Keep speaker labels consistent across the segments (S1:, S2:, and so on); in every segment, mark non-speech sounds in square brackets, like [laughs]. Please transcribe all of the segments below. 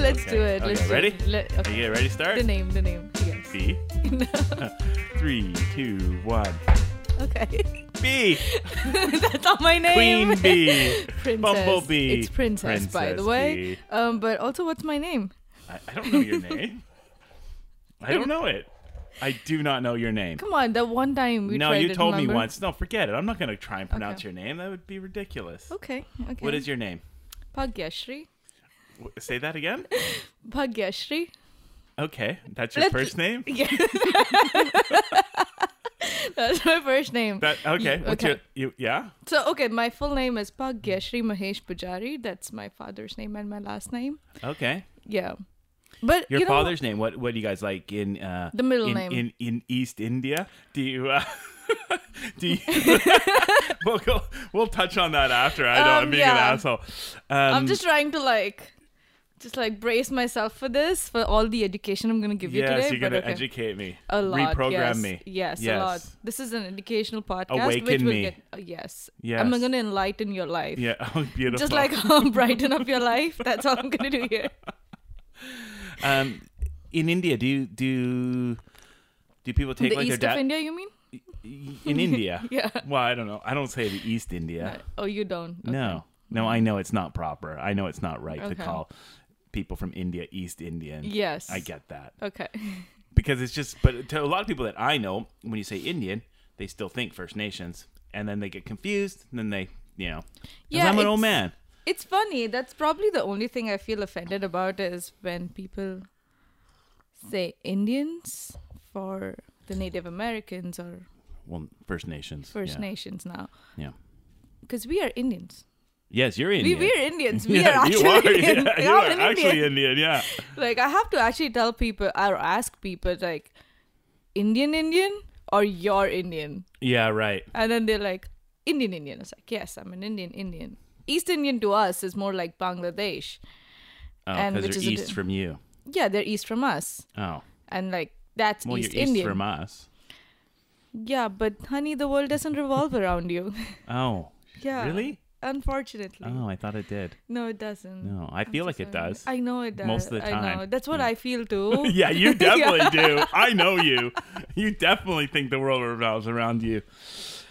S1: let's
S2: Okay.
S1: do it.
S2: Okay,
S1: Let's do
S2: ready?
S1: It. Let,
S2: Are
S1: okay.
S2: you get ready to start?
S1: The name, the
S2: [laughs]
S1: name. [laughs] Yes.
S2: B. Three, two, one.
S1: okay. [laughs]
S2: B.
S1: That's not my name. [laughs]
S2: Queen bee.
S1: princess.
S2: Bumblebee.
S1: It's princess, by the
S2: Princess
S1: way.
S2: bee.
S1: Um, but also, what's my name?
S2: I, I don't
S1: [laughs]
S2: know your name. I don't know it. I do not know your name.
S1: Come on, that one time we
S2: no,
S1: tried
S2: you
S1: it,
S2: told
S1: remember?
S2: me once. No, forget it. I'm not going to try and pronounce
S1: Okay.
S2: your name. That would be ridiculous.
S1: Okay. Okay.
S2: What is your name?
S1: Bhagyashri?
S2: W- Say that
S1: [laughs]
S2: again.
S1: Bhagyashri.
S2: Okay, that's your
S1: Let's-
S2: first
S1: [laughs]
S2: name.
S1: Yeah. [laughs] That's my first name.
S2: That okay.
S1: Y-
S2: What's
S1: okay.
S2: your you, yeah?
S1: so okay, my full name is Bhagyashri Mahesh Pujari. That's my father's name and my last name.
S2: Okay.
S1: Yeah. But
S2: Your
S1: you know,
S2: father's name. What what do you guys like in uh
S1: The middle
S2: in,
S1: name.
S2: in in East India? Do you uh, [laughs] do you
S1: [laughs]
S2: we'll, go, we'll touch on that after. I know
S1: Um,
S2: I'm being
S1: yeah.
S2: an asshole.
S1: I'm
S2: Um,
S1: just trying to like just like brace myself for this for all the education I'm gonna give you
S2: yes,
S1: today.
S2: you're gonna
S1: but okay.
S2: educate me.
S1: a lot.
S2: Reprogram
S1: yes.
S2: me.
S1: Yes, a lot. This is an educational podcast. which
S2: Awaken
S1: will
S2: me.
S1: Get, uh, yes.
S2: Yes.
S1: I'm gonna enlighten your life.
S2: Yeah. [laughs] Oh, beautiful.
S1: Just like [laughs] brighten up your life. That's all I'm gonna do
S2: [laughs]
S1: here.
S2: um, in India, do do do people take
S1: the
S2: like
S1: east
S2: their
S1: of
S2: dad
S1: India, you mean?
S2: in India?
S1: [laughs] Yeah.
S2: Well, I don't know. I don't say the East India.
S1: Oh, you don't. Okay. Mm-hmm.
S2: No, no, I know it's not proper. I know it's not right to
S1: Okay.
S2: call people from India East Indian.
S1: Yes.
S2: I get that
S1: Okay. [laughs]
S2: because it's just. But to a lot of people that I know, when you say Indian, they still think First Nations, and then they get confused, and then they, you know, 'Cause
S1: Yeah,
S2: I'm an
S1: it's-
S2: old man.
S1: It's funny. That's probably the only thing I feel offended about is when people say Indians for the Native Americans or
S2: Well, First Nations.
S1: First
S2: yeah.
S1: Nations now.
S2: Yeah.
S1: Because we are Indians.
S2: Yes, you're
S1: We,
S2: Indian. [laughs]
S1: we're Indians. We
S2: Yeah,
S1: are
S2: you
S1: actually
S2: are. [laughs]
S1: Indians.
S2: Yeah,
S1: We
S2: you
S1: are
S2: are
S1: an
S2: actually
S1: Indian.
S2: Indian. Yeah.
S1: Like, I have to actually tell people or ask people, like, Indian Indian or you're Indian?
S2: Yeah. Right.
S1: And then they're like, Indian Indian. It's like, yes, I'm an Indian Indian. East Indian to us is more like Bangladesh.
S2: Oh,
S1: And
S2: because
S1: which is
S2: they're
S1: a
S2: east
S1: di-
S2: from you.
S1: Yeah, they're east from us.
S2: Oh.
S1: And like that's
S2: Well,
S1: East
S2: you're east
S1: Indian.
S2: from us.
S1: yeah, but honey, the world doesn't revolve around you. [laughs]
S2: Oh.
S1: yeah.
S2: Really?
S1: Unfortunately.
S2: Oh, I thought it did.
S1: No, it doesn't.
S2: No, I feel
S1: so
S2: like it
S1: sorry.
S2: does.
S1: I know it does.
S2: Most of the
S1: I know.
S2: time. Mm.
S1: That's what I feel [laughs] too.
S2: [laughs] yeah, you definitely do. I know you. You definitely think the world revolves around you.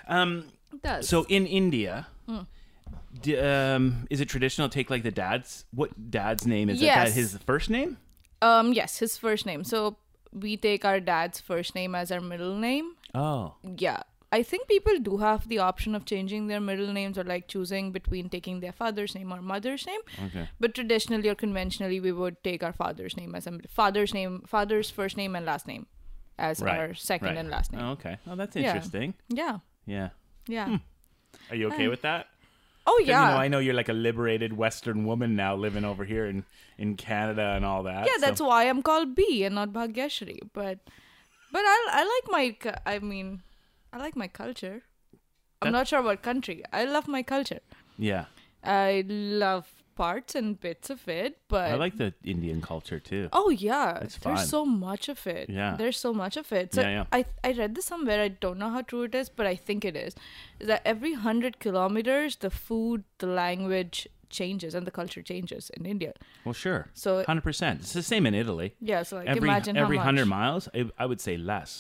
S2: Um,
S1: It does.
S2: so in India,
S1: Hmm.
S2: d- um, is it traditional to take like the dad's what dad's name is? That,
S1: Yes.
S2: that his first name?
S1: um yes, his first name. So we take our dad's first name as our middle name.
S2: Oh,
S1: yeah i think people do have the option of changing their middle names or like choosing between taking their father's name or mother's name
S2: okay.
S1: but traditionally or conventionally we would take our father's name as a father's name father's first name and last name as
S2: Right,
S1: our second
S2: right.
S1: and last name
S2: Oh, okay. Oh, that's
S1: Yeah.
S2: interesting.
S1: yeah
S2: Yeah.
S1: yeah
S2: Are you okay with that?
S1: oh
S2: 'Cause,
S1: yeah
S2: You know, I know you're like a liberated Western woman now, living over here in in Canada and all that.
S1: yeah that's
S2: so-
S1: why i'm called b and not bhagyashri but but i i like my cu- i mean i like my culture i'm
S2: That-
S1: not sure what country i love my culture
S2: yeah.
S1: i love parts and bits of it but
S2: I like the Indian culture too.
S1: Oh yeah,
S2: It's
S1: there's
S2: fun.
S1: so much of it.
S2: Yeah.
S1: there's so much of it. So
S2: Yeah, yeah.
S1: I I read this somewhere. I don't know how true it is, but I think it is. Is that every hundred kilometers, the food, the language changes, and the culture changes in India.
S2: Well, sure.
S1: So-
S2: hundred percent. It's the same in Italy.
S1: Yeah, so like
S2: every
S1: imagine
S2: every
S1: how much.
S2: hundred miles, I, I would say less.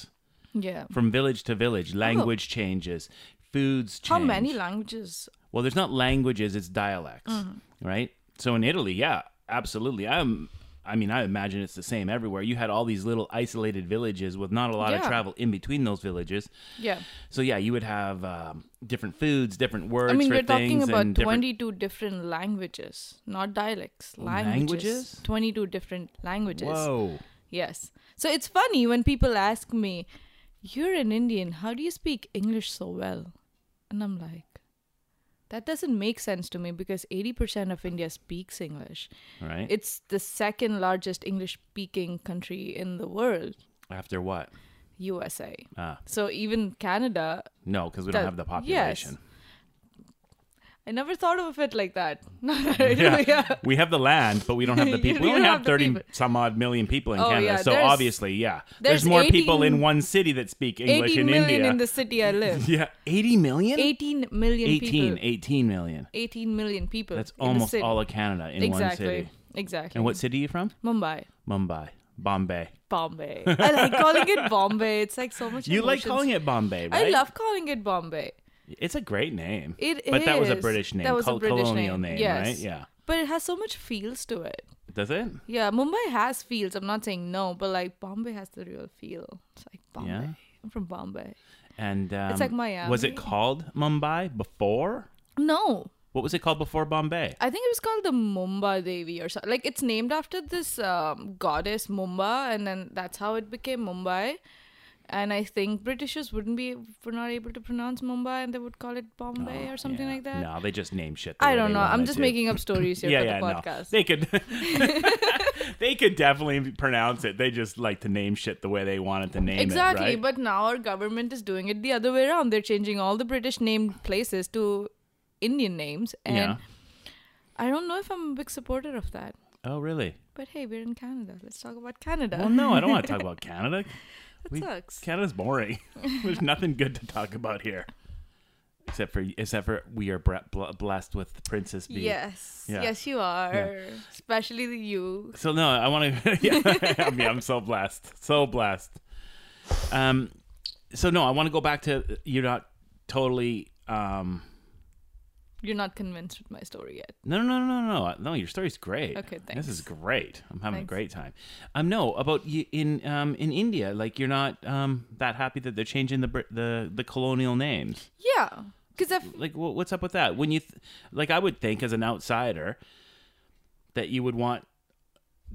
S1: Yeah.
S2: From village to village, language changes, foods change.
S1: Oh. How many languages?
S2: Well, there's not languages; it's dialects,
S1: Mm-hmm.
S2: right? So in Italy, yeah, absolutely. I'm. I mean, I imagine it's the same everywhere. You had all these little isolated villages with not a lot of
S1: Yeah.
S2: travel in between those villages.
S1: Yeah.
S2: So yeah, you would have um, different foods, different words.
S1: I mean,
S2: for
S1: we're talking
S2: things
S1: about
S2: and different-
S1: 22 different languages, not dialects. Languages?
S2: Languages?
S1: 22 different languages.
S2: Whoa.
S1: Yes. So it's funny when people ask me, You're an Indian. How do you speak English so well? And I'm like, That doesn't make sense to me because 80% of India speaks English.
S2: Right.
S1: It's the second largest English speaking country in the world,
S2: After what?
S1: USA.
S2: Ah.
S1: So even Canada,
S2: No, because we don't
S1: That-
S2: have the
S1: yes.
S2: population.
S1: I never thought of it like that. [laughs] No, I do,
S2: [laughs] Yeah.
S1: yeah.
S2: We have the land, but we don't have
S1: [laughs]
S2: the
S1: You
S2: people. We
S1: don't
S2: only
S1: have
S2: have
S1: the
S2: 30
S1: people.
S2: some odd million people in
S1: Oh,
S2: Canada.
S1: yeah,
S2: So
S1: there's-
S2: obviously, yeah. There's,
S1: there's
S2: more people
S1: 18
S2: in one city that speak English
S1: 18
S2: in
S1: million
S2: India.
S1: in the city I live.
S2: [laughs] yeah. 80 million?
S1: 18 million
S2: 18,
S1: people.
S2: 18 million.
S1: 18 million people.
S2: That's
S1: in the
S2: almost
S1: city.
S2: all of Canada in one
S1: exactly.
S2: city.
S1: Exactly.
S2: And what city are you from?
S1: Mumbai,
S2: Mumbai, Bombay. [laughs]
S1: Bombay. I like calling it Bombay. It's like so much.
S2: You like
S1: emotions.
S2: calling it Bombay, right?
S1: I love calling it Bombay.
S2: It's a great name.
S1: It
S2: but that was a
S1: is.
S2: British name,
S1: That was a
S2: col-
S1: British
S2: colonial
S1: name,
S2: name,
S1: yes.
S2: right? Yeah.
S1: But it has so much feels to it.
S2: Does it?
S1: Yeah, Mumbai has feels. I'm not saying no, but like Bombay has the real feel. It's like Bombay.
S2: Yeah.
S1: I'm from Bombay.
S2: And um,
S1: like
S2: Was
S1: Miami.
S2: it called Mumbai before?
S1: No,
S2: What was it called before Bombay?
S1: I think it was called the Mumba Devi or something. Like it's named after this um, goddess Mumba, and then that's how it became Mumbai. And I think Britishers wouldn't be were not able to pronounce Mumbai, and they would call it Bombay or something
S2: Oh, Yeah.
S1: like that.
S2: No, they just named shit. the
S1: I
S2: way
S1: don't
S2: they
S1: know. I'm
S2: wanted
S1: just
S2: to.
S1: making up
S2: [laughs]
S1: stories here for the podcast.
S2: They
S1: [laughs]
S2: could [laughs] they could definitely pronounce it. They just like to name shit the way they wanted to name
S1: exactly,
S2: it. right?
S1: but now our government is doing it the other way around. They're changing all the British named places to Indian names, and
S2: yeah.
S1: I don't know if I'm a big supporter of that.
S2: Oh really?
S1: But hey, we're in Canada. Let's talk about Canada.
S2: Well, no, I don't want to talk about Canada.
S1: [laughs] that
S2: we-
S1: sucks.
S2: Canada's boring. [laughs] There's nothing good to talk about here, except for except for we are bra- bl- blessed with Princess B.
S1: Yes.
S2: Yeah.
S1: Yes, you are. Especially the you.
S2: So no, I want to. [laughs] yeah, I mean, I'm so blessed, so blessed. Um, so no, I want to go back to you're not totally. Um,
S1: You're not convinced with my story yet.
S2: No, no, no, no, no, no. Your story's great.
S1: Okay,
S2: This is great. I'm having
S1: Thanks.
S2: a great time. Um, no, about you in um in India, like you're not um that happy that they're changing the Br- the the colonial names.
S1: Yeah. Because I, f-
S2: Like, wha- what's up with that? When you th- like, I would think as an outsider that you would want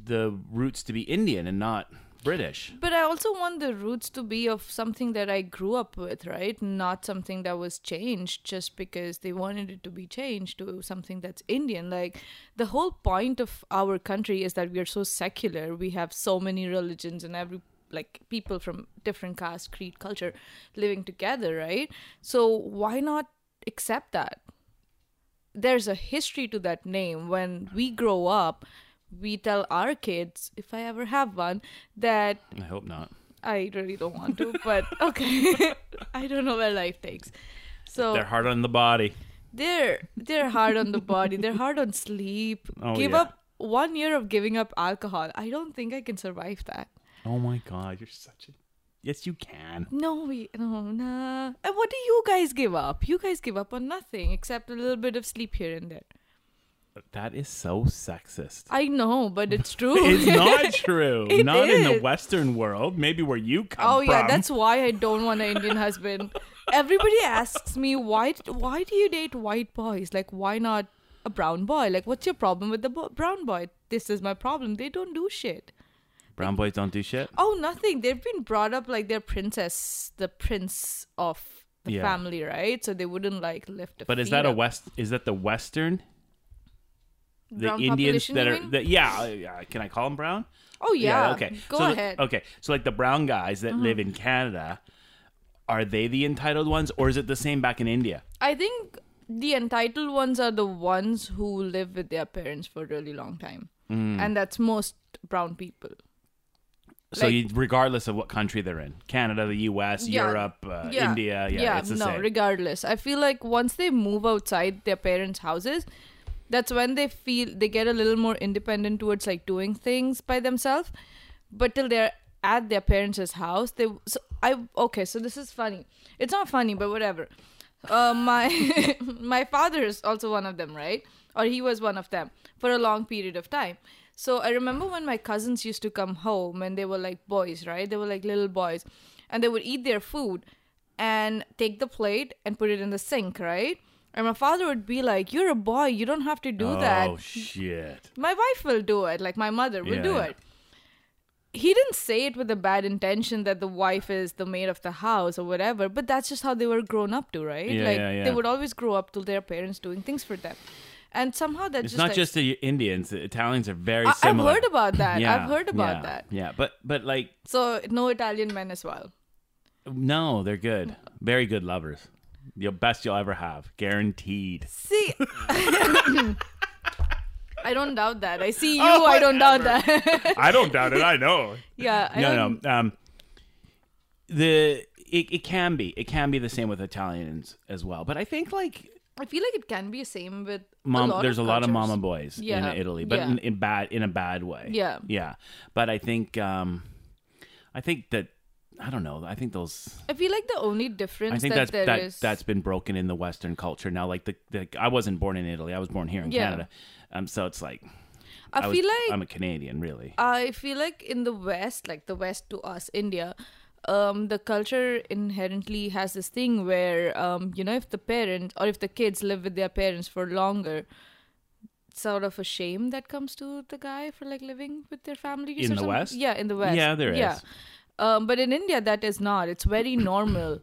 S2: the roots to be Indian and not British.
S1: but I also want the roots to be of something that I grew up with, right? Not something that was changed just because they wanted it to be changed to something that's Indian. Like the whole point of our country is that we are so secular. We have so many religions and every like people from different caste, creed, culture living together, right? So why not accept that? there's a history to that name. When we grow up, we tell our kids, if I ever have one, that
S2: I hope not.
S1: I really don't want to, but okay. [laughs] I don't know where life takes. So
S2: They're hard on the body.
S1: they're they're hard on the body. They're hard on sleep.
S2: Oh,
S1: Give
S2: yeah.
S1: up one year of giving up alcohol. I don't think I can survive that.
S2: Oh my god, you're such a. Yes, you can.
S1: No, we no nah. And what do you guys give up? You guys give up on nothing except a little bit of sleep here and there.
S2: That is so sexist.
S1: I know, but
S2: [laughs]
S1: it's true. [laughs]
S2: It's not true.
S1: It
S2: not in the
S1: is.
S2: Western world. Maybe where you come
S1: Oh
S2: from.
S1: yeah, that's why I don't want an
S2: [laughs]
S1: Indian husband. Everybody asks me why why do you date white boys? Like why not a brown boy? Like what's your problem with the bo- brown boy? This is my problem. They don't do shit.
S2: brown boys don't do shit.
S1: Oh, nothing. They've been brought up like they're princess, the prince of the
S2: Yeah.
S1: family, right? So they wouldn't like lift a
S2: But is
S1: feet
S2: that a
S1: up.
S2: West? Is that the Western? The
S1: Brown
S2: Indians
S1: population,
S2: that
S1: you
S2: are
S1: mean?
S2: that yeah, uh, yeah. Can I call them brown?
S1: Oh yeah.
S2: okay.
S1: Go
S2: so the-
S1: ahead. Uh-huh.
S2: okay. So like the brown guys that live in Canada, are they the entitled ones, or is it the same back in India?
S1: I think the entitled ones are the ones who live with their parents for a really long time. And that's most brown people.
S2: So
S1: Like-
S2: you, regardless of what country they're in, Canada, the U.S.,
S1: Yeah.
S2: Europe, uh, India, yeah, it's the
S1: no,
S2: same.
S1: regardless. I feel like once they move outside their parents' houses, that's when they feel they get a little more independent towards like doing things by themselves. But till they're at their parents' house, they so I okay. So this is funny. It's not funny, but whatever. Uh, my [laughs] my father is also one of them, right? Or he was one of them for a long period of time. So I remember when my cousins used to come home and they were like boys, right? They were like little boys, and they would eat their food and take the plate and put it in the sink, right? And my father would be like, You're a boy, you don't have to do that.
S2: Oh shit!
S1: My wife will do it, like my mother will
S2: Yeah,
S1: do
S2: yeah.
S1: it. He didn't say it with a bad intention that the wife is the maid of the house or whatever, but that's just how they were grown up to, right?
S2: Yeah,
S1: like
S2: yeah, yeah.
S1: they would always grow up to their parents doing things for them. And somehow that's
S2: It's
S1: just
S2: not
S1: like,
S2: just the Indians. The Italians are very
S1: I- I've
S2: similar.
S1: heard about that.
S2: Yeah,
S1: I've heard about
S2: yeah,
S1: that.
S2: Yeah, but but like
S1: So no Italian men as well.
S2: no, they're good. Very good lovers. The best you'll ever have, guaranteed.
S1: [laughs]
S2: [laughs]
S1: See, I don't doubt that. I
S2: Oh
S1: see you. I don't doubt that. [laughs]
S2: I don't doubt it. I know.
S1: yeah. I
S2: no,
S1: don't,
S2: no. Um, the it, it can be it can be the same with Italians as well, but I think like
S1: I feel like it can be same with
S2: mom
S1: A lot
S2: there's
S1: of
S2: a lot of
S1: cultures.
S2: mama boys
S1: Yeah.
S2: in Italy, but
S1: Yeah.
S2: in, in bad in a bad way.
S1: Yeah.
S2: Yeah. But I think um I think that I don't know. I think those
S1: I feel like the only difference
S2: I think
S1: that
S2: that's
S1: there
S2: that,
S1: is-
S2: that's been broken in the Western culture now. Like the, the I wasn't born in Italy. I was born here in
S1: Yeah.
S2: Canada. Um so it's like
S1: I,
S2: was-
S1: feel like Uh,
S2: I'm a Canadian really.
S1: I feel like in the West, like the West to us, India, um, the culture inherently has this thing where, um, you know, if the parents or if the kids live with their parents for longer, sort of a shame that comes to the guy for like living with their family.
S2: In the West?
S1: Yeah, in the West.
S2: Yeah, there is.
S1: Yeah. Um, but in India, that is not. It's very normal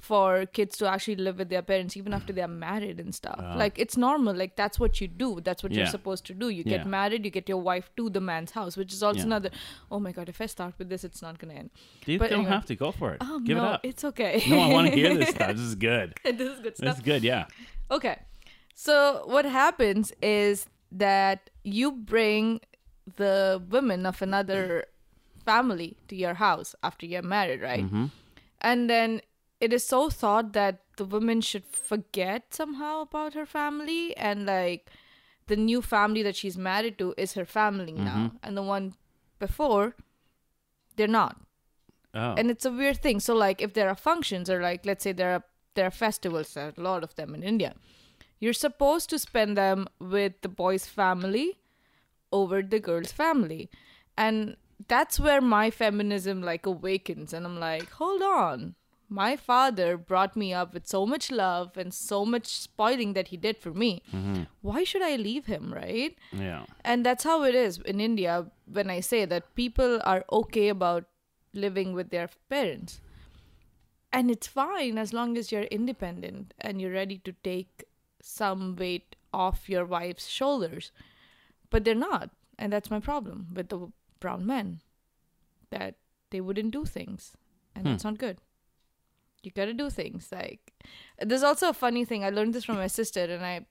S1: for kids to actually live with their parents even after they are married and stuff. Like it's normal. Like that's what you do. That's what you're
S2: Uh-huh. Yeah.
S1: supposed to do. You get
S2: Yeah.
S1: married, you get your wife to the man's house, which is also
S2: Yeah.
S1: another. Oh my god! If I start with this, it's not gonna end.
S2: You
S1: but
S2: don't
S1: anyway.
S2: have to go for it.
S1: Um,
S2: Give
S1: no,
S2: it up.
S1: It's okay.
S2: no, I want to hear this stuff. This is good.
S1: [laughs] this is good stuff.
S2: That's good, yeah.
S1: Okay. So what happens is that you bring the women of another family to your house after you're married, right? And then it is so thought that the woman should forget somehow about her family and like the new family that she's married to is her family now and the one before they're not
S2: Oh.
S1: and it's a weird thing so like if there are functions or like let's say there are there are festivals there are a lot of them in india you're supposed to spend them with the boy's family over the girl's family and that's where my feminism like awakens and i'm like hold on my father brought me up with so much love and so much spoiling that he did for me why should i leave him right
S2: yeah.
S1: and that's how it is in India when I say that people are okay about living with their parents. And it's fine as long as you're independent and you're ready to take some weight off your wife's shoulders. But they're not. And that's my problem with the brown men that they wouldn't do things. And that's not good. You gotta do things. Like, there's also a funny thing. I learned this from my sister, and I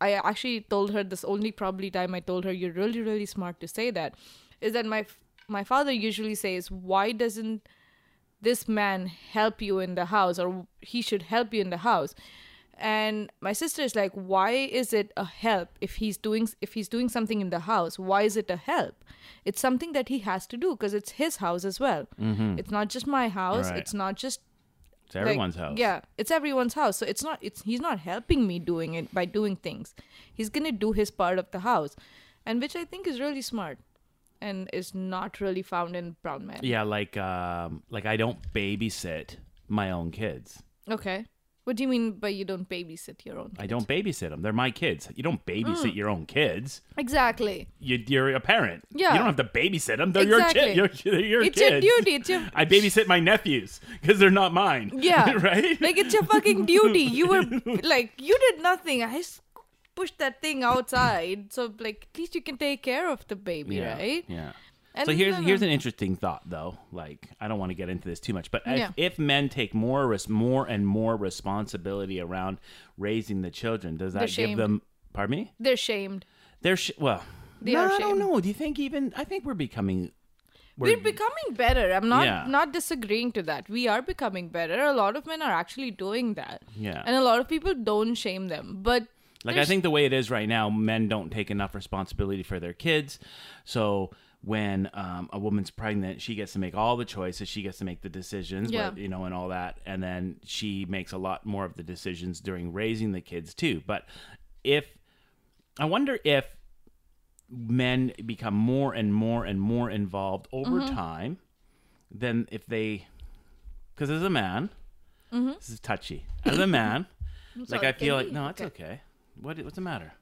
S1: I actually told her this only probably time I told her you're really really smart to say that is that my my father usually says why doesn't this man help you in the house or he should help you in the house and my sister is like why is it a help if he's doing if he's doing something in the house why is it a help it's something that he has to do because it's his house as well it's not just my house
S2: Right.
S1: it's not just
S2: It's
S1: like,
S2: everyone's house.
S1: Yeah, it's everyone's house. So it's not it's he's not helping me doing it by doing things. He's gonna do his part of the house, and which I think is really smart, and is not really found in brown men.
S2: Yeah, like um like I don't babysit my own kids.
S1: Okay, what do you mean by you don't babysit your own?
S2: I don't babysit them. They're my kids. You don't babysit
S1: Mm.
S2: your own kids.
S1: Exactly.
S2: You, you're a parent.
S1: Yeah.
S2: You don't have to babysit them. They're your kid.
S1: Exactly.
S2: You're, they're your
S1: it's
S2: kids.
S1: your duty. It's your
S2: [laughs] I babysit my nephews because they're not mine. [laughs]
S1: Yeah. [laughs]
S2: right?
S1: like it's your fucking duty. You
S2: [laughs]
S1: were like you did nothing. I s- pushed that thing outside. So like at least you can take care of the baby,
S2: yeah.
S1: right?
S2: Yeah.
S1: And
S2: so here's
S1: no, no.
S2: here's an interesting thought though. Like I don't want to get into this too much, but if,
S1: Yeah.
S2: if men take more res- more and more responsibility around raising the children, does that give
S1: shamed.
S2: them? Pardon me?
S1: They're shamed.
S2: They're sh- well.
S1: They
S2: no,
S1: are
S2: I don't
S1: shamed.
S2: know. Do you think even? I think we're becoming.
S1: we're becoming better i'm not
S2: Yeah.
S1: not disagreeing to that we are becoming better a lot of men are actually doing that
S2: Yeah.
S1: and a lot of people don't shame them but
S2: Like
S1: [laughs]
S2: I
S1: there's-
S2: think the way it is right now, men don't take enough responsibility for their kids. So when um, a woman's pregnant, she gets to make all the choices. She gets to make the decisions,
S1: Yeah.
S2: but, you know, and all that. And then she makes a lot more of the decisions during raising the kids too. But if I wonder if men become more and more and more involved over
S1: Mm-hmm.
S2: time, then if they, because as a man,
S1: Mm-hmm.
S2: this is touchy. As
S1: [laughs]
S2: a man, like
S1: sorry,
S2: I
S1: can
S2: feel like
S1: we-
S2: no, it's
S1: okay.
S2: okay. What what's the
S1: [coughs]
S2: matter?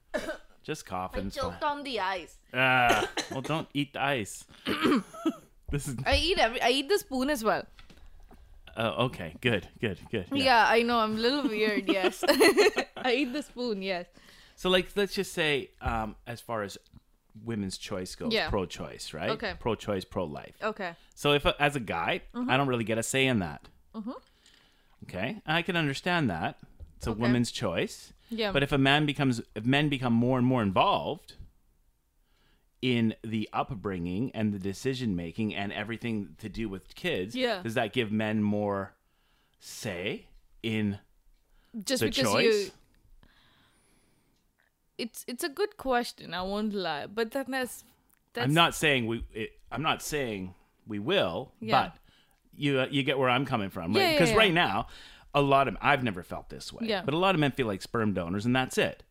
S2: Just coughing. It's fine.
S1: on the ice
S2: Ah, well, don't eat the ice. [coughs] this is
S1: i eat every i eat the spoon as well
S2: oh, okay. Good, good, good.
S1: yeah, i know i'm a little weird
S2: [laughs]
S1: yes [laughs] i eat the spoon yes
S2: So like let's just say um as far as women's choice goes,
S1: Yeah.
S2: pro choice, right?
S1: Okay. Mm-hmm.
S2: Pro choice, pro life.
S1: okay
S2: So if uh, as a guy, I don't really get a say in that.
S1: Mm-hmm.
S2: Okay, I can understand that. It's a
S1: Okay.
S2: woman's choice.
S1: Yeah.
S2: But if a man becomes, if men become more and more involved in the upbringing and the decision making and everything to do with kids,
S1: Yeah.
S2: does that give men more say in
S1: just
S2: the
S1: because
S2: choice?
S1: you it's it's a good question. I won't lie, but then that's that's
S2: I'm not saying we. It, I'm not saying we will,
S1: Yeah.
S2: but you uh, you get where I'm coming from,
S1: Yeah,
S2: right?
S1: yeah,
S2: Because
S1: yeah.
S2: right now, a lot of I've never felt this way,
S1: Yeah.
S2: but a lot of men feel like sperm donors, and that's it.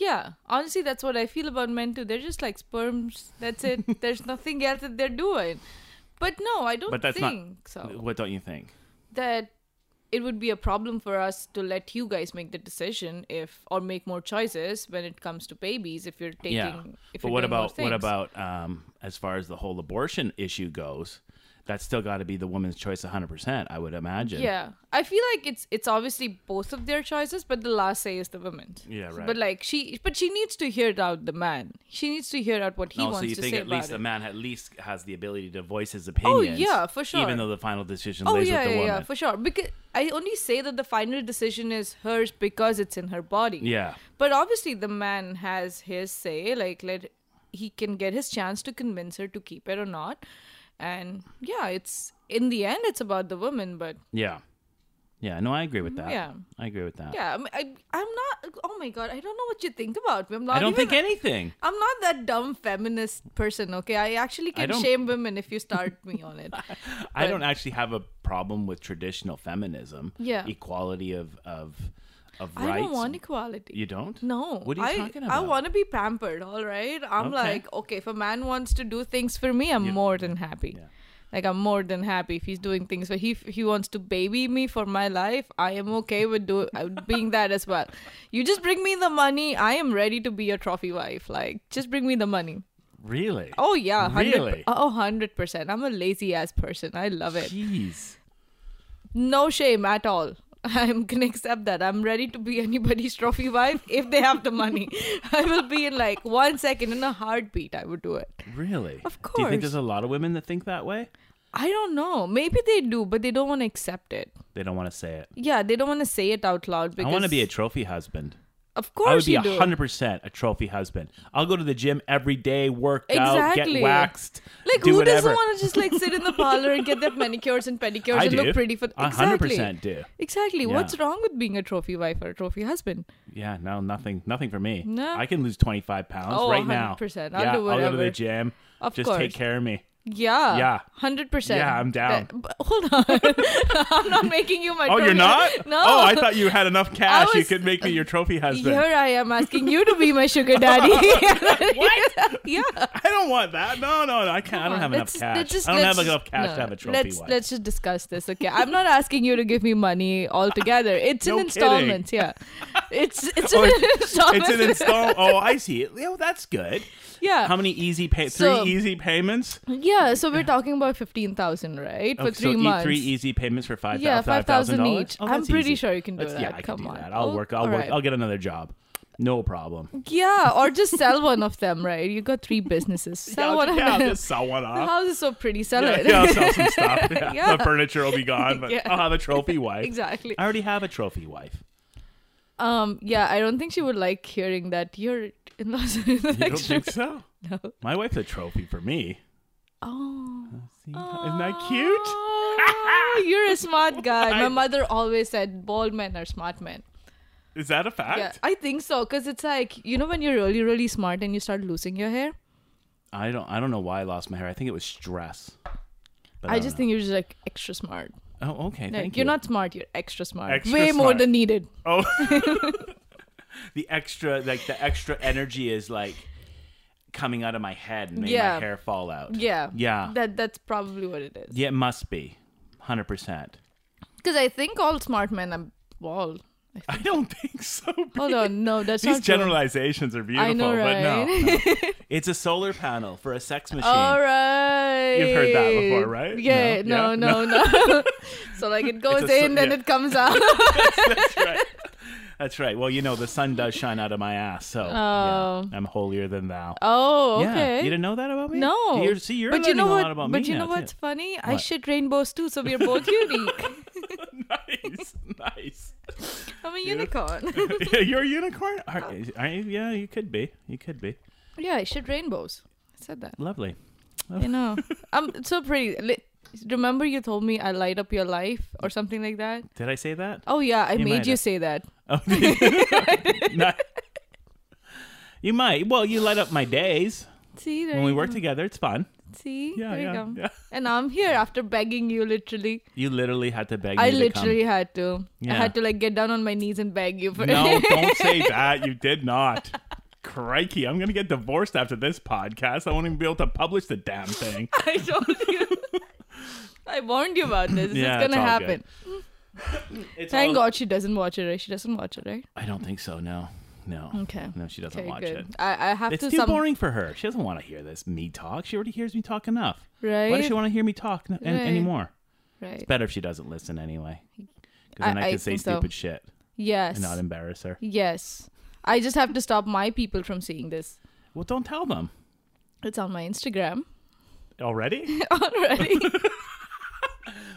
S1: yeah. Honestly, that's what I feel about men too. They're just like sperms. That's
S2: [laughs]
S1: it. There's nothing else that they're doing. But no, I don't
S2: But that's not-
S1: think so.
S2: What don't you think?
S1: That it would be a problem for us to let you guys make the decision if or make more choices when it comes to babies if you're taking
S2: yeah.
S1: if
S2: But
S1: you're
S2: what
S1: doing more
S2: about what
S1: things.
S2: about um, as far as the whole abortion issue goes? That's still got to be the woman's choice, 100. percent I would imagine.
S1: Yeah, I feel like it's it's obviously both of their choices, but the last say is the woman's.
S2: Yeah, right.
S1: But like she, but she needs to hear it out the man. She needs to hear out what he
S2: No,
S1: wants
S2: so you
S1: to
S2: think
S1: say
S2: at
S1: about
S2: least a
S1: it. Oh,
S2: man at least has the ability to voice his opinions?
S1: yeah, for sure.
S2: Even though the final decision
S1: oh
S2: lays
S1: yeah,
S2: with the
S1: yeah,
S2: woman.
S1: yeah, for sure. Because I only say that the final decision is hers because it's in her body.
S2: yeah.
S1: But obviously, the man has his say. Like, let he can get his chance to convince her to keep it or not. And yeah, it's in the end, it's about the woman. But
S2: Yeah. Yeah. No, I agree with that.
S1: Yeah.
S2: I agree with that.
S1: yeah, I mean, I, I'm not. Oh my god, I don't know what you think about me. I'm not.
S2: I don't
S1: even,
S2: think anything.
S1: I'm not that dumb feminist person, okay? I actually
S2: I
S1: can
S2: don't-
S1: shame women if you start me on
S2: [laughs]
S1: it.
S2: I don't actually have a problem with traditional feminism.
S1: Yeah.
S2: Equality of of of rights.
S1: I don't want equality.
S2: You don't?
S1: no.
S2: What are you
S1: I,
S2: talking about?
S1: I want to be pampered, all right? I'm
S2: Okay.
S1: like, okay, if a man wants to do things for me, I'm more than happy.
S2: Yeah.
S1: Like, I'm more than happy if he's doing things for he if he wants to baby me for my life. I am okay with do, uh, being that as well. [laughs] You just bring me the money. I am ready to be your trophy wife. Like, just bring me the money.
S2: Really?
S1: Oh, yeah. 100,
S2: Really?
S1: Oh, 100%. I'm a lazy ass person. I love it.
S2: Jeez.
S1: no shame at all. [laughs] I'm gonna accept that. I'm ready to be anybody's trophy wife if they have the money. [laughs] I will be in like one second in a heartbeat. I would do it.
S2: Really?
S1: Of
S2: Do you think
S1: course.
S2: there's a lot of women that think that way?
S1: I don't know. Maybe they do, but they don't want to accept it.
S2: They don't want to say it.
S1: Yeah, they don't want to say it out loud because
S2: I want to be a trophy husband.
S1: Of
S2: I
S1: course
S2: would be
S1: you do.
S2: hundred percent a trophy husband. I'll go to the gym every day, work out,
S1: Exactly.
S2: get waxed,
S1: Like
S2: do
S1: who
S2: whatever.
S1: doesn't want to just like sit in the parlor and
S2: [laughs]
S1: get their manicures and pedicures
S2: I
S1: and
S2: do.
S1: look pretty for
S2: I
S1: exactly.
S2: 100% do.
S1: Exactly.
S2: Yeah.
S1: What's wrong with being a trophy wife or a trophy husband?
S2: Yeah, no, nothing, nothing for me.
S1: No.
S2: I can lose twenty five pounds
S1: Oh,
S2: right now.
S1: 100%. I'll
S2: yeah,
S1: do
S2: I'll go to the
S1: whatever.
S2: gym.
S1: Of
S2: Just take
S1: course.
S2: care of me.
S1: Yeah.
S2: Yeah.
S1: Hundred percent.
S2: Yeah, I'm down.
S1: But, hold on. [laughs] I'm not making you my.
S2: Oh, you're
S1: trophy- [laughs]
S2: not?
S1: No.
S2: Oh, I thought you
S1: [laughs]
S2: had enough cash. You
S1: was-
S2: could make me
S1: [laughs]
S2: your trophy husband.
S1: Here I am asking you to be my sugar
S2: [laughs]
S1: daddy. what? [laughs] yeah.
S2: I don't want that. No, no, no. I can't. I don't have enough
S1: Let's-
S2: cash.
S1: let's just-
S2: I don't have
S1: let's
S2: enough
S1: just-
S2: cash
S1: no,
S2: to have a trophy
S1: Let's
S2: wife.
S1: let's just discuss this, okay? I'm not asking you to give me money
S2: [laughs]
S1: altogether. It's
S2: No
S1: in installments, yeah. It's
S2: [laughs]
S1: it's
S2: Oh,
S1: an
S2: it's-
S1: installment.
S2: It's an install. Oh, I see. it. Yeah, well, that's good.
S1: [laughs] yeah.
S2: How many easy pay?
S1: Uh, So-
S2: three easy payments.
S1: yeah, so we're talking about 15,000, right? For
S2: Oh,
S1: 3
S2: so e-
S1: months.
S2: three easy payments for five
S1: Yeah,
S2: thousand
S1: 5,000
S2: dollars Oh,
S1: each. I'm pretty sure you can do
S2: Yeah,
S1: that.
S2: I can
S1: Come
S2: do
S1: on.
S2: that. I'll
S1: Oh,
S2: work. I'll
S1: all
S2: work.
S1: right.
S2: I'll get another job. No problem.
S1: Yeah, or just sell one of them, right? You got three
S2: [laughs]
S1: businesses. Sell
S2: yeah,
S1: one of
S2: yeah, I'll
S1: them.
S2: just sell
S1: [laughs]
S2: one
S1: The
S2: off.
S1: house is so pretty. Sell
S2: Yeah,
S1: it.
S2: yeah,
S1: [laughs]
S2: I'll sell some stuff. Yeah.
S1: Yeah.
S2: The furniture will be gone,
S1: [laughs]
S2: but
S1: Yeah.
S2: I'll have a trophy wife.
S1: exactly.
S2: I already have a trophy
S1: [laughs]
S2: wife.
S1: Um. Yeah, I don't think she would like hearing that you're in [laughs] Los Angeles.
S2: You don't think so?
S1: No.
S2: My wife's a trophy for me.
S1: Oh.
S2: See, Isn't that cute?
S1: Oh, [laughs] you're a
S2: [laughs]
S1: smart guy.
S2: I-
S1: My mother always said bald men are smart men.
S2: Is that a fact?
S1: Yeah, I think so. Cause it's like you know when you're really really smart and you start losing your hair.
S2: I don't. I don't know why I lost my hair. I think it was stress. But
S1: I
S2: don't
S1: just
S2: know.
S1: think you're just like extra smart.
S2: Oh, okay.
S1: Like,
S2: Uh. thank
S1: you're
S2: you.
S1: not smart. You're extra smart.
S2: Extra
S1: Way more
S2: smart.
S1: than needed.
S2: Oh, the extra, like the extra energy is like coming out of my head and made
S1: Yeah.
S2: my hair fall out.
S1: Yeah.
S2: Yeah.
S1: That that's probably what it is.
S2: Yeah, it must be, hundred percent.
S1: Because I think all smart men are bald.
S2: I don't think so.
S1: [laughs] Hold on, no, that's
S2: These
S1: not true.
S2: generalizations are beautiful,
S1: I know,
S2: but no,
S1: right?
S2: no.
S1: [laughs]
S2: it's a solar panel for a sex machine.
S1: All right.
S2: You've heard that before, right?
S1: Yeah,
S2: No?
S1: no,
S2: Yeah?
S1: no, no.
S2: [laughs]
S1: so like it goes
S2: It's a s-
S1: in, then
S2: [laughs] yeah.
S1: it comes out.
S2: [laughs] That's right. That's right. Well, you know, the sun does shine out of my ass, so yeah,
S1: Oh.
S2: I'm holier than thou.
S1: oh,
S2: Yeah.
S1: okay.
S2: You didn't know that about me?
S1: no.
S2: You're, see, you're
S1: but
S2: learning
S1: you know
S2: a
S1: what,
S2: lot about me
S1: But you know
S2: now, too.
S1: what's funny? I
S2: What?
S1: shit rainbows too, so we're
S2: [laughs]
S1: both unique.
S2: nice,
S1: [laughs]
S2: nice.
S1: I'm a
S2: [laughs]
S1: unicorn. [laughs]
S2: Yeah, You're a unicorn. Are,
S1: Uh.
S2: are you? Yeah, you could be. You could be.
S1: yeah, I shit rainbows. I said
S2: [laughs]
S1: that.
S2: Lovely.
S1: You know, I'm it's so pretty. Li- Remember you told me I light up your life or something like that?
S2: Did I
S1: [laughs]
S2: say that? [laughs]
S1: Oh yeah, I
S2: You might
S1: made you
S2: have.
S1: say that.
S2: Oh, did you? Ni- You might. Well, you light up my days
S1: See, there
S2: when we
S1: you
S2: work
S1: go.
S2: together. It's fun.
S1: See,
S2: Yeah,
S1: there you
S2: yeah,
S1: go.
S2: yeah.
S1: And I'm here after begging you, literally.
S2: You literally had to beg me
S1: I
S2: to come.
S1: literally had to. I
S2: Yeah.
S1: had to like get down on my knees and beg you for
S2: No,
S1: it. [laughs]
S2: don't say that. You did not. Crikey, I'm gonna get divorced after this podcast. I won't even be able to publish the damn thing.
S1: I told you. [laughs] I warned you about this. This
S2: Yeah,
S1: is gonna
S2: it's all
S1: happen.
S2: good. It's
S1: [laughs] Thank
S2: all-
S1: God she doesn't watch it, right? She doesn't watch it, right?
S2: I don't think so. No, no.
S1: Okay.
S2: No, she doesn't
S1: Okay,
S2: watch
S1: good.
S2: it.
S1: I, I have
S2: It's
S1: to
S2: too
S1: some
S2: boring for her. She doesn't want to hear this me talk. She already hears me talk enough. Why
S1: Right?
S2: does she want to hear me talk n- an-
S1: Right.
S2: anymore?
S1: right.
S2: Better if she doesn't listen anyway.
S1: I-
S2: Because then I,
S1: I
S2: can say
S1: think so.
S2: stupid shit
S1: Yes.
S2: and not embarrass her.
S1: yes. I just have to stop my people from seeing this.
S2: Well, don't tell them
S1: It's on my Instagram [laughs]
S2: already.
S1: already.
S2: [laughs]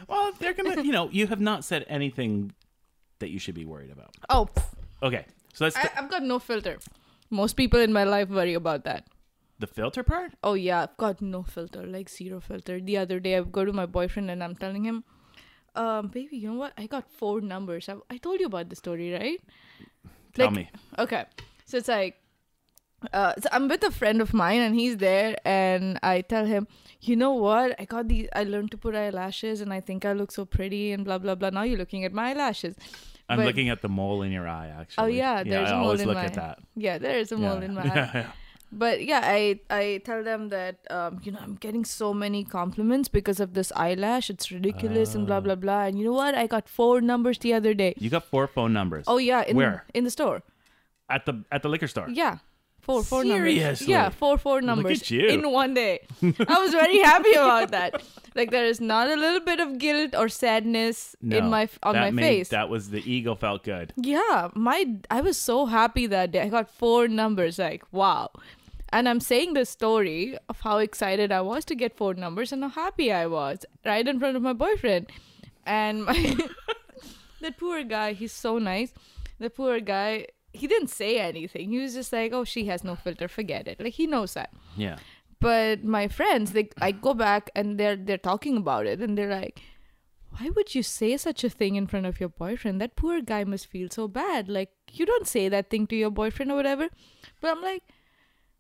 S2: well, they're gonna. You know, you have not said anything that you should be worried about.
S1: oh, pff,
S2: Okay, so that's
S1: I,
S2: the,
S1: I've got no filter. Most people in my life worry about that.
S2: the filter part.
S1: Oh yeah, I've got no filter, like zero filter. The other day, I go to my boyfriend and I'm telling him, um, "Baby, you know what? I got four numbers. I, I told you about the story, right?
S2: Tell
S1: Like-
S2: me.
S1: Okay, so it's like, uh, so I'm with a friend of mine and he's there, and I tell him, you know what? I got these. I learned to put eyelashes, and I think I look so pretty, and blah blah blah. Now you're looking at my eyelashes.
S2: I'm
S1: but-
S2: looking at the mole in your eye. Actually.
S1: Oh yeah, there's
S2: I
S1: a mole
S2: always
S1: in
S2: look
S1: my
S2: at
S1: eye.
S2: that.
S1: Yeah, there is a mole
S2: [laughs] Yeah.
S1: in my eye.
S2: Yeah, yeah.
S1: But yeah, I I tell them that um, you know I'm getting so many compliments because of this eyelash. It's ridiculous and blah
S2: Oh.
S1: blah blah. And you know what? I got four numbers the other day.
S2: You got four phone numbers.
S1: Oh yeah, in,
S2: Where?
S1: in the store?
S2: at the at the liquor store.
S1: Yeah, four four numbers.
S2: Seriously?
S1: Yeah, four four numbers
S2: at you.
S1: in one
S2: [laughs]
S1: day. I was very happy about that. Like there is not a little bit of guilt or sadness in my on
S2: that
S1: my
S2: made-
S1: face.
S2: That was the ego felt good.
S1: Yeah, my I was so happy that day. I got four numbers. Like wow, and I'm saying the story of how excited I was to get four numbers and how happy I was right in front of my boyfriend, and my [laughs] the poor guy. He's so nice. The poor guy. He didn't say anything. He was just like, "Oh, she has no filter. Forget it." Like he knows that
S2: Yeah.
S1: but my friends they i go back and they're they're talking about it and they're like why would you say such a thing in front of your boyfriend that poor guy must feel so bad like you don't say that thing to your boyfriend or whatever but i'm like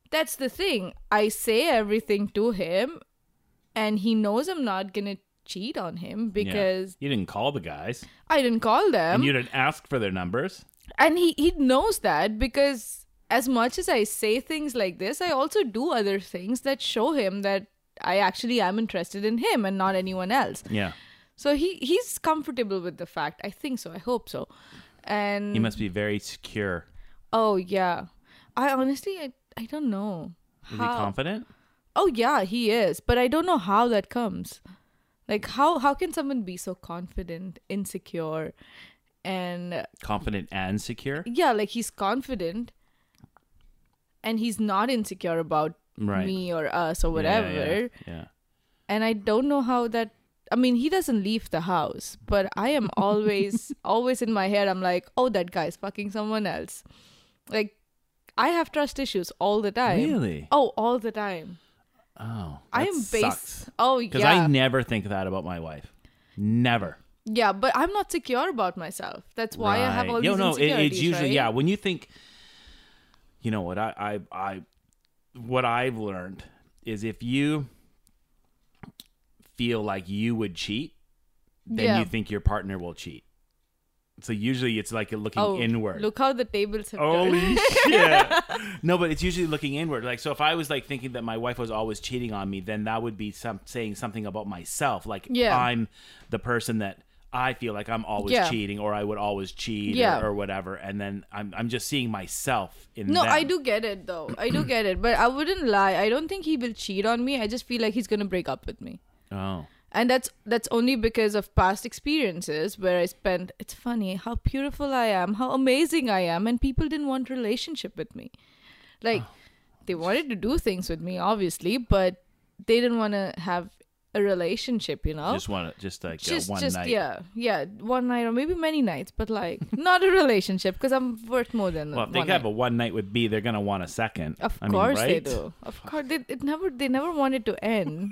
S1: that's the thing i say everything to him and he knows i'm not gonna cheat on him
S2: Yeah.
S1: because Um,
S2: you didn't call the guys
S1: i didn't call them
S2: and you didn't ask for their numbers.
S1: and he he knows that because as much as I say things like this, I also do other things that show him that I actually am interested in him and not anyone else.
S2: Yeah.
S1: So he he's comfortable with the fact. I think so. I hope so. And
S2: He must be very secure.
S1: oh yeah, I honestly I, I don't know how.
S2: Is he confident?
S1: oh yeah, he is, but I don't know how that comes. Like how how can someone be so confident, insecure, and
S2: Confident and secure?
S1: yeah like he's confident and he's not insecure about
S2: Right.
S1: me or us or
S2: Yeah, yeah,
S1: whatever
S2: Yeah. yeah.
S1: and i don't know how that i mean he doesn't leave the house but i am
S2: [laughs]
S1: always always in my head i'm like oh that guy's fucking someone else like i have trust issues all the time
S2: Really?
S1: oh all the time
S2: Oh.
S1: i
S2: that
S1: am
S2: sucks.
S1: based oh
S2: Because
S1: yeah
S2: I never think that about my wife. Never.
S1: yeah but i'm not secure about myself that's why i have
S2: Right.
S1: all these
S2: Yo, no, it-
S1: insecurities
S2: it's usually
S1: right?
S2: yeah. When you think, you know what I, I I what I've learned is if you feel like you would cheat, then
S1: Yeah.
S2: you think your partner will cheat. So usually it's like looking
S1: oh
S2: inward. Oh,
S1: look how the tables have turned
S2: Holy shit!
S1: [laughs]
S2: No, but it's usually looking inward. Like, so if I was like thinking that my wife was always cheating on me, then that would be some saying something about myself. Like,
S1: Yeah.
S2: I'm the person that I feel like I'm always
S1: Yeah.
S2: cheating, or I would always cheat, or-
S1: Yeah.
S2: or, whatever. And then I'm I'm just seeing myself in.
S1: No,
S2: them.
S1: I do get it though. I do get it, but I wouldn't lie. I don't think he will cheat on me. I just feel like he's gonna break up with me,
S2: Oh,
S1: and that's that's only because of past experiences where I spent. It's funny how beautiful I am, how amazing I am, and people didn't want relationship with me. Like
S2: Ah.
S1: they wanted to do things with me, obviously, but they didn't want to have a relationship. You know,
S2: just want to just like uh,
S1: Oh. just
S2: one
S1: just
S2: night.
S1: yeah, yeah, one night or maybe many nights, but like not a relationship because I'm worth more than
S2: Well, if
S1: one
S2: they
S1: night.
S2: have a one night with B, they're gonna want a second.
S1: Of
S2: I mean,
S1: course they
S2: right?
S1: do. Of course they it never they never want it to
S2: [laughs]
S1: end.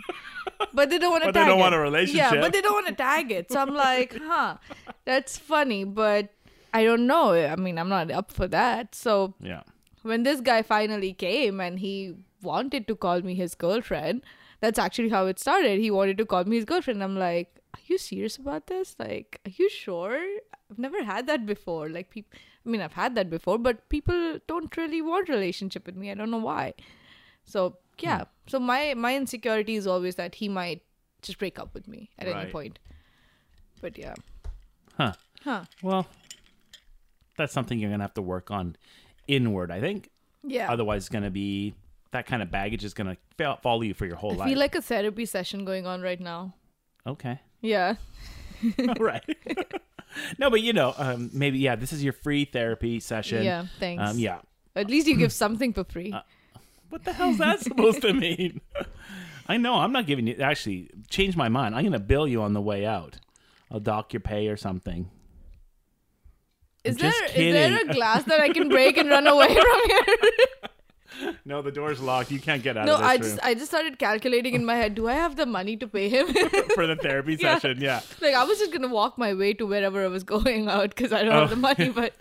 S1: But they don't want to
S2: But they
S1: tag
S2: don't
S1: it.
S2: want a
S1: Yeah,
S2: relationship.
S1: but they don't want to tag it. So I'm like, huh. That's funny, but I don't know. I mean, I'm not up for that. So
S2: Yeah.
S1: when this guy finally came and he wanted to call me his girlfriend, that's actually how it started. He wanted to call me his girlfriend. I'm like, are you serious about this? Like, are you sure? I've never had that before. Like, people, I mean, I've had that before, but people don't really want relationship with me. I don't know why. So
S2: Hmm.
S1: yeah. So my my insecurity is always that he might just break up with me at
S2: Right.
S1: any point. But yeah.
S2: Huh.
S1: Huh.
S2: Well, that's something you're going to have to work on inward, I think.
S1: Yeah.
S2: Otherwise, it's going to be that kind of baggage is going to follow you for your whole
S1: I
S2: life.
S1: feel like a therapy session going on right now. [laughs]
S2: okay. [laughs]
S1: Yeah.
S2: All right. [laughs] no, but you know, um, maybe, yeah, this is your free therapy session.
S1: Yeah, thanks.
S2: Um, yeah.
S1: At least you give
S2: Hmm.
S1: something for free.
S2: Uh, What the hell's that supposed to mean? [laughs] I know I'm not giving you. Actually, change my mind. I'm going to bill you on the way out. I'll dock your pay or something.
S1: is there
S2: just
S1: is there
S2: kidding.
S1: a glass that I can break and run away
S2: [laughs]
S1: from here?
S2: No, the door's locked. You can't get out
S1: No,
S2: of this
S1: I
S2: room
S1: just I just started calculating in my head. Do I have the money to pay him? [laughs]
S2: for the therapy
S1: Yeah.
S2: session. Yeah.
S1: like I was just gonna walk my way to wherever I was going out because I don't
S2: Oh.
S1: have the money.
S2: [laughs]
S1: But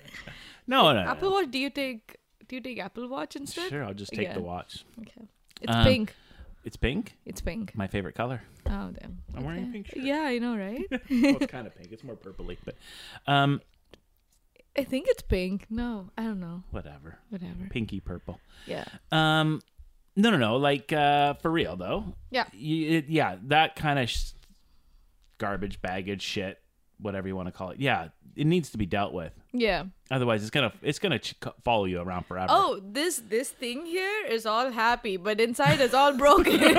S2: No, no. no.
S1: Apple Watch, do you take do you take Apple Watch instead?
S2: Sure, I'll just take
S1: Yeah.
S2: the watch.
S1: Okay. It's
S2: Um,
S1: pink.
S2: It's pink.
S1: It's pink.
S2: My favorite color.
S1: Oh damn.
S2: I'm wearing a pink shirt.
S1: Yeah, I know, right?
S2: well, [laughs] it's kind of pink. It's more purpley, but um,
S1: I think it's pink. No, I don't know.
S2: whatever.
S1: Whatever.
S2: Pinky purple.
S1: Yeah.
S2: Um, no, no, no. Like uh, for real though.
S1: Yeah.
S2: You, it, yeah, that kind of sh- garbage, baggage, shit, whatever you want to call it. Yeah, it needs to be dealt with.
S1: Yeah.
S2: Otherwise, it's gonna it's gonna ch- co- follow you around forever.
S1: Oh, this this thing here is all happy, but inside is all
S2: [laughs]
S1: broken.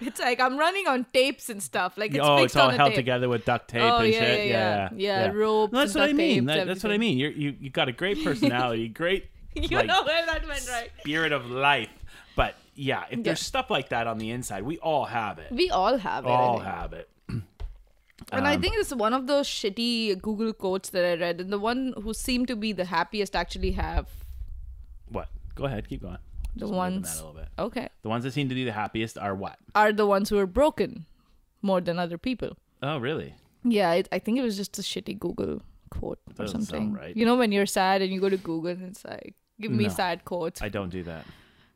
S1: it's like I'm running on tapes and stuff. Like it's
S2: oh,
S1: fixed
S2: it's all
S1: on a
S2: held
S1: tape.
S2: together with duct tape
S1: Oh,
S2: and
S1: yeah,
S2: shit.
S1: yeah, yeah. Yeah, ropes
S2: That's
S1: and
S2: what I
S1: duct
S2: mean.
S1: tapes,
S2: That- that's what I
S1: everything.
S2: mean. You're, you you got a great personality, great
S1: [laughs] You
S2: like,
S1: know where that went, right?
S2: spirit of life. But yeah, if there's
S1: Yeah.
S2: stuff like that on the inside, we all have it.
S1: We all have it. I
S2: all
S1: think.
S2: have it.
S1: And I think it's one of those shitty Google quotes that I read, and the one who seemed to be the happiest actually have
S2: What? Go ahead, keep going.
S1: the
S2: Just moving that
S1: ones.
S2: a little bit.
S1: Okay,
S2: The ones that seem to be the happiest are what?
S1: are the ones who are broken more than other people.
S2: Oh, really?
S1: Yeah, it, I think it was just a shitty Google quote or
S2: Doesn't sound
S1: something.
S2: right.
S1: You know, when you're sad and you go to Google and it's like, give me
S2: No.
S1: sad quotes.
S2: I don't do that.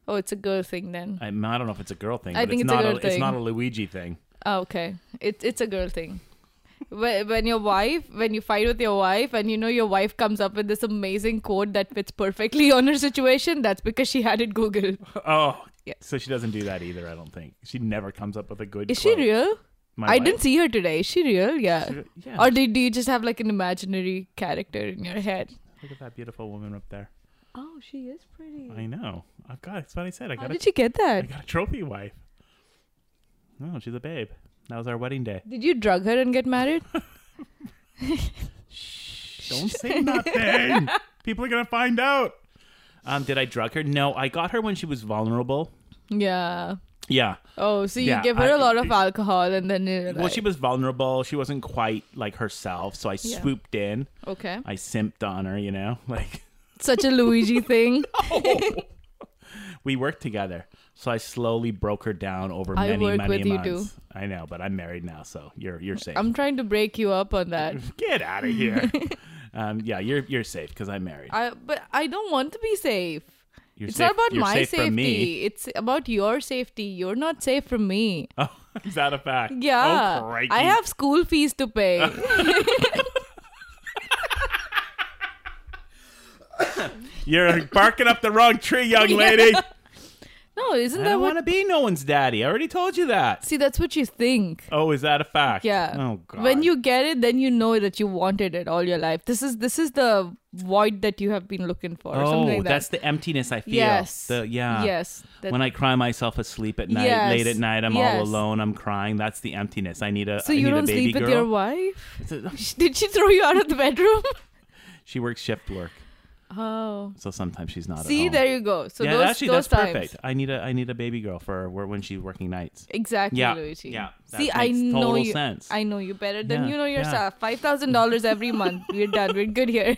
S1: oh, it's a girl thing then.
S2: I, I don't know if it's a girl thing.
S1: I
S2: but
S1: think it's
S2: it's,
S1: a
S2: not
S1: girl
S2: It's
S1: thing.
S2: not a Luigi thing.
S1: Oh, okay, it, it's a girl thing. Wh- when your wife, when you fight with your wife, and you know your wife comes up with this amazing quote that fits perfectly on her situation, that's because she had it Googled.
S2: [laughs] Oh,
S1: Yeah.
S2: so she doesn't do that either. I don't think she never comes up with a good.
S1: Is she
S2: quote.
S1: real?
S2: My
S1: I
S2: wife.
S1: didn't see her today. Is she real? Yeah.
S2: She re- yeah.
S1: Or did, do you just have like an imaginary character in your head?
S2: Look at that beautiful woman up there.
S1: Oh, she is pretty.
S2: I know. I've got. That's what I said. I
S1: How
S2: got. A,
S1: did you get
S2: I
S1: that?
S2: got a trophy wife. No, she's a babe. That was our wedding day.
S1: Did you drug her and get
S2: [laughs]
S1: married?
S2: Shh, don't say [laughs] nothing. People are gonna find out. Um, did I drug her? No, I got her when she was vulnerable.
S1: Yeah.
S2: Yeah.
S1: Oh, so you
S2: Yeah,
S1: gave her
S2: I-
S1: a lot of alcohol and then you're
S2: Well,
S1: like-
S2: she was vulnerable. She wasn't quite like herself, so I
S1: Yeah.
S2: swooped in. [laughs]
S1: okay.
S2: I simped on her, you know? [laughs] Like
S1: Such a Luigi thing.
S2: we worked together. So I slowly broke her down over
S1: I
S2: many,
S1: work
S2: many
S1: with you
S2: months. I know, but I'm married now, so you're you're safe.
S1: I'm trying to break you up on
S2: [laughs]
S1: that.
S2: Get out of
S1: [laughs]
S2: here. um, yeah, you're you're safe because I'm married.
S1: I but I don't want to be safe.
S2: You're
S1: it's
S2: safe-
S1: not about
S2: you're
S1: my
S2: safe from me.
S1: safety. It's about your safety. You're not safe from me.
S2: [laughs] Oh, is that a fact?
S1: Yeah.
S2: Oh, crikey.
S1: I have school fees to
S2: [laughs]
S1: pay.
S2: You're barking up the wrong tree,
S1: [laughs]
S2: young lady.
S1: no, isn't
S2: I
S1: that
S2: don't
S1: what
S2: want to be no one's daddy. I already told you
S1: [laughs]
S2: that.
S1: See, that's what you think.
S2: Oh, is that a fact?
S1: Yeah.
S2: Oh god.
S1: When you get it, then you know that you wanted it all your life. This is this is the void that you have been looking for. or
S2: Oh,
S1: something like
S2: that's
S1: that.
S2: the emptiness I feel.
S1: Yes.
S2: The- yeah.
S1: Yes. That-
S2: when I cry myself asleep at night,
S1: Yes.
S2: late at night, I'm all
S1: Yes.
S2: alone. I'm crying. That's the emptiness. I need a.
S1: so
S2: I
S1: you
S2: need
S1: don't
S2: a baby
S1: sleep with your
S2: girl.
S1: wife? [laughs]
S2: It's a-
S1: Did she throw you out of the
S2: [laughs]
S1: bedroom?
S2: she works shift work,
S1: Oh.
S2: so sometimes she's not.
S1: See,
S2: at home.
S1: there you go. So
S2: yeah,
S1: those
S2: actually,
S1: those
S2: that's
S1: times.
S2: perfect. I need a I need a baby girl for where- when she's working nights.
S1: Exactly,
S2: Yeah,
S1: Luigi.
S2: yeah, that
S1: See, I
S2: makes
S1: know
S2: total
S1: you.
S2: sense.
S1: I know you better than
S2: Yeah,
S1: you know
S2: yeah. [laughs]
S1: yourself. Five thousand dollars every month. We're done. We're good here.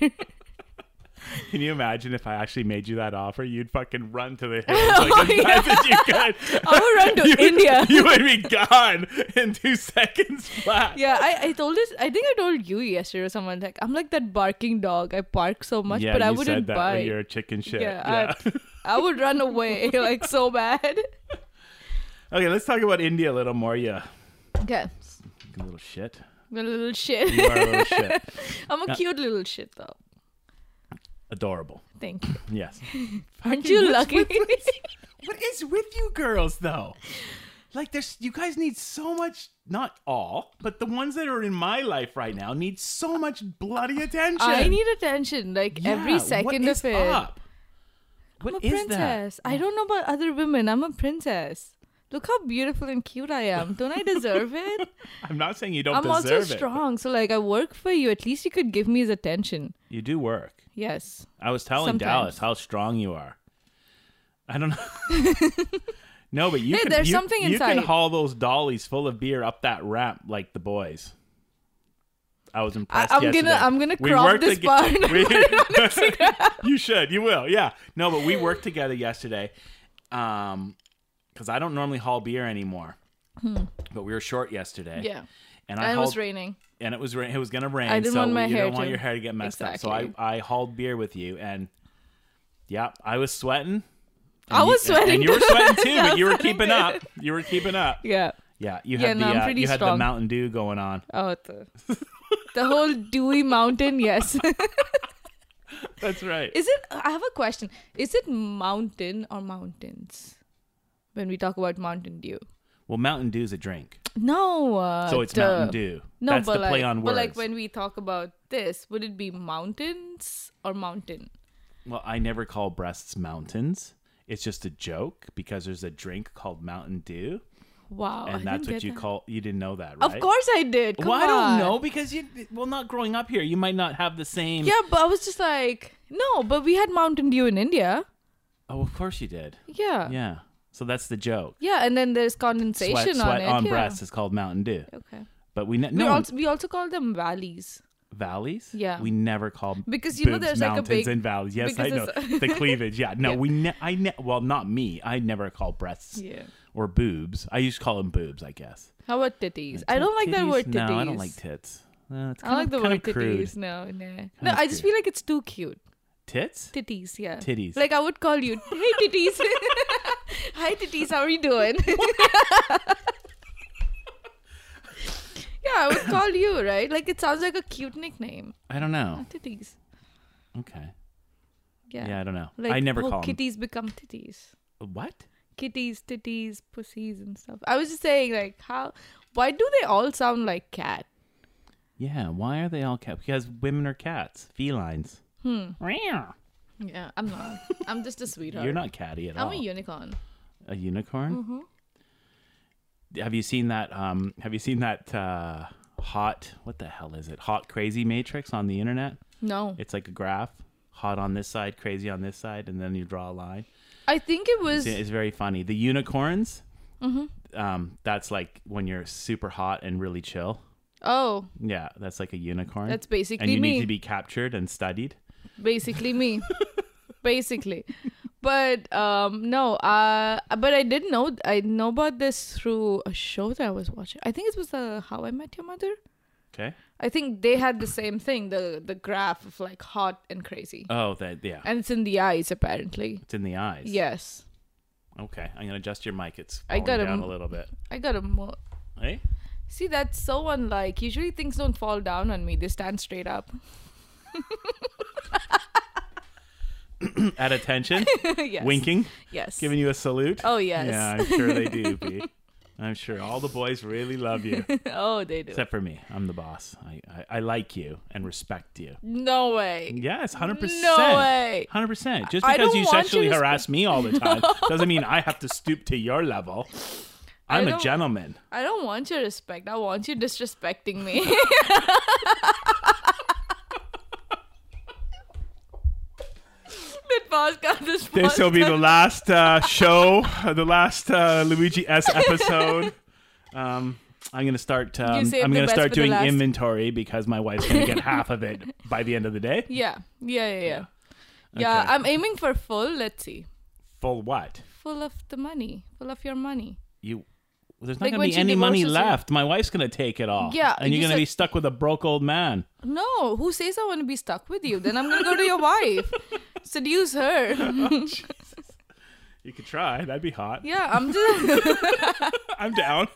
S2: Can you imagine if I actually made you that offer? You'd fucking run to the
S1: [laughs]
S2: hills like as fast as you could.
S1: I would run Oh to
S2: You would- [laughs]
S1: India.
S2: You would be gone in two seconds flat.
S1: Yeah, I, I told this. I think I told you yesterday or someone like I'm like that barking dog. I bark so much,
S2: Yeah,
S1: but I
S2: you said
S1: wouldn't
S2: that
S1: bite.
S2: when you're a chicken shit.
S1: Yeah, [laughs] I would run away [laughs] like so bad.
S2: Yeah. [laughs] okay, let's talk about India a little more. Yeah,
S1: Okay,
S2: You little shit.
S1: I'm a [laughs] little shit.
S2: You are a
S1: [laughs]
S2: little shit.
S1: I'm
S2: Uh,
S1: a cute little shit though.
S2: Adorable.
S1: Thank you.
S2: Yes.
S1: Aren't you
S2: what's-
S1: lucky?
S2: What is with you girls though? Like there's you guys need so much not all, but the ones that are in my life right now need so much bloody attention.
S1: I need attention like
S2: Yeah,
S1: every second
S2: what is
S1: of it.
S2: Up?
S1: I'm a
S2: What is that?
S1: princess. I don't know about other women. I'm a princess. Look how beautiful and cute I am. Don't I
S2: [laughs]
S1: deserve it?
S2: I'm not saying you don't
S1: I'm
S2: deserve
S1: also
S2: it.
S1: strong. So like I work for you. At least you could give me his attention.
S2: You do work.
S1: Yes.
S2: I was telling
S1: Sometimes.
S2: Dallas how strong you are. I don't know.
S1: [laughs]
S2: no, but you
S1: Hey,
S2: can,
S1: there's
S2: you-
S1: something
S2: you can
S1: inside.
S2: haul those dollies full of beer up that ramp like the boys. I was impressed.
S1: I'm gonna-
S2: yesterday.
S1: I'm gonna
S2: We
S1: crop
S2: worked
S1: this
S2: toge-
S1: part
S2: [laughs]
S1: and
S2: we- you should. You will. Yeah. No, but we worked together yesterday. Um, because I don't normally haul beer anymore, but we were short yesterday.
S1: Hmm. Yeah.
S2: And I
S1: And it was
S2: hauled-
S1: raining.
S2: and it was rain. It was gonna rain.
S1: I didn't
S2: so
S1: want my
S2: you
S1: hair
S2: don't want
S1: to-
S2: your hair to get messed up.
S1: Exactly.
S2: So I, I hauled beer with you, and yeah, I was sweating. and
S1: I
S2: you-
S1: was
S2: and-
S1: sweating
S2: and you were
S1: too. [laughs]
S2: sweating too,
S1: I
S2: but you
S1: was
S2: were keeping
S1: sweating
S2: up. You were keeping up.
S1: Yeah.
S2: Yeah, you
S1: Yeah,
S2: had
S1: no, I'm
S2: the uh,
S1: pretty
S2: you had the
S1: strong.
S2: Mountain Dew going on.
S1: Oh, the, the whole Dewey Mountain. Yes. [laughs]
S2: That's right.
S1: Is it? I have a question. Is it mountain or mountains? When we talk about Mountain Dew.
S2: Well, Mountain Dew's a drink,
S1: No. Uh,
S2: so it's
S1: duh.
S2: Mountain Dew.
S1: No,
S2: That's
S1: but
S2: the
S1: like,
S2: play on words.
S1: but like when we talk about this, would it be mountains or mountain?
S2: Well, I never call breasts mountains. It's just a joke because there's a drink called Mountain Dew,
S1: Wow. Oh, I
S2: and that's
S1: didn't
S2: what
S1: get
S2: you
S1: that.
S2: call. You didn't know that,
S1: Of
S2: right?
S1: course I did. Come
S2: Well, I don't
S1: on.
S2: know because you well, not growing up here, you might not have the same.
S1: Yeah, but I was just like, no, but we had Mountain Dew in India.
S2: Oh, of course you did.
S1: Yeah. Yeah,
S2: Yeah. So that's the joke.
S1: and then there's condensation
S2: Sweat, sweat
S1: on it.
S2: on
S1: yeah.
S2: breasts is called Mountain Dew,
S1: Okay.
S2: but we ne-
S1: We
S2: no
S1: also we also call them valleys
S2: valleys.
S1: Yeah.
S2: we never call
S1: Because, you know,
S2: boobs
S1: there's, like, a
S2: mountains
S1: big-
S2: and valleys. Yes, I
S1: because
S2: know
S1: there's- [laughs]
S2: the cleavage. Yeah, no,
S1: Yeah.
S2: we ne- I ne- well, not me. I never call breasts
S1: Yeah.
S2: or boobs. I used to call them boobs, I guess.
S1: How about titties? I don't like that
S2: Titties?
S1: word titties.
S2: No, I don't like tits. Uh, it's
S1: I
S2: kind
S1: like
S2: of,
S1: the
S2: kind
S1: word
S2: of crude.
S1: titties. No, no, no.
S2: of
S1: I just feel like it's too cute.
S2: Tits?
S1: Titties, yeah.
S2: Titties.
S1: Like I would call you, hey titties, [laughs] hi titties, how are you doing? [laughs] yeah, I would call you right. Like it sounds like a cute nickname.
S2: I don't know.
S1: Titties.
S2: Okay.
S1: Yeah.
S2: Yeah, I don't know.
S1: Like,
S2: I never
S1: oh,
S2: call 'em-
S1: kitties become titties.
S2: What?
S1: kitties, titties, pussies, and stuff. I was just saying, like, how? Why do they all sound like cat?
S2: Yeah, why are they all cats? Because women are cats, felines. Hmm.
S1: Yeah, I'm not. I'm just a sweetheart.
S2: [laughs] You're not catty at
S1: I'm
S2: all.
S1: a unicorn.
S2: a unicorn.
S1: Mm-hmm.
S2: Have you seen that? Um, have you seen that uh, hot? What the hell is it? Hot crazy matrix on the internet.
S1: No,
S2: It's like a graph. Hot on this side, crazy on this side, and then you draw a line.
S1: I think it was.
S2: It's, it's very funny. The unicorns.
S1: Mm-hmm.
S2: Um, that's like when you're super hot and really chill.
S1: Oh,
S2: Yeah, that's like a unicorn.
S1: That's basically
S2: and you
S1: me.
S2: need to be captured and studied.
S1: basically me,
S2: [laughs]
S1: basically. But um, no, uh, but I did know I know about this through a show that I was watching. I think it was the How I Met Your Mother.
S2: Okay.
S1: I think they had the same thing, the the graph of like hot and crazy,
S2: Oh, that yeah.
S1: and it's in the eyes apparently.
S2: It's in the eyes.
S1: Yes,
S2: Okay, I'm gonna adjust your mic. It's
S1: I
S2: falling
S1: got a
S2: down
S1: m-
S2: a
S1: [laughs]
S2: little bit.
S1: I got a more.
S2: Hey.
S1: See, that's so unlike. Usually things don't fall down on me, they stand straight up. [laughs]
S2: At attention,
S1: [laughs] yes.
S2: winking,
S1: Yes.
S2: giving you a salute.
S1: oh, yes.
S2: Yeah, I'm sure they do, B. I'm sure all the boys really love you,
S1: [laughs] oh, they do.
S2: except for me. I'm the boss. I, I, I like you and respect you.
S1: No way.
S2: Yes, hundred percent.
S1: No way.
S2: hundred percent. Just
S1: I
S2: because
S1: don't
S2: you
S1: want you
S2: sexually
S1: to sp-
S2: harass me all the
S1: [laughs]
S2: time doesn't mean I have to stoop to your level.
S1: I
S2: I'm a
S1: don't-
S2: gentleman.
S1: I don't want your respect. I want you disrespecting me. That pause got this
S2: This
S1: pause
S2: will be
S1: got-
S2: the last uh, show, the last uh, Luigi S episode. Um, I'm gonna start. Um,
S1: saved
S2: I'm
S1: the
S2: gonna
S1: best
S2: start
S1: for the
S2: doing
S1: last. [laughs]
S2: inventory because my wife's gonna get half of it by the end of the day.
S1: Yeah. Yeah, yeah, yeah. Yeah,
S2: Okay.
S1: I'm aiming for full. Let's see.
S2: Full what?
S1: Full of the money. Full of your money.
S2: You. There's not
S1: Like
S2: gonna
S1: when
S2: be
S1: she
S2: any money
S1: divorces you.
S2: left. My wife's gonna take it all.
S1: Yeah,
S2: and you're
S1: you
S2: gonna
S1: said-
S2: be stuck with a broke old man.
S1: No, who says I want to be stuck with you? Then I'm going to go to your wife. Seduce her.
S2: You could try. That'd be hot.
S1: yeah, I'm just [laughs]
S2: I'm down.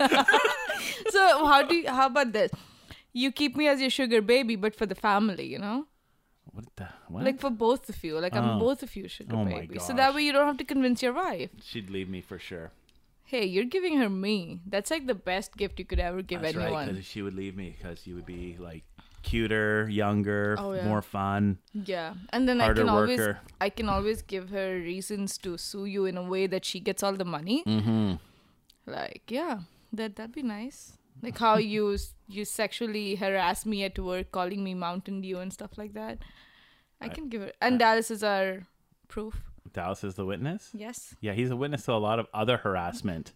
S1: So how do you, how about this? You keep me as your sugar baby, but for the family, you know?
S2: what the? What?
S1: Like for both of you. Like I'm
S2: Oh.
S1: both of you sugar
S2: Oh my
S1: baby. So that
S2: gosh.
S1: way you don't have to convince your wife.
S2: She'd leave me for sure.
S1: Hey, you're giving her me. That's like the best gift you could ever give
S2: That's right, 'cause
S1: anyone.
S2: right. Because she would leave me because you would be like cuter, younger,
S1: Oh, yeah.
S2: more fun.
S1: Yeah. And then I
S2: Harder
S1: can always
S2: worker.
S1: I can always give her reasons to sue you in a way that she gets all the money. Mm-hmm. Like, yeah, that that'd be nice. Like
S2: [laughs]
S1: how you s- you sexually harass me at work, calling me Mountain Dew and stuff like that. I can give her and Dallas is our proof.
S2: Dallas is the witness.
S1: Yes.
S2: Yeah, he's a witness to a lot of other harassment.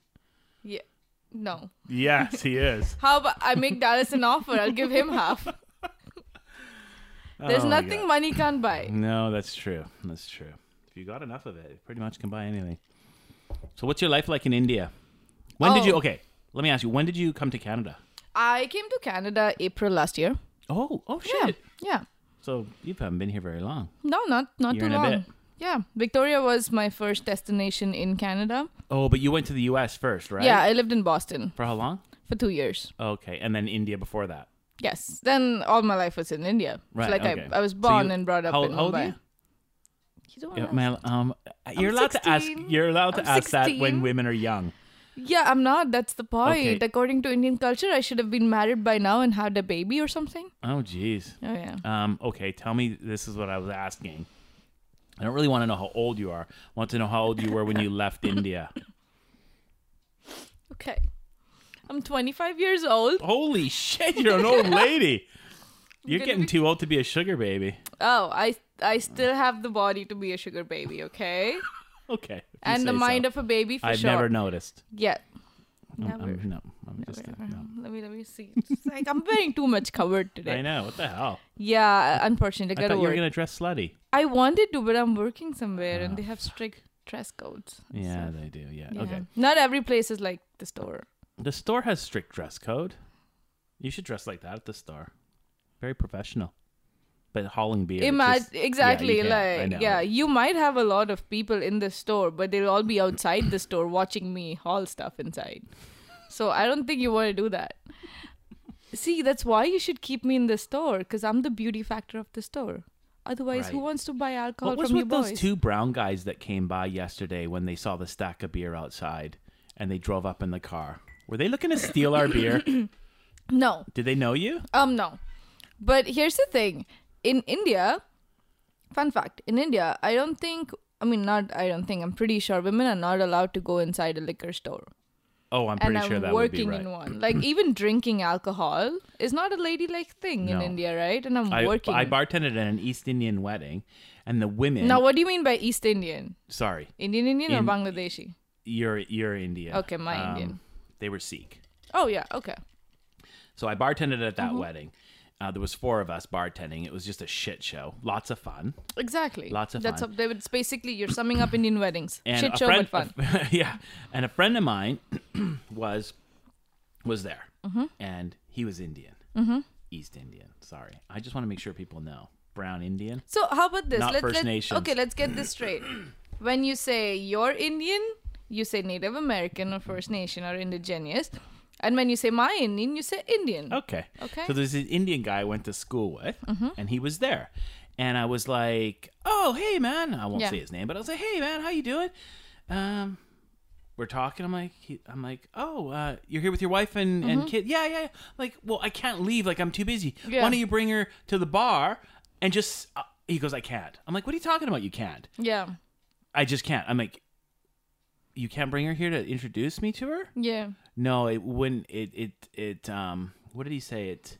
S1: Yeah. No.
S2: Yes, he [laughs] is.
S1: How about I make Dallas an offer? I'll give him
S2: [laughs]
S1: half. There's
S2: Oh my
S1: nothing
S2: God.
S1: money can't buy.
S2: No, that's true. That's true. If you got enough of it, you pretty much can buy anything. So, what's your life like in India? When did you?
S1: Oh.
S2: Okay, let me ask you. When did you come to Canada?
S1: I came to Canada April last year.
S2: Oh, oh shit.
S1: Yeah. Yeah.
S2: So you haven't been here very long.
S1: No, not not
S2: Year
S1: too
S2: and a
S1: long.
S2: bit.
S1: Yeah, Victoria was my first destination in Canada.
S2: Oh, but you went to the U.S. first, right?
S1: Yeah, I lived in Boston
S2: For how long?
S1: for two years.
S2: Okay, and then India before that.
S1: Yes, then all my life was in India. It's
S2: Right,
S1: like
S2: okay.
S1: I, I was
S2: So
S1: born
S2: you-
S1: and brought up
S2: how-
S1: in
S2: how old are
S1: Mumbai.
S2: you?
S1: You don't
S2: Yeah,
S1: wanna-
S2: Mel, um, you're allowed to ask.
S1: 16.
S2: You're allowed to
S1: I'm
S2: ask that
S1: 16.
S2: when women are young.
S1: yeah, I'm not. That's the point.
S2: Okay.
S1: According to Indian culture, I should have been married by now and had a baby or something.
S2: Oh, jeez.
S1: Oh yeah.
S2: Um, okay, tell me. This is what I was asking. I don't really want to know how old you are. I want to know how old you were when you left
S1: [laughs]
S2: India.
S1: Okay. I'm 25 years old.
S2: Holy shit! You're an old lady. You're
S1: Gonna
S2: getting
S1: be-
S2: too old to be a sugar baby.
S1: Oh, I I still have the body to be a sugar baby. Okay.
S2: Okay. if you
S1: And the
S2: say so.
S1: mind of a baby for
S2: I've
S1: sure.
S2: never noticed.
S1: Yeah.
S2: I'm-
S1: Never.
S2: I'm, no, I'm just.
S1: Wait,
S2: no.
S1: um, Let me let me see. It's like
S2: [laughs]
S1: I'm wearing too much covered
S2: I
S1: today.
S2: know. What the hell?
S1: Yeah, unfortunately, I
S2: I
S1: gotta
S2: thought you
S1: work.
S2: were gonna dress slutty.
S1: I wanted to, but I'm working somewhere, and they have strict dress codes. and
S2: Yeah,
S1: stuff.
S2: they do.
S1: Yeah.
S2: yeah. Okay.
S1: Not every place is like the store.
S2: The store has strict dress code. You should dress like that at the store. Very professional. But hauling beer.
S1: Imagine exactly
S2: can't. I know.
S1: like yeah, you might have a lot of people in the store, but they'll all be outside the store watching me haul stuff inside. So I don't think you want to do that. See, that's why you should keep me in the store because I'm the beauty factor of the store. Otherwise, who
S2: Right.
S1: wants to buy alcohol
S2: What was
S1: from you
S2: with
S1: boys?
S2: those two brown guys that came by yesterday when they saw the stack of beer outside and they drove up in the car? Were they looking to steal our
S1: [coughs]
S2: beer?
S1: No,
S2: Did they know you?
S1: um, no. But here's the thing: in India, fun fact, in India, I don't think, I mean, not, I don't think, I'm pretty sure women are not allowed to go inside a liquor store,
S2: Oh, I'm
S1: and
S2: pretty sure
S1: I'm
S2: that would be
S1: working
S2: right.
S1: in one.
S2: [clears throat]
S1: Like even drinking alcohol is not a ladylike thing in
S2: No.
S1: India, right? And I'm
S2: I,
S1: working.
S2: I bartended at an East Indian wedding and the women
S1: now, what do you mean by East Indian?
S2: sorry,
S1: Indian Indian or
S2: In-
S1: Bangladeshi?
S2: you're you're Indian.
S1: Okay, my Indian.
S2: They were Sikh.
S1: Oh yeah, okay.
S2: So I bartended at that
S1: Mm-hmm.
S2: wedding. Uh, there was four of us bartending. It was just a shit show. Lots of fun.
S1: Exactly.
S2: Lots of
S1: That's
S2: fun.
S1: How, they would- it's basically you're summing up Indian weddings.
S2: And
S1: Shit
S2: a
S1: show
S2: friend,
S1: but fun.
S2: [laughs] yeah, and a friend of mine [clears throat] was was there,
S1: Mm-hmm.
S2: and he was Indian, mm-hmm. East Indian. Sorry, I just want to make sure people know brown Indian.
S1: So how about this?
S2: Not First
S1: let,
S2: Nations.
S1: Okay, let's get this
S2: [clears throat]
S1: straight. when you say you're Indian, you say Native American or First Nation or indigenous, and when you say my Indian, you say Indian.
S2: Okay.
S1: Okay. Mm-hmm.
S2: So there's this Indian guy I went to school with, and he was there, and I was like, "Oh, hey, man." I won't
S1: Yeah.
S2: say his name, but I was like, "Hey, man, how you doing?" Um, we're talking. I'm like, he, I'm like, "Oh, uh, you're here with your wife and and kid?" Yeah, yeah. yeah." Like, well, I can't leave. Like, I'm too busy.
S1: Mm-hmm. Yeah.
S2: Why don't you bring her to the bar and just? Uh, he goes, "I can't." I'm like, "What are you talking about? You can't?
S1: Yeah,
S2: I just can't." I'm like, "You can't bring her here to introduce me to her?"
S1: yeah.
S2: No, it wouldn't. It it it. Um, what did he say? It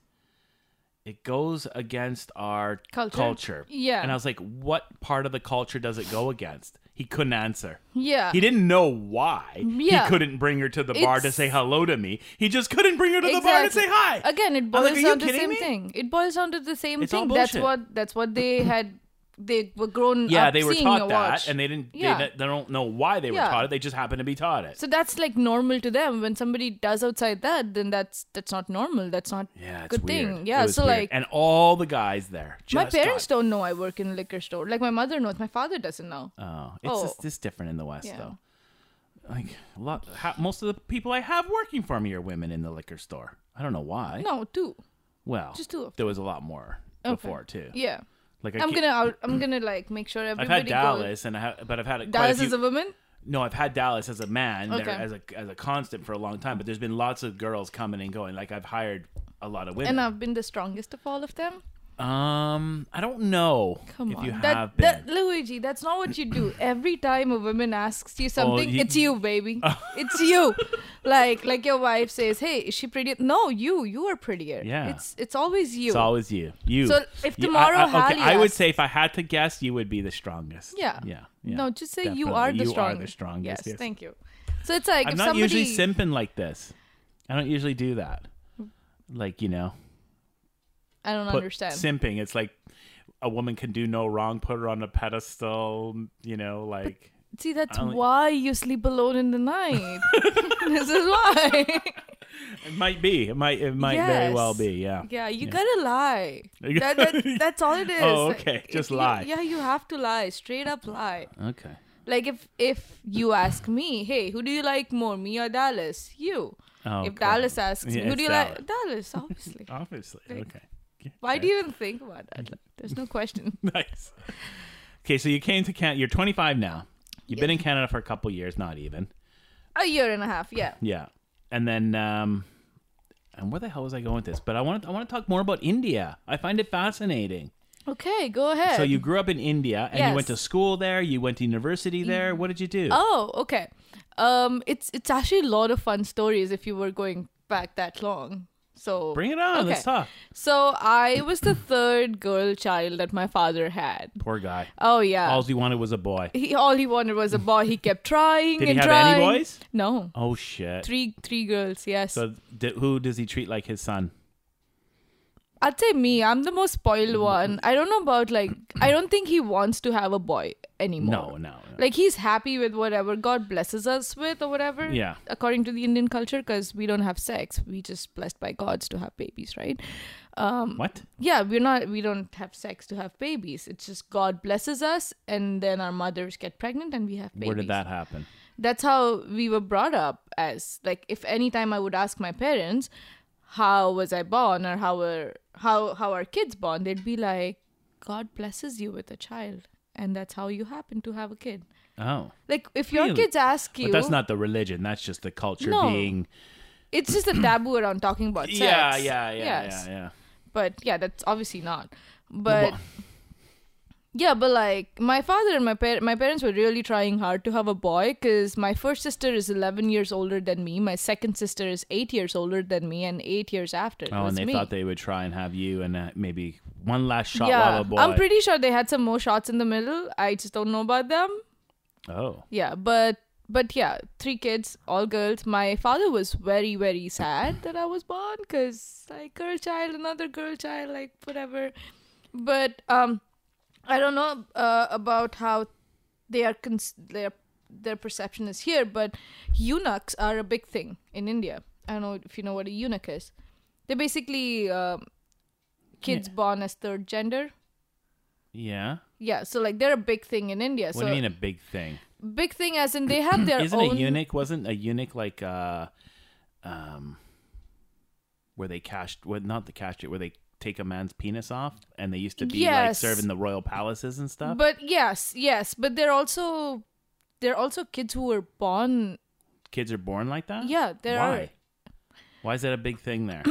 S2: it goes against our
S1: Culture? Yeah.
S2: Yeah. And I was like, what part of the culture does it go against? He couldn't answer.
S1: Yeah.
S2: He didn't know why
S1: Uh, Yeah.
S2: he couldn't bring her to the bar to
S1: It's-
S2: say hello to me. He just couldn't bring her to the bar to say hi.
S1: Again, it
S2: I'm
S1: boils
S2: like, are you
S1: down to the
S2: kidding
S1: same
S2: me?
S1: thing. It boils down to the same
S2: It's all
S1: thing. That's
S2: bullshit. [laughs]
S1: what that's what they had they were grown
S2: yeah,
S1: up
S2: they were
S1: seeing a
S2: taught
S1: watch.
S2: that, and they didn't.
S1: Yeah.
S2: They, they don't know why they were
S1: Yeah.
S2: taught it. They just happened to be taught it.
S1: so that's like normal to them. When somebody does outside that, then that's that's not normal. That's not
S2: Yeah, it's
S1: good
S2: weird.
S1: thing.
S2: It
S1: Yeah.
S2: was
S1: So
S2: weird.
S1: like
S2: and all the guys there.
S1: my
S2: just
S1: parents
S2: got-
S1: don't know I work in a liquor store. Like my mother knows. My father doesn't know.
S2: Oh, it's
S1: Oh.
S2: Just, just different in the West,
S1: Yeah.
S2: though. Like a lot, ha, most of the people I have working for me are women in the liquor store. I don't know why.
S1: No, too.
S2: well,
S1: just two of
S2: There was a lot more
S1: Okay.
S2: before too.
S1: Yeah.
S2: Like I
S1: I'm
S2: can't-
S1: gonna
S2: [clears throat]
S1: out, I'm gonna like make sure
S2: I've
S1: everybody
S2: had
S1: goes.
S2: Dallas, and I have, but I've had quite a
S1: Dallas
S2: few,
S1: is a woman.
S2: No, I've had Dallas as a man there
S1: Okay.
S2: as a as a constant for a long time, but there's been lots of girls coming and going. Like I've hired a lot of women.
S1: And uh, I've been the strongest of all of them.
S2: um, I don't know
S1: Come
S2: if
S1: on,
S2: you
S1: that,
S2: have
S1: that-
S2: been.
S1: Luigi. That's not what you
S2: [laughs]
S1: do. Every time a woman asks
S2: Oh,
S1: you something,
S2: you-
S1: it's you,
S2: [laughs]
S1: baby. it's you. Like like your wife says, "Hey, is she pretty?" No, you. You are prettier.
S2: Yeah.
S1: It's it's always you.
S2: it's always you. You.
S1: So if
S2: You- I-
S1: tomorrow
S2: I, okay,
S1: Hal
S2: I would
S1: asks-
S2: say if I had to guess, you would be the strongest.
S1: Yeah.
S2: Yeah. yeah,
S1: no, just say you
S2: definitely.
S1: are the
S2: you
S1: strongest.
S2: Are the strongest.
S1: Yes,
S2: yes.
S1: Thank you. So it's like
S2: I'm
S1: if
S2: not
S1: somebody
S2: usually simping like this. I don't usually do that. Like you know,
S1: I don't
S2: put
S1: understand.
S2: simping. It's like a woman can do no wrong. Put her on a pedestal. You know, like
S1: See, that's
S2: I only-
S1: why you sleep alone in the
S2: [laughs]
S1: night. [laughs] this is why. [laughs]
S2: it might be. It might. It might very well
S1: Yes.
S2: be. Yeah.
S1: Yeah, you
S2: Yeah.
S1: gotta
S2: [laughs]
S1: lie.
S2: You
S1: That,
S2: gotta-
S1: that- that's all it is.
S2: Oh, okay.
S1: Like,
S2: Just
S1: if you-
S2: lie.
S1: yeah, you have to lie. Straight up lie.
S2: Okay.
S1: Like if if you ask me, hey, who do you like more, me or Dallas? You.
S2: Oh,
S1: if
S2: cool.
S1: Dallas asks,
S2: Yeah,
S1: who
S2: it's
S1: do you
S2: Dallas.
S1: like? Dallas,
S2: [laughs]
S1: obviously.
S2: Obviously.
S1: Like,
S2: Okay. Yeah,
S1: Why
S2: okay.
S1: do you even think about that? Like, there's no question. [laughs]
S2: Nice. Okay, so you came to Canada. You're 25 now. You've been in Canada for a couple years, not even.
S1: A year and a half. Yeah.
S2: Yeah. And then, um, and where the hell was I going with this? But I want to, I want to talk more about India. I find it fascinating.
S1: Okay, go ahead.
S2: So you grew up in India, and you went to
S1: Yes.
S2: school there. You went to university there. What did you do?
S1: Oh, okay. Um, it's it's actually a lot of fun stories if you were going back that long. So
S2: Bring it on.
S1: Okay.
S2: Let's talk.
S1: So I was the third girl child that my father had.
S2: Poor guy.
S1: Oh yeah.
S2: All he wanted was a boy.
S1: he all he wanted was a boy. He kept trying
S2: Did he
S1: and
S2: have any
S1: trying.
S2: boys?
S1: No.
S2: Oh shit.
S1: Three three girls, yes.
S2: So d- who does he treat like his son?
S1: I'd say me. I'm the most spoiled
S2: Mm-hmm.
S1: one. I don't know about like I don't think he wants to have a boy anymore.
S2: No, no. no.
S1: Like he's happy with whatever God blesses us with or whatever.
S2: Yeah.
S1: According to the Indian culture, because we don't have sex, we just blessed by gods to have babies, right? Um,
S2: what?
S1: yeah, we're not. We don't have sex to have babies. It's just God blesses us, and then our mothers get pregnant, and we have babies.
S2: Where did that happen?
S1: That's how we were brought up. As like, if any time I would ask my parents, how was I born, or how were how how are kids born, they'd be like, God blesses you with a child, and that's how you happen to have a kid.
S2: Oh.
S1: Like if your
S2: Really?
S1: kids ask you,
S2: But that's not the religion. That's just the culture
S1: No.
S2: being.
S1: it's just a taboo around talking about sex.
S2: Yeah, yeah, yeah,
S1: Yes.
S2: yeah, oh, yeah.
S1: But yeah, that's obviously not. But yeah, but like my father and my par- my parents were really trying hard to have a boy because my first sister is eleven years older than me. My second sister is eight years older than me, and eight years after it
S2: Oh,
S1: was
S2: and they
S1: me.
S2: thought they would try and have you and uh, maybe one last shot while
S1: yeah,
S2: a boy.
S1: I'm pretty sure they had some more shots in the middle. I just don't know about them.
S2: Oh,
S1: yeah but but yeah three kids all girls my father was very very sad that i was born because like girl child another girl child like whatever but um i don't know uh, about how they are cons- their their perception is here but eunuchs are a big thing in india i don't know if you know what a eunuch is they're basically um, kids born as third gender
S2: yeah.
S1: yeah so like they're a big thing in india
S2: What
S1: so
S2: do you mean a big thing?
S1: big thing as in they have their
S2: [clears throat] Isn't
S1: own
S2: a eunuch? Wasn't a eunuch like uh, um, where they cashed? Well, not the cashed it. Where they take a man's penis off, and they used to be like
S1: Yes.
S2: serving the royal palaces and stuff.
S1: But yes, yes, but they're also they're also kids who were born.
S2: Kids are born like that.
S1: Yeah, there
S2: Why?
S1: are.
S2: Why is that a big thing [clears throat] there?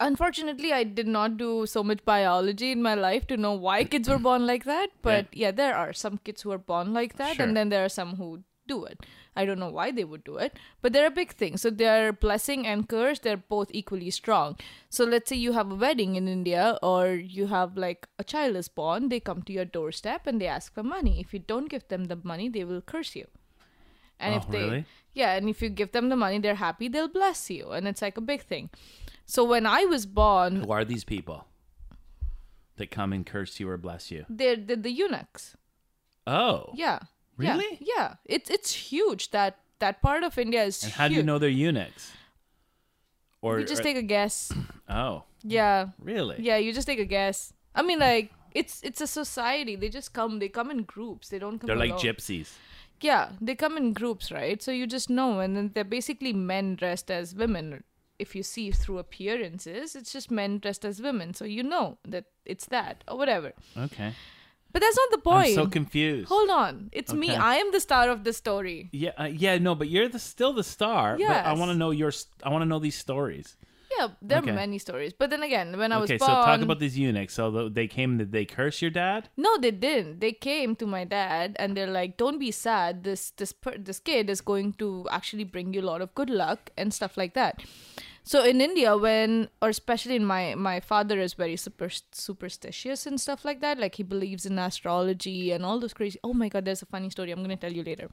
S1: Unfortunately, I did not do so much biology in my life to know why kids were born like that. But yeah, there are some kids who are born like that,
S2: Sure.
S1: and then there are some who do it. I don't know why they would do it, but they're a big thing. So they're blessing and curse. They're both equally strong. So let's say you have a wedding in India, or you have like a child is born. They come to your doorstep and they ask for money. If you don't give them the money, they will curse you. And
S2: Oh,
S1: if they
S2: really?
S1: Yeah, and if you give them the money, they're happy, they'll bless you. And it's like a big thing. So when I was born,
S2: Who are these people? that come and curse you or bless you.
S1: They're, they're the eunuchs.
S2: Oh.
S1: Yeah. Yeah.
S2: Really?
S1: Yeah. It's it's huge. That that part of India is.
S2: And how do you
S1: huge.
S2: know they're eunuchs? Or uh,
S1: You just
S2: or-
S1: take a guess.
S2: Oh,
S1: Yeah.
S2: really?
S1: Yeah. You just take a guess. I mean, like it's it's a society. They just come. They come in groups. They don't come.
S2: They're like
S1: alone.
S2: gypsies.
S1: Yeah, they come in groups, right? So you just know, and then they're basically men dressed as women. If you see through appearances, it's just men dressed as women. So you know that it's that or whatever.
S2: Okay.
S1: But that's not the
S2: I'm
S1: point.
S2: so confused.
S1: Hold on, it's me.
S2: Okay.
S1: I am the star of the story.
S2: yeah, uh, yeah, no, but you're the, still the star. But I
S1: Yes.
S2: want to know your. st- I want to know these stories.
S1: Yeah, there
S2: Okay.
S1: are many stories. But then again, when I was
S2: okay,
S1: born,
S2: so talk about these eunuchs. So th- they came. Did they curse your dad?
S1: no, they didn't. They came to my dad and they're like, "Don't be sad. This this per- this kid is going to actually bring you a lot of good luck and stuff like that." So in India, when or especially in my my father is very super superstitious and stuff like that. Like he believes in astrology and all those crazy. Oh my god, there's a funny story. I'm gonna tell you later.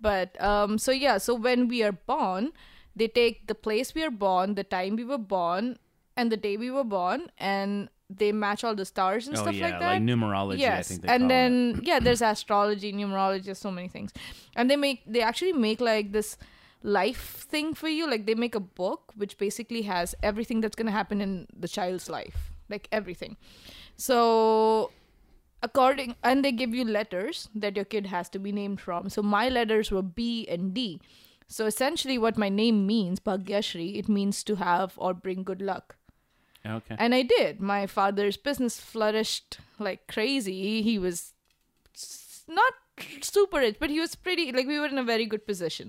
S1: But um, so yeah, so when we are born, they take the place we are born, the time we were born, and the day we were born, and they match all the stars and
S2: oh
S1: stuff
S2: yeah,
S1: like that.
S2: numerology.
S1: Yes,
S2: I think they
S1: and
S2: call it.
S1: then yeah, there's astrology, numerology, there's so many things, and they make they actually make like this life thing for you. Like they make a book which basically has everything that's gonna happen in the child's life, like everything. So according and they give you letters that your kid has to be named from so my letters were b and d so essentially what my name means bhagyashri it means to have or bring good luck
S2: Okay.
S1: and I did. My father's business flourished like crazy. He was s- not super rich, but he was pretty, like, we were in a very good position.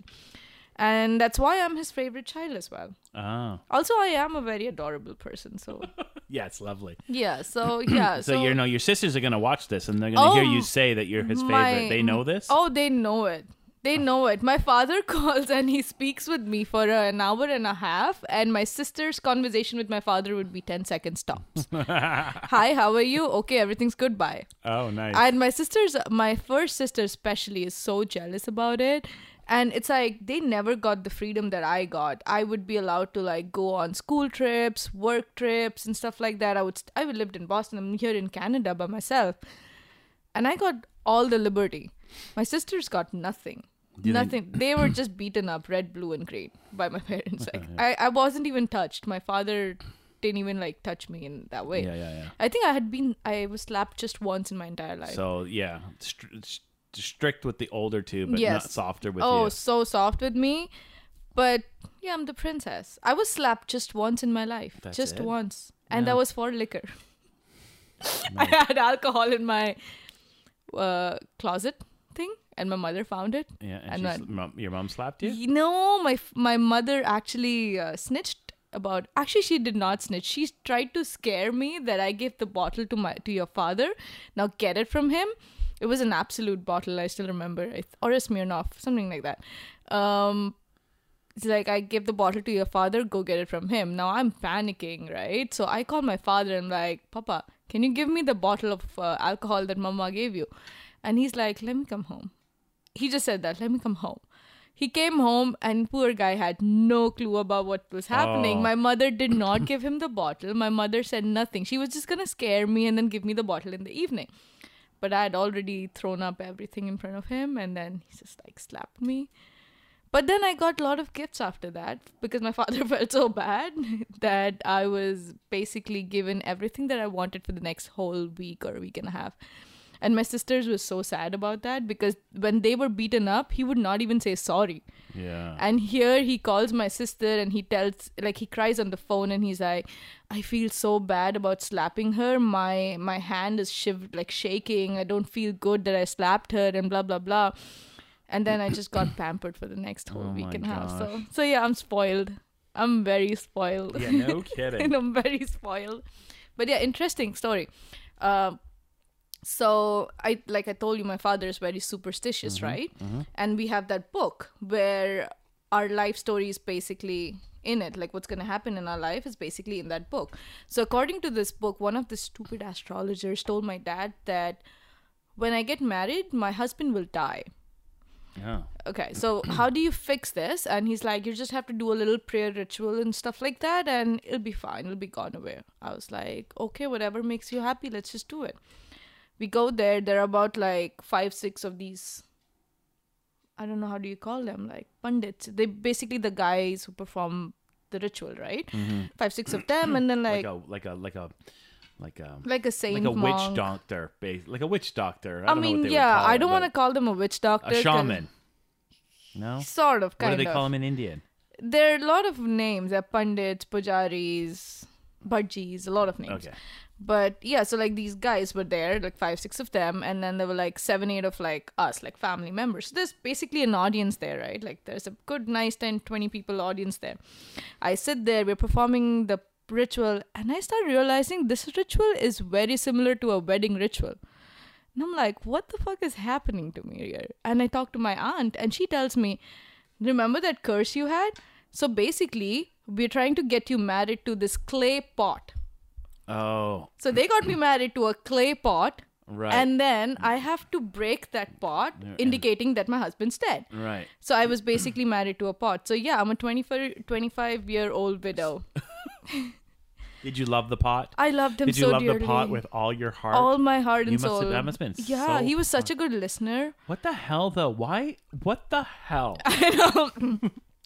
S1: And that's why I'm his favorite child as well.
S2: oh,
S1: Also, I am a very adorable person. So,
S2: yeah, it's lovely.
S1: yeah. So, yeah.
S2: [clears throat] So,
S1: so,
S2: you know, your sisters are gonna watch this and they're gonna hear
S1: Oh,
S2: you say that you're his favorite.
S1: my-
S2: They know this.
S1: Oh, they know it. They know it. My father [laughs] calls and he speaks with me for an hour and a half, and my sister's conversation with my father would be 10 second stops. Hi, how are you? Okay, everything's good. Bye.
S2: Oh, nice.
S1: And my sisters, my first sister especially, is so jealous about it. And it's like they never got the freedom that I got. I would be allowed to like go on school trips, work trips, and stuff like that. I would st- I would lived in Boston. I'm here in Canada by myself, and I got all the liberty. My sisters got nothing.
S2: you think- [clears throat]
S1: nothing. They were just beaten up, red, blue, and green by my [laughs] parents.
S2: [laughs]
S1: Like I, I wasn't even touched. My father didn't even like touch me in that way.
S2: yeah, yeah, yeah.
S1: I think I had been I was slapped just once in my entire life.
S2: So yeah, str- st- strict with the older two, but not
S1: Yes.
S2: softer with
S1: oh,
S2: you.
S1: so soft with me. But yeah, I'm the princess. I was slapped just once in my life.
S2: That's
S1: just
S2: it?
S1: once. And
S2: Yeah.
S1: that was for
S2: [laughs]
S1: liquor. I had alcohol in my uh, closet thing and my mother found it.
S2: Yeah, and
S1: I'm
S2: she
S1: not-
S2: sl- mom, your mom slapped you.
S1: You know, my f- my mother actually uh, snitched about. Actually, she did not snitch. She tried to scare me that I gave the bottle to my to your father. Now get it from him. It was an absolute bottle. I still remember, I th- or a Smirnoff, something like that. Um, it's like I gave the bottle to your father. Go get it from him. Now I'm panicking, right? So I call my father. and like, Papa, can you give me the bottle of uh, alcohol that Mama gave you? And he's like, Let me come home he just said that let me come home he came home and poor guy had no clue about what was happening
S2: Oh.
S1: my mother did not give him the bottle my mother said nothing she was just going to scare me and then give me the bottle in the evening but i had already thrown up everything in front of him and then he just like slapped me but then i got a lot of gifts after that because my [laughs] father felt so bad [laughs] that i was basically given everything that i wanted for the next whole week or week and a half and my sisters were so sad about that because when they were beaten up, he would not even say sorry.
S2: Yeah.
S1: And here he calls my sister and he tells like he cries on the phone and he's like, I feel so bad about slapping her. My my hand is shiv like shaking. I don't feel good that I slapped her and blah blah blah. And then I just got pampered for the next whole
S2: Oh my
S1: week and a half. So
S2: gosh.
S1: so yeah, I'm spoiled. I'm very spoiled.
S2: yeah.
S1: [laughs]
S2: No kidding.
S1: and I'm very spoiled. But yeah, interesting story. Um, so I like I told you, my father is very superstitious, right? And we have that book where our life story is basically in it. Like what's gonna happen in our life is basically in that book. So according to this book, one of the stupid astrologers told my dad that when I get married, my husband will die.
S2: Yeah.
S1: okay so how do you fix this and he's like you just have to do a little prayer ritual and stuff like that and it'll be fine it'll be gone away i was like okay whatever makes you happy let's just do it we go there there are about like five six of these i don't know how do you call them like pandits they basically the guys who perform the ritual right five six of them and then like
S2: Mm-hmm.
S1: like
S2: Like a like a like a like a
S1: a, saint
S2: like a
S1: monk.
S2: witch doctor, bas- like a witch doctor. I,
S1: i,
S2: don't know
S1: mean
S2: what they
S1: yeah
S2: would call
S1: i
S2: it,
S1: don't want to
S2: but
S1: call them a witch doctor
S2: a
S1: 'cause-
S2: shaman. No,
S1: sort of
S2: what
S1: kind
S2: do they
S1: of
S2: call him in Indian?
S1: there are a lot of names there are pandits pujaris bhajis a lot of names
S2: Okay,
S1: but yeah so like these guys were there like five six of them and then there were like seven eight of like us like family members so there's basically an audience there right like there's a good nice 10 20 people audience there i sit there we're performing the ritual and i start realizing this ritual is very similar to a wedding ritual and I'm like, what the fuck is happening to me here? And I talk to my aunt, and she tells me, remember that curse you had? So basically, we're trying to get you married to this clay pot.
S2: oh
S1: So they got me married to a clay pot.
S2: Right.
S1: And then I have to break that pot, indicating that my husband's dead.
S2: right,
S1: So I
S2: [clears throat]
S1: was basically married to a pot. So yeah, I'm a 25, 25 year old
S2: [laughs]
S1: widow.
S2: did you love the pot?
S1: I loved him
S2: did you
S1: so
S2: love
S1: dearly.
S2: the pot with all your heart?
S1: all my heart and
S2: You must
S1: soul.
S2: have- that must have been
S1: yeah,
S2: so
S1: he was such a good
S2: [laughs]
S1: listener. [laughs]
S2: what the hell though? Why? What the hell?
S1: [laughs]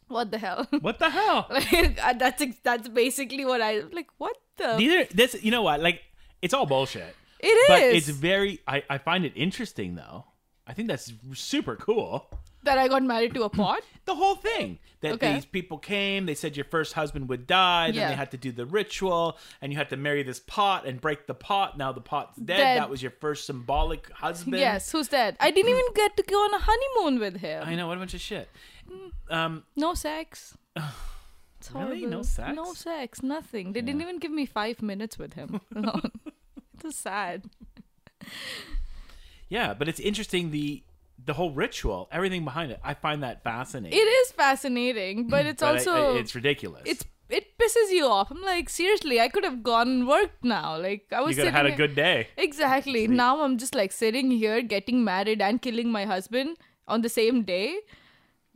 S1: What the hell? [laughs]
S2: what the hell?
S1: Like, uh, that's ex- that's basically what I like. What the?
S2: Neither this. You know what? Like it's all bullshit.
S1: It is.
S2: But it's very. I, I find it interesting though. I think that's super cool.
S1: that I got married
S2: [laughs]
S1: to a pot.
S2: The whole thing that
S1: Okay.
S2: these people came, they said your first husband would die, then
S1: Yeah.
S2: they had to do the ritual, and you had to marry this pot and break the pot. Now the pot's dead.
S1: Dead.
S2: That was your first symbolic husband.
S1: yes, who's that? I didn't even get to go on a honeymoon with him.
S2: I know what a bunch of shit. Um,
S1: No
S2: [sighs]
S1: sex. It's
S2: Really?
S1: horrible.
S2: No sex?
S1: No sex. Nothing. They didn't even give me five minutes with
S2: [laughs]
S1: him. [laughs] alone. it was sad.
S2: yeah, but it's interesting the the whole ritual, everything behind it. I find that fascinating.
S1: It is fascinating, but it's
S2: Mm, But I-
S1: also
S2: I- it's ridiculous.
S1: it's it pisses you off. I'm like, seriously, I could have gone and worked now. Like I was
S2: you could have
S1: sitting
S2: had a
S1: here-
S2: good day.
S1: Exactly. Now I'm just like sitting here getting married and killing my husband on the same day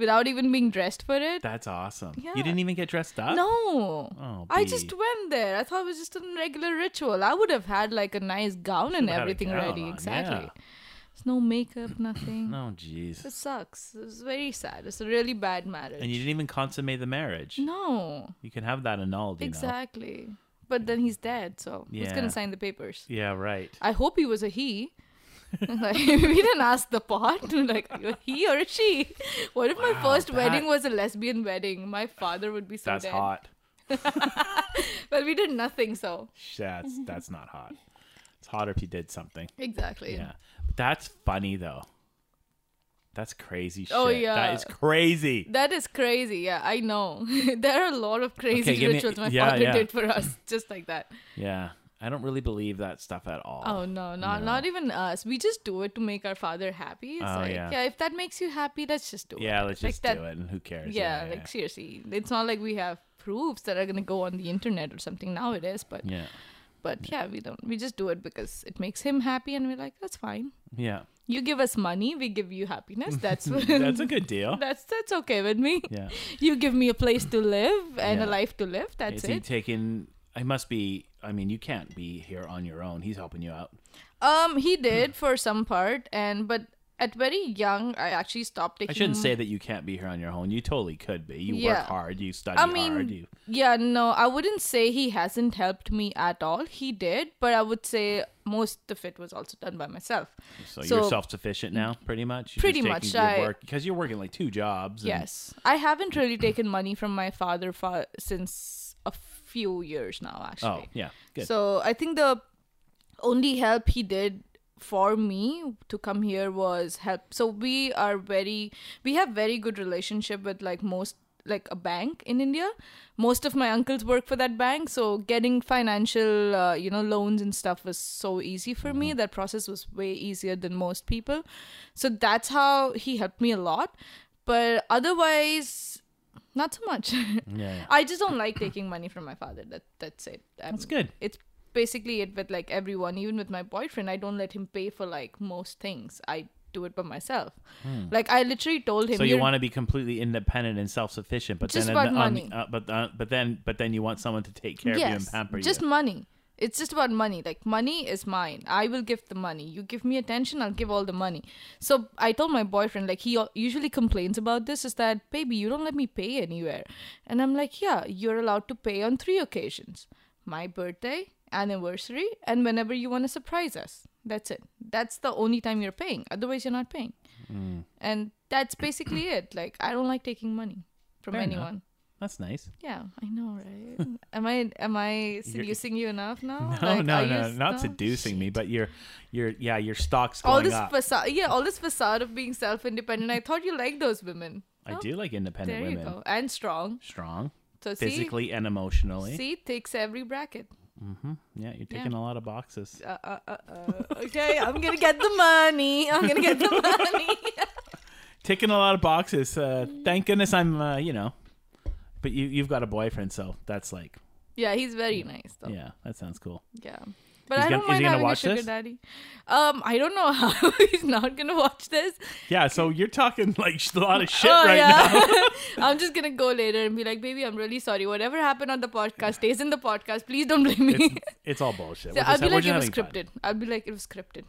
S1: without even being dressed for it.
S2: That's awesome.
S1: Yeah.
S2: You didn't even get dressed up.
S1: no.
S2: Oh,
S1: I
S2: Bea.
S1: just went there. I thought it was just a regular ritual. I would have had like a nice gown and
S2: Should've had a
S1: everything
S2: gown
S1: ready.
S2: on,
S1: Exactly.
S2: yeah.
S1: There's no
S2: [clears throat]
S1: makeup, nothing.
S2: No, Oh, jeez.
S1: It sucks. It's very sad. It's a really bad marriage.
S2: And you didn't even consummate the
S1: Mm.
S2: marriage.
S1: no.
S2: You can have that annulled. You Know?
S1: Exactly. But then he's dead, so who's
S2: Yeah.
S1: gonna sign the papers?
S2: Yeah, right.
S1: I hope he was a
S2: [laughs]
S1: he. like [laughs] we didn't ask the part [laughs] like a he or a she. What if my
S2: Wow,
S1: first
S2: that-
S1: wedding was a lesbian wedding? My father would be so
S2: That's
S1: dead.
S2: hot.
S1: But we did nothing, so [laughs]
S2: That's that's not hot. It's hotter if you did something.
S1: exactly.
S2: Yeah. That's funny though. That's crazy shit.
S1: Oh,
S2: That
S1: yeah.
S2: is crazy.
S1: That is crazy. Yeah, I know. [laughs] there are a lot of crazy
S2: Okay, give me-
S1: rituals my
S2: yeah,
S1: father
S2: yeah.
S1: did for us, [laughs] just like that.
S2: Yeah. I don't really believe that stuff at all.
S1: Oh no, not not even us. We just do it to make our father happy. It's
S2: Oh,
S1: like,
S2: yeah.
S1: yeah. if that makes you happy, let's just do it.
S2: yeah, let's
S1: Like
S2: just
S1: that-
S2: do it and who cares?
S1: yeah, like seriously, it's not like we have proofs that are gonna go on the internet or something. Now it is, but
S2: yeah.
S1: But yeah, we don't. We just do it because it makes him happy, and we're like, that's fine.
S2: Yeah.
S1: You give us money, we give you happiness. That's [laughs]
S2: [laughs] That's a good [laughs] deal.
S1: that's that's okay with me.
S2: Yeah.
S1: [laughs] You give me a place to live and
S2: Yeah.
S1: a life to live. That's
S2: is he
S1: it.
S2: taking I must be I mean, you can't be here on your own. He's helping you out.
S1: um,
S2: [clears throat]
S1: he did for some part, and but at very young, I actually stopped taking.
S2: I shouldn't say that you can't be here on your own. You totally could be. You
S1: Mm. Yeah.
S2: work hard, you study
S1: I mean,
S2: hard, you
S1: yeah, no, I wouldn't say he hasn't helped me at all. He did, but I would say most of it was also done by myself.
S2: So,
S1: So-
S2: you're self-sufficient now, pretty much. You're
S1: Pretty
S2: just taking
S1: much,
S2: your
S1: I-
S2: work, because you're working like two jobs. and-
S1: Yes, I haven't really taken money from my father for since a few years now,
S2: Oh,
S1: actually.
S2: yeah. Good.
S1: So I think the only help he did for me to come here was help. So we are very we have very good relationship with like most like a bank in India. Most of my uncles work for that bank, so getting financial uh, you know loans and stuff was so easy for me.
S2: Mm-hmm.
S1: That process was way easier than most people. So that's how he helped me a lot. But otherwise not so much. [laughs]
S2: yeah.
S1: I just don't like taking money from my father. That that's it. i
S2: That's good.
S1: It's basically it with like everyone, even with my boyfriend. I don't let him pay for like most things. I do it by myself. Like I literally told him,
S2: Hmm. So you
S1: "You're-
S2: want to be completely independent and self-sufficient, but
S1: Just
S2: then
S1: about
S2: on, the- on the-
S1: money.
S2: uh, but uh, but then but then you want someone to take care of you and pamper
S1: just
S2: you.
S1: money. It's just about money. Like money is mine. I will give the money. You give me attention, I'll give all the money. So I told my boyfriend, like he usually complains about this, is that baby, you don't let me pay anywhere, and I'm like, yeah, you're allowed to pay on three occasions: my birthday, anniversary, and whenever you want to surprise us. That's it. That's the only time you're paying. Otherwise, you're not paying.
S2: Mm.
S1: And that's basically it. Like I don't like taking money from
S2: Fair enough.
S1: anyone.
S2: That's
S1: [laughs]
S2: nice.
S1: Yeah, I know, right? am I am
S2: [laughs]
S1: I seducing you enough now?
S2: No, no, no, not seducing me, but your your yeah, your stock's going
S1: all this
S2: up.
S1: facade, yeah, all this facade of being self-independent. I thought you liked those women.
S2: I
S1: Oh,
S2: do like independent
S1: There you
S2: women,
S1: go, and strong.
S2: strong
S1: So
S2: physically and emotionally.
S1: see, see, takes every bracket.
S2: Yeah, you're taking a lot of boxes.
S1: Uh, uh, uh, uh. Okay, I'm gonna get the money. I'm gonna get the money. [laughs]
S2: Taking a lot of boxes. Uh, thank goodness I'm, uh, you know, but you you've got a boyfriend, so that's like,
S1: yeah, he's very nice though. Yeah,
S2: yeah, that sounds cool.
S1: but
S2: He's
S1: I
S2: gonna-
S1: don't
S2: is
S1: mind
S2: he gonna
S1: having
S2: watch
S1: a sugar
S2: this?
S1: daddy. Um, I don't know [laughs] how he's not gonna watch this.
S2: Yeah, so you're talking like a lot of
S1: [laughs]
S2: shit
S1: oh,
S2: right now. [laughs]
S1: yeah. [laughs] I'm just gonna go later and be like, baby, I'm really sorry. Whatever happened on the podcast stays in the podcast. Please don't blame me. [laughs]
S2: It's, it's all bullshit.
S1: So
S2: We're
S1: I'll
S2: just-
S1: be
S2: we're
S1: like, it was
S2: just having fun.
S1: scripted. I'll be like, it was scripted.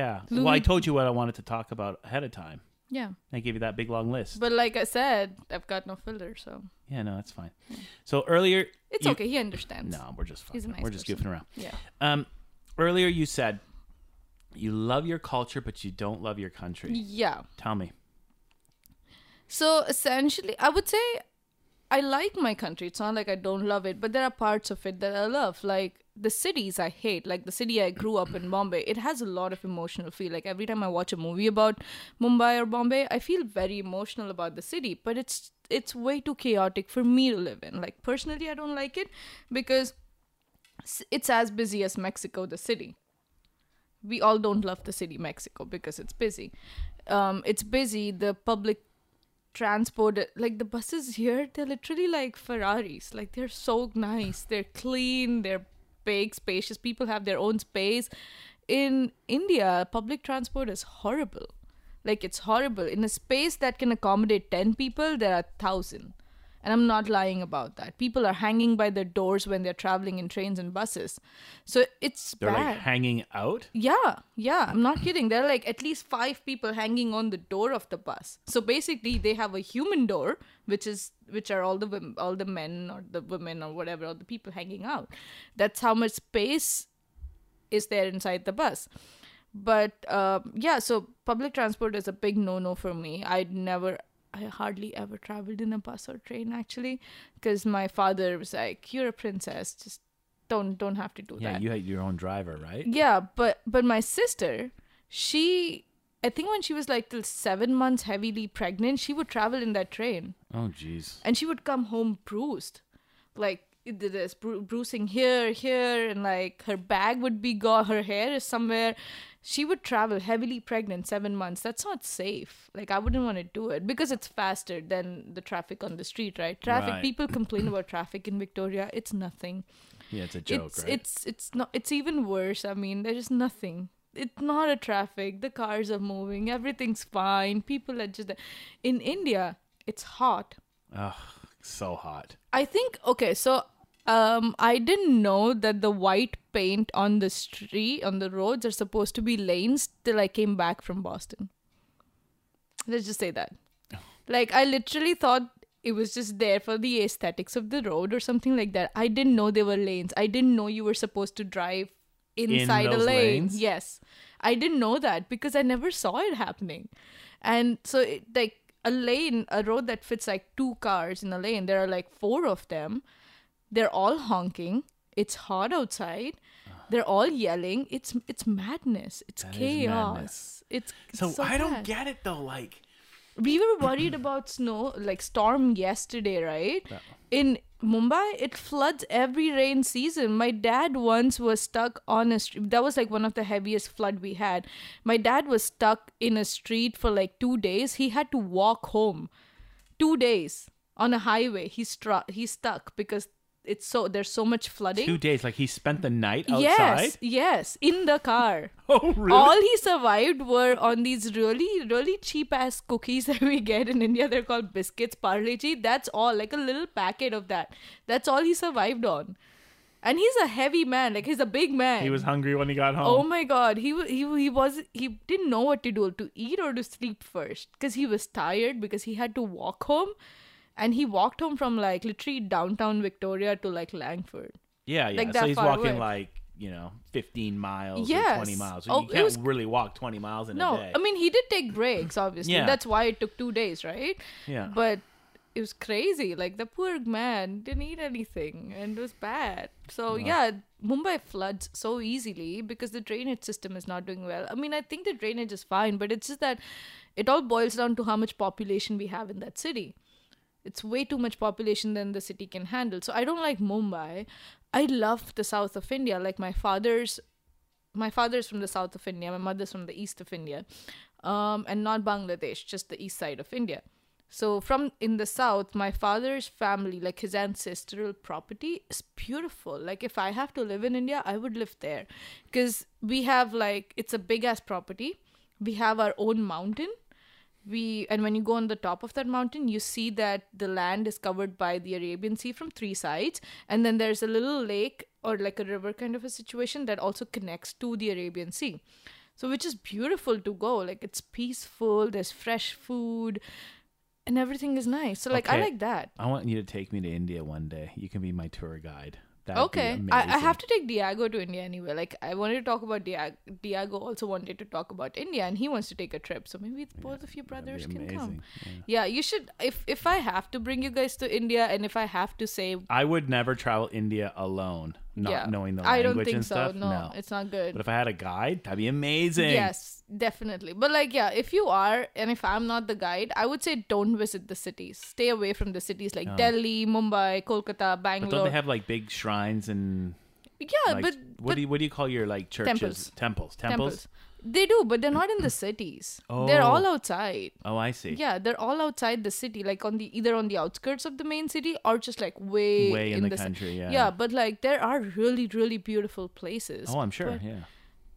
S2: Yeah. Well, I
S1: Louis-
S2: told you what I wanted to talk about ahead of time.
S1: Yeah.
S2: I gave you that big long list.
S1: But like I said, I've got no filter, so
S2: yeah, no, that's fine. So earlier,
S1: it's
S2: you-
S1: okay. He understands.
S2: No, we're just
S1: He's a
S2: fucking-
S1: nice
S2: we're just
S1: person.
S2: goofing around.
S1: Yeah.
S2: Um, earlier you said you love your culture, but you don't love your country.
S1: Yeah.
S2: Tell me.
S1: So essentially, I would say I like my country. It's not like I don't love it, but there are parts of it that I love. Like the cities I hate, like the city I grew up in, Bombay. It has a lot of emotional feel. Like every time I watch a movie about Mumbai or Bombay, I feel very emotional about the city, but it's it's way too chaotic for me to live in. Like personally, I don't like it because s- it's as busy as Mexico, the city we all don't love the city Mexico because it's busy. Um, it's busy. The public transport, like the buses here, they're literally like Ferraris. Like they're so nice. They're clean. They're big, spacious. People have their own space. In India, public transport is horrible. Like it's horrible. In a space that can accommodate ten people, there are thousand. And I'm not lying about that. People are hanging by their doors when they're traveling in trains and buses. So it's
S2: They're
S1: bad.
S2: like hanging out.
S1: Yeah, yeah, I'm not kidding. There are like at least five people hanging on the door of the bus. So basically, they have a human door, which is which are all the wom- all the men or the women or whatever, all the people hanging out. That's how much space is there inside the bus. But uh, yeah, so public transport is a big no-no for me. I'd never, I hardly ever traveled in a bus or train actually, because my father was like, "You're a princess, just don't don't have to do
S2: Yeah,
S1: that."
S2: you had your own driver, right?
S1: Yeah, but but my sister, she I think when she was like till seven months heavily pregnant, she would travel in that train
S2: Oh, jeez.
S1: and she would come home bruised, like it- there's bru- bruising here, here, and like her bag would be gone, her hair is somewhere. She would travel heavily pregnant, seven months. That's not safe. Like I wouldn't want to do it because it's faster than the traffic on the street, right? Traffic.
S2: Right.
S1: People complain about traffic in Victoria. It's nothing
S2: Yeah, it's a joke,
S1: it's,
S2: right?
S1: It's it's not it's even worse. I mean, there's just nothing. It's not a traffic. The cars are moving. Everything's fine. People are just in India. It's hot.
S2: Ugh, so hot.
S1: I think okay, so um I didn't know that the white paint on the street on the roads are supposed to be lanes till I came back from Boston. Let's just say that. Like I literally thought it was just there for the aesthetics of the road or something like that. I didn't know there were lanes. I didn't know you were supposed to drive inside a
S2: those
S1: lane.
S2: lanes?
S1: Yes. I didn't know that because I never saw it happening. And so, it, like, a lane, a road that fits like two cars in a lane, there are like four of them. They're all honking. It's hot outside. They're all yelling. It's it's madness. It's
S2: Ah. That is
S1: chaos.
S2: madness.
S1: It's it's
S2: So, I
S1: bad
S2: don't get it though. Like,
S1: we were worried about snow like storm yesterday right in mumbai it floods every rain season my dad once was stuck on a street that was like one of the heaviest flood we had my dad was stuck in a street for like two days he had to walk home two days on a highway he's stru- he's stuck because it's so there's so much flooding.
S2: Two days, like he spent the night
S1: Yes,
S2: outside. [laughs]
S1: yes, in the car.
S2: Oh, really?
S1: All he survived were on these really, really cheap ass cookies [laughs] that we get in India. They're called biscuits, parleji. That's all, like a little packet of that. That's all he survived on. And he's a heavy man. Like he's a big man.
S2: he was hungry when he got
S1: Oh
S2: home.
S1: my god, he wa- he he was he didn't know what to do to eat or to sleep first because he was tired because he had to walk home, and he walked home from like literally downtown Victoria to like Langford.
S2: yeah, yeah.
S1: like
S2: so
S1: that
S2: he's
S1: far
S2: walking
S1: away.
S2: like you know, fifteen miles, or
S1: Yes.
S2: twenty miles.
S1: Oh,
S2: you
S1: it
S2: can't
S1: was-
S2: really walk twenty miles in
S1: No,
S2: a day.
S1: I mean he did take breaks obviously.
S2: Yeah.
S1: That's why it took two days, right?
S2: Yeah.
S1: But it was crazy. Like the poor man didn't eat anything and it was bad. So yeah, Mumbai floods so easily because the drainage system is not doing well. I mean, I think the drainage is fine, but it's just that it all boils down to how much population we have in that city. It's way too much population than the city can handle. So I don't like Mumbai. I love the south of India. Like my father's my father's from the south of India, my mother's from the east of India, um, and not Bangladesh, just the east side of India. So from in the south, my father's family, like his ancestral property, is beautiful. Like if I have to live in India, I would live there, because we have like it's a big ass property. We have our own mountain. We and when you go on the top of that mountain, you see that the land is covered by the Arabian Sea from three sides, and then there's a little lake or like a river kind of a situation that also connects to the Arabian Sea. So which is beautiful to go. Like it's peaceful, there's fresh food, and everything is nice. So like I
S2: Okay.
S1: like that.
S2: I want you to take me to India one day. You can be my tour guide. That'd
S1: Okay,
S2: Be
S1: I, I
S2: amazing.
S1: have to take Diago to India anyway. Like I wanted to talk about Diago. Diago also wanted to talk about India, and he wants to take a trip. So maybe both of you brothers
S2: That'd be
S1: can come.
S2: amazing.
S1: Yeah,
S2: Yeah.
S1: you should. If if I have to bring you guys to India, and if I have to say,
S2: I would never travel India alone, not
S1: yeah,
S2: knowing the language
S1: I don't think
S2: and
S1: so.
S2: stuff.
S1: no, it's not good.
S2: But if I had a guide, that'd be amazing.
S1: Yes, definitely. But like, yeah, if you are, and if I'm not the guide, I would say don't visit the cities. Stay away from the cities like Delhi, Mumbai, Kolkata,
S2: Oh. But don't
S1: Bangalore.
S2: they have like big shrines and
S1: yeah,
S2: like
S1: Uh, but
S2: what
S1: but
S2: do you what do you call your like churches?
S1: Temples.
S2: Temples. Temples.
S1: temples. They do, but they're not in the
S2: [clears throat]
S1: cities.
S2: Oh.
S1: They're all outside.
S2: Oh, I see.
S1: Yeah, they're all outside the city, like on the either on the outskirts of the main city or just like way
S2: Way in the
S1: ci-
S2: country, yeah.
S1: Yeah, but like there are really really beautiful places.
S2: Oh, I'm sure.
S1: But,
S2: yeah.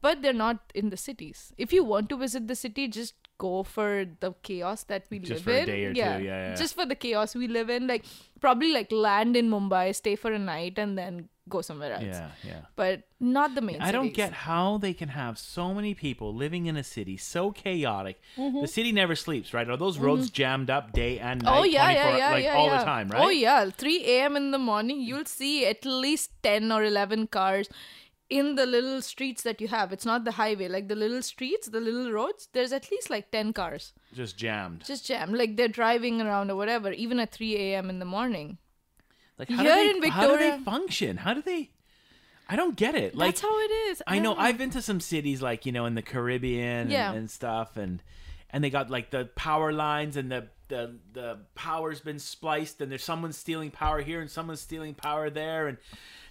S1: but they're not in the cities. If you want to visit the city, just go for the chaos that we
S2: Just
S1: live
S2: for a
S1: in.
S2: day or two, yeah, yeah.
S1: Just for the chaos we live in, like probably like land in Mumbai, stay for a night and then go somewhere else.
S2: Yeah. Yeah.
S1: But not the main
S2: I don't
S1: cities.
S2: get how they can have so many people living in a city so chaotic. The city never sleeps, right? Are those roads jammed up day and night?
S1: Mm-hmm. Oh yeah, yeah,
S2: 24
S1: yeah,
S2: like
S1: yeah,
S2: all
S1: yeah.
S2: the time, right?
S1: Oh yeah, 3 a.m. in the morning, you'll see at least 10 or 11 cars in the little streets that you have. It's not the highway, like the little streets, the little roads. There's at least like 10 cars
S2: Just jammed.
S1: just jammed, like they're driving around or whatever, even at 3 a.m. in the morning.
S2: Like how
S1: Here
S2: do they,
S1: in
S2: how do they
S1: Victoria-
S2: function? How do they? I don't get it. Like
S1: That's how it is.
S2: I know
S1: don't
S2: I've been to some cities like you know in the Caribbean
S1: Yeah.
S2: and, and stuff, and and they got like the power lines and the the the power's been spliced, and there's someone stealing power here and someone's stealing power there, and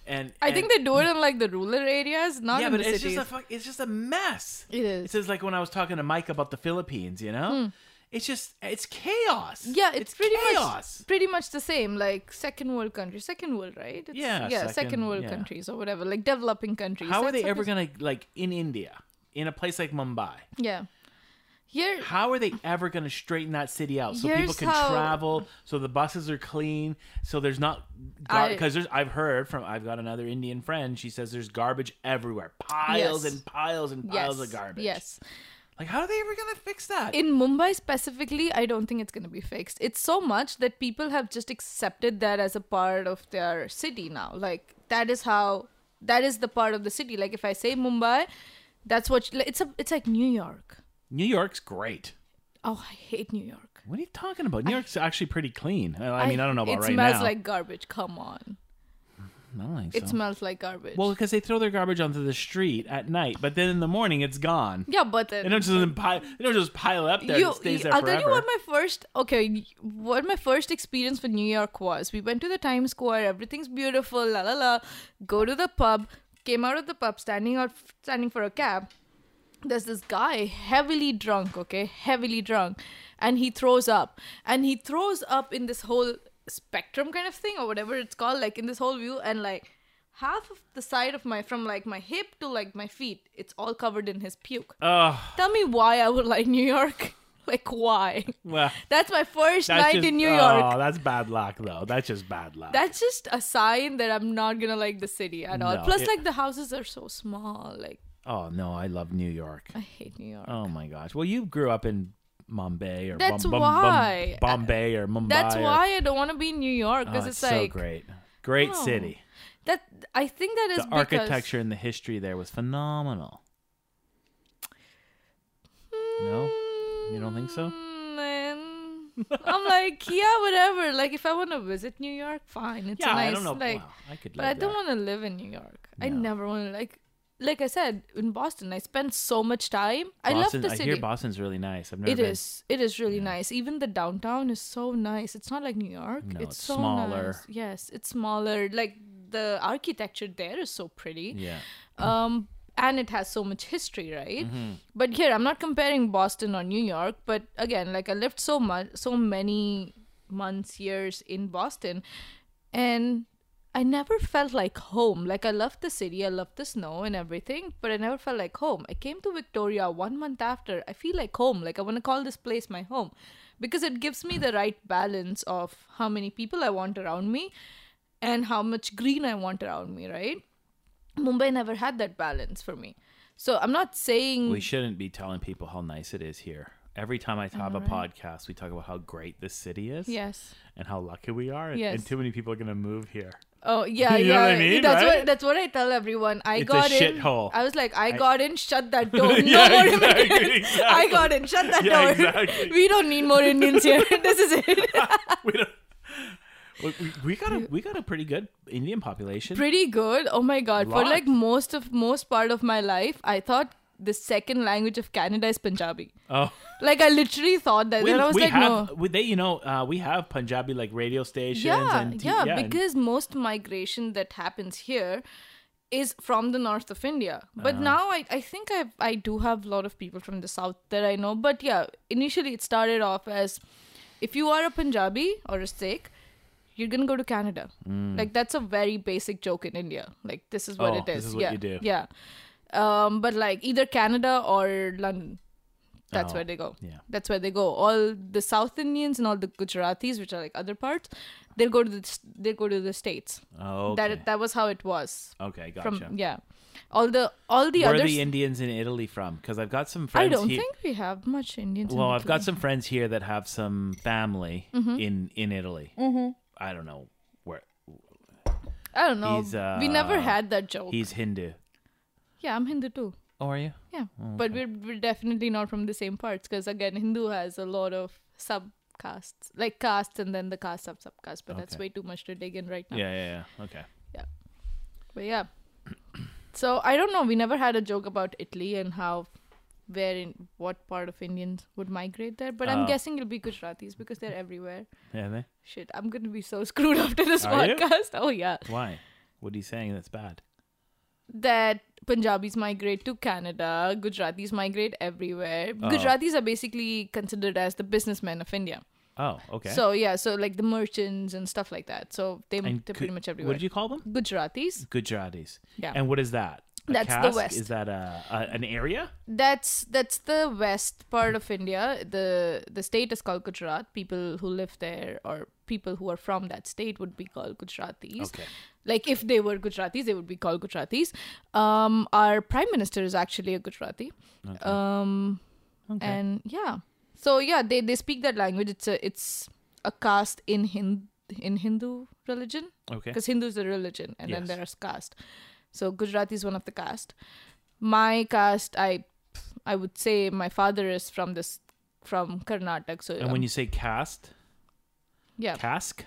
S2: and
S1: I
S2: and-
S1: think they do it in like the rural areas, not
S2: yeah,
S1: in
S2: but
S1: the
S2: it's
S1: cities.
S2: just a fuck, it's just a mess.
S1: It is. Hmm.
S2: It's just like when I was talking to Mike about the Philippines, you know. It's just it's chaos.
S1: yeah, it's, pretty
S2: chaos.
S1: much pretty much the same, like second world countries, second world, right? It's,
S2: Yeah,
S1: yeah,
S2: second-
S1: second, world
S2: yeah.
S1: countries or whatever, like developing countries.
S2: How are
S1: That's
S2: they
S1: what
S2: ever
S1: it's-
S2: gonna like in India, in a place like Mumbai?
S1: Yeah, here
S2: How are they ever going to straighten that city out so people
S1: Mm. Here's
S2: can
S1: how-
S2: travel, so the buses are clean, so there's not
S1: I-
S2: because there's I've heard from I've got another Indian friend. She says there's garbage everywhere, piles
S1: Yes.
S2: and piles and
S1: yes,
S2: piles of garbage.
S1: Yes,
S2: like how are they ever going to fix that?
S1: in Mumbai specifically, I don't think it's going to be fixed. It's so much that people have just accepted that as a part of their city now. Like that is how that is the part of the city. Like if I say Mumbai, that's what like, it's a. It's like New York.
S2: New York's great.
S1: Oh, I hate New York.
S2: What are you talking about? New York's actually pretty clean. I, I mean, I don't know about
S1: it
S2: right
S1: smells
S2: now.
S1: like garbage. Come on,
S2: I don't think
S1: it
S2: so.
S1: smells like garbage.
S2: well, because they throw their garbage onto the street at night, but then in the morning it's gone.
S1: yeah, but then
S2: They don't just [laughs] pile. They don't just pile up there. it stays there
S1: I'll
S2: forever.
S1: tell you what my first okay, y- what my first experience with New York was. We went to the Times Square. Everything's beautiful. La la la. Go to the pub. Came out of the pub, standing out, standing for a cab. There's this guy, heavily drunk. Okay, heavily drunk, and he throws up, and he throws up in this whole spectrum kind of thing or whatever it's called, like in this whole view, and like half of the side of my from like my hip to like my feet, it's all covered in his puke.
S2: Oh,
S1: Tell me why I would like New York. [laughs] like why?
S2: well.
S1: That's my first
S2: That's
S1: night
S2: just,
S1: in New
S2: Oh,
S1: York.
S2: that's bad luck, though. That's just bad luck.
S1: That's just a sign that I'm not gonna like the city at all.
S2: No,
S1: Plus,
S2: it-
S1: like the houses are so small. Like
S2: oh no, I love New York.
S1: I hate New York.
S2: Oh my gosh. Well, you grew up in Bombay or
S1: That's
S2: Bom- Bom-
S1: why.
S2: Bom- Bombay or Mumbai.
S1: That's
S2: or-
S1: why I don't want to be in New York
S2: Oh,
S1: because
S2: it's
S1: it's,
S2: so
S1: like
S2: great. Great
S1: Oh,
S2: city.
S1: that. I think that is
S2: The
S1: because,
S2: architecture and the history there was phenomenal.
S1: Hmm,
S2: No, you don't think so?
S1: Mm,
S2: [laughs]
S1: and I'm like, yeah, whatever. Like, if I want to visit New York, fine. It's
S2: Yeah,
S1: nice.
S2: I don't know.
S1: Like,
S2: wow, I could.
S1: but
S2: live
S1: I don't
S2: there.
S1: want to live in New York. I
S2: No.
S1: never want to like. Like I said, in Boston, I spent so much time. I love
S2: Boston,
S1: the city.
S2: I hear Boston's really nice. I've never
S1: It
S2: been.
S1: is. It is really nice. Even the downtown is so nice. It's not like New York.
S2: No,
S1: it's
S2: it's
S1: so
S2: smaller.
S1: Nice. Yes, it's smaller. Like the architecture there is so pretty.
S2: Yeah.
S1: Um, and it has so much history, right?
S2: Mm-hmm.
S1: But here, I'm not comparing Boston or New York. But again, like I lived so much, so many months, years in Boston, and I never felt like home. Like I loved the city, I loved the snow and everything, but I never felt like home. I came to Victoria one month after. I feel like home. Like I want to call this place my home because it gives me the right balance of how many people I want around me and how much green I want around me, right? Mumbai never had that balance for me. So I'm not saying
S2: We shouldn't be telling people how nice it is here. Every time I have a podcast, we talk about how great this city is
S1: yes.
S2: and how lucky we are, and,
S1: Yes.
S2: and too many people are going to move
S1: [laughs]
S2: here. [laughs]
S1: Oh yeah,
S2: You know
S1: yeah.
S2: what I mean,
S1: that's
S2: right?
S1: what that's what I tell everyone. I
S2: It's a
S1: got in.
S2: shithole.
S1: I was like, I, got in. Shut that
S2: [laughs]
S1: door. no
S2: Yeah,
S1: more
S2: exactly,
S1: immigrants. I
S2: exactly.
S1: got in. Shut that
S2: Yeah,
S1: door.
S2: exactly.
S1: [laughs] We don't need more Indians
S2: [laughs]
S1: here. this is it. [laughs]
S2: we don't. We, we- we got a we got a pretty good Indian population.
S1: Pretty good. Oh my god. For
S2: Lot.
S1: like most of most part of my life, I thought the second language of Canada is Punjabi.
S2: oh,
S1: Like I literally thought that.
S2: we,
S1: then I was
S2: we
S1: like,
S2: have
S1: no.
S2: we, they you know uh, we have Punjabi like radio stations.
S1: Yeah,
S2: and t-
S1: yeah,
S2: and-
S1: Because most migration that happens here is from the north of India. But
S2: Uh-huh.
S1: now I, I think I I do have a lot of people from the south that I know. But yeah, initially it started off as if you are a Punjabi or a Sikh, you're gonna go to Canada. Like that's a very basic joke in India. Like this is what
S2: Hmm. Oh,
S1: it is.
S2: this is what
S1: yeah,
S2: you do.
S1: Yeah. Um, but like either Canada or London. That's
S2: Oh,
S1: where they go.
S2: yeah.
S1: That's where they go. All the South Indians and all the Gujaratis, which are like other parts, they'll go to the they go to the states.
S2: oh, okay.
S1: That that was how it was.
S2: okay, gotcha.
S1: From yeah, all the all the
S2: Where are
S1: others.
S2: the Indians in Italy from? Because I've got some friends.
S1: I don't
S2: here.
S1: think we have much Indians. in
S2: Well, I've got
S1: Italy.
S2: some friends here that have some family
S1: Mm-hmm.
S2: in in Italy. I don't know where
S1: I don't know.
S2: he's, uh,
S1: we never had that joke.
S2: he's Hindu.
S1: Yeah, I'm Hindu too.
S2: Oh, are you?
S1: Yeah, but we're we're definitely not from the same parts because again, Hindu has a lot of subcastes, like castes, and then the caste sub subcaste. But that's
S2: Okay.
S1: way too much to dig in right now.
S2: Yeah, yeah, yeah. Okay.
S1: But yeah. [clears throat] So I don't know. We never had a joke about Italy and how, where in what part of Indians would migrate there. But I'm
S2: Oh.
S1: guessing it'll be Gujaratis because they're everywhere.
S2: Yeah, they.
S1: Shit, I'm gonna be so [laughs] screwed after this
S2: Are you?
S1: podcast. Oh yeah,
S2: Why? What are you saying? That's bad.
S1: that Punjabis migrate to Canada. Gujaratis migrate everywhere. Gujaratis are basically considered as the businessmen of India.
S2: Oh, okay.
S1: So yeah, so like the merchants and stuff like that. So they
S2: And
S1: they're
S2: Gu-
S1: pretty much
S2: What
S1: everywhere.
S2: did you call them?
S1: Gujaratis.
S2: Gujaratis.
S1: Yeah.
S2: And what is that? A
S1: That's the
S2: caste?
S1: West.
S2: Is that a, a an area?
S1: that's that's the west part of India. The the state is called Gujarat. People who live there or people who are from that state would be called Gujaratis.
S2: Okay.
S1: Like if they were Gujaratis, they would be called Gujaratis. Um, our prime minister is actually a Gujarati. Um,
S2: Okay.
S1: and yeah, so yeah, they they speak that language. It's a it's a caste in Hind in Hindu religion
S2: okay.
S1: because Hindu is a religion, and then
S2: Yes.
S1: there's caste. So Gujarati is one of the caste. My caste, I, I would say my father is from this, from Karnataka. So um,
S2: And when you say caste,
S1: yeah,
S2: cask?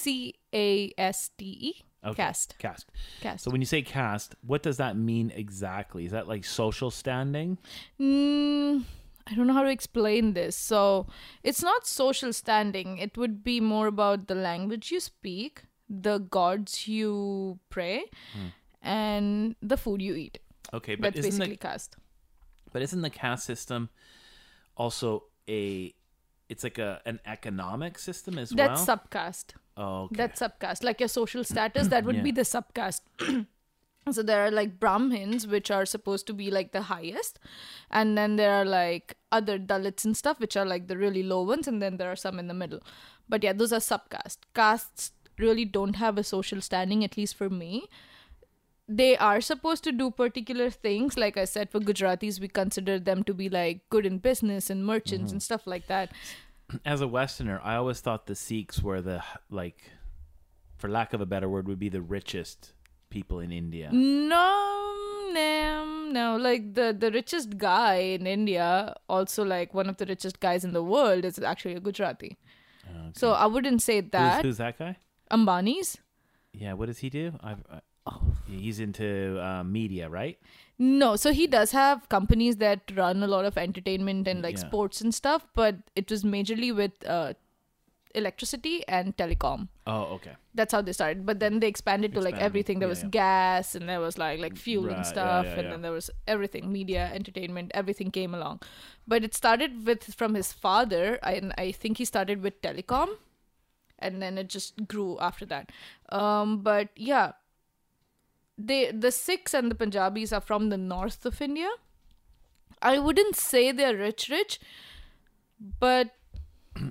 S1: C A S T E,
S2: Okay.
S1: caste,
S2: Caste.
S1: caste.
S2: So when you say caste, what does that mean exactly? Is that like social standing?
S1: Mm, I don't know how to explain this. So it's not social standing. It would be more about the language you speak, the gods you pray, and the food you eat.
S2: Okay, Hmm. but
S1: That's
S2: isn't the
S1: basically caste.
S2: But isn't the caste system also a it's like a an economic system as
S1: That's
S2: well.
S1: subcaste.
S2: oh, okay.
S1: That's subcaste. Like your social status, that would be the subcaste. [clears throat] so there are like Brahmins, which are supposed to be like the highest. And then there are like other Dalits and stuff, which are like the really low ones. And then there are some in the middle. But yeah, those are subcaste. Castes really don't have a social standing, at least for me. They are supposed to do particular things. Like I said, for Gujaratis, we consider them to be like good in business and merchants and stuff like that.
S2: as a Westerner, I always thought the Sikhs were the like, for lack of a better word, would be the richest people in India.
S1: No, no, no. Like the the richest guy in India, also like one of the richest guys in the world, is actually a Gujarati. So I wouldn't say
S2: Who's,
S1: that
S2: who's that guy?
S1: Ambani's.
S2: Yeah, what does he do? I've, I,
S1: Oh.
S2: he's into uh, media, right?
S1: No, so he does have companies that run a lot of entertainment and like
S2: Yeah.
S1: sports and stuff, but it was majorly with uh, electricity and telecom.
S2: Oh, okay.
S1: That's how they started. But then they expanded to like
S2: Expanded.
S1: everything. There
S2: Yeah,
S1: was
S2: yeah.
S1: gas and there was like like fuel
S2: Right, yeah,
S1: and stuff,
S2: yeah,
S1: and
S2: yeah.
S1: then there was everything, media, entertainment, everything came along. But it started with from his father, and I think he started with telecom, and then it just grew after that. Um, but yeah, they the Sikhs and the Punjabis are from the north of India. I wouldn't say they're rich, rich, but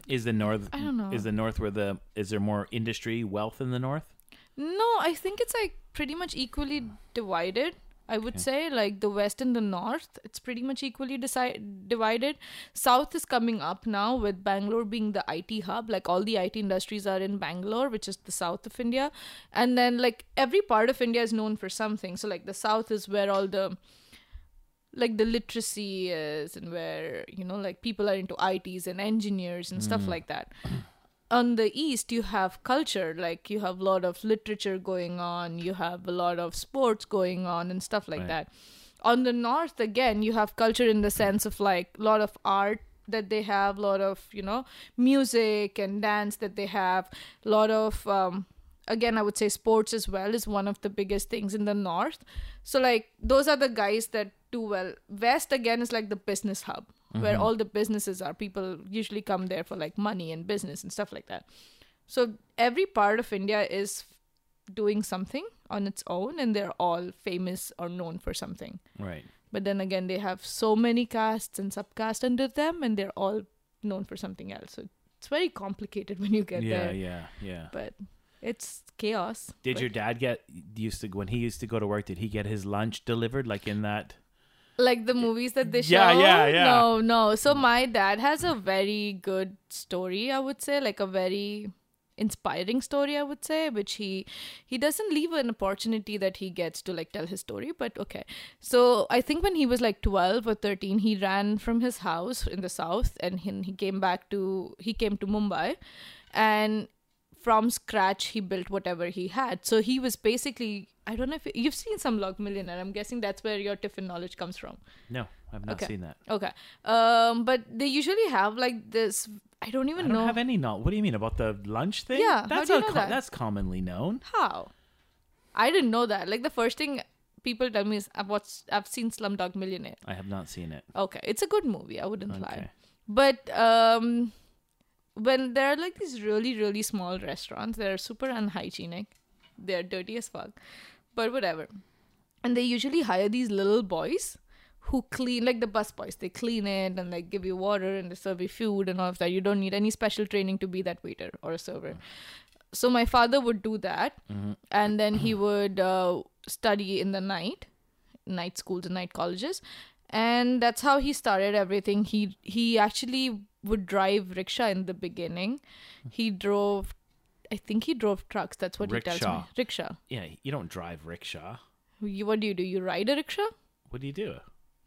S2: Is the north?
S1: I don't know.
S2: Is the north where the is there more industry wealth in the north?
S1: No, I think it's like pretty much equally divided. I would say like the west and the north, it's pretty much equally decide- divided. South is coming up now with Bangalore being the IT hub. Like all the IT industries are in Bangalore, which is the south of India, and then like every part of India is known for something. So like the south is where all the like the literacy is and where you know like people are into ITs and engineers and stuff like that on the east you have culture like you have a lot of literature going on you have a lot of sports going on and stuff like
S2: Right.
S1: that on the north again you have culture in the sense of like a lot of art that they have a lot of you know music and dance that they have a lot of um, again i would say sports as well is one of the biggest things in the north so like those are the guys that do well west again is like the business hub where
S2: Mm-hmm.
S1: all the businesses are people usually come there for like money and business and stuff like that so every part of india is doing something on its own and they're all famous or known for something
S2: Right.
S1: but then again they have so many castes and subcaste under them and they're all known for something else so it's very complicated when you get
S2: yeah,
S1: there
S2: yeah, yeah.
S1: but it's chaos
S2: Did
S1: But-
S2: your dad get used to when he used to go to work? Did he get his lunch delivered like in that?
S1: like the movies that they show.
S2: Yeah, yeah, yeah.
S1: No, no. So my dad has a very good story, I would say, like a very inspiring story, I would say, which he he doesn't leave an opportunity that he gets to like tell his story, but okay. So I think when he was like 12 or 13, he ran from his house in the south and he, he came back to he came to Mumbai and from scratch he built whatever he had so he was basically i don't know if you've seen some log millionaire i'm guessing that's where your tiffin knowledge comes from
S2: No, I've not
S1: Okay.
S2: seen that.
S1: okay um but they usually have like this i don't
S2: I
S1: even
S2: don't
S1: know
S2: have any knowledge. What do you mean about the lunch thing?
S1: Yeah, how
S2: that's
S1: do you
S2: a
S1: know
S2: co-
S1: that?
S2: that's commonly known.
S1: how i didn't know that like the first thing people tell me is i've watched i've seen slumdog millionaire
S2: I have not seen it.
S1: okay it's a good movie i wouldn't
S2: Okay.
S1: lie but um when there are like these really really small restaurants they're super unhygienic they're dirty as fuck but whatever and they usually hire these little boys who clean like the bus boys they clean it and like give you water and they serve you food and all of that you don't need any special training to be that waiter or a server so my father would do that and then he would uh, study in the night night schools and night colleges and that's how he started everything he he actually would drive rickshaw in the beginning he drove i think he drove trucks that's what he tells
S2: Rickshaw.
S1: me rickshaw
S2: Yeah, you don't drive rickshaw.
S1: you, what do you do you ride a rickshaw
S2: What do you do?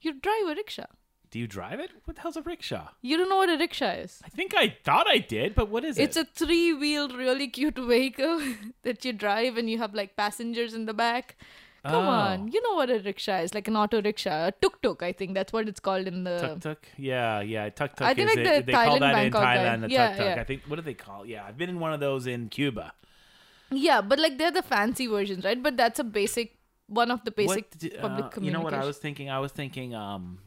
S1: you drive a rickshaw
S2: Do you drive it? What the hell's a rickshaw?
S1: you don't know what a rickshaw is
S2: I think I thought I did, but what is
S1: it's
S2: it?
S1: a three-wheeled really cute vehicle [laughs] that you drive and you have like passengers in the back come
S2: Oh.
S1: on you know what a rickshaw is like an auto rickshaw a tuk-tuk i think that's what it's called in the
S2: tuk tuk. Yeah, yeah, tuk tuk.
S1: I think
S2: is
S1: like
S2: it.
S1: the
S2: they call
S1: Thailand,
S2: that
S1: Bangkok
S2: in
S1: guy.
S2: Thailand the
S1: Yeah,
S2: tuk tuk.
S1: yeah.
S2: I think what do they call? Yeah, I've been in one of those in Cuba.
S1: Yeah, but like they're the fancy versions, right? But that's a basic one of the basic
S2: What d-
S1: public
S2: uh,
S1: communication.
S2: You know what I was thinking? I was thinking um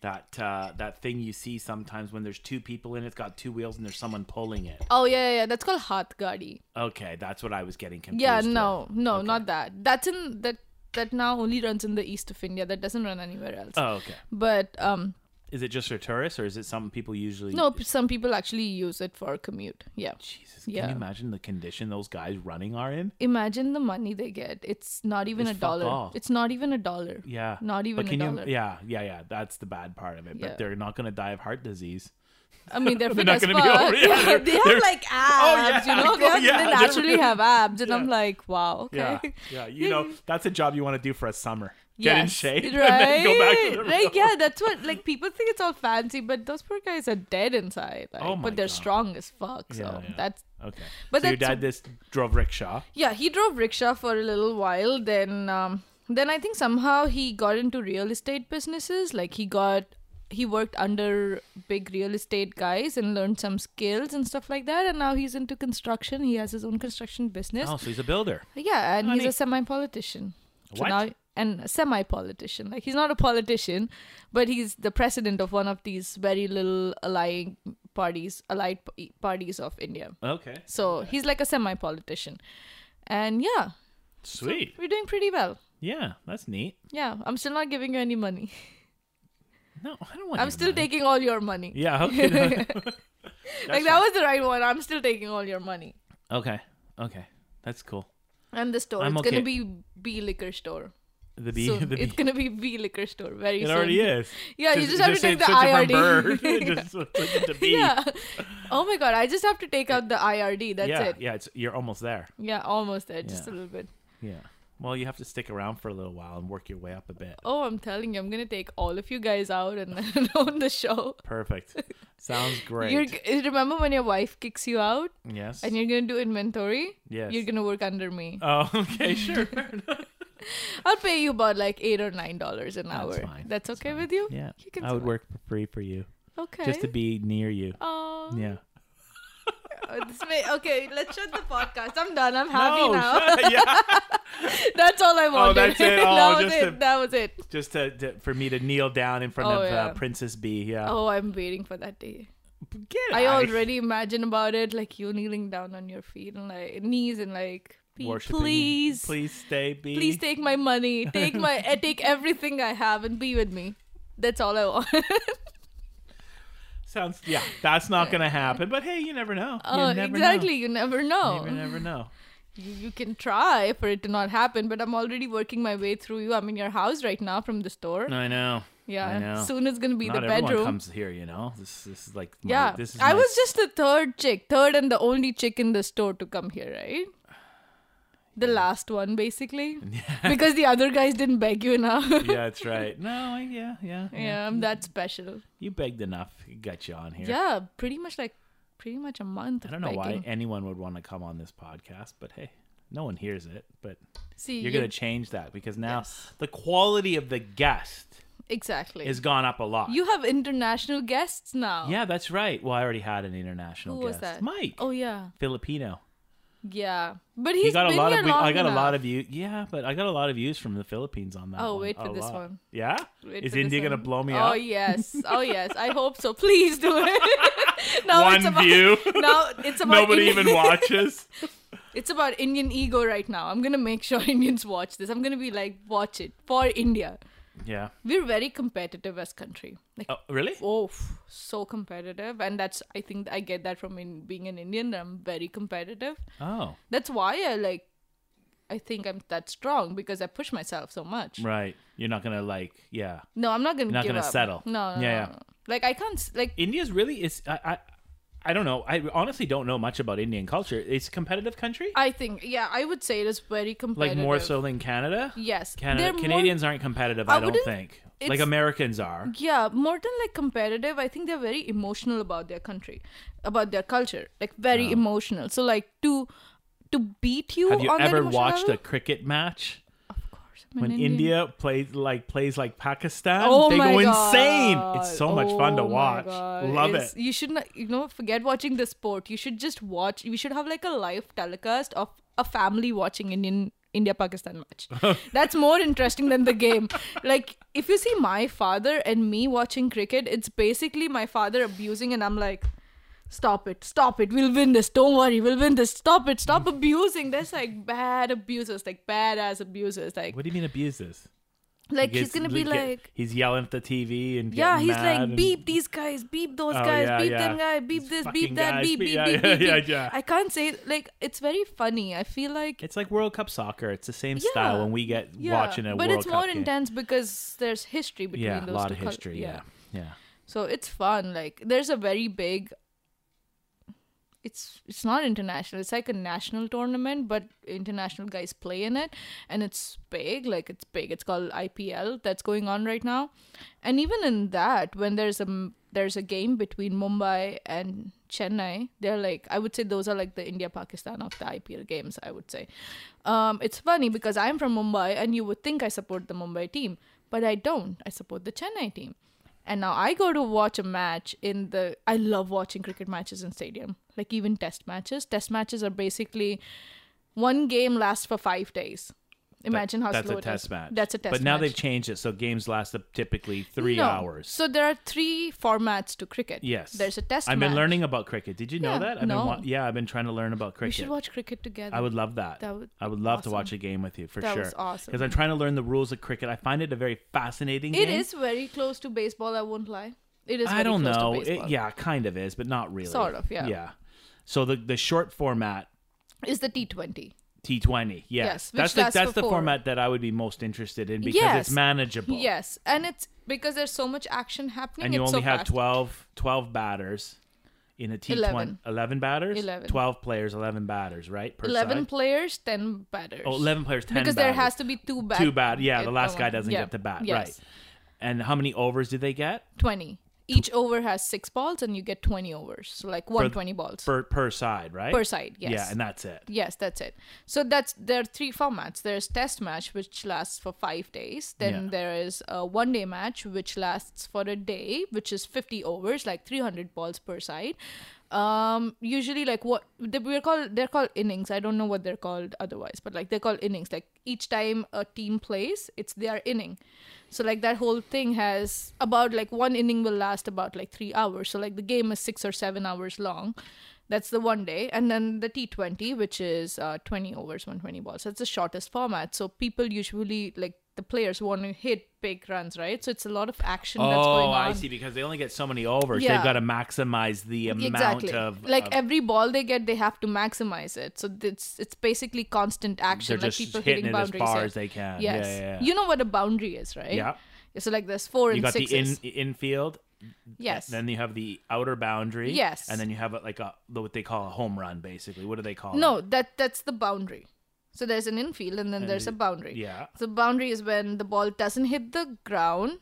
S2: That uh, that thing you see sometimes when there's two people in it, it's got two wheels and there's someone pulling it.
S1: Oh yeah, yeah, yeah. that's called hath gadi.
S2: Okay, that's what I was getting confused.
S1: Yeah,
S2: with.
S1: no, no, not that. That's in that that now only runs in the east of India. That doesn't run anywhere else.
S2: Oh, okay.
S1: But um,
S2: Is it just for tourists, or is it something people usually?
S1: no, p- some people actually use it for commute. Yeah.
S2: Jesus, can
S1: Yeah.
S2: you imagine the condition those guys running are in?
S1: Imagine the money they get. It's not even
S2: It's
S1: a
S2: fuck
S1: dollar.
S2: all.
S1: It's not even a dollar.
S2: Yeah,
S1: Not even
S2: But
S1: a
S2: can you?
S1: dollar.
S2: Yeah, yeah, yeah. That's the bad part of it.
S1: Yeah.
S2: But they're not going to die of heart disease.
S1: I mean,
S2: [laughs]
S1: they're, fit
S2: not
S1: as
S2: gonna be
S1: fuck.
S2: over- yeah,
S1: Yeah,
S2: they're-
S1: [laughs] they have
S2: they're- [laughs]
S1: like abs,
S2: Oh, yeah,
S1: you know. They, have,
S2: yeah,
S1: they
S2: they're- [laughs]
S1: naturally have abs, and I'm
S2: Yeah.
S1: like, wow, okay.
S2: Yeah, yeah. You know, that's a job you want to do for a summer. Get in
S1: Yes,
S2: shape, [laughs]
S1: right?
S2: and then go back to the real
S1: Like, yeah, that's what like people think it's all fancy, but those poor guys are dead inside. Like,
S2: Oh my
S1: but they're
S2: God.
S1: strong as fuck. So
S2: Yeah, yeah.
S1: that's
S2: Okay.
S1: But
S2: so your
S1: that's-
S2: dad this drove rickshaw.
S1: yeah. He drove rickshaw for a little while, then um, then I think somehow he got into real estate businesses. Like he got he worked under big real estate guys and learned some skills and stuff like that. And now he's into construction. He has his own construction business.
S2: Oh, so he's a builder.
S1: Yeah, and he's a
S2: Honey.
S1: semi-politician. So
S2: What?
S1: now and a semi-politician. Like he's not a politician, but he's the president of one of these very little allying parties, allied p- parties of India.
S2: Okay.
S1: So he's like a semi-politician. And yeah,
S2: Sweet.
S1: we're doing pretty well.
S2: Yeah, that's neat.
S1: Yeah, I'm still not giving you any money.
S2: No, I don't want.
S1: I'm
S2: your
S1: still
S2: money.
S1: taking all your money. [laughs]
S2: Yeah. Okay. [laughs] no.
S1: like that was the right one. I'm still taking all your money.
S2: okay. Okay. That's cool.
S1: And the store,
S2: I'm
S1: it's
S2: okay.
S1: gonna be B liquor store.
S2: The bee.
S1: soon.
S2: [laughs] the bee.
S1: It's gonna be B liquor store very
S2: It
S1: soon.
S2: already is.
S1: Yeah, you just have to
S2: say
S1: take the
S2: switch it from
S1: IRD. [laughs]
S2: Bird, [laughs] just switch it to bee.
S1: Yeah. Oh my god, I just have to take out the IRD. That's
S2: yeah,
S1: it.
S2: yeah, it's you're almost there.
S1: Yeah, almost there, just a
S2: Yeah.
S1: little bit.
S2: Yeah. Well, you have to stick around for a little while and work your way up a bit.
S1: Oh, I'm telling you, I'm gonna take all of you guys out and [laughs] then on the show. [laughs]
S2: Perfect. Sounds great.
S1: You're g- remember when your wife kicks you out
S2: yes.
S1: and you're gonna do inventory?
S2: Yes.
S1: You're gonna work under me.
S2: oh, [laughs]
S1: [laughs]
S2: okay, sure. fair enough.
S1: I'll pay you about like eight or nine dollars an hour.
S2: fine.
S1: That's okay with you?
S2: yeah.
S1: You can
S2: I would
S1: survive.
S2: work for free for you
S1: Okay.
S2: just to be near you.
S1: Oh.
S2: Yeah.
S1: Oh, this may- okay, let's shut the podcast. I'm done. I'm happy
S2: [laughs] No,
S1: now.
S2: shut- yeah.
S1: [laughs] That's all I wanted.
S2: that's it.
S1: [laughs]
S2: Oh,
S1: that was
S2: just
S1: it.
S2: a-
S1: That was it.
S2: Just to, to for me to kneel down in front
S1: Oh,
S2: of
S1: yeah.
S2: uh, Princess B. Yeah.
S1: Oh, I'm waiting for that day.
S2: Get
S1: I
S2: outta
S1: already imagine about it, like you kneeling down on your feet and like knees and like, "P-
S2: here. Worshiping you.
S1: please, please,
S2: please stay, B.
S1: take my money, take my, eh, take everything I have and be with me. That's all I want. [laughs]
S2: Sounds yeah. That's not gonna happen. But hey, you never know.
S1: oh,
S2: you never
S1: exactly. Oh. You never
S2: Know.
S1: know.
S2: You never know.
S1: You, you can try for it to not happen, but I'm already working my way through you. I'm in your house right now from the store.
S2: I know. I
S1: yeah,
S2: know.
S1: soon it's gonna be
S2: Not
S1: the
S2: everyone
S1: bedroom.
S2: comes here, you know. This this is like my,
S1: yeah,
S2: This is
S1: I
S2: my-
S1: was just the third chick, third and the only chick in the store to come here, right? The last one,
S2: [laughs]
S1: basically, because the other guys didn't beg you enough.
S2: [laughs] yeah, that's right. No, I, yeah, yeah,
S1: [laughs]
S2: yeah,
S1: yeah, I'm that special.
S2: You begged enough. It got you on here.
S1: Yeah, pretty much like, pretty much a month.
S2: I
S1: of
S2: don't know why
S1: begging.
S2: anyone would want to come on this podcast, but hey, no one hears it. But
S1: See,
S2: you're
S1: you-
S2: going to change that because now
S1: Yes.
S2: the quality of the guest
S1: exactly.
S2: has gone up a lot.
S1: you have international guests now.
S2: yeah, that's right. Well, I already had an international
S1: who was that?
S2: guest, Mike,
S1: Oh yeah,
S2: Filipino.
S1: yeah. But
S2: He
S1: he's
S2: got a
S1: been
S2: lot
S1: here
S2: of.
S1: long
S2: I got a lot
S1: enough.
S2: of views. Yeah, but I got a lot of views from the Philippines on that.
S1: Oh,
S2: one.
S1: wait for
S2: A
S1: this
S2: lot.
S1: one.
S2: Yeah,
S1: Wait
S2: is
S1: for this
S2: India gonna
S1: one.
S2: blow me
S1: oh,
S2: up?
S1: yes. Oh yes. I hope so. Please do it. [laughs] now it's
S2: One
S1: about,
S2: view.
S1: Now it's about
S2: Nobody
S1: Indian- [laughs]
S2: even watches.
S1: It's about Indian ego right now. I'm gonna make sure [laughs] Indians watch this. I'm gonna be like, watch it for India.
S2: Yeah.
S1: We're very competitive as country. Like,
S2: Oh, really?
S1: oh, f- so competitive, and that's I think I get that from in, being an Indian. I'm very competitive.
S2: Oh,
S1: That's why I like. I think I'm that strong because I push myself so much.
S2: right. You're not gonna like, yeah.
S1: No, I'm not gonna.
S2: You're not
S1: give
S2: gonna
S1: up.
S2: settle.
S1: No, no,
S2: Yeah,
S1: no,
S2: yeah.
S1: no. Like I can't. s- Like
S2: India's really is. I, I, I don't know. I honestly don't know much about Indian culture. It's a competitive country,
S1: I think. Yeah, I would say it is very
S2: like
S1: competitive.
S2: more so than Canada.
S1: Yes, they're
S2: Canada
S1: more-
S2: Canadians aren't competitive.
S1: I
S2: I, don't
S1: wouldn't-
S2: think.
S1: it's-
S2: Like Americans are.
S1: yeah more than like competitive i think they're very emotional about their country about their culture like very emotional so like to to beat you
S2: Oh. Have you
S1: on that
S2: ever
S1: emotional
S2: watched
S1: level?
S2: a cricket match
S1: of course I'm
S2: when
S1: an Indian.
S2: India plays like plays like Pakistan?
S1: Oh
S2: they
S1: my
S2: go
S1: God.
S2: insane. It's so much fun to
S1: Oh my
S2: watch.
S1: God.
S2: Love
S1: It's-
S2: it.
S1: You should not, you know, forget watching the sport. You should just watch. We should have like a live telecast of a family watching Indian India Pakistan match.
S2: [laughs]
S1: That's more interesting than the game. Like, if you see my father and me watching cricket, it's basically my father abusing, and I'm like, stop it, stop it, we'll win this, don't worry, we'll win this, stop it, stop abusing. That's like bad abusers, like badass abusers. Like,
S2: What do you mean abuse this?
S1: like
S2: He
S1: he's
S2: gets-
S1: gonna be
S2: he get-
S1: like,
S2: he's yelling at the TV and
S1: yeah,
S2: getting
S1: he's
S2: mad
S1: like,
S2: and-
S1: beep these guys, beep those
S2: Oh,
S1: guys,
S2: yeah,
S1: beep
S2: yeah.
S1: them guy, beep
S2: These
S1: this,
S2: fucking
S1: beep that,
S2: guys,
S1: beep,
S2: beep-
S1: beep,
S2: yeah,
S1: beep,
S2: yeah,
S1: beep,
S2: yeah,
S1: beep.
S2: yeah.
S1: I can't say like it's very funny. I feel like
S2: It's like World Cup soccer. It's the same
S1: Yeah.
S2: style when we get
S1: yeah,
S2: watching a
S1: but
S2: World
S1: it's
S2: Cup
S1: more
S2: game.
S1: intense because there's history between
S2: Yeah, a
S1: those
S2: lot
S1: two
S2: of
S1: cul-
S2: history. Yeah, yeah.
S1: so it's fun. Like there's a very big. It's it's not international. It's like a national tournament, but international guys play in it, and it's big. Like it's big. It's called IPL that's going on right now, and even in that, when there's a m- there's a game between Mumbai and Chennai, they're like I would say those are like the India Pakistan of the IPL games. I would say, um, it's funny because I'm from Mumbai, and you would think I support the Mumbai team, but I don't. I support the Chennai team. And now I go to watch a match in the. I love watching cricket matches in stadium, like even test matches. Test matches are basically one game lasts for five days. Imagine how
S2: that's
S1: slow
S2: a
S1: it
S2: test
S1: is.
S2: match.
S1: That's a test.
S2: But now
S1: match.
S2: they've changed it, so games last up- typically three
S1: No.
S2: hours.
S1: So there are three formats to cricket.
S2: yes,
S1: There's a test.
S2: I've been
S1: match.
S2: learning about cricket. Did you know
S1: Yeah,
S2: that? I've
S1: no.
S2: been wa- yeah, I've been trying to learn about
S1: We
S2: cricket.
S1: should watch cricket together.
S2: I would love that.
S1: That would
S2: I would
S1: be
S2: love
S1: awesome.
S2: to watch a game with you for
S1: That
S2: sure.
S1: was awesome.
S2: Because I'm trying to learn the rules of cricket. I find it a very fascinating.
S1: It
S2: game.
S1: is very close to baseball. I won't lie. It is.
S2: I
S1: very
S2: don't
S1: close
S2: know.
S1: To
S2: It-
S1: baseball.
S2: yeah, kind of is, but not really.
S1: Sort of, yeah.
S2: Yeah. So the the short format
S1: Is the T Twenty?
S2: T20. Yeah.
S1: Yes, which
S2: that's the,
S1: lasts
S2: that's
S1: for
S2: the
S1: four.
S2: format that I would be most interested in because
S1: Yes.
S2: it's manageable.
S1: Yes, and it's because there's so much action happening.
S2: And you
S1: it's
S2: only
S1: so
S2: have
S1: fast.
S2: 12, 12 batters in a T20.
S1: 11.
S2: 11, batters?
S1: 11.
S2: 12 players, 11 batters, right? Per
S1: 11
S2: side?
S1: players, 10 batters.
S2: Oh, 11 players, 10
S1: because there
S2: batters.
S1: has to be two batters.
S2: Two bat. Yeah, the last guy doesn't get the bat. Right. And how many overs do they get
S1: 20. Each over has six balls, and you get 20 overs. So, like 120 balls
S2: per, per side, right?
S1: per side. Yes.
S2: Yeah, and that's it.
S1: Yes, that's it. So that's there are three formats. There's test match which lasts for 5 days. Then
S2: Yeah.
S1: there is a one day match which lasts for a day, which is 50 overs, like 300 balls per side. Um usually like what they, we're called they're called innings. I don't know what they're called otherwise, but like they're called innings. Like each time a team plays, it's their inning. So like that whole thing has about like one inning will last about like 3 hours. So like the game is 6 or 7 hours long. That's the one day. And then the T20, which is uh, 20 overs, 120 balls. That's the shortest format. So people usually, like, the players want to hit big runs, right? So it's a lot of action that's going
S2: Oh,
S1: on.
S2: I see. Because they only get so many overs,
S1: Yeah.
S2: they've got to maximize the amount
S1: Exactly.
S2: of
S1: like
S2: of-
S1: every ball they get, they have to maximize it. So it's it's basically constant action.
S2: they're
S1: like
S2: just
S1: people
S2: hitting it as
S1: boundaries.
S2: far
S1: yeah.
S2: as they can.
S1: Yes.
S2: Yeah, yeah, yeah.
S1: You know what a boundary is, right?
S2: Yeah.
S1: So like there's four
S2: you
S1: and
S2: got
S1: sixes.
S2: the in, infield.
S1: yes.
S2: Then you have the outer boundary.
S1: Yes.
S2: And then you have like a what they call a home run, basically. What do they call
S1: No,
S2: it?
S1: that that's the boundary. So there's an infield and then there's a boundary.
S2: yeah.
S1: So boundary is when the ball doesn't hit the ground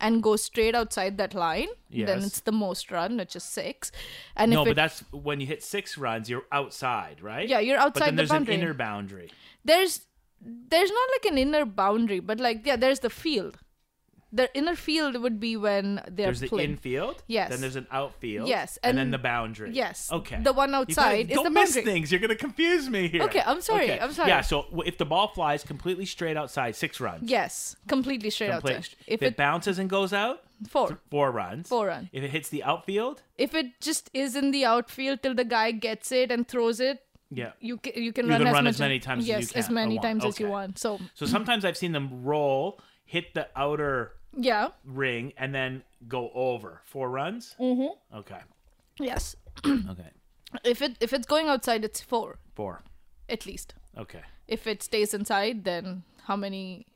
S1: and goes straight outside that line. Then
S2: Yes.
S1: it's the most run, which is six. And
S2: No,
S1: if it,
S2: but that's when you hit six runs, you're outside, right?
S1: Yeah, you're
S2: But
S1: outside
S2: then
S1: the
S2: there's
S1: boundary.
S2: an inner boundary.
S1: there's there's not like an inner boundary, but like yeah, there's the field. The inner field would be when they're
S2: There's the
S1: playing.
S2: infield.
S1: Yes.
S2: Then there's an outfield.
S1: Yes,
S2: And, then
S1: and-
S2: the boundary.
S1: yes.
S2: Okay.
S1: The one
S2: You gotta-
S1: outside is
S2: don't
S1: the
S2: miss
S1: boundary.
S2: things. You're gonna confuse me here.
S1: Okay, I'm sorry, I'm sorry.
S2: Yeah. So w- if the ball flies completely straight outside, six runs.
S1: yes, completely straight
S2: Complete-
S1: outside.
S2: If,
S1: If
S2: it,
S1: it
S2: bounces and goes out,
S1: four,
S2: four runs.
S1: Four run.
S2: If it hits the outfield,
S1: if it just is in the outfield till the guy gets it and throws it,
S2: yeah.
S1: you can you can
S2: You
S1: run,
S2: can
S1: as,
S2: run
S1: much
S2: as many times as you
S1: yes,
S2: can
S1: as many
S2: or want.
S1: times as you
S2: Okay.
S1: want. So
S2: So sometimes I've seen them roll, hit the outer
S1: yeah,
S2: ring, and then go over four runs. Mm-hmm. Okay. [clears throat]
S1: yes.
S2: Okay.
S1: If it if it's going outside, it's four
S2: Four.
S1: at least.
S2: Okay.
S1: If it stays inside, then how many?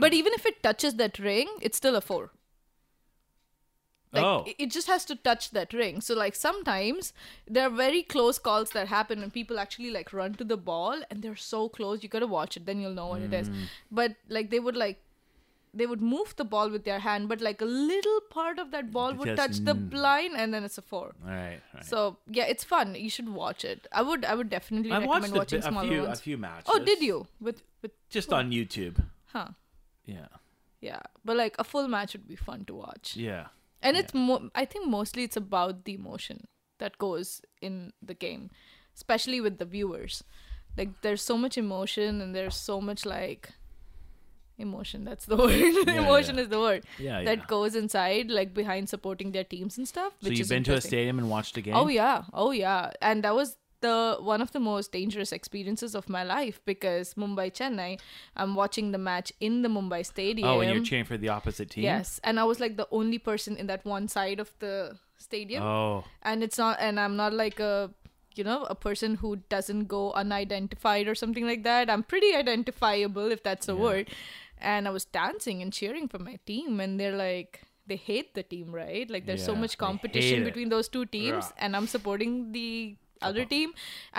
S1: But even if it touches that ring, it's still a four. Like,
S2: oh.
S1: it- It just has to touch that ring. So like sometimes there are very close calls that happen and people actually like run to the ball and they're so close. You gotta watch it, then you'll know what it is.
S2: Mm.
S1: But like they would like they would move the ball with their hand, but like a little part of that ball would
S2: Just
S1: touch the
S2: n-
S1: line and then it's a four.
S2: all right. All right.
S1: So yeah, it's fun. You should watch it. I would I would definitely
S2: I watched
S1: recommend
S2: a,
S1: watching
S2: bit- a
S1: smaller
S2: few
S1: ones.
S2: a few matches.
S1: oh, did you? With with
S2: Just on YouTube.
S1: huh.
S2: Yeah.
S1: Yeah. But like a full match would be fun to watch.
S2: Yeah.
S1: and it's mo- i think mostly it's about the emotion that goes in the game especially with the viewers Like there's so much emotion and there's so much like emotion. That's the [laughs] word. emotion
S2: yeah.
S1: is the word
S2: Yeah,
S1: that
S2: yeah.
S1: goes inside, like behind supporting their teams and stuff.
S2: So
S1: which
S2: you've
S1: is
S2: been to a
S1: interesting.
S2: stadium and watched a game?
S1: Oh yeah, oh yeah, and that was the one of the most dangerous experiences of my life because Mumbai Chennai, I'm watching the match in the Mumbai stadium.
S2: Oh, and you're cheering for the opposite team?
S1: yes, and I was like the only person in that one side of the stadium,
S2: Oh,
S1: and it's not, and I'm not like a you know a person who doesn't go unidentified or something like that i'm pretty identifiable if that's a word and i was dancing and cheering for my team and they're like they hate the team right like there's so
S2: Yeah,
S1: much
S2: they hate
S1: competition
S2: it.
S1: between those two teams
S2: Rah.
S1: and i'm supporting the other team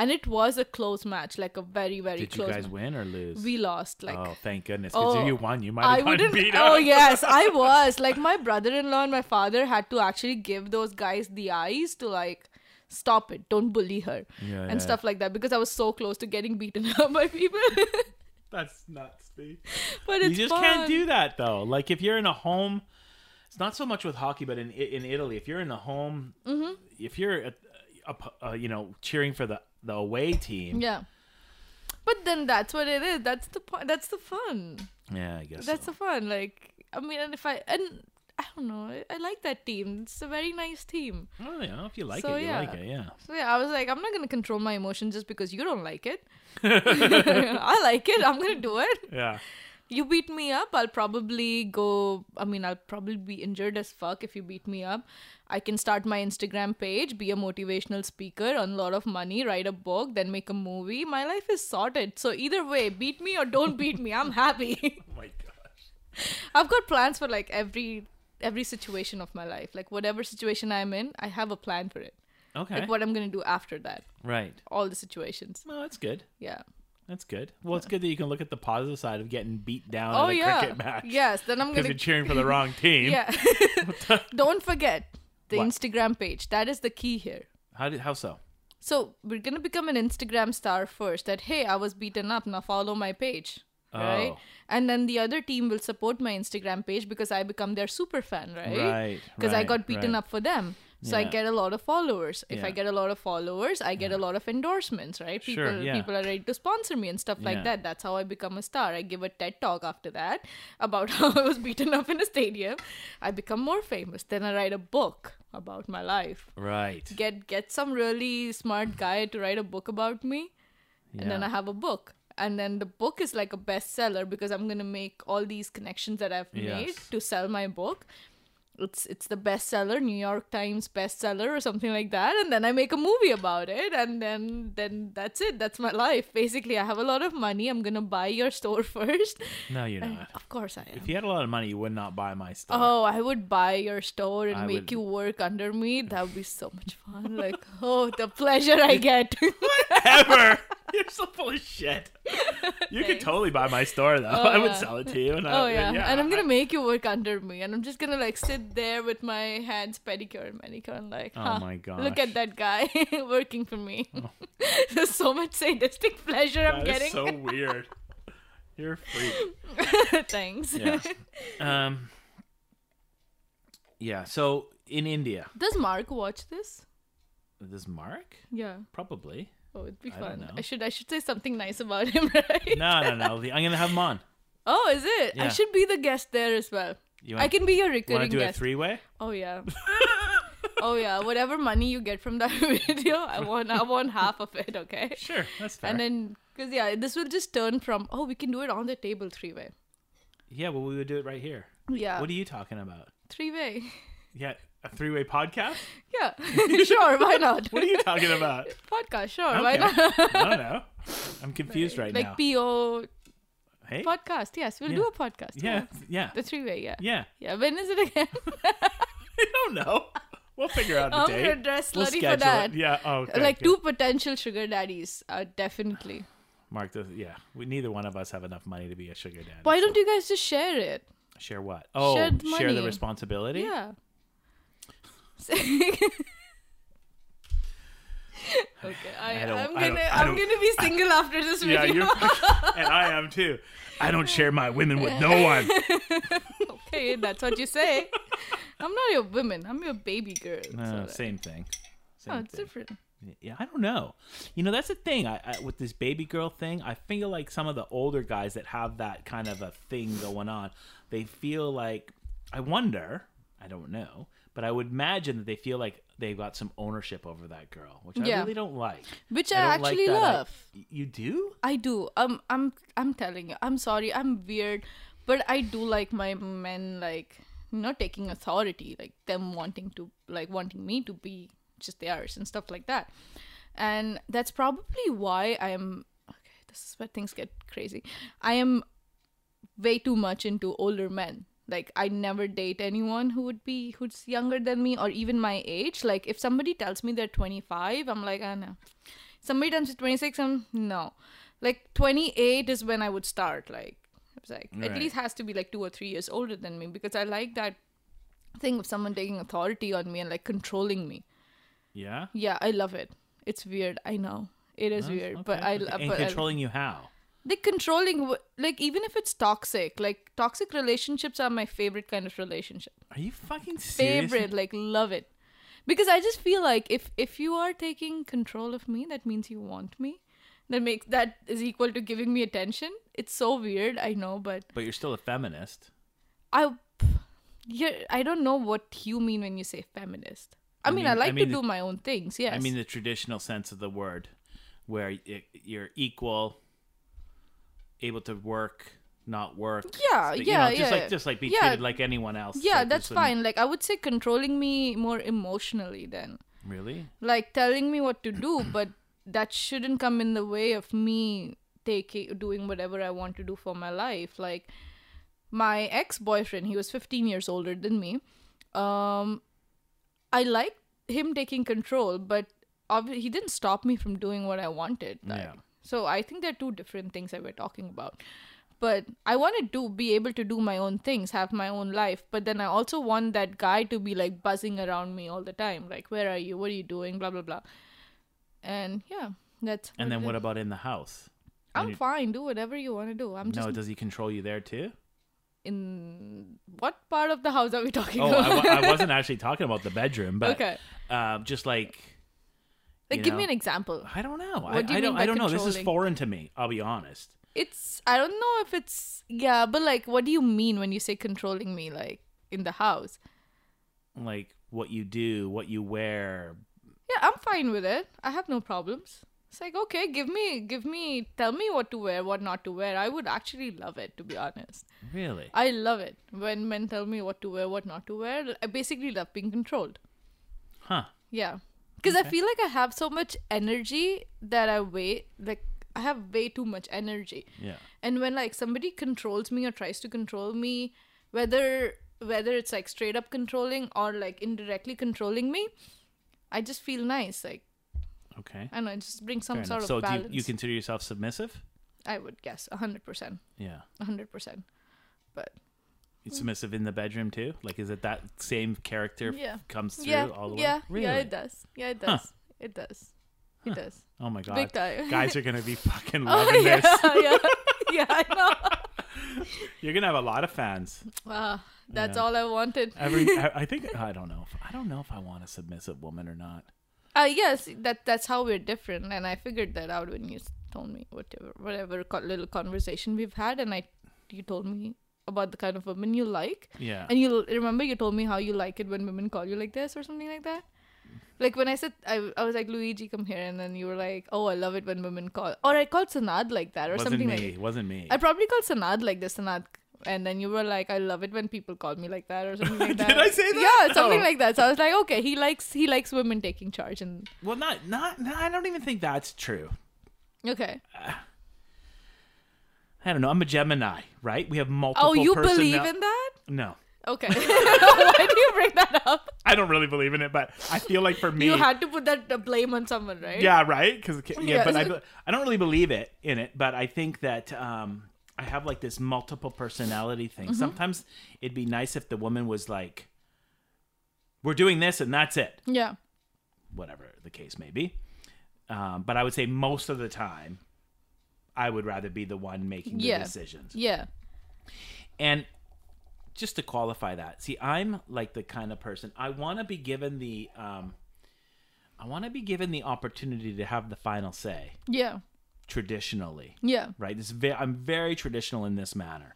S1: and it was a close match like a very very
S2: did you
S1: close
S2: guys
S1: match.
S2: win or lose?
S1: we lost like
S2: oh, thank goodness. Because
S1: Oh,
S2: if you won, you might
S1: I
S2: have gotten
S1: wouldn't.
S2: beat
S1: [laughs]
S2: up. [laughs]
S1: Oh yes, I was like my brother-in-law and my father had to actually give those guys the eyes to like stop it, don't bully her,
S2: Yeah,
S1: and
S2: yeah.
S1: stuff like that because I was so close to getting beaten [laughs] up by people.
S2: That's nuts, dude.
S1: but it's
S2: you just
S1: fun.
S2: can't do that though. Like if you're in a home, it's not so much with hockey, but in in Italy, if you're in a home,
S1: Mm-hmm.
S2: if you're at, uh, uh, you know cheering for the the away team,
S1: Yeah. But then that's what it is. That's the point. That's the fun.
S2: yeah, I guess
S1: That's
S2: so.
S1: the fun. Like I mean, and if I and I don't know, I, I like that team. It's a very nice team.
S2: oh yeah, if you like
S1: So,
S2: it, you
S1: yeah.
S2: like it, yeah.
S1: So yeah, I was like, I'm not gonna control my emotion just because you don't like
S2: [laughs]
S1: it. [laughs] I like it. I'm gonna do it.
S2: Yeah,
S1: You beat me up, I'll probably go. I mean, I'll probably be injured as fuck if you beat me up. I can start my Instagram page, be a motivational speaker, earn a lot of money, write a book, then make a movie. My life is sorted. So, either way, beat me or don't [laughs] beat me. I'm happy. [laughs]
S2: Oh my gosh.
S1: I've got plans for like every every situation of my life. Like whatever situation I'm in, I have a plan for it.
S2: Okay,
S1: Like what I'm gonna do after that.
S2: right.
S1: All the situations.
S2: No, that's good.
S1: Yeah.
S2: That's good. Well, it's good that you can look at the positive side of getting beat down
S1: Oh
S2: in a
S1: yeah.
S2: cricket [laughs] match.
S1: Yes. Then I'm
S2: because
S1: gonna
S2: you're cheering for the wrong team.
S1: Yeah.
S2: [laughs]
S1: [laughs] Don't forget the
S2: What?
S1: Instagram page. That is the key here.
S2: How did, how so?
S1: So we're gonna become an Instagram star first. That hey, I was beaten up. Now follow my page, right?
S2: Oh.
S1: And then the other team will support my Instagram page because I become their super fan, right?
S2: Right,
S1: Because I
S2: right,
S1: got beaten
S2: right.
S1: up for them. So I
S2: Yeah.
S1: get a lot of followers. If I
S2: Yeah.
S1: get a lot of followers, I get a lot of endorsements, right? People
S2: Sure, yeah.
S1: people are ready to sponsor me and stuff like
S2: Yeah.
S1: that. That's how I become a star. I give a TED talk after that about [laughs] how I was beaten up in a stadium. I become more famous. Then I write a book about my life
S2: Right.
S1: get get some really smart guy to write a book about me
S2: Yeah.
S1: and then i have a book and then the book is like a bestseller because i'm going to make all these connections that i've made
S2: Yes.
S1: to sell my book it's it's the bestseller new york times bestseller or something like that and then i make a movie about it and then then that's it that's my life basically i have a lot of money i'm going to buy your store [laughs] first
S2: no, you're
S1: And
S2: not.
S1: of course i am
S2: If you had a lot of money, you would not buy my stuff.
S1: Oh, I would buy your store and
S2: I
S1: make
S2: would-
S1: you work under me. That would be so much
S2: [laughs]
S1: fun. Like, oh, the pleasure I get.
S2: [laughs]
S1: [laughs]
S2: ever. You're so full of shit. You could
S1: Thanks. Oh,
S2: totally buy my store though. I would
S1: yeah.
S2: sell it to you. And I,
S1: oh yeah. and I'm gonna make you work under me, and I'm just gonna like sit there with my hands pedicure and manicure, and like,
S2: Oh
S1: huh,
S2: my
S1: look
S2: gosh. Oh.
S1: at that guy [laughs] working for me. [laughs] There's so much sadistic pleasure I'm
S2: That
S1: getting.
S2: is so [laughs] weird. You're a
S1: [laughs]
S2: freak.
S1: Thanks. [laughs]
S2: Yeah. Um. Yeah. So in India,
S1: Does Mark watch this?
S2: this Mark
S1: Yeah.
S2: probably.
S1: Oh, it'd be
S2: I don't
S1: fun. I,
S2: know.
S1: should I should say something nice about him, [laughs] right?
S2: No, no, no. I'm gonna have him on.
S1: Oh, is it? I
S2: Yeah.
S1: should be the guest there as well.
S2: You
S1: I
S2: wanna-
S1: can be your
S2: Want to
S1: recurring
S2: do a
S1: guest.
S2: three-way?
S1: Oh
S2: [laughs]
S1: yeah. oh yeah. Whatever money you get from that [laughs] video, I want. I want half of it. Okay.
S2: Sure, that's fair.
S1: And then, cause yeah, this will just turn from oh we can do it on the table three way.
S2: yeah, well, we would do it right here.
S1: Yeah. [laughs]
S2: What are you talking about?
S1: three way.
S2: Yeah, a three-way podcast?
S1: [laughs]
S2: [laughs]
S1: Yeah. sure. Why not?
S2: What are
S1: [laughs]
S2: you talking about?
S1: Podcast. Sure. Why
S2: Okay.
S1: not? [laughs]
S2: I don't know. I'm confused right now.
S1: Like PO
S2: hey,
S1: podcast. Yes, we'll
S2: Yeah.
S1: do a podcast.
S2: yeah, yeah,
S1: The three way. Yeah. yeah. [laughs]
S2: yeah.
S1: When is it
S2: [laughs]
S1: again? [laughs]
S2: I don't know. We'll figure out
S1: I'm
S2: a date.
S1: gonna dress
S2: we'll
S1: slutty
S2: schedule
S1: for that.
S2: It. Yeah. Oh, okay,
S1: like
S2: okay.
S1: two potential sugar daddies. Uh,
S2: [sighs]
S1: definitely.
S2: Mark does. Yeah. We neither one of us have enough money to be a sugar daddy.
S1: Why don't you guys just share it?
S2: Share what? Oh,
S1: Share the
S2: share the
S1: money.
S2: responsibility.
S1: [laughs] Yeah. okay, I,
S2: I don't-
S1: I'm
S2: I don't-
S1: gonna
S2: I
S1: I'm
S2: don't-
S1: gonna be single after [laughs] this
S2: [laughs] Yeah,
S1: video.
S2: you're, and I am too. I don't share my women with no one.
S1: [laughs] okay, that's what you say. [laughs] I'm not your woman. I'm your baby girl. It's
S2: No,
S1: all right.
S2: same thing. Same
S1: No, Oh, it's
S2: thing.
S1: different.
S2: Yeah, I don't know. You know, that's the thing I, I, with this baby girl thing. I feel like some of the older guys that have that kind of a thing going on, they feel like I wonder. I don't know, but I would imagine that they feel like they've got some ownership over that girl, which I
S1: Yeah.
S2: really don't like.
S1: Which I
S2: don't like
S1: actually
S2: that I-
S1: love.
S2: you do?
S1: I do. Um, I'm I'm telling you. I'm sorry. I'm weird, but I do like my men like not taking authority, like them wanting to like wanting me to be just theirs and stuff like that. And that's probably why I'm okay. This is where things get crazy. I am way too much into older men. Like I never date anyone who would be who's younger than me or even my age. Like if somebody tells me they're 25, I'm like, ah no. Somebody tells me 26, I'm no. Like 28 is when I would start. Like I was like, at
S2: Right.
S1: least has to be like two or three years older than me because I like that thing of someone taking authority on me and like controlling me.
S2: Yeah.
S1: Yeah, I love it. It's weird. I know it is weird, but I uh,
S2: okay. and
S1: but I,
S2: controlling you how?
S1: like controlling w- like even if it's toxic like toxic relationships are my favorite kind of relationship
S2: Are you fucking serious?
S1: favorite like love it because i just feel like if if you are taking control of me that means you want me that makes that is equal to giving me attention it's so weird i know but
S2: But you're still a feminist.
S1: i yeah i don't know what you mean when you say feminist i,
S2: I
S1: mean,
S2: mean-
S1: i
S2: I
S1: like to
S2: mean the-
S1: do my own things yes
S2: I mean the traditional sense of the word, where it, you're equal, able to work, not work.
S1: Yeah,
S2: you
S1: yeah,
S2: know, just
S1: yeah.
S2: Like, just like be
S1: Yeah.
S2: treated like anyone else.
S1: yeah
S2: Like,
S1: that's
S2: just, um,
S1: fine like i would say controlling me more emotionally then
S2: Really?
S1: like telling me what to do, but that shouldn't come in the way of me taking doing whatever I want to do for my life. Like my ex-boyfriend, he was 15 years older than me. Um I liked him taking control, but obvi- he didn't stop me from doing what I wanted. Like,
S2: Yeah.
S1: So I think they're two different things that we're talking about. But I wanted to be able to do my own things, have my own life. But then I also want that guy to be like buzzing around me all the time, like where are you, what are you doing, blah blah blah. And yeah, that's.
S2: And then
S1: it
S2: what
S1: is.
S2: about in the house?
S1: I'm fine. Do whatever you want to do. I'm just
S2: no, does he control you there
S1: [laughs]
S2: too?
S1: in what part of the house are we talking
S2: Oh,
S1: about?
S2: I, wa-
S1: [laughs]
S2: I wasn't actually talking about the bedroom, but
S1: okay,
S2: um, just like
S1: like
S2: you
S1: give me
S2: know.
S1: an example.
S2: I don't know. I,
S1: What do you
S2: I don't.
S1: mean by
S2: I don't know. This is
S1: controlling?
S2: foreign to me. I'll be honest.
S1: It's I don't know if it's yeah, but like, what do you mean when you say controlling me, like in the house?
S2: Like what you do, what you wear.
S1: yeah i'm fine with it i have no problems it's like okay give me give me tell me what to wear what not to wear i would actually love it to be honest
S2: Really?
S1: i love it when men tell me what to wear what not to wear i basically love being controlled
S2: Huh.
S1: yeah because i feel like i have so much energy that i weigh like i have way too much energy
S2: Yeah.
S1: and when like somebody controls me or tries to control me whether whether it's like straight up controlling or like indirectly controlling me i just feel nice like
S2: Okay.
S1: I don't know, it just brings some
S2: Fair
S1: sort
S2: enough.
S1: of
S2: So do you,
S1: balance.
S2: you consider yourself submissive?
S1: I would guess a hundred percent,
S2: Yeah.
S1: a hundred percent. But Mm.
S2: It's submissive in the bedroom too. Like, is it that same character f-
S1: Yeah.
S2: comes through
S1: yeah,
S2: all the way?
S1: yeah,
S2: really?
S1: yeah, it does. Yeah, it
S2: Huh.
S1: does. It does. It does.
S2: Oh my god,
S1: Big time. [laughs]
S2: guys are gonna be fucking
S1: Oh
S2: loving
S1: yeah,
S2: this.
S1: yeah, [laughs] yeah. I know.
S2: You're gonna have a lot of fans.
S1: Wow, Ah, that's
S2: Yeah.
S1: all I wanted. [laughs]
S2: Every, I I think I don't know. If, I don't know if I want a submissive woman or not.
S1: Uh, yes, that that's how we're different, and I figured that out when you s- told me whatever whatever co- little conversation we've had, and I you told me about the kind of woman you like,
S2: Yeah.
S1: And you remember you told me how you like it when women call you like this or something like that? Like when I said, I, I was like, Luigi, come here. And then you were like, oh, I love it when women call. Or I called Sanad like that or
S2: wasn't
S1: something
S2: me.
S1: like
S2: wasn't me. [laughs]
S1: I probably called Sanad like this, Sanad. And then you were like, I love it when people call me like that or something like
S2: [laughs] Did
S1: that.
S2: I
S1: [laughs]
S2: say that?
S1: Yeah, something
S2: Oh.
S1: like that. So I was like, okay, he likes he likes women taking charge and
S2: well, not, not not. I don't even think that's true.
S1: okay.
S2: I don't know. I'm a Gemini, right? We have multiple.
S1: Oh, you
S2: personnel-
S1: believe in that?
S2: No,
S1: Okay. [laughs] Why do you bring that up?
S2: I don't really believe in it, but I feel like for
S1: [laughs]
S2: me,
S1: You had to put that the blame on someone, right?
S2: yeah, right. Because yeah,
S1: Yeah.
S2: but I, be- I don't really believe it in it, but I think that um, I have like this multiple personality thing.
S1: Mm-hmm.
S2: Sometimes it'd be nice if the woman was like, "We're doing this and that's it,"
S1: Yeah.
S2: whatever the case may be. Um, but I would say most of the time, I would rather be the one making the
S1: Yeah.
S2: decisions.
S1: Yeah.
S2: And just to qualify that, see, I'm like the kind of person I want to be given the um, I want to be given the opportunity to have the final say
S1: Yeah.
S2: traditionally,
S1: Yeah.
S2: right? This is ve- I'm very traditional in this manner.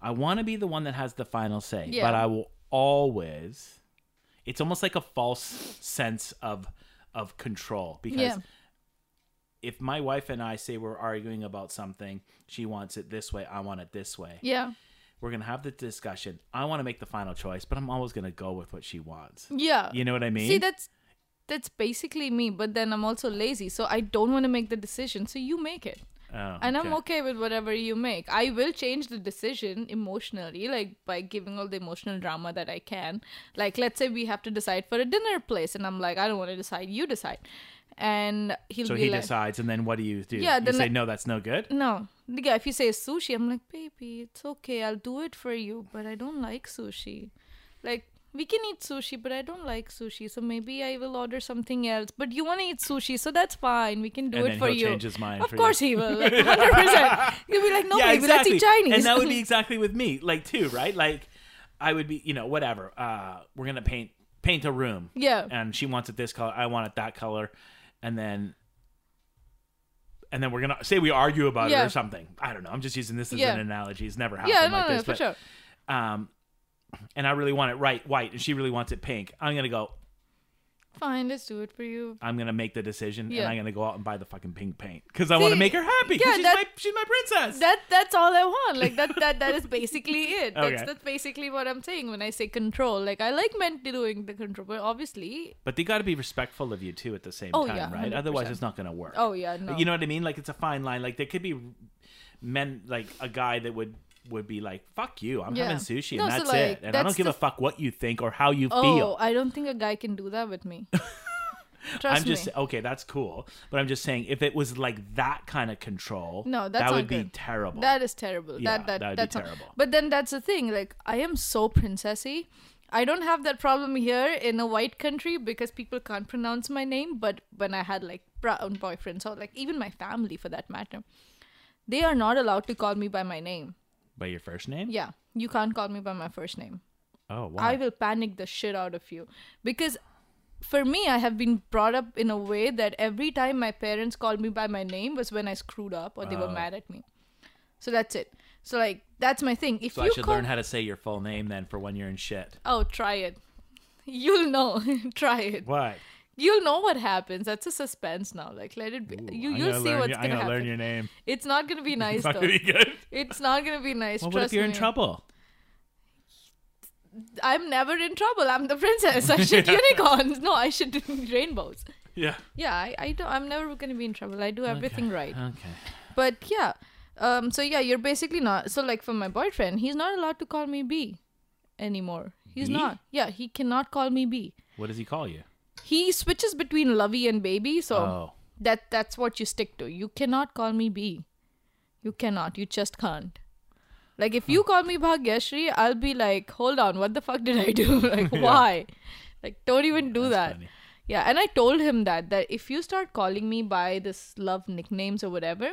S2: I want to be the one that has the final say,
S1: Yeah.
S2: but I will always. It's almost like a false sense of of control because
S1: Yeah.
S2: if my wife and I say we're arguing about something, she wants it this way, I want it this way.
S1: Yeah.
S2: We're going to have the discussion. I want to make the final choice, but I'm always going to go with what she wants.
S1: Yeah.
S2: You know what I mean?
S1: See, that's that's basically me, but then I'm also lazy, so I don't want to make the decision. So you make it.
S2: Oh,
S1: And I'm okay with whatever you make. I will change the decision emotionally, like by giving all the emotional drama that I can. Like, let's say we have to decide for a dinner place, and I'm like, I don't want to decide, you decide. And he'll
S2: So
S1: be
S2: he
S1: like,
S2: decides, and then what do you do?
S1: Yeah,
S2: you
S1: then
S2: say
S1: I-
S2: no, that's no good.
S1: No. Yeah, if you say sushi, I'm like, baby, it's okay. I'll do it for you, but I don't like sushi. Like, we can eat sushi, but I don't like sushi. So maybe I will order something else. But you want to eat sushi, so that's fine. We can do
S2: And
S1: it
S2: then
S1: for
S2: he'll
S1: you.
S2: change his mind
S1: Of
S2: for you.
S1: course he will.
S2: [laughs]
S1: Like, 100%. You'll be like, no, baby, let's eat Chinese.
S2: And that would
S1: [laughs]
S2: be exactly with me, like too, right? Like I would be, you know, whatever. Uh, we're gonna paint paint a room.
S1: Yeah.
S2: And she wants it this color. I want it that color. And then and then we're gonna say we argue about it
S1: Yeah.
S2: or something. I don't know. I'm just using this as
S1: Yeah.
S2: an analogy. It's never happened
S1: yeah, no,
S2: like
S1: no,
S2: this.
S1: for
S2: but,
S1: sure.
S2: Um, and I really want it right white, and she really wants it pink. I'm gonna go.
S1: Fine, let's do it for you.
S2: I'm gonna make the decision,
S1: Yeah.
S2: and I'm gonna go out and buy the fucking pink paint because I want to
S1: See,
S2: make her happy. 'cause
S1: yeah,
S2: she's
S1: that-
S2: my she's my princess.
S1: That that's all I want. Like that that that is
S2: [laughs]
S1: basically it. That's
S2: Okay.
S1: that's basically what I'm saying when I say control. Like I like men doing the control, but obviously
S2: But they got to be respectful of you too at the same
S1: Oh,
S2: time,
S1: yeah,
S2: right?
S1: 100%.
S2: Otherwise, it's not going to work.
S1: Oh yeah, no.
S2: you know what I mean? Like it's a fine line. Like there could be men, like a guy that would would be like, "Fuck you, I'm
S1: Yeah.
S2: having sushi,
S1: No,
S2: and
S1: so,
S2: that's
S1: like,
S2: it, and I don't
S1: that's
S2: give a
S1: the-
S2: fuck what you think or how you
S1: oh,
S2: feel."
S1: I don't think a guy can do that with me.
S2: [laughs]
S1: Trust
S2: I'm just
S1: me.
S2: okay. That's cool, but I'm just saying if it was like that kind of control,
S1: No, that's
S2: that
S1: not
S2: would be
S1: good.
S2: terrible.
S1: That is terrible.
S2: Yeah,
S1: that that
S2: that would be
S1: that's not-
S2: terrible.
S1: But then that's the thing. Like I am so princessy. I don't have that problem here in a white country because people can't pronounce my name. But when I had like brown boyfriends or like even my family for that matter, they are not allowed to call me by my name.
S2: By your first name?
S1: Yeah, you can't call me by my first name.
S2: Oh, wow.
S1: I will panic the shit out of you because for me I have been brought up in a way that every time my parents called me by my name was when I screwed up or they
S2: Uh.
S1: were mad at me. So that's it. So like that's my thing. If
S2: so I
S1: you
S2: should
S1: call
S2: learn how to say your full name then for when you're in shit.
S1: Oh, try it. [laughs] You'll know. [laughs] try it.
S2: What?
S1: You'll know what happens. That's a suspense now. Like let it be. you you'll see what's going to happen.
S2: name.
S1: It's not going to
S2: [laughs]
S1: be nice
S2: It's not
S1: though.
S2: gonna be good.
S1: It's not going to be nice.
S2: Well, what
S1: Trust
S2: if you're
S1: me.
S2: in trouble?
S1: I'm never in trouble. I'm the [laughs] princess.
S2: [laughs]
S1: I shoot unicorns. No, I shoot [laughs] rainbows.
S2: Yeah.
S1: Yeah, I, I don't, I'm never going to be in trouble. I do everything right.
S2: Okay.
S1: But yeah, um, so yeah, you're basically not. So like for my boyfriend, he's not allowed to call me B anymore. He's
S2: B?
S1: not. Yeah, he cannot call me B.
S2: What does he call you?
S1: He switches between lovey and baby, so
S2: Oh.
S1: that that's what you stick to. You cannot call me B. You cannot. You just can't. Like if you call me Bhagyashri, I'll be like, hold on, what the fuck did I do? [laughs] like why? Like don't even do that.
S2: funny.
S1: Yeah, and I told him that that if you start calling me by this love nicknames or whatever,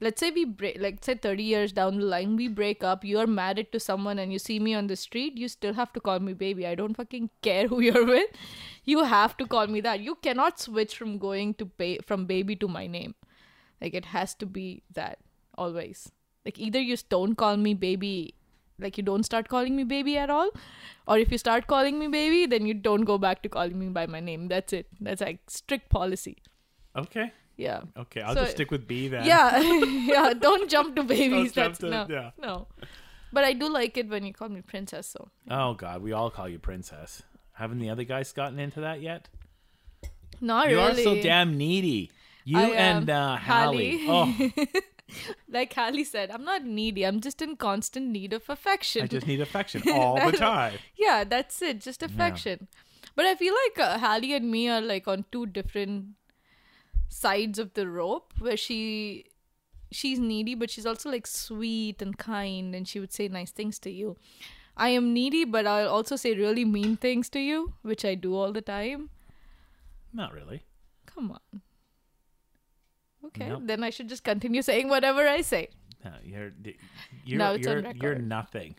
S1: let's say we break, like say thirty years down the line we break up, you're married to someone and you see me on the street, you still have to call me baby. I don't fucking care who [laughs] you're with. You have to call me that. You cannot switch from going to pay from baby to my name. Like it has to be that always. Like either you just don't call me baby, like you don't start calling me baby at all, or if you start calling me baby, then you don't go back to calling me by my name. That's it. That's like strict policy.
S2: Okay.
S1: Yeah.
S2: Okay. I'll
S1: So-
S2: just stick with B then.
S1: Yeah. [laughs] yeah. Don't jump to babies. That's
S2: jump to-
S1: no.
S2: yeah.
S1: No. But I do like it when you call me princess. So
S2: Oh God, we all call you princess. Haven't the other guys gotten into that yet?
S1: not
S2: You are
S1: really.
S2: so damn needy. You
S1: I am
S2: and uh,
S1: [laughs]
S2: Hallie. Oh,
S1: like Hallie said, I'm not needy. I'm just in constant need of affection.
S2: I just need affection all
S1: [laughs]
S2: the time.
S1: yeah, that's it. Just affection. But I feel like uh, Hallie and me are like on two different sides of the rope where she she's needy but she's also like sweet and kind and she would say nice things to you. I am needy but I'll also say really mean things to you, which I do all the time.
S2: Not really.
S1: Come on. Okay,
S2: Nope.
S1: then I should just continue saying whatever I say.
S2: No, you're you're
S1: No, it's on
S2: you're, you're
S1: record.
S2: nothing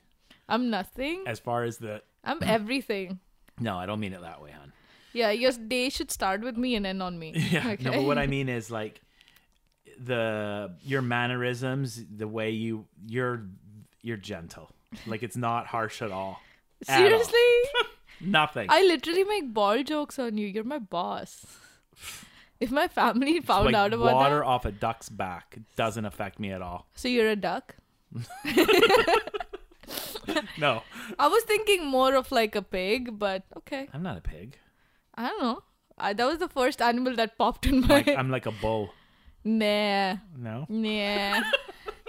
S1: I'm nothing.
S2: as far as the. [clears throat]
S1: I'm everything.
S2: No, I don't mean it that way, hon.
S1: Yeah, I guess they should start with me and end on me.
S2: Yeah.
S1: [laughs] Okay.
S2: No, but what I mean is like the your mannerisms, the way you you're you're gentle. Like it's not harsh at all. At all.
S1: Seriously?
S2: Nothing.
S1: I literally make ball jokes on you. You're my boss. If my family found
S2: like
S1: out about
S2: water
S1: that,
S2: off a duck's back doesn't affect me at all.
S1: so you're a duck.
S2: No.
S1: I was thinking more of like a pig, but okay.
S2: I'm not
S1: [laughs]
S2: a pig.
S1: I don't know. I, that was the first animal that popped in my. [laughs]
S2: Like I'm like a bull.
S1: nah,
S2: No?
S1: nah,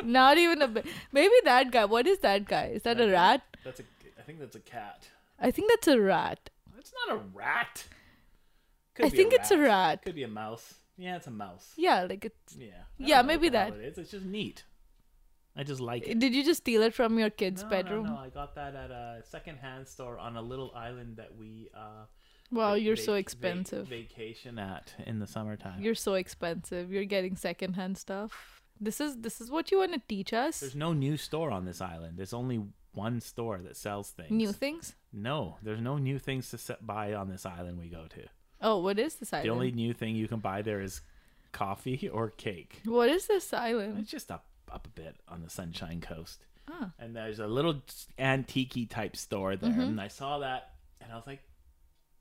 S1: not even a bit. Maybe that guy. What is that guy? Is that a rat?
S2: That's a I think that's a cat.
S1: I think that's a rat.
S2: That's not a rat.
S1: I think it's a rat.
S2: Could be a mouse. Yeah, it's a mouse.
S1: Yeah, like it's.
S2: Yeah.
S1: don't Yeah, know maybe what the hell that.
S2: It is. It's just neat. I just like
S1: Did you just steal it from your kid's bedroom?
S2: I got that at a secondhand store on a little island that we. Uh,
S1: Wow,
S2: vac-
S1: Oh, you're so
S2: vac- vac-
S1: expensive.
S2: vacation at in the summertime.
S1: You're so expensive. You're getting secondhand stuff. This is this is what you want to teach us.
S2: there's no new store on this island. There's only one store that sells things.
S1: New things.
S2: no, there's no new things to se- buy on this island we go to.
S1: Oh, what is this
S2: The
S1: island?
S2: only new thing you can buy there is coffee or cake.
S1: What is this island?
S2: It's just up up a bit on the Sunshine Coast.
S1: Ah.
S2: And there's a little antique type store
S1: Mm-hmm.
S2: there, and I saw that, and I was like,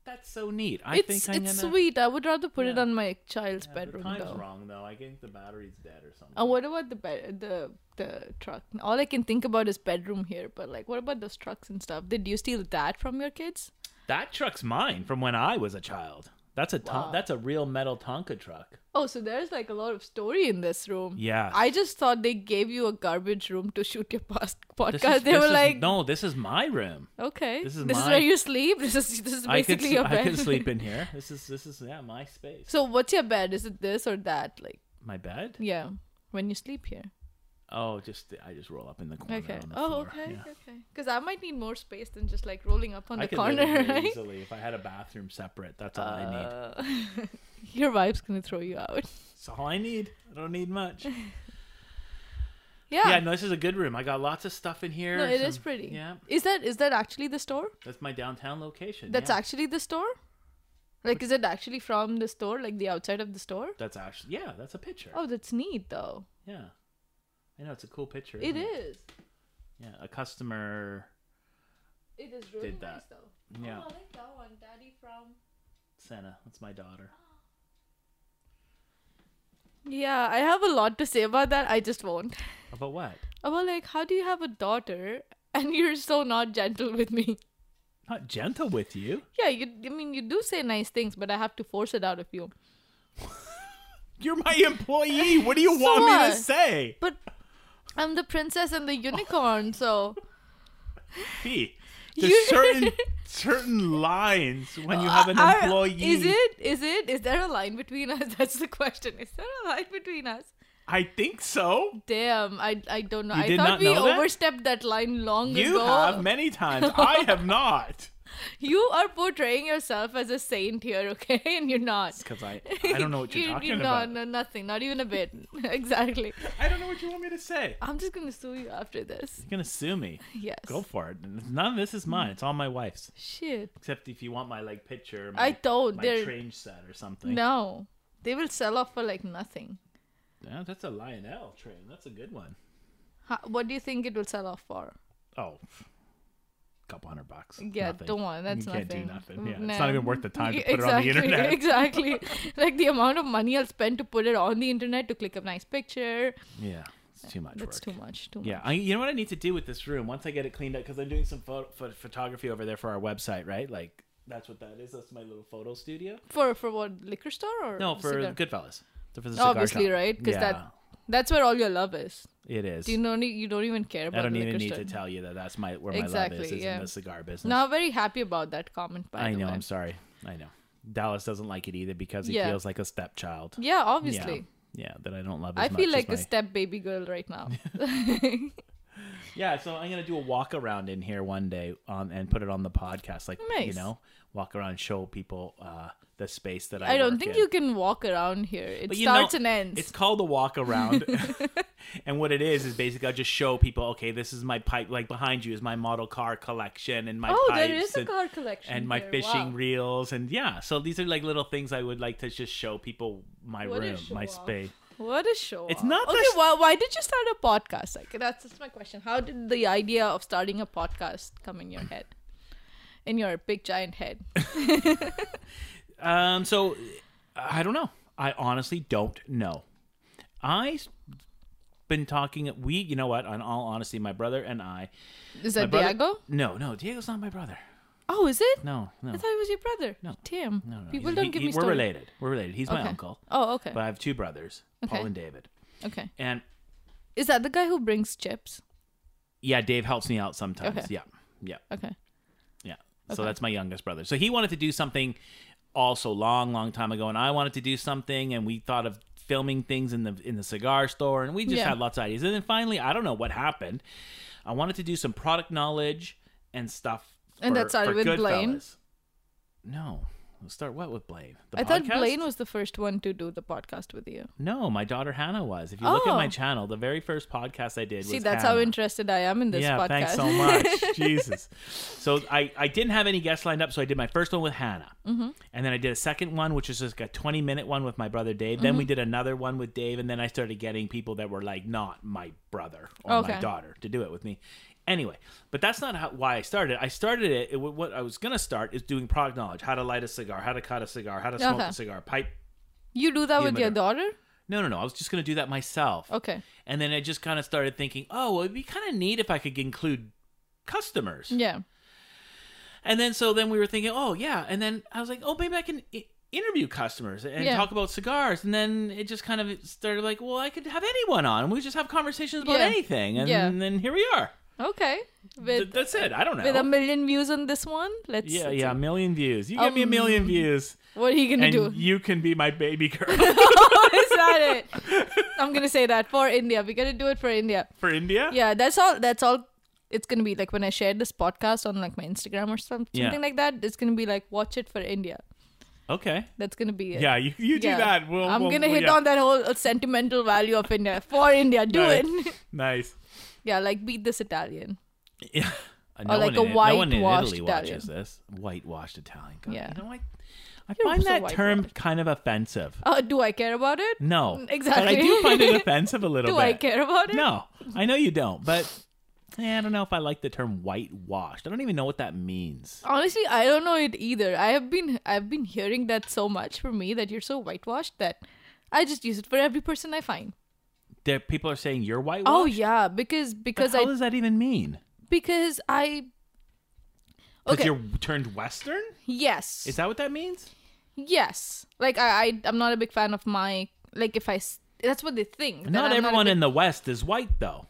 S2: "That's so neat." I
S1: it's
S2: think
S1: it's
S2: I'm gonna.
S1: sweet. I would rather put it
S2: Yeah.
S1: on my child's
S2: Yeah,
S1: bedroom
S2: the time's
S1: though.
S2: wrong though. I think the battery's dead or something.
S1: Oh, what about the bed, the the truck? All I can think about is bedroom here. But like, what about those trucks and stuff? Did you steal that from your kids?
S2: That truck's mine from when I was a child. That's a ton-
S1: Wow.
S2: that's a real metal Tonka truck.
S1: Oh, so there's like a lot of story in this room.
S2: Yeah.
S1: I just thought they gave you a garbage room to shoot your past
S2: This
S1: podcast.
S2: is-
S1: they
S2: this
S1: were
S2: is-
S1: like,
S2: "No, this is my room.
S1: Okay.
S2: This
S1: This
S2: is
S1: is,
S2: my-
S1: where you sleep. [laughs] This is this is
S2: I could,
S1: basically
S2: s-
S1: a bed.
S2: I could
S1: [laughs]
S2: sleep in here. This is this is yeah my space.
S1: So what's your bed? Is it this or that? Like
S2: My bed.
S1: yeah, when you sleep here.
S2: Oh, just I just roll up in the corner.
S1: Okay.
S2: on the
S1: Oh,
S2: floor.
S1: okay.
S2: Yeah.
S1: Okay. Because I might need more space than just like rolling up on
S2: I
S1: the
S2: could
S1: corner, [laughs]
S2: live in here
S1: right?
S2: easily if I had a bathroom separate. That's all I
S1: Uh,
S2: need.
S1: [laughs] your vibe's gonna throw you out. [laughs]
S2: That's all I need. I don't need much.
S1: Yeah.
S2: Yeah, no, this is a good room. I got lots of stuff in here.
S1: no, it is
S2: some-
S1: pretty.
S2: Yeah,
S1: Is that is that actually the store?
S2: that's my downtown location.
S1: That's
S2: yeah.
S1: actually the store. Like, is it actually from the store? Like the outside of the store?
S2: that's actually yeah, that's a picture.
S1: Oh, that's neat though.
S2: Yeah, I know it's a cool picture.
S1: It
S2: isn't
S1: is.
S2: Yeah, a customer.
S1: It is really nice
S2: Did that.
S1: though.
S2: Yeah,
S1: Oh, I like that one, Daddy from.
S2: Santa. That's my daughter.
S1: Yeah, I have a lot to say about that. I just won't.
S2: About what?
S1: About like, how do you have a daughter and [laughs] you're so not gentle with me? [laughs]
S2: Not gentle with you.
S1: Yeah, you. I mean, you do say nice things, but I have to force it out of you.
S2: You're my employee. What do you
S1: So
S2: want me
S1: what?
S2: to say?
S1: But I'm the princess and the unicorn, so
S2: B. There's
S1: You-
S2: certain certain lines when you have [laughs]
S1: [laughs]
S2: an
S1: I-
S2: employee.
S1: is it? Is it? Is there a line between us? [laughs] That's the question. Is there a line between us?
S2: I think so.
S1: Damn, I I don't know.
S2: You
S1: I
S2: did
S1: thought
S2: not
S1: we
S2: know that?
S1: overstepped that line long
S2: You
S1: ago.
S2: have
S1: [laughs]
S2: many times. I have not.
S1: You are portraying yourself as a saint here, [laughs] okay? And you're not.
S2: Because I,
S1: [laughs]
S2: I don't know what you're
S1: You-
S2: talking
S1: you- no,
S2: about.
S1: No, nothing. Not even a bit. [laughs] exactly.
S2: I don't know what you want me to say.
S1: I'm just gonna sue you after this. [laughs]
S2: You're gonna sue me.
S1: Yes.
S2: Go for it. None of this is mine. It's all my wife's.
S1: Shit.
S2: Except if you want my like picture, my,
S1: I told
S2: my
S1: they're
S2: train set or something.
S1: Oh, no. They will sell off for like nothing.
S2: Yeah, that's a Lionel train. That's a good one.
S1: How, what do you think it will sell off for?
S2: Oh, pff, couple hundred bucks.
S1: Yeah,
S2: Nothing.
S1: don't want. That's
S2: you
S1: nothing.
S2: can't do nothing.
S1: Mm,
S2: Yeah, it's not
S1: nah.
S2: even worth the time
S1: [laughs]
S2: to
S1: Yeah, E,
S2: put
S1: exactly,
S2: it on the internet.
S1: [laughs] Exactly.
S2: [laughs]
S1: like the amount of money I'll spend to put it on the internet to click a nice picture.
S2: Yeah, it's too much
S1: That's
S2: work.
S1: too much. Too
S2: Yeah,
S1: much.
S2: I, you know what I need to do with this room once I get it cleaned up because I'm doing some photo, pho- photography over there for our website, right? Like that's what that is. That's my little photo studio.
S1: For for what liquor store or
S2: No, for
S1: cigar?
S2: Goodfellas. For the cigar
S1: obviously
S2: shop.
S1: right because
S2: yeah,
S1: that that's where all your love is.
S2: it is.
S1: Do you know you don't even care about
S2: I don't
S1: the
S2: even
S1: liquor
S2: need
S1: store.
S2: to tell you that that's my where my love
S1: Exactly,
S2: is is
S1: yeah.
S2: in the cigar business.
S1: Not very happy about that comment. By
S2: I
S1: the
S2: know.
S1: way.
S2: I'm sorry. I know. Dallas doesn't like it either because he
S1: Yeah.
S2: feels like a stepchild.
S1: yeah, obviously.
S2: Yeah, yeah, that I don't love. As
S1: I
S2: much
S1: feel
S2: as
S1: like
S2: my...
S1: a step baby girl right now.
S2: Yeah, so I'm gonna do a walk around in here one day um, and put it on the podcast, like you
S1: Nice.
S2: know, walk around, show people uh, the space that [laughs] I.
S1: I don't
S2: work
S1: think
S2: in.
S1: you can walk around here. It
S2: But you
S1: starts
S2: know,
S1: and ends.
S2: It's called a
S1: [laughs]
S2: walk around. [laughs] and what it is is basically I'll just show people, okay, this is my pipe like behind you is my model car collection and my
S1: oh,
S2: pipes
S1: there is a
S2: and,
S1: car collection.
S2: and my
S1: here.
S2: fishing
S1: Wow.
S2: reels and yeah. So these are like little things I would like to just show people my
S1: What a
S2: room, my
S1: show-off.
S2: space.
S1: What a show!
S2: It's
S1: off.
S2: not
S1: okay.
S2: this-
S1: Why, why did you start a podcast? Like that's just my question. How did the idea of starting a podcast come in your
S2: [laughs]
S1: head, in your big giant head?
S2: Um so I don't know. I honestly don't know. I've been talking we you know what, in all honesty, my brother and I
S1: Is
S2: my
S1: that
S2: brother-
S1: Diego?
S2: No, no, Diego's not my brother.
S1: Oh, is it?
S2: No, no.
S1: I thought it was your brother.
S2: No.
S1: Tim.
S2: No, no,
S1: People
S2: he's-
S1: don't
S2: he-
S1: give
S2: he-
S1: me.
S2: We're
S1: story-
S2: related. We're related. He's
S1: Okay.
S2: my uncle,
S1: Oh, okay.
S2: but I have two brothers,
S1: Okay.
S2: Paul and David.
S1: okay.
S2: And
S1: Is that the guy who brings chips?
S2: yeah, Dave helps me out sometimes.
S1: Okay.
S2: Yeah, yeah,
S1: Okay.
S2: yeah. So that's my youngest brother. So he wanted to do something also long, long time ago, and I wanted to do something, and we thought of filming things in the in the cigar store, and we just
S1: Yeah.
S2: had lots of ideas. And then finally, I don't know what happened. I wanted to do some product knowledge and stuff.
S1: And
S2: for-
S1: that started
S2: for
S1: with Blaine?
S2: Goodfellas. No, Let's start what with Blaine? The
S1: I thought
S2: podcast?
S1: Blaine was the first one to do the podcast with you.
S2: No, my daughter Hannah was. If you look at
S1: Oh.
S2: my channel, the very first podcast I did
S1: See,
S2: was
S1: that's how
S2: Hannah.
S1: interested I am in this
S2: yeah,
S1: podcast. [laughs]
S2: thanks so much. Jesus. So I, I didn't have any guests lined up, so I did my first one with Hannah. Mm-hmm. And then I did a second one, which was just like a 20 minute one with my brother Dave. Then
S1: Mm-hmm.
S2: we did another one with Dave, and then I started getting people that were like not my brother or my
S1: Okay.
S2: daughter to do it with me. Anyway, but that's not how, why I started. I started it, it. What I was going to start is doing product knowledge how to light a cigar, how to cut a cigar, how to smoke
S1: Okay.
S2: a cigar, pipe.
S1: you do that with your
S2: Humidor.
S1: daughter?
S2: No, no, no. I was just going to do that myself.
S1: Okay.
S2: And then I just kind of started thinking, oh, well, it'd be kind of neat if I could include customers.
S1: Yeah.
S2: And then so then we were thinking, oh, yeah. And then I was like, oh, maybe I can I- interview customers and
S1: Yeah.
S2: talk about cigars. And then it just kind of started like, well, I could have anyone on and we just have conversations about
S1: Yeah.
S2: anything. And
S1: Yeah.
S2: then here we are.
S1: Okay.
S2: Th-
S1: With
S2: That's it. I don't know.
S1: with a million views on this one, let's.
S2: oh. yeah,
S1: let's
S2: yeah, a
S1: see.
S2: million views. You give me a
S1: Um,
S2: million views,
S1: What are you gonna
S2: and
S1: do? [laughs]
S2: you can be my baby girl [laughs]
S1: oh, is that it? I'm gonna say that for India. We're gonna do it for India.
S2: for India.
S1: Yeah, that's all. That's all. It's gonna be like when I share this podcast on like my Instagram or some,
S2: Yeah.
S1: something like that. It's gonna be like watch it for India.
S2: Okay.
S1: That's gonna be it.
S2: Yeah, you, you
S1: [laughs]
S2: do
S1: Yeah.
S2: that. We'll,
S1: I'm
S2: we'll-
S1: gonna
S2: we'll-
S1: hit
S2: yeah.
S1: on that whole uh, sentimental value of India for India. Do
S2: Right.
S1: it. [laughs]
S2: Nice.
S1: yeah, like beat this Italian.
S2: Yeah.
S1: Or like
S2: one
S1: a
S2: in, no one in
S1: whitewashed
S2: Italy
S1: Italian.
S2: watches this. Whitewashed Italian. God,
S1: Yeah.
S2: You know, I, I
S1: You're
S2: find
S1: so
S2: that term kind of offensive.
S1: Oh, do I care about it?
S2: No. But I
S1: Mm, Exactly. [laughs]
S2: do find it offensive a little
S1: Do
S2: bit.
S1: I care about it?
S2: No. I know you don't, but eh, I don't know if I like the term whitewashed. I don't even know what that means.
S1: Honestly, I don't know it either. I have been I've been hearing that so much from me that you're so whitewashed that I just use it for every person I find.
S2: There, people are saying you're whitewashed.
S1: Oh yeah, because
S2: What
S1: because
S2: the
S1: I
S2: hell does that even mean?
S1: because I
S2: Because
S1: Okay.
S2: you're turned Western?
S1: yes.
S2: Is that what that means?
S1: yes. Like I, I I'm not a big fan of my like if I s- that's what they think. that
S2: Not
S1: I'm a
S2: everyone
S1: big-
S2: in the West is white, though.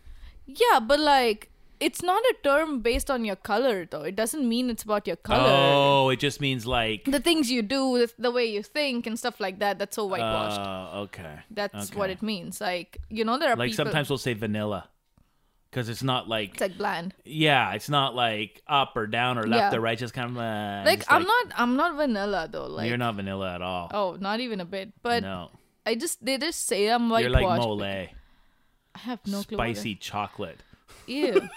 S1: Yeah, but like it's not a term based on your color though. It doesn't mean it's about your color.
S2: Oh, it just means like.
S1: The things you do, the- the way you think and stuff like that, that's so whitewashed.
S2: Oh, okay.
S1: That's
S2: okay.
S1: what it means. Like you know, there are
S2: like
S1: people,
S2: sometimes we'll say vanilla because it's not like
S1: it's like bland.
S2: yeah it's not like up or down or left
S1: Yeah.
S2: or right just kind of uh,
S1: Like
S2: just
S1: I'm not, I'm not vanilla though. Like
S2: you're not vanilla at all
S1: oh, not even a bit. But
S2: no
S1: I just they just say I'm
S2: you're like
S1: whitewashed.
S2: mole
S1: I have no clue. what it-
S2: spicy chocolate
S1: Ew.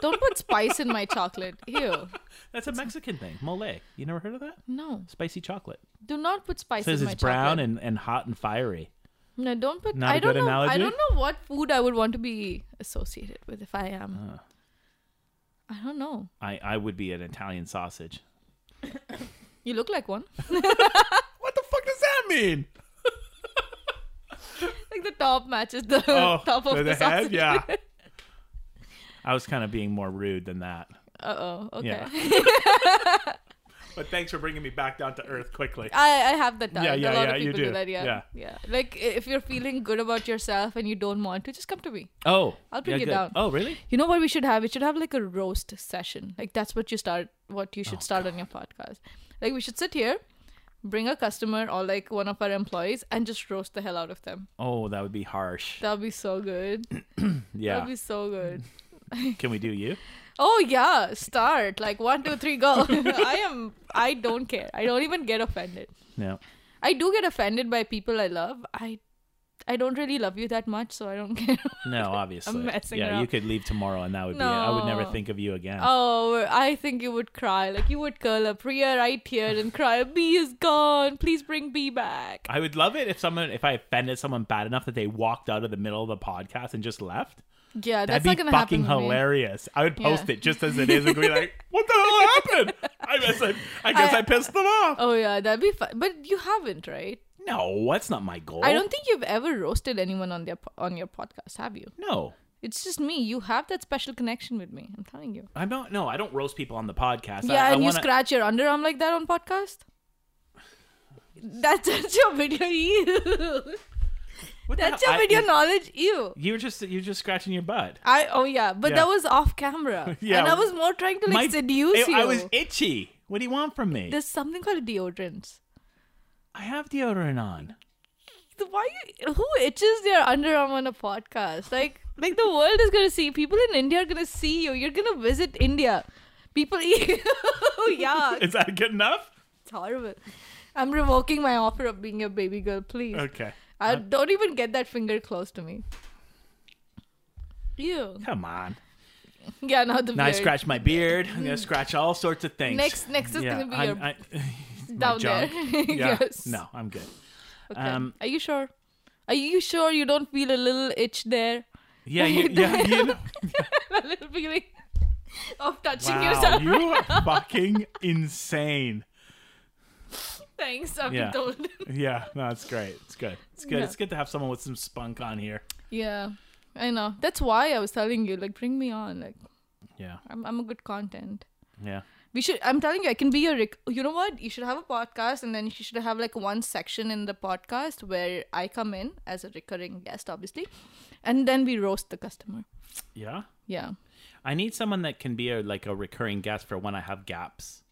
S1: Don't put spice in my chocolate. Ew.
S2: that's a mexican thing mole you never heard of that
S1: No.
S2: spicy chocolate
S1: Do not put spice
S2: says
S1: in my
S2: it's brown
S1: chocolate.
S2: and, and hot and fiery
S1: no, don't put.
S2: Not a
S1: I don't
S2: good
S1: know. I
S2: analogy?
S1: don't know what food I would want to be associated with if I am.
S2: Ah.
S1: I don't know.
S2: I, I would be an italian sausage
S1: You look like one. [laughs]
S2: what the fuck does that mean
S1: like the top matches [laughs] the [laughs] top of the, sausage.
S2: Oh, yeah [laughs] i was kind of being more rude than that
S1: Uh oh. Okay.
S2: Yeah. but thanks for bringing me back down to earth quickly
S1: I, [laughs] I have that talent. a
S2: yeah,
S1: lot
S2: yeah,
S1: of
S2: you
S1: people
S2: do.
S1: that. Yeah.
S2: Yeah.
S1: yeah, Like i- if you're feeling good about yourself and you don't want to, just come to me.
S2: Oh,
S1: I'll bring
S2: yeah,
S1: it
S2: good.
S1: down.
S2: Oh, really?
S1: You know what we should have? We should have like a roast session. Like that's what you start. What you
S2: Oh,
S1: should start on your podcast. Like we should sit here, bring a customer or like one of our employees, and just roast the hell out of them.
S2: Oh, that would be harsh.
S1: That'll be so good.
S2: yeah.
S1: That'll be so good.
S2: Can we do you?
S1: Oh
S2: [laughs]
S1: yeah, start like one, two, three, go. I am. I don't care. I don't even get offended.
S2: No.
S1: I do get offended by people I love. I I don't really love you that much, so I don't [laughs] care.
S2: No, obviously.
S1: messing
S2: yeah, you
S1: around.
S2: could leave tomorrow and that would be it. I would never
S1: No.
S2: think of you again.
S1: oh, I think you would cry. Like you would curl up Priya right here and cry, B is gone. Please bring B back.
S2: I would love it if someone if I offended someone bad enough that they walked out of the middle of the podcast and just left.
S1: Yeah,
S2: That'd
S1: that's not
S2: be
S1: gonna
S2: fucking
S1: happen. to me.
S2: hilarious. I would post
S1: Yeah.
S2: it just as it is and be
S1: [laughs]
S2: like, "What the hell happened? I guess I, I guess I,
S1: I-
S2: pissed them off."
S1: Oh yeah, that'd be fun. But you haven't, right?
S2: No, that's not my goal.
S1: I don't think you've ever roasted anyone on their po- on your podcast, have you?
S2: No,
S1: It's just me. You have that special connection with me. I'm telling you.
S2: I'm not. No, I don't roast people on the podcast.
S1: yeah,
S2: I, I
S1: and you
S2: wanna-
S1: scratch your underarm like that on podcast. That's, that's your video. [laughs] Ew.
S2: What the
S1: That's
S2: hell?
S1: your
S2: I-
S1: video
S2: you-
S1: knowledge. Ew.
S2: You were just you're just scratching your butt.
S1: I oh yeah, but
S2: Yeah.
S1: that was off camera.
S2: [laughs] Yeah.
S1: and I was more trying to like
S2: My-
S1: seduce
S2: I-
S1: you.
S2: I was itchy. What do you want from me?
S1: There's something called deodorants.
S2: I have deodorant on.
S1: So Why you- who itches their underarm on a podcast? [laughs] Like like the world is gonna see people in India are gonna see you. You're gonna visit India. People, [laughs] oh yeah,
S2: Is that good enough?
S1: it's horrible. I'm revoking my offer of being your baby girl. Please,
S2: Okay.
S1: I don't even get that finger close to me. Ew.
S2: Come on.
S1: Yeah, not the
S2: Now I
S1: beard.
S2: scratch my beard. I'm gonna scratch all sorts of things.
S1: Next- next is gonna be
S2: I'm-
S1: your-
S2: I- [laughs] my
S1: [laughs] down there.
S2: junk. Yeah.
S1: Yes.
S2: No, I'm good.
S1: Okay.
S2: Um,
S1: Are you sure? Are you sure you don't feel a little itch there? [laughs]
S2: Yeah, you, yeah, you know.
S1: a little feeling of touching
S2: Wow,
S1: yourself.
S2: you are fucking insane.
S1: Thanks, I've
S2: Yeah.
S1: been told.
S2: Yeah, no, it's great. It's good. It's good.
S1: Yeah.
S2: It's good to have someone with some spunk on here.
S1: [laughs] yeah, I know. That's why I was telling you, like, bring me on. Like,
S2: Yeah,
S1: I'm, I'm a good content.
S2: yeah.
S1: We should. I'm telling you, I can be your. Rick- you know what? You should have a podcast, and then you should have like one section in the podcast where I come in as a recurring guest, obviously, and then we roast the customer.
S2: Yeah.
S1: Yeah.
S2: I need someone that can be a, like a recurring guest for when I have gaps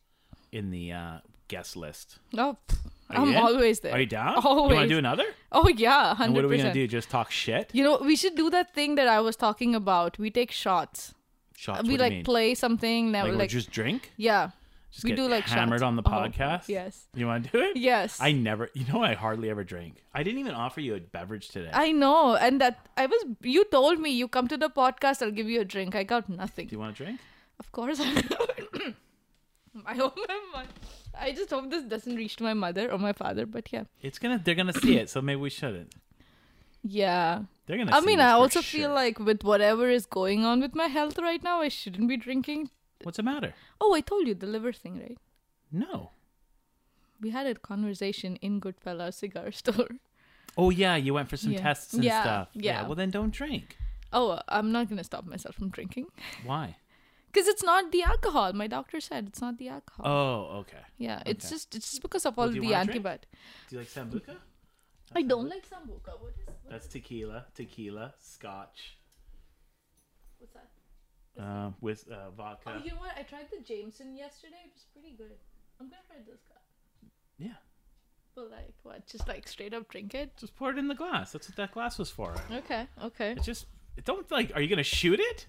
S2: in the uh, guest list.
S1: Oh, pff,
S2: Are you
S1: I'm
S2: in?
S1: always there.
S2: Are you down? You want
S1: Always.
S2: to do another?
S1: oh yeah, hundred percent.
S2: And what are we gonna do? Just talk shit?
S1: You know, we should do that thing that I was talking about. We take shots.
S2: Shots.
S1: we
S2: what do you
S1: like
S2: mean?
S1: play something. Now,
S2: Like,
S1: like,
S2: we'll just drink.
S1: yeah,
S2: Just
S1: we
S2: get
S1: do like
S2: hammered
S1: shots.
S2: on the
S1: Oh,
S2: podcast.
S1: yes.
S2: You want to do it?
S1: yes.
S2: I never. You know, I hardly ever drink. I didn't even offer you a beverage today.
S1: I know, and that I was. You told me you come to the podcast, I'll give you a drink. I got nothing.
S2: do you want to drink?
S1: Of course, [laughs] I. I hope my mom, I just hope this doesn't reach to my mother or my father. But yeah,
S2: It's gonna. They're gonna see it, so maybe we shouldn't.
S1: yeah.
S2: They're gonna.
S1: I
S2: see
S1: mean,
S2: this
S1: I
S2: for
S1: also
S2: sure.
S1: feel like with whatever is going on with my health right now, I shouldn't be drinking.
S2: What's the matter?
S1: Oh, I told you the liver thing, right?
S2: No.
S1: We had a conversation in Goodfellas cigar [laughs] store.
S2: Oh yeah, you went for some
S1: Yeah.
S2: tests and
S1: Yeah,
S2: stuff.
S1: yeah.
S2: Well, then don't drink.
S1: Oh, I'm not gonna stop myself from drinking
S2: Why?
S1: because it's not the alcohol. My doctor said it's not the alcohol.
S2: Oh, okay.
S1: yeah, it's
S2: okay.
S1: just it's just because of
S2: Well,
S1: all
S2: do you
S1: the
S2: wanna drink?
S1: antibiotic.
S2: Do you like sambuca?
S1: I don't like sambuca. What is what,
S2: That's tequila, tequila, scotch,
S1: what's that?
S2: uh, with uh,
S1: Oh,
S2: vodka.
S1: you know what? I tried the Jameson yesterday. It was pretty good. I'm gonna try this guy.
S2: Yeah.
S1: But like, what? Just like straight up drink it?
S2: Just pour it in the glass. That's what that glass was for.
S1: Okay, okay.
S2: It's just. Don't like. Are you gonna shoot it?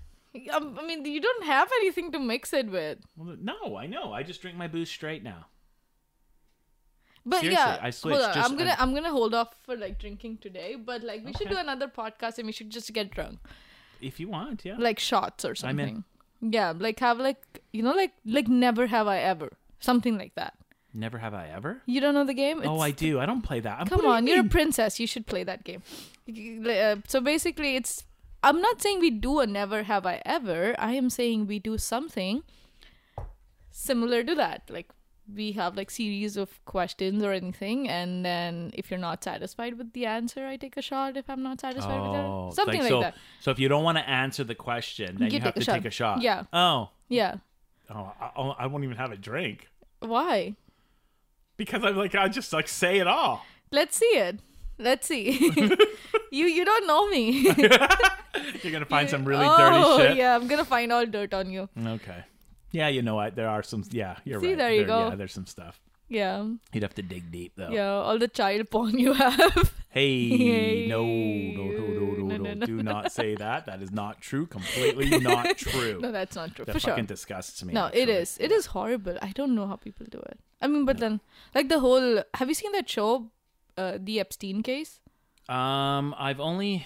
S1: Um, I mean, you don't have anything to mix it with.
S2: Well, no, I know. I just drink my booze straight now.
S1: But
S2: Seriously,
S1: yeah,
S2: I switched,
S1: Hold on.
S2: just-
S1: I'm gonna I'm gonna hold off for like drinking today. But like, we should
S2: Okay.
S1: do another podcast and we should just get drunk.
S2: If you want, yeah.
S1: like shots or
S2: I'm in.
S1: something. Yeah, like have like you know like like never have I ever something like that.
S2: Never have I ever.
S1: You don't know the game?
S2: oh, I
S1: It's-
S2: do. I don't play that. I'm-
S1: Come
S2: what
S1: on,
S2: do you
S1: you're a
S2: mean?
S1: princess. You should play that game. Uh, So basically, it's I'm not saying we do a never have I ever. I am saying we do something similar to that. Like we have like series of questions or anything, and then if you're not satisfied with the answer, I take a shot. If I'm not satisfied with
S2: Oh,
S1: it, something like,
S2: so,
S1: that.
S2: So if you don't want to answer the question, then you,
S1: You
S2: have
S1: take a
S2: to
S1: shot.
S2: take a shot.
S1: Yeah.
S2: Oh.
S1: Yeah.
S2: Oh, I, oh, I won't even have a drink
S1: Why?
S2: because I'm like I just like say it all.
S1: Let's see it. Let's
S2: [laughs]
S1: see. you you don't know me.
S2: You're gonna find some
S1: [laughs]
S2: really
S1: oh,
S2: dirty shit.
S1: yeah, I'm gonna find all dirt on you.
S2: Okay. Yeah, you know what? There are some. Yeah, you're
S1: See,
S2: right.
S1: there you go.
S2: Yeah, there's some stuff.
S1: Yeah.
S2: You'd have to dig deep though.
S1: Yeah. All the child [laughs] porn you have. [laughs]
S2: Hey, no, no, no, no, no,
S1: No,
S2: no,
S1: no, no.
S2: Do not say that. That is not true. Completely
S1: [laughs]
S2: not true.
S1: no, that's not true.
S2: that
S1: For sure.
S2: fucking disgusts me.
S1: No, it
S2: actually.
S1: is. It is horrible. I don't know how people do it. I mean, but then, like the whole. Have you seen that show, uh, the Epstein case?
S2: Um, I've only,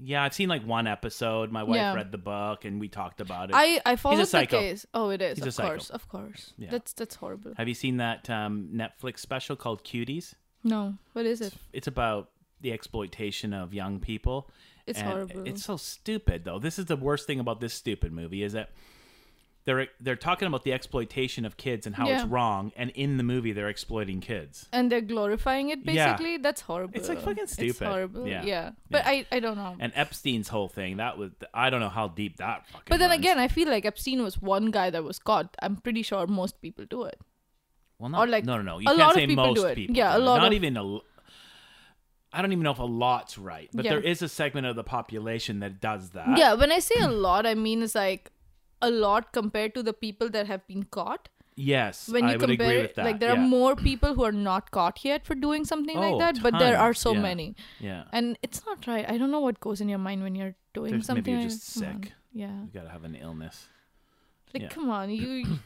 S2: yeah, I've seen like one episode. My wife
S1: Yeah.
S2: read the book and we talked about it.
S1: I I followed the
S2: psycho.
S1: case. Oh, it is.
S2: He's a
S1: of
S2: psycho.
S1: course, of course.
S2: Yeah.
S1: That's that's horrible.
S2: Have you seen that um, Netflix special called Cuties?
S1: No, what is it?
S2: It's about the exploitation of young people.
S1: It's
S2: And
S1: horrible.
S2: It's so stupid though. This is the worst thing about this stupid movie is that they're they're talking about the exploitation of kids and how
S1: Yeah.
S2: it's wrong, and in the movie they're exploiting kids.
S1: and they're glorifying it
S2: Yeah.
S1: basically. That's horrible.
S2: It's, like, fucking
S1: It's
S2: stupid.
S1: horrible.
S2: Yeah.
S1: Yeah. But
S2: Yeah.
S1: I I don't know.
S2: And Epstein's whole thing that was I don't know how deep that. Fucking
S1: but then
S2: runs.
S1: again, I feel like Epstein was one guy that was caught. I'm pretty sure most people do it.
S2: Well, not,
S1: Or, like,
S2: no, no, no. You
S1: a
S2: can't
S1: lot of
S2: say
S1: people
S2: most
S1: do it.
S2: people.
S1: Yeah,
S2: do
S1: a
S2: it.
S1: lot
S2: Not
S1: of-
S2: even a. l- I don't even know if a lot's right, but
S1: Yeah.
S2: there is a segment of the population that does that.
S1: yeah, when I say a lot, I mean it's like a lot compared to the people that have been caught.
S2: Yes,
S1: When you
S2: I would
S1: compare
S2: agree
S1: it,
S2: with that.
S1: like there are
S2: yeah.
S1: more people who are not caught yet for doing something
S2: Oh,
S1: like that, but there are
S2: tons,
S1: so
S2: yeah.
S1: many.
S2: Yeah,
S1: And it's not right. I don't know what goes in your mind when you're doing
S2: There's- maybe
S1: something.
S2: you're
S1: like-
S2: just
S1: come on.
S2: sick.
S1: Yeah.
S2: you gotta have an illness.
S1: Like,
S2: Yeah.
S1: come on,
S2: [clears throat]
S1: you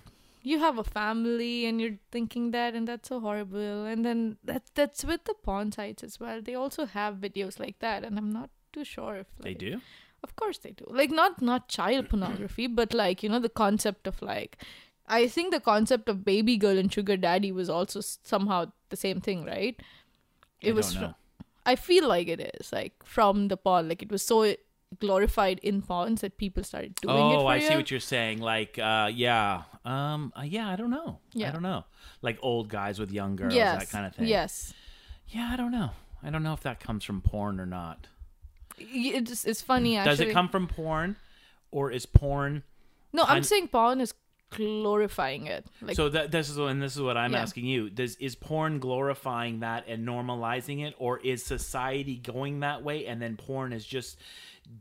S1: you have a family and you're thinking that, and that's so horrible. And then that that's with the porn sites as well. They also have videos like that, and I'm not too sure if like,
S2: They do.
S1: Of course they do. Like not not child pornography, but like you know the concept of like. I think the concept of baby girl and sugar daddy was also s- somehow the same thing, right? It
S2: I
S1: was.
S2: don't
S1: fro-
S2: know.
S1: I feel like it is like from the porn. Like it was so glorified in porns that people started doing it.
S2: Oh,
S1: for
S2: I
S1: you.
S2: see what you're saying. Like, uh, yeah, um, uh, yeah, I don't know. I
S1: Yeah.
S2: don't know. Like old guys with young girls,
S1: yes,
S2: that kind of thing.
S1: Yes.
S2: Yeah, I don't know. I don't know if that comes from porn or not.
S1: Y- It's, it's funny actually.
S2: Does it come from porn, or is porn?
S1: No, I'm
S2: kind-
S1: saying porn is glorifying it. Like
S2: so that this is and this is what I'm
S1: Yeah.
S2: asking you. Does is porn glorifying that and normalizing it, or is society going that way and then porn is just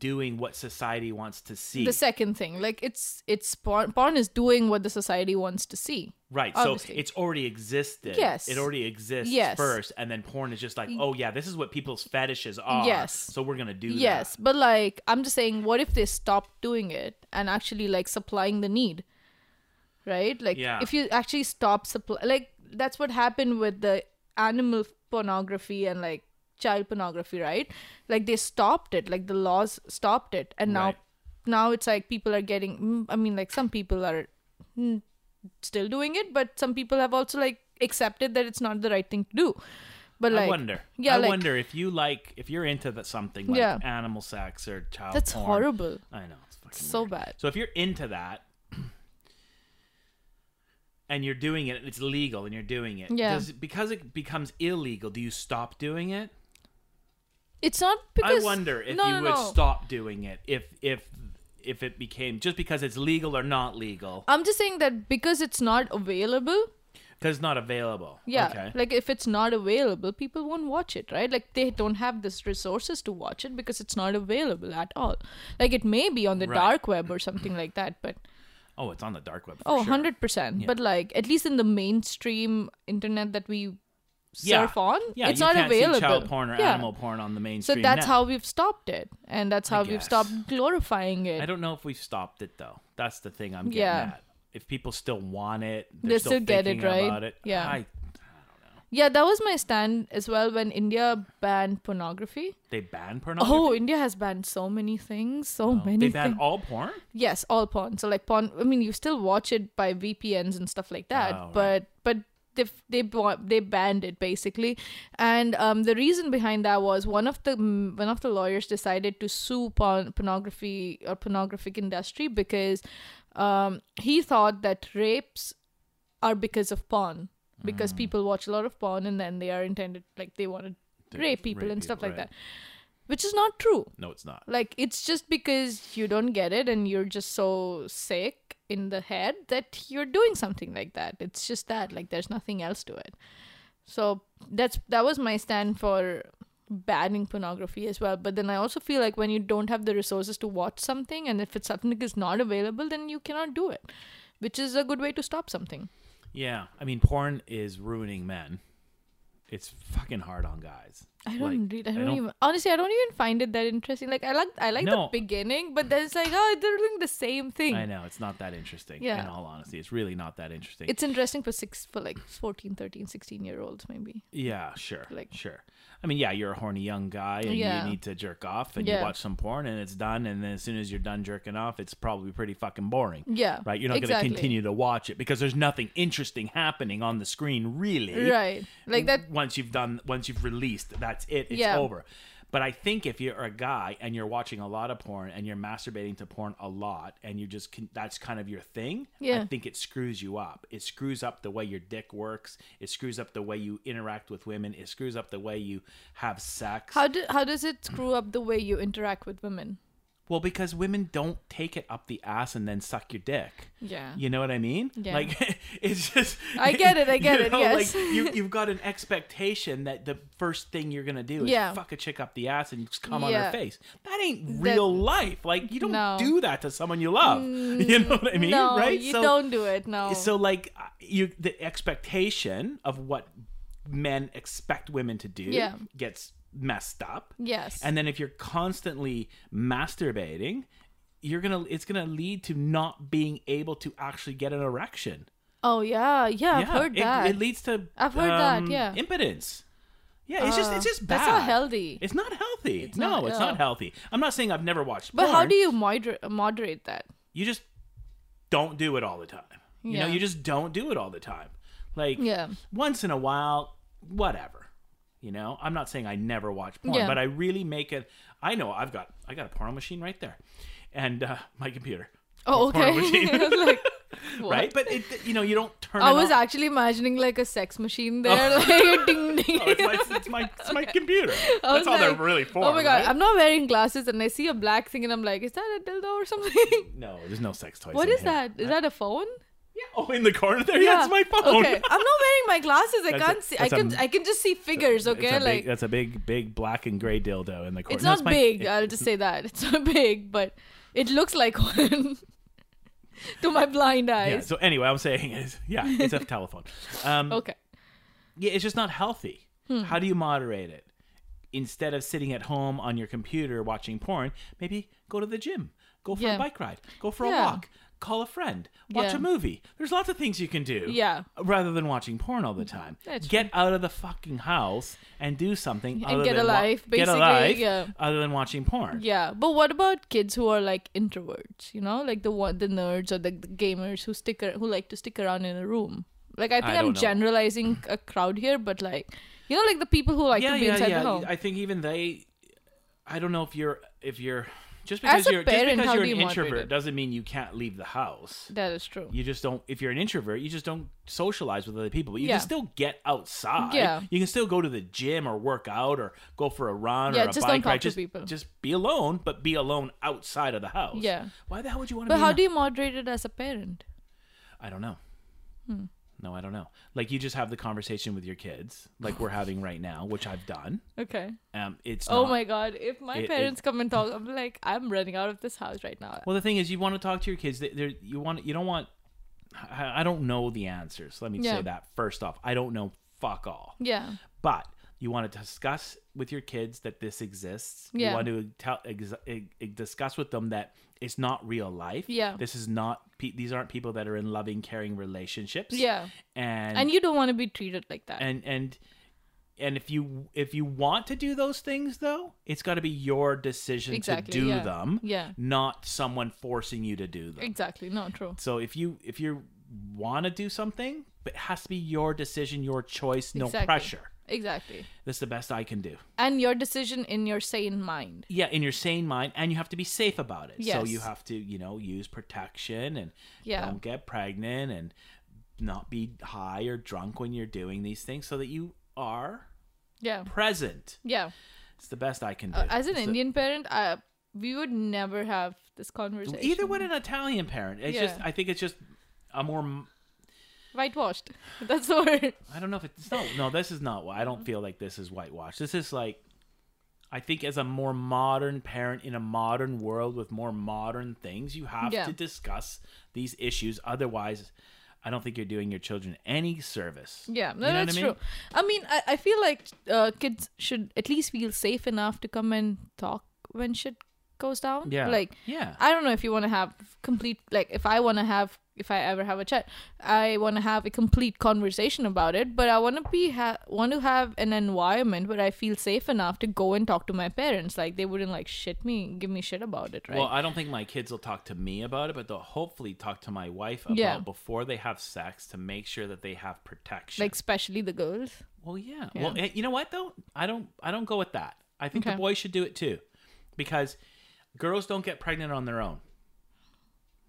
S2: doing what society wants to see?
S1: the second thing, like it's it's porn. Porn is doing what the society wants to see.
S2: Right. So
S1: Obviously.
S2: it's already existed.
S1: Yes.
S2: It already exists
S1: Yes.
S2: first. And then porn is just like, oh, yeah, this is what people's fetishes are.
S1: Yes.
S2: So we're going to do
S1: Yes, but like I'm just saying, what if they stopped doing it and actually like supplying the need, right? Like
S2: Yeah.
S1: if you actually stop supply, like that's what happened with the animal pornography and like child pornography, right? Like they stopped it, like the laws stopped it, and now
S2: Right.
S1: now it's like people are getting. mm, I mean, like some people are mm, still doing it, but some people have also like accepted that it's not the right thing to do. But
S2: that.
S1: like
S2: I wonder.
S1: yeah,
S2: I
S1: like-
S2: wonder if you like, if you're into that something like
S1: Yeah.
S2: animal sex or child
S1: that's
S2: porn.
S1: horrible.
S2: I know. It's fucking
S1: So
S2: weird.
S1: bad.
S2: So if you're into that and you're doing it, it's legal and you're doing it.
S1: Yeah.
S2: Does, because it becomes illegal, do you stop doing it?
S1: It's not because
S2: I wonder if
S1: no,
S2: you
S1: no,
S2: would
S1: no.
S2: stop doing it if if if it became just because it's legal or not legal
S1: I'm just saying that because it's not available.
S2: because it's not available.
S1: Yeah,
S2: Okay.
S1: like if it's not available, people won't watch it, right? Like they don't have this resources to watch it because it's not available at all. Like it may be on the
S2: Right.
S1: dark web or something like that, but
S2: oh, it's on the dark web. For
S1: oh,
S2: sure.
S1: 100%. But like at least in the mainstream internet that we
S2: Yeah.
S1: surf on,
S2: Yeah,
S1: it's
S2: you
S1: not
S2: can't
S1: available.
S2: See child porn or
S1: Yeah.
S2: animal porn on the
S1: So
S2: mainstream.
S1: that's
S2: net.
S1: how we've stopped it, and that's how we've
S2: guess.
S1: stopped glorifying it.
S2: I don't know if we've stopped it though. That's the thing I'm getting
S1: Yeah.
S2: at. If people still want it, they're
S1: They still get it,
S2: thinking
S1: right?
S2: About it.
S1: Yeah.
S2: I,
S1: Yeah, that was my stand as well when India banned pornography.
S2: they ban pornography.
S1: Oh, India has banned so many things, so many
S2: they
S1: things.
S2: ban all porn.
S1: yes, all porn. So like porn. I mean, you still watch it by VPNs and stuff like that,
S2: Oh,
S1: but but they they ban- they banned it basically, and um, the reason behind that was one of the mm, one of the lawyers decided to sue porn pornography or pornographic industry because um, he thought that rapes are because of porn because
S2: Hmm.
S1: people watch a lot of porn and then they are intended like they want to
S2: To
S1: rape people
S2: rape
S1: and stuff
S2: people,
S1: like
S2: right.
S1: that which is not true
S2: No, it's not.
S1: like it's just because you don't get it and you're just so sick in the head that you're doing something like that it's just that like there's nothing else to it so that's that was my stand for banning pornography as well but then i also feel like when you don't have the resources to watch something and if it's something that is not available then you cannot do it which is a good way to stop something
S2: Yeah, I mean, porn is ruining men. It's fucking hard on guys.
S1: I
S2: Like,
S1: don't read. I don't, even. Honestly, I don't even find it that interesting. Like I like I like
S2: No.
S1: the beginning, but then it's like oh they're doing the same thing.
S2: I know it's not that interesting.
S1: Yeah.
S2: In all honesty, it's really not that interesting.
S1: It's interesting for six for like 14, 13, 16 year olds maybe.
S2: yeah, sure,
S1: Like-
S2: sure. I mean, yeah, you're a horny young guy, and
S1: Yeah.
S2: you need to jerk off, and you
S1: Yeah.
S2: watch some porn, and it's done, and then as soon as you're done jerking off, it's probably pretty fucking boring.
S1: Yeah.
S2: Right, you're not
S1: exactly.
S2: going to continue to watch it because there's nothing interesting happening on the screen, really.
S1: Right. Like that
S2: once you've done once you've released that's it it's
S1: Yeah.
S2: over but i think if you're a guy and you're watching a lot of porn and you're masturbating to porn a lot and you just can, that's kind of your thing i
S1: Yeah.
S2: think it screws you up it screws up the way your dick works it screws up the way you interact with women it screws up the way you have sex
S1: how do how does it screw up the way you interact with women?
S2: well because women don't take it up the ass and then suck your dick
S1: Yeah.
S2: you know what I mean?
S1: Yeah.
S2: Like [laughs] it's just
S1: I get it, I get
S2: you
S1: it,
S2: know,
S1: yes. [laughs]
S2: Like you you've got an expectation that the first thing you're gonna do is
S1: Yeah.
S2: fuck a chick up the ass and just come on her
S1: Yeah.
S2: face. That ain't real life. Like you don't
S1: No.
S2: do that to someone you love. [laughs] you know what I mean?
S1: no,
S2: right?
S1: you
S2: so
S1: don't do it. No.
S2: so like uh, you the expectation of what men expect women to do
S1: Yeah.
S2: gets messed up.
S1: yes.
S2: And then if you're constantly masturbating, you're gonna it's gonna lead to not being able to actually get an erection.
S1: oh yeah, yeah, I've
S2: yeah,
S1: heard
S2: it,
S1: that.
S2: it leads to
S1: I've heard that,
S2: um,
S1: yeah.
S2: impotence. Yeah, it's just it's
S1: Uh,
S2: just bad.
S1: that's not healthy.
S2: It's not healthy. no,
S1: not-
S2: it's
S1: no.
S2: not healthy. I'm not saying I've never watched.
S1: but how
S2: porn.
S1: do you moder- moderate that?
S2: You just don't do it all the time. You know,
S1: Yeah.
S2: you just don't do it all the time. Like
S1: Yeah.
S2: once in a while, whatever. You know, I'm not saying I never watch porn,
S1: Yeah.
S2: but I really make it. I know I've got I got a porn machine right there, and uh, my computer,
S1: Oh,
S2: Porn
S1: okay.
S2: machine.
S1: [laughs] I was
S2: [laughs]
S1: like, what? Oh,
S2: right? But it, you know, you don't turn.
S1: I
S2: it
S1: was
S2: on.
S1: actually imagining like a sex machine there, like [laughs] ding ding.
S2: [laughs] Oh, it's my it's my, it's
S1: [laughs]
S2: my computer.
S1: I
S2: That's
S1: was
S2: all they're
S1: like,
S2: really for.
S1: Oh my god,
S2: right?
S1: I'm not wearing glasses and I see a black thing and I'm like, is that a dildo or something?
S2: no, there's no sex toys.
S1: what
S2: in
S1: is
S2: here.
S1: that? Is that a phone?
S2: Yeah. Oh, in the corner there. Yeah, it's my phone. [laughs]
S1: Okay, I'm not wearing my glasses. I
S2: That's a-
S1: can't see. I
S2: that's a-
S1: can I can just see figures.
S2: It's
S1: Okay,
S2: a big-
S1: like
S2: that's a big, big black and gray dildo in the corner.
S1: it's
S2: No,
S1: not
S2: my- [laughs]
S1: big.
S2: it-
S1: I'll just say that it's not big, but it looks like one [laughs] to my blind
S2: yeah.
S1: eyes.
S2: So anyway, I'm saying is, yeah,
S1: [laughs]
S2: it's a telephone. Um,
S1: okay. Hmm.
S2: Yeah, it's just not healthy. How do you moderate it? Instead of sitting at home on your computer watching porn, maybe go to the gym, go for a
S1: Yeah.
S2: bike ride, go for a
S1: Yeah.
S2: walk, call a friend, watch
S1: Yeah.
S2: a movie. There's lots of things you can do.
S1: Yeah. Mm-hmm.
S2: Rather than watching porn all the time,
S1: That's
S2: get out of the fucking house and do something.
S1: And
S2: other
S1: get
S2: than
S1: a
S2: wa-
S1: life,
S2: get a
S1: basically,
S2: life
S1: yeah.
S2: Other than watching porn.
S1: Yeah, but what about kids who are like introverts? You know, like the one, the nerds or the, the gamers who stick ar- who like to stick around in a room. Like I think
S2: don't
S1: I'm
S2: know.
S1: generalizing a crowd here, but like you know, like the people who like to be inside the home.
S2: I think even they. I don't know if you're if you're just because
S1: a
S2: you're
S1: parent,
S2: just because
S1: how
S2: you're
S1: do
S2: an
S1: you moderate
S2: introvert
S1: it?
S2: doesn't mean you can't leave the house.
S1: that is true.
S2: You just don't. If you're an introvert, you just don't socialize with other people. But you
S1: Yeah.
S2: can still get outside.
S1: Yeah.
S2: You can still go to the gym or work out or go for a run
S1: Yeah,
S2: or a
S1: just don't
S2: bike
S1: talk
S2: ride.
S1: to
S2: Just
S1: people.
S2: just be alone, but be alone outside of the house.
S1: Yeah.
S2: Why the hell would you want to?
S1: But
S2: be
S1: how
S2: in
S1: do you moderate it as a parent?
S2: I don't know. No, I don't know. Like you just have the conversation with your kids, like we're having right now, which I've done.
S1: Okay.
S2: Um, it's
S1: Oh
S2: not-
S1: my god, if my
S2: It- it-
S1: parents come and talk, I'm like, I'm running out of this house right now.
S2: Well, the thing is, you want to talk to your kids. They- They're, you want you don't want. I I don't know the answers. Let me
S1: Yeah.
S2: say that first off. I don't know fuck all.
S1: Yeah.
S2: But you want to discuss with your kids that this exists. You
S1: Yeah.
S2: want to tell, ex, ex, discuss with them that it's not real life.
S1: Yeah.
S2: This is not. Pe- these aren't people that are in loving, caring relationships.
S1: Yeah.
S2: And
S1: And you don't want to be treated like that.
S2: and and and if you if you want to do those things though it's got to be your decision
S1: Exactly,
S2: to do
S1: yeah.
S2: them
S1: Yeah.
S2: not someone forcing you to do them
S1: exactly. No, true.
S2: so if you if you want to do something but it has to be your decision your choice no
S1: Exactly.
S2: pressure
S1: Exactly.
S2: that's the best i can do
S1: And your decision in your sane mind.
S2: yeah in your sane mind and you have to be safe about it so
S1: Yes.
S2: you have to you know use protection and
S1: Yeah.
S2: don't get pregnant and not be high or drunk when you're doing these things so that you are
S1: Yeah.
S2: present
S1: Yeah.
S2: It's the best I can do.
S1: Uh, as an
S2: It's the-
S1: Indian parent, I, we would never have this conversation.
S2: either with an Italian parent, it's
S1: Yeah.
S2: just I think it's just a more. m-
S1: whitewashed. [laughs] That's the word.
S2: I don't know if it's no, no. This is not. why- I
S1: Mm-hmm.
S2: don't feel like this is whitewashed. This is like, I think as a more modern parent in a modern world with more modern things, you have
S1: Yeah.
S2: to discuss these issues. Otherwise, I don't think you're doing your children any service.
S1: Yeah, no,
S2: You know what
S1: that's
S2: I mean?
S1: true. I mean, I, I feel like uh, kids should at least feel safe enough to come and talk when shit goes down.
S2: Yeah.
S1: Like,
S2: yeah.
S1: I don't know if you want to have complete, like, if I want to have, if I ever have a chat, I want to have a complete conversation about it, but I want to be, ha- want to have an environment where I feel safe enough to go and talk to my parents. Like, they wouldn't, like, shit me, give me shit about it, right?
S2: Well, I don't think my kids will talk to me about it, but they'll hopefully talk to my wife about
S1: Yeah.
S2: before they have sex to make sure that they have protection.
S1: like, especially the girls.
S2: well, yeah.
S1: Yeah.
S2: Well, eh, you know what though? I don't. I don't go with that. I think
S1: Okay.
S2: the boys should do it too, because girls don't get pregnant on their own,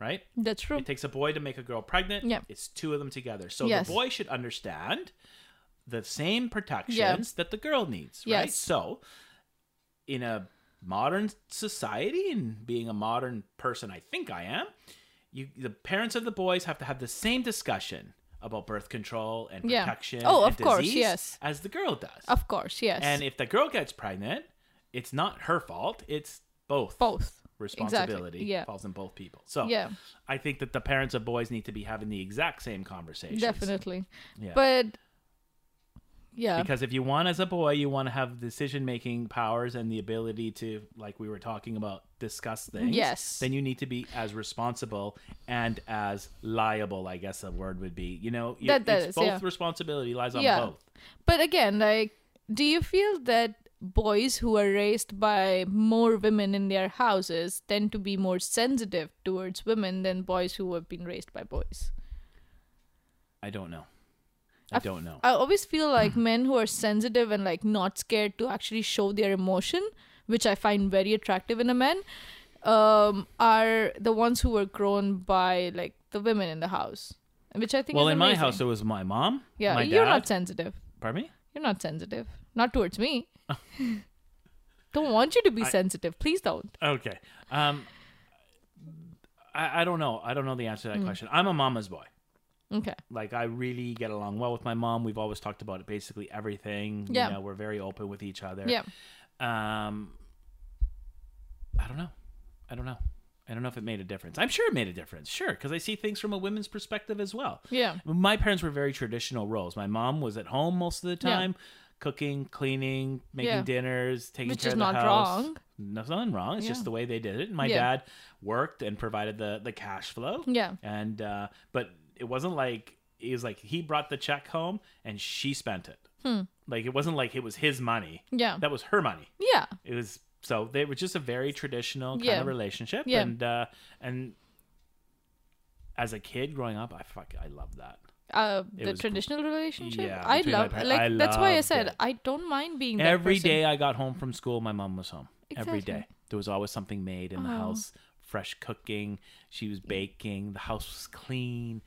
S2: right?
S1: That's true.
S2: It takes a boy to make a girl pregnant.
S1: Yep.
S2: It's two of them together. So
S1: Yes.
S2: the boy should understand the same protections that the girl needs, right?
S1: Yes.
S2: So in a modern society and being a modern person I think I am, you the parents of the boys have to have the same discussion about birth control and
S1: Yeah.
S2: protection
S1: Oh,
S2: and
S1: of course,
S2: disease
S1: yes.
S2: as the girl does.
S1: Of course, yes.
S2: and if the girl gets pregnant, it's not her fault, it's both
S1: both.
S2: responsibility
S1: Yeah.
S2: falls on both people. So
S1: Yeah.
S2: I think that the parents of boys need to be having the exact same conversations.
S1: Definitely.
S2: Yeah.
S1: But yeah.
S2: Because if you want as a boy, you want to have decision making powers and the ability to, like we were talking about, discuss things.
S1: Mm-hmm. Yes.
S2: Then you need to be as responsible and as liable, I guess the word would be. You know, you-
S1: That- that
S2: it's
S1: is,
S2: both
S1: yeah.
S2: responsibility lies on
S1: Yeah.
S2: both.
S1: But again, like do you feel that boys who are raised by more women in their houses tend to be more sensitive towards women than boys who have been raised by boys?
S2: I don't know. I
S1: I've-
S2: don't know.
S1: I always feel like
S2: Hmm.
S1: men who are sensitive and like not scared to actually show their emotion, which I find very attractive in a man, um, are the ones who were grown by like the women in the house, which I think.
S2: Well,
S1: is
S2: in my
S1: amazing.
S2: house, it was my mom.
S1: yeah,
S2: my
S1: you're
S2: dad.
S1: not sensitive.
S2: Pardon me.
S1: You're not sensitive. Not towards
S2: [laughs]
S1: me. don't want you to be sensitive. Please don't.
S2: Okay. Um, I, I don't know. I don't know the answer to
S1: Hmm.
S2: that question. I'm a mama's boy.
S1: Okay.
S2: like I really get along well with my mom. We've always talked about basically everything.
S1: Yeah.
S2: You know, we're very open with each other.
S1: Yeah.
S2: Um I don't know. I don't know. I don't know if it made a difference. I'm sure it made a difference. Sure, because I see things from a women's perspective as well.
S1: Yeah.
S2: My parents were very traditional roles. My mom was at home most of the
S1: Yeah.
S2: time, cooking, cleaning, making
S1: Yeah.
S2: dinners, taking
S1: Which
S2: care
S1: is
S2: of the
S1: not
S2: house.
S1: wrong.
S2: There's nothing wrong. It's
S1: Yeah.
S2: just the way they did it. And my
S1: Yeah.
S2: dad worked and provided the the cash flow.
S1: Yeah.
S2: And uh, but it wasn't like it was like he brought the check home and she spent it. Like it wasn't like it was his money.
S1: Hmm. Yeah.
S2: That was her money.
S1: Yeah.
S2: It was so they were just a very traditional kind
S1: Yeah.
S2: of relationship.
S1: Yeah.
S2: And uh, and as a kid growing up, I fuck I love that.
S1: Uh,
S2: It
S1: the
S2: was-
S1: traditional relationship.
S2: Yeah,
S1: I
S2: between my
S1: love.
S2: parents.
S1: Like
S2: I
S1: that's why I
S2: loved
S1: said
S2: it.
S1: I don't mind being that
S2: Every
S1: person.
S2: day I got home from school, my mom was home. Every
S1: Exactly.
S2: day. There was always something made in the
S1: Oh.
S2: house, fresh cooking, she was baking, the house was clean.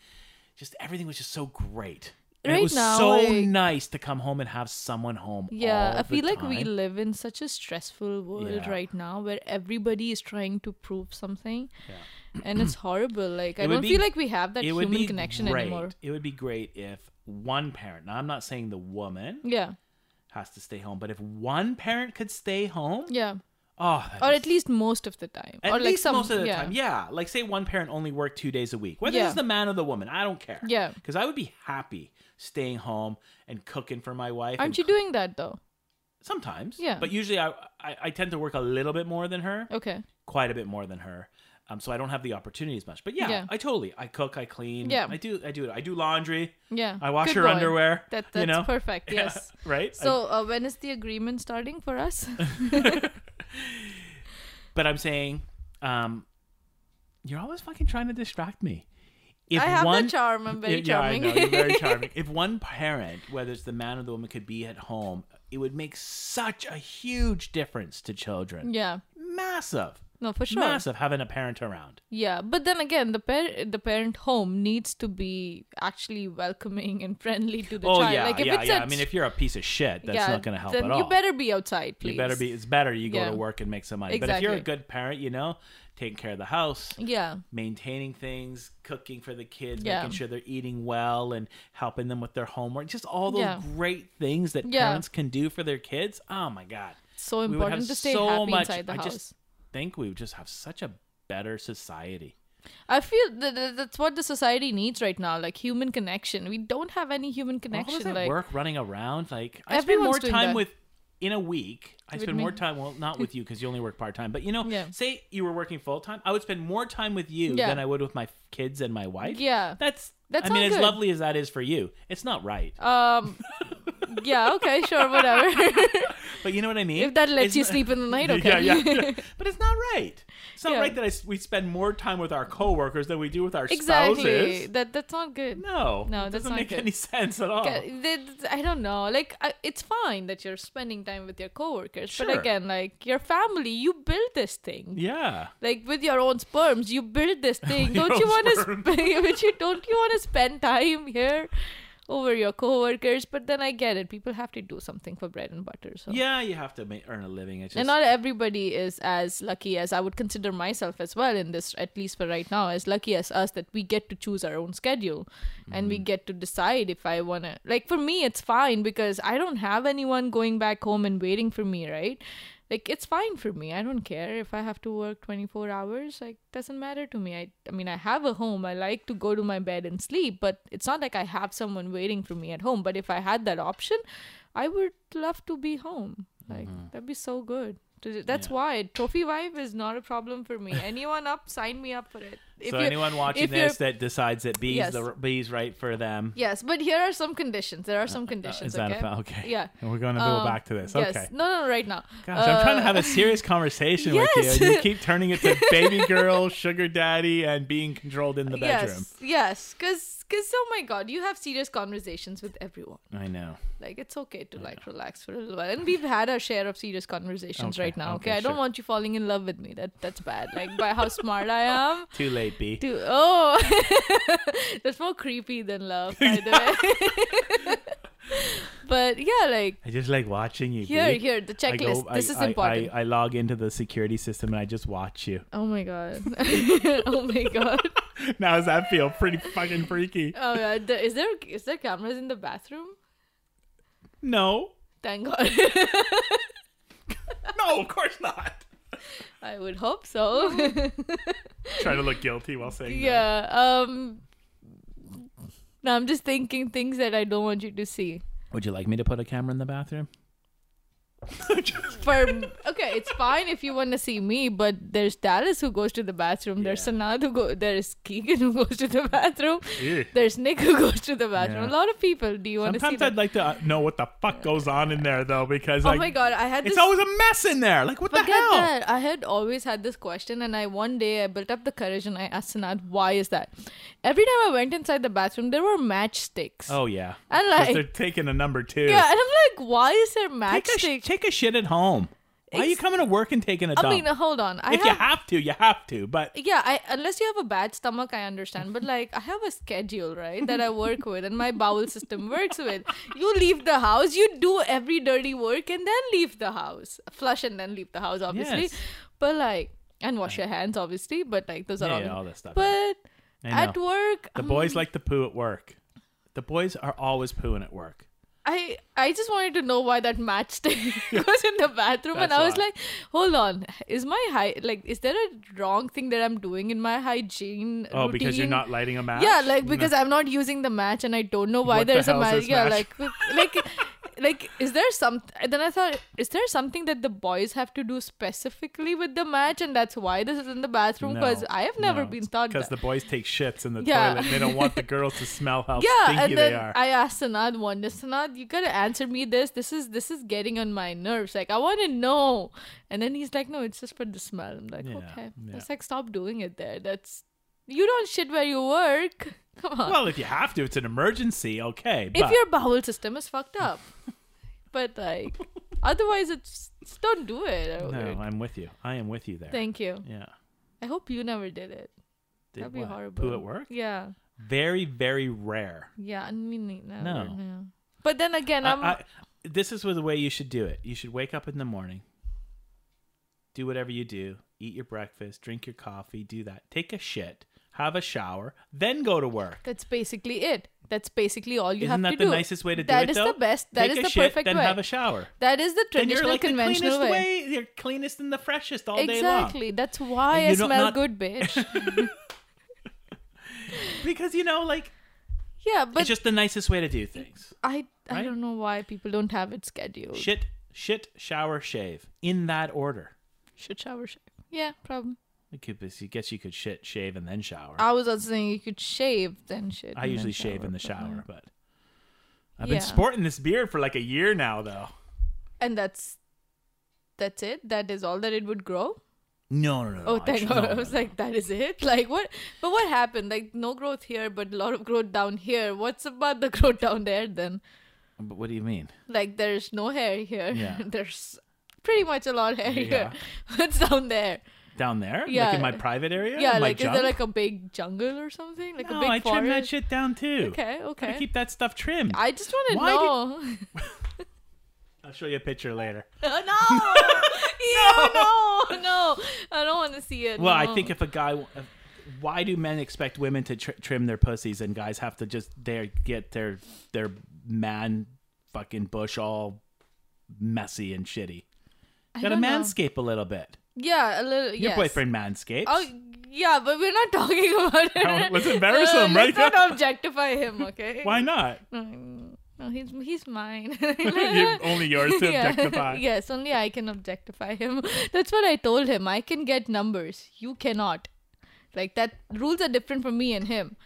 S2: Just everything was just so great. And
S1: Right
S2: it was
S1: now,
S2: so
S1: like-
S2: nice to come home and have someone home.
S1: Yeah,
S2: all
S1: I
S2: the
S1: feel like we
S2: time.
S1: live in such a stressful world
S2: Yeah.
S1: right now where everybody is trying to prove something,
S2: Yeah.
S1: and it's horrible.
S2: [clears throat]
S1: Like I
S2: would
S1: don't
S2: be-
S1: feel like we have that human connection
S2: great.
S1: anymore.
S2: It would be great if one parent, now I'm not saying the woman
S1: Yeah,
S2: has to stay home, but if one parent could stay home,
S1: yeah,
S2: oh, that'd
S1: or
S2: be
S1: at least most of the time,
S2: At
S1: or
S2: least
S1: like some
S2: most of the
S1: yeah.
S2: time, yeah. Like say one parent only worked two days a week, whether
S1: Yeah.
S2: it's the man or the woman, I don't care.
S1: Yeah.
S2: because I would be happy staying home and cooking for my wife.
S1: Aren't
S2: and
S1: you doing that though?
S2: Sometimes,
S1: Yeah.
S2: But usually, I, I I tend to work a little bit more than her,
S1: Okay,
S2: quite a bit more than her. Um, so I don't have the opportunity as much. But yeah,
S1: Yeah.
S2: I totally I cook, I clean,
S1: Yeah.
S2: I do I do it. I do laundry, [laughs]
S1: yeah.
S2: I wash
S1: Good
S2: her
S1: boy.
S2: underwear.
S1: That
S2: you
S1: that's
S2: know?
S1: perfect.
S2: [laughs] Yeah,
S1: Yes.
S2: right. I-
S1: So uh, when is the agreement starting for us?
S2: [laughs] but I'm saying, um, you're always fucking trying to distract me.
S1: [laughs]
S2: If
S1: I have
S2: one,
S1: the charm. I'm very
S2: yeah,
S1: charming.
S2: I know.
S1: [laughs]
S2: You're very charming. if one parent, whether it's the man or the woman, could be at home, it would make such a huge difference to children.
S1: yeah.
S2: Massive.
S1: No, for sure.
S2: Massive having a parent around.
S1: Yeah, but then again, the par- the parent home needs to be actually welcoming and friendly to the
S2: oh,
S1: child.
S2: yeah.
S1: like if
S2: yeah,
S1: it's
S2: yeah.
S1: a-
S2: I mean, if you're a piece of shit, that's
S1: yeah,
S2: not going to help
S1: then
S2: at all.
S1: You better be outside, please.
S2: You better be. It's better you go
S1: Yeah.
S2: to work and make some money. But if you're a
S1: Exactly.
S2: good parent, you know, taking care of the house,
S1: Yeah,
S2: maintaining things, cooking for the kids,
S1: Yeah.
S2: making sure they're eating well and helping them with their homework. Just all those
S1: Yeah.
S2: great things that
S1: Yeah.
S2: parents can do for their kids. Oh my god.
S1: it's so
S2: We would have
S1: important to stay
S2: so
S1: happy
S2: much-
S1: inside the
S2: I
S1: house.
S2: just think we would just have such a better society.
S1: I feel that that- that's what the society needs right now, like human connection. We don't have any human
S2: Well, How does
S1: connection.
S2: that
S1: like,
S2: work running around? Like I spend
S1: Everyone's
S2: more
S1: doing
S2: time
S1: that.
S2: with in a week. I
S1: With
S2: spend more
S1: me.
S2: time. Well, not with you because you only work part time. But you know,
S1: Yeah.
S2: say you were working full time, I would spend more time with you
S1: Yeah.
S2: than I would with my kids and my wife.
S1: yeah.
S2: That's
S1: That's
S2: I mean,
S1: not
S2: as
S1: good.
S2: lovely as that is for you, it's not right.
S1: Um. yeah. Okay. Sure.
S2: [laughs]
S1: Whatever. [laughs]
S2: But you know what I mean.
S1: if that lets
S2: It's
S1: you
S2: not-
S1: sleep in the night,
S2: [laughs] Yeah,
S1: okay. [laughs]
S2: yeah, yeah. But it's not right. It's not
S1: Yeah.
S2: right that I s we spend more time with our coworkers than we do with our
S1: exactly.
S2: spouses.
S1: That that's not good.
S2: No,
S1: No,
S2: it
S1: that's
S2: doesn't
S1: not
S2: make
S1: good.
S2: any [laughs] sense at all.
S1: Ca- that- I don't know. Like, I, it's fine that you're spending time with your coworkers, but
S2: Sure.
S1: again, like your family, you built this thing.
S2: Yeah.
S1: Like with your own sperms, you build
S2: [laughs]
S1: this thing.
S2: Your
S1: don't you
S2: own
S1: want to?
S2: sperm.
S1: Sp- [laughs] but you don't you want to spend time here over your coworkers? But then I get it. People have to do something for bread and butter. So
S2: Yeah, you have to ma- earn a living. It's just
S1: and not everybody is as lucky as I would consider myself as well in this, at least for right now, as lucky as us that we get to choose our own schedule and we get to decide if I want to. Like, for me, it's fine because I don't have anyone going back home and waiting for me, right? Like, it's fine for me. I don't care if I have to work 24 hours. Like, doesn't matter to me. I, I mean, I have a home. I like to go to my bed and sleep, but it's not like I have someone waiting for me at home. But if I had that option, I would love to be home. Like that'd be so good. To- That's
S2: Mm-hmm. Yeah.
S1: why trophy wife is not a problem for
S2: [laughs]
S1: me. Anyone up, sign me up for it.
S2: so
S1: you-
S2: anyone watching
S1: if you're-
S2: this that decides that B's
S1: Yes.
S2: the B's right for them.
S1: yes, but here are some conditions. There are some
S2: Uh,
S1: conditions.
S2: Is that
S1: okay?
S2: [laughs] a fa- okay?
S1: Yeah.
S2: And we're going to go
S1: Um,
S2: back to this.
S1: Yes.
S2: Okay.
S1: No, no, right now.
S2: Gosh, I'm trying to
S1: Uh,
S2: have a serious conversation
S1: yes. [laughs]
S2: with you. and You keep turning it to baby girl, sugar daddy, and being controlled in the bedroom.
S1: Yes, yes, because, cause, oh my God, you have serious conversations with everyone.
S2: I know.
S1: Like, it's okay to like relax for a little while, and we've had our share of serious conversations
S2: Okay,
S1: right now. Okay,
S2: okay,
S1: I don't
S2: sure.
S1: want you falling in love with me. That that's bad. Like, by
S2: [laughs]
S1: how smart I am,
S2: Too late, B.
S1: Dude, oh, [laughs] that's more creepy than love, by the way. [laughs] but yeah, like
S2: I just like watching you.
S1: here,
S2: B.
S1: here, the
S2: I go-
S1: checklist.
S2: I-
S1: this is
S2: I- I-
S1: important.
S2: I log into the security system and I just watch you. [laughs]
S1: oh my god. [laughs] oh my god.
S2: Now does that feel pretty fucking freaky?
S1: Oh yeah. The, is there is there cameras in the bathroom?
S2: No.
S1: Thank God. [laughs]
S2: No, of course
S1: [laughs]
S2: not.
S1: I would hope so. [laughs]
S2: Trying to look guilty while saying that.
S1: yeah. Um. No, I'm just thinking things that I don't want you to see.
S2: Would you like me to put a camera in
S1: [laughs]
S2: the bathroom? [laughs]
S1: For okay, it's fine if you want to see me, but there's Dallas who goes to the bathroom. There's
S2: Yeah.
S1: Sanad who go. There's Keegan who [laughs] goes to the bathroom.
S2: Ew.
S1: There's Nick who [laughs] goes to the bathroom.
S2: Yeah.
S1: A lot of people. Do you want to see?
S2: Sometimes
S1: That?
S2: I'd like to uh, know what the fuck goes on in there though, because
S1: oh
S2: like
S1: my god, I had
S2: it's
S1: this.
S2: always a mess in there. Like what the
S1: Forget
S2: hell?
S1: that. I had always had this question, and I one day I built up the courage and I asked Sanad, "Why is that?" Every time I went inside the bathroom, there were matchsticks.
S2: Oh yeah,
S1: And,
S2: 'Cause
S1: like-
S2: they're taking a number two.
S1: Yeah, and I'm like, why is there
S2: take a sh-
S1: matchsticks?
S2: take a shit at home. Why are you
S1: Ex-
S2: coming to work and taking a
S1: I
S2: dump?
S1: mean, hold on. I
S2: if you have to, you have to. But
S1: yeah i unless you have a bad stomach i understand but like i have a schedule right that i work with and my bowel system works with you leave the house you do every dirty work and then leave the house flush and then leave the house obviously
S2: Yes.
S1: but like and wash your hands obviously but like those
S2: Yeah,
S1: are
S2: yeah,
S1: all,
S2: all that stuff,
S1: but
S2: I
S1: at
S2: know.
S1: work
S2: the
S1: um,
S2: boys like to poo at work. The boys are always pooing at work.
S1: I I just wanted to know why that [laughs] matchstick was in the bathroom, and
S2: That's
S1: I was
S2: why.
S1: like, "Hold on, is my hy- like is there a wrong thing that I'm doing in my hygiene?"
S2: Oh, because you're
S1: routine?
S2: not lighting a match.
S1: Yeah, like because I'm not using the match and I don't know why
S2: What the
S1: there's a
S2: hell
S1: match.
S2: is this
S1: Yeah,
S2: match?
S1: like like [laughs] like is there some then I thought is there something that the boys have to do specifically with the match and that's why this is in the bathroom because I have never been taught
S2: because
S1: that.
S2: the boys take shits in the
S1: Yeah.
S2: toilet. and They don't want the girls to smell how
S1: [laughs] yeah,
S2: stinky
S1: and then
S2: they are.
S1: I asked Sanad one day, Sanad, you gotta answer me this. This is this is getting on my nerves. Like I wanna know. And then he's like, No, it's just for the smell. I'm like,
S2: Yeah,
S1: Okay.
S2: yeah.
S1: It's like stop doing it there. That's you don't shit where you work. [laughs] Come on.
S2: well, if you have to, it's an emergency. Okay,
S1: Uh, if
S2: but
S1: your bowel system is fucked up. [laughs] but like, otherwise, it's it's- don't do it. I
S2: no,
S1: would-
S2: I'm with you. I am with you there.
S1: Thank you.
S2: yeah,
S1: I hope you never did it.
S2: Did
S1: That'd be
S2: what?
S1: horrible.
S2: Poo at work?
S1: Yeah,
S2: Very, very rare.
S1: yeah. I mean, never, no.
S2: No.
S1: But then again, I'm.
S2: I, I, this is the way you should do it. You should wake up in the morning, do whatever you do, eat your breakfast, drink your coffee, do that, take a shit, have a shower, then go to work.
S1: that's basically it. That's basically all you
S2: Isn't
S1: have
S2: that
S1: to
S2: the
S1: do.
S2: nicest way to
S1: That
S2: do it?
S1: is
S2: though?
S1: the best. That
S2: Take
S1: is
S2: a
S1: the
S2: shit,
S1: perfect
S2: then
S1: way.
S2: have a shower.
S1: that is the
S2: Then
S1: traditional,
S2: you're like
S1: conventional
S2: the cleanest
S1: way.
S2: way. You're cleanest and the freshest all day long.
S1: exactly. That's why
S2: And
S1: I
S2: [laughs] you don't-
S1: smell
S2: not-
S1: good, bitch.
S2: because you know, like
S1: Yeah, but
S2: it's just the nicest way to do things.
S1: I I
S2: right?
S1: don't know why people don't have it scheduled.
S2: Shit, shit, shower, shave in that order.
S1: Shit, shower, shave. Yeah, problem.
S2: It could be, I guess you could shit, shave, and then shower.
S1: I was also saying you could shave then shit. and
S2: I
S1: then
S2: usually shave in the
S1: but yeah.
S2: shower, but I've
S1: Yeah.
S2: been sporting this beard for like a year now, though.
S1: And that's that's it. That is all that it would grow.
S2: No, no, no.
S1: Oh, thank God! [laughs] I was like, that is it. [laughs] Like what? But what happened? Like no growth here, but a lot of growth down here. What's about the [laughs] growth down there then?
S2: But what do you mean?
S1: Like there's no hair here.
S2: Yeah.
S1: [laughs] there's pretty much a lot of hair here.
S2: Yeah.
S1: [laughs] What's down there?
S2: Down there?
S1: Yeah.
S2: Like in my private area?
S1: Yeah,
S2: my
S1: like is there like a big jungle or something? Like
S2: no,
S1: a big
S2: I trim
S1: forest?
S2: that shit down too.
S1: Okay,
S2: Gotta
S1: okay.
S2: keep that stuff trimmed.
S1: I just want to
S2: Why did- [laughs]
S1: know. [laughs]
S2: I'll show you a picture later.
S1: no, [laughs]
S2: [laughs]
S1: Ew, no, no. I don't want to see it.
S2: Well,
S1: no.
S2: I think if a guy, if- why do men expect women to tr- trim their pussies and guys have to just there get their their man fucking bush all messy and shitty?
S1: I
S2: Gotta
S1: don't know.
S2: manscape a little bit.
S1: Yeah, a little.
S2: Your
S1: yes.
S2: boyfriend manscapes.
S1: Oh, yeah, but we're not [laughs] talking about it. Uh,
S2: Oh, let's embarrass him,
S1: Let's
S2: right?
S1: not objectify
S2: [laughs]
S1: him, okay?
S2: Why not?
S1: [laughs] No, no, he's he's
S2: [laughs]
S1: mine.
S2: You're- only yours
S1: [laughs]
S2: to
S1: Yeah.
S2: objectify.
S1: Yes, only I can objectify him. [laughs] That's what I told him. I can get numbers. You cannot. Like that rules are different for me and him.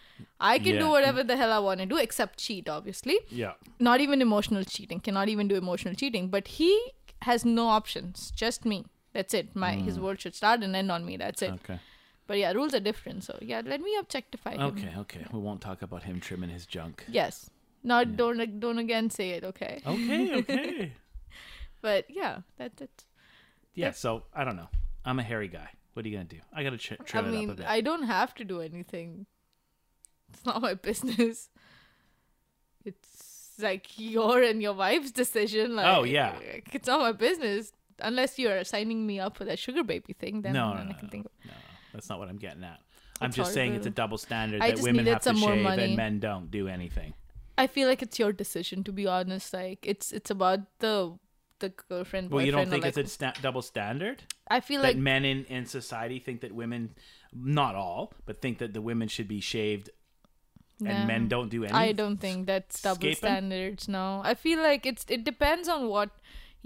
S1: I can do
S2: Yeah.
S1: whatever the hell I want to do except cheat, obviously.
S2: Yeah.
S1: Not even emotional cheating. Cannot even do emotional cheating. But he has no options. Just me. That's it. My his
S2: Hmm.
S1: world should start and end on me. That's it.
S2: Okay.
S1: But yeah, rules are different. So yeah, let me objectify him.
S2: Okay. Okay. We won't talk about him trimming his junk.
S1: Yes. Not don't don't again say it, okay?
S2: Okay. Okay.
S1: But yeah, that that
S2: [laughs] yeah. So I don't know. I'm a hairy guy. What are you gonna do? I gotta tr-
S1: I
S2: trim it up a
S1: mean,
S2: bit.
S1: I don't have to do anything. It's not my [laughs] business. It's like your and your wife's decision. Like,
S2: Oh, yeah.
S1: it's not my business unless you're signing me up for that sugar baby thing. Then,
S2: no, no,
S1: then
S2: no,
S1: I can
S2: no,
S1: think.
S2: no, That's not what I'm getting at. I'm
S1: It's
S2: just saying
S1: horrible.
S2: it's a double standard
S1: I
S2: that
S1: just
S2: women
S1: needed
S2: have to
S1: some more
S2: shave
S1: money.
S2: and men don't do anything.
S1: I feel like it's your decision. To be honest, like it's it's about the the girlfriend.
S2: Well, you don't
S1: boyfriend,
S2: think
S1: or,
S2: it's a sta- double standard
S1: like, I feel like
S2: that men in, in society think that women, not all, but think that the women should be shaved
S1: No.
S2: and men don't do anything.
S1: I don't think that's double
S2: Escaping?
S1: standards. No, I feel like it's it depends on what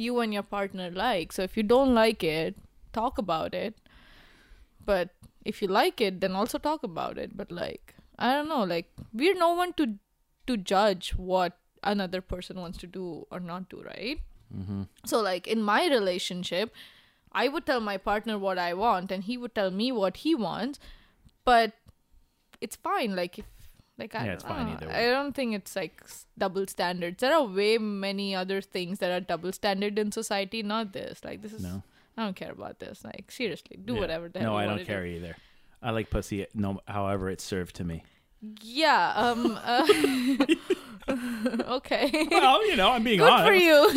S1: you and your partner like. So if you don't like it, talk about it. But if you like it, then also talk about it. But like I don't know, like we're no one to to judge what another person wants to do or not do, right? So like in my relationship, I would tell my partner what I want, and he would tell me what he wants. But it's fine. Like if like I,
S2: Yeah, it's
S1: I don't
S2: fine
S1: know.
S2: either
S1: I
S2: way.
S1: don't think it's like s- double standards. There are way many other things that are double standard in society. Not this. Like this is.
S2: No.
S1: I don't care about this. Like seriously, do
S2: Yeah.
S1: whatever the
S2: No,
S1: hell you
S2: I
S1: wanna
S2: don't
S1: do.
S2: care either. I like pussy, no, however it's served to me. [laughs]
S1: Yeah. Um. Uh, [laughs]
S2: [laughs]
S1: okay.
S2: Well, you know, I'm being
S1: Good
S2: honest.
S1: for you.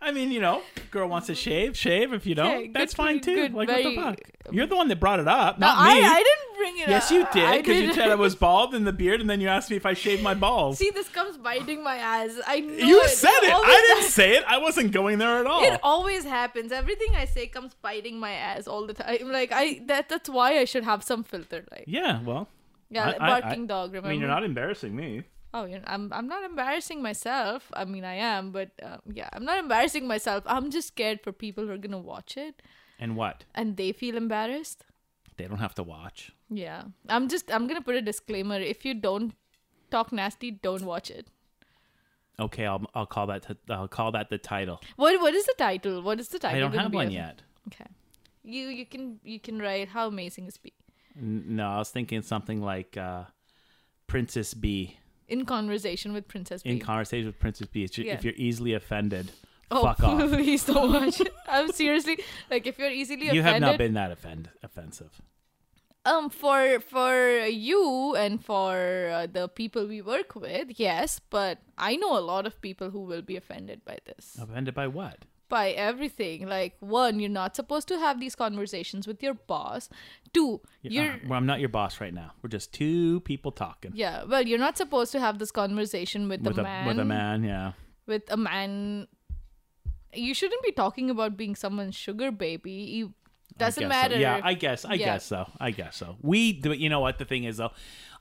S2: I mean, you know, girl wants to shave, shave. If you don't,
S1: Okay, good
S2: that's
S1: for you,
S2: fine too.
S1: good,
S2: like
S1: very-
S2: what the fuck? You're the one that brought it up,
S1: No,
S2: [laughs] not
S1: [laughs] I,
S2: me.
S1: I didn't bring it
S2: yes,
S1: up.
S2: you
S1: Uh, I
S2: did because you
S1: didn't.
S2: said
S1: [laughs]
S2: I was bald and the beard, and then you asked me if I shaved my balls.
S1: See, this comes biting my ass. I know
S2: you said it.
S1: always
S2: I didn't
S1: ha-
S2: say it. I wasn't going there at all.
S1: It always happens. Everything I say comes biting my ass all the time. Like I that that's why I should have some filter. Like
S2: yeah, well,
S1: yeah,
S2: I-
S1: like
S2: I-
S1: barking
S2: I-
S1: dog. Remember?
S2: I mean, you're not embarrassing me.
S1: Oh, you're, I'm I'm not embarrassing myself. I mean, I am, but um, yeah, I'm not embarrassing myself. I'm just scared for people who are gonna watch it
S2: And what?
S1: and they feel embarrassed.
S2: They don't have to watch.
S1: Yeah, I'm just I'm gonna put a disclaimer. If you don't talk nasty, don't watch it.
S2: Okay, I'll I'll call that t- I'll call that the title.
S1: What what is the title? What is the title?
S2: I don't
S1: gonna
S2: have
S1: be
S2: one
S1: of-
S2: yet.
S1: Okay. You you can you can write how amazing is B
S2: N- No, I was thinking something like uh, Princess B.
S1: in conversation with Princess B.
S2: In conversation with Princess B, if you're-
S1: Yeah.
S2: if you're easily offended,
S1: oh, [laughs]
S2: fuck off.
S1: please don't watch it. [laughs] I'm seriously like if you're easily
S2: You
S1: offended.
S2: have not been that offend offensive.
S1: Um, for for you and for uh, the people we work with, yes, but I know a lot of people who will be offended by this.
S2: Offended by what?
S1: by everything. Like one, you're not supposed to have these conversations with your boss. Two, you're
S2: Uh, well, I'm not your boss right now. We're just two people talking
S1: yeah, well, you're not supposed to have this conversation with,
S2: with
S1: a
S2: a
S1: man.
S2: with a man. Yeah,
S1: with a man you shouldn't be talking about being someone's sugar baby you,
S2: I
S1: doesn't
S2: guess so.
S1: matter
S2: Yeah, I guess. I
S1: Yeah.
S2: guess so. I guess so. We, do, you know what the thing is though,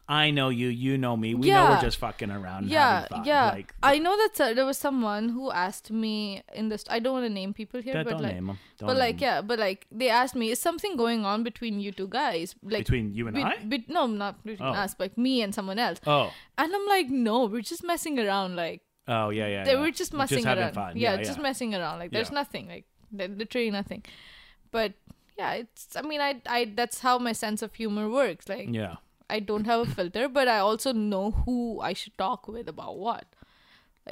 S2: I know you, you know me. We know
S1: Yeah.
S2: we're just fucking around. and
S1: yeah,
S2: having fun.
S1: yeah.
S2: Like,
S1: I know that so- there was someone who asked me in this. I don't want to name people here,
S2: don't,
S1: but
S2: don't
S1: like,
S2: name them. Don't
S1: but
S2: name
S1: like,
S2: 'em.
S1: yeah, but like, they asked me, is something going on between you two guys? Like,
S2: between you and
S1: be-
S2: I.
S1: be- no, not between
S2: Oh.
S1: us, but me and someone else.
S2: Oh,
S1: And I'm like, no, we're just messing around. Like,
S2: oh, yeah, yeah.
S1: they
S2: yeah.
S1: were just messing
S2: having
S1: around.
S2: fun.
S1: Yeah,
S2: yeah,
S1: just messing around. Like, there's
S2: Yeah.
S1: nothing. Like, li- literally nothing. But yeah, it's. I mean, I, I. That's how my sense of humor works. Like,
S2: yeah.
S1: I don't have a filter, but I also know who I should talk with about what.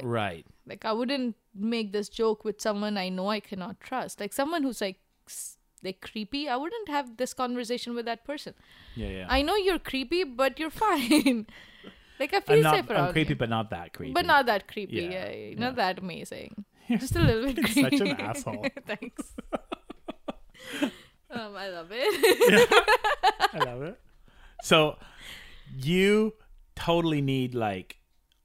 S2: Right.
S1: Like I wouldn't make this joke with someone I know I cannot trust. Like someone who's like s- like creepy, I wouldn't have this conversation with that person.
S2: Yeah, yeah.
S1: I know you're creepy, but you're [laughs] fine. like I feel
S2: am not.
S1: safe around
S2: I'm creepy,
S1: you.
S2: but not that creepy.
S1: But not that creepy.
S2: Yeah,
S1: Yeah, yeah, not
S2: yeah.
S1: that amazing. Just a little bit
S2: [laughs] You're
S1: creepy.
S2: such an asshole.
S1: [laughs]
S2: [laughs]
S1: Thanks. um, I love it. [laughs]
S2: I love it. So you totally need like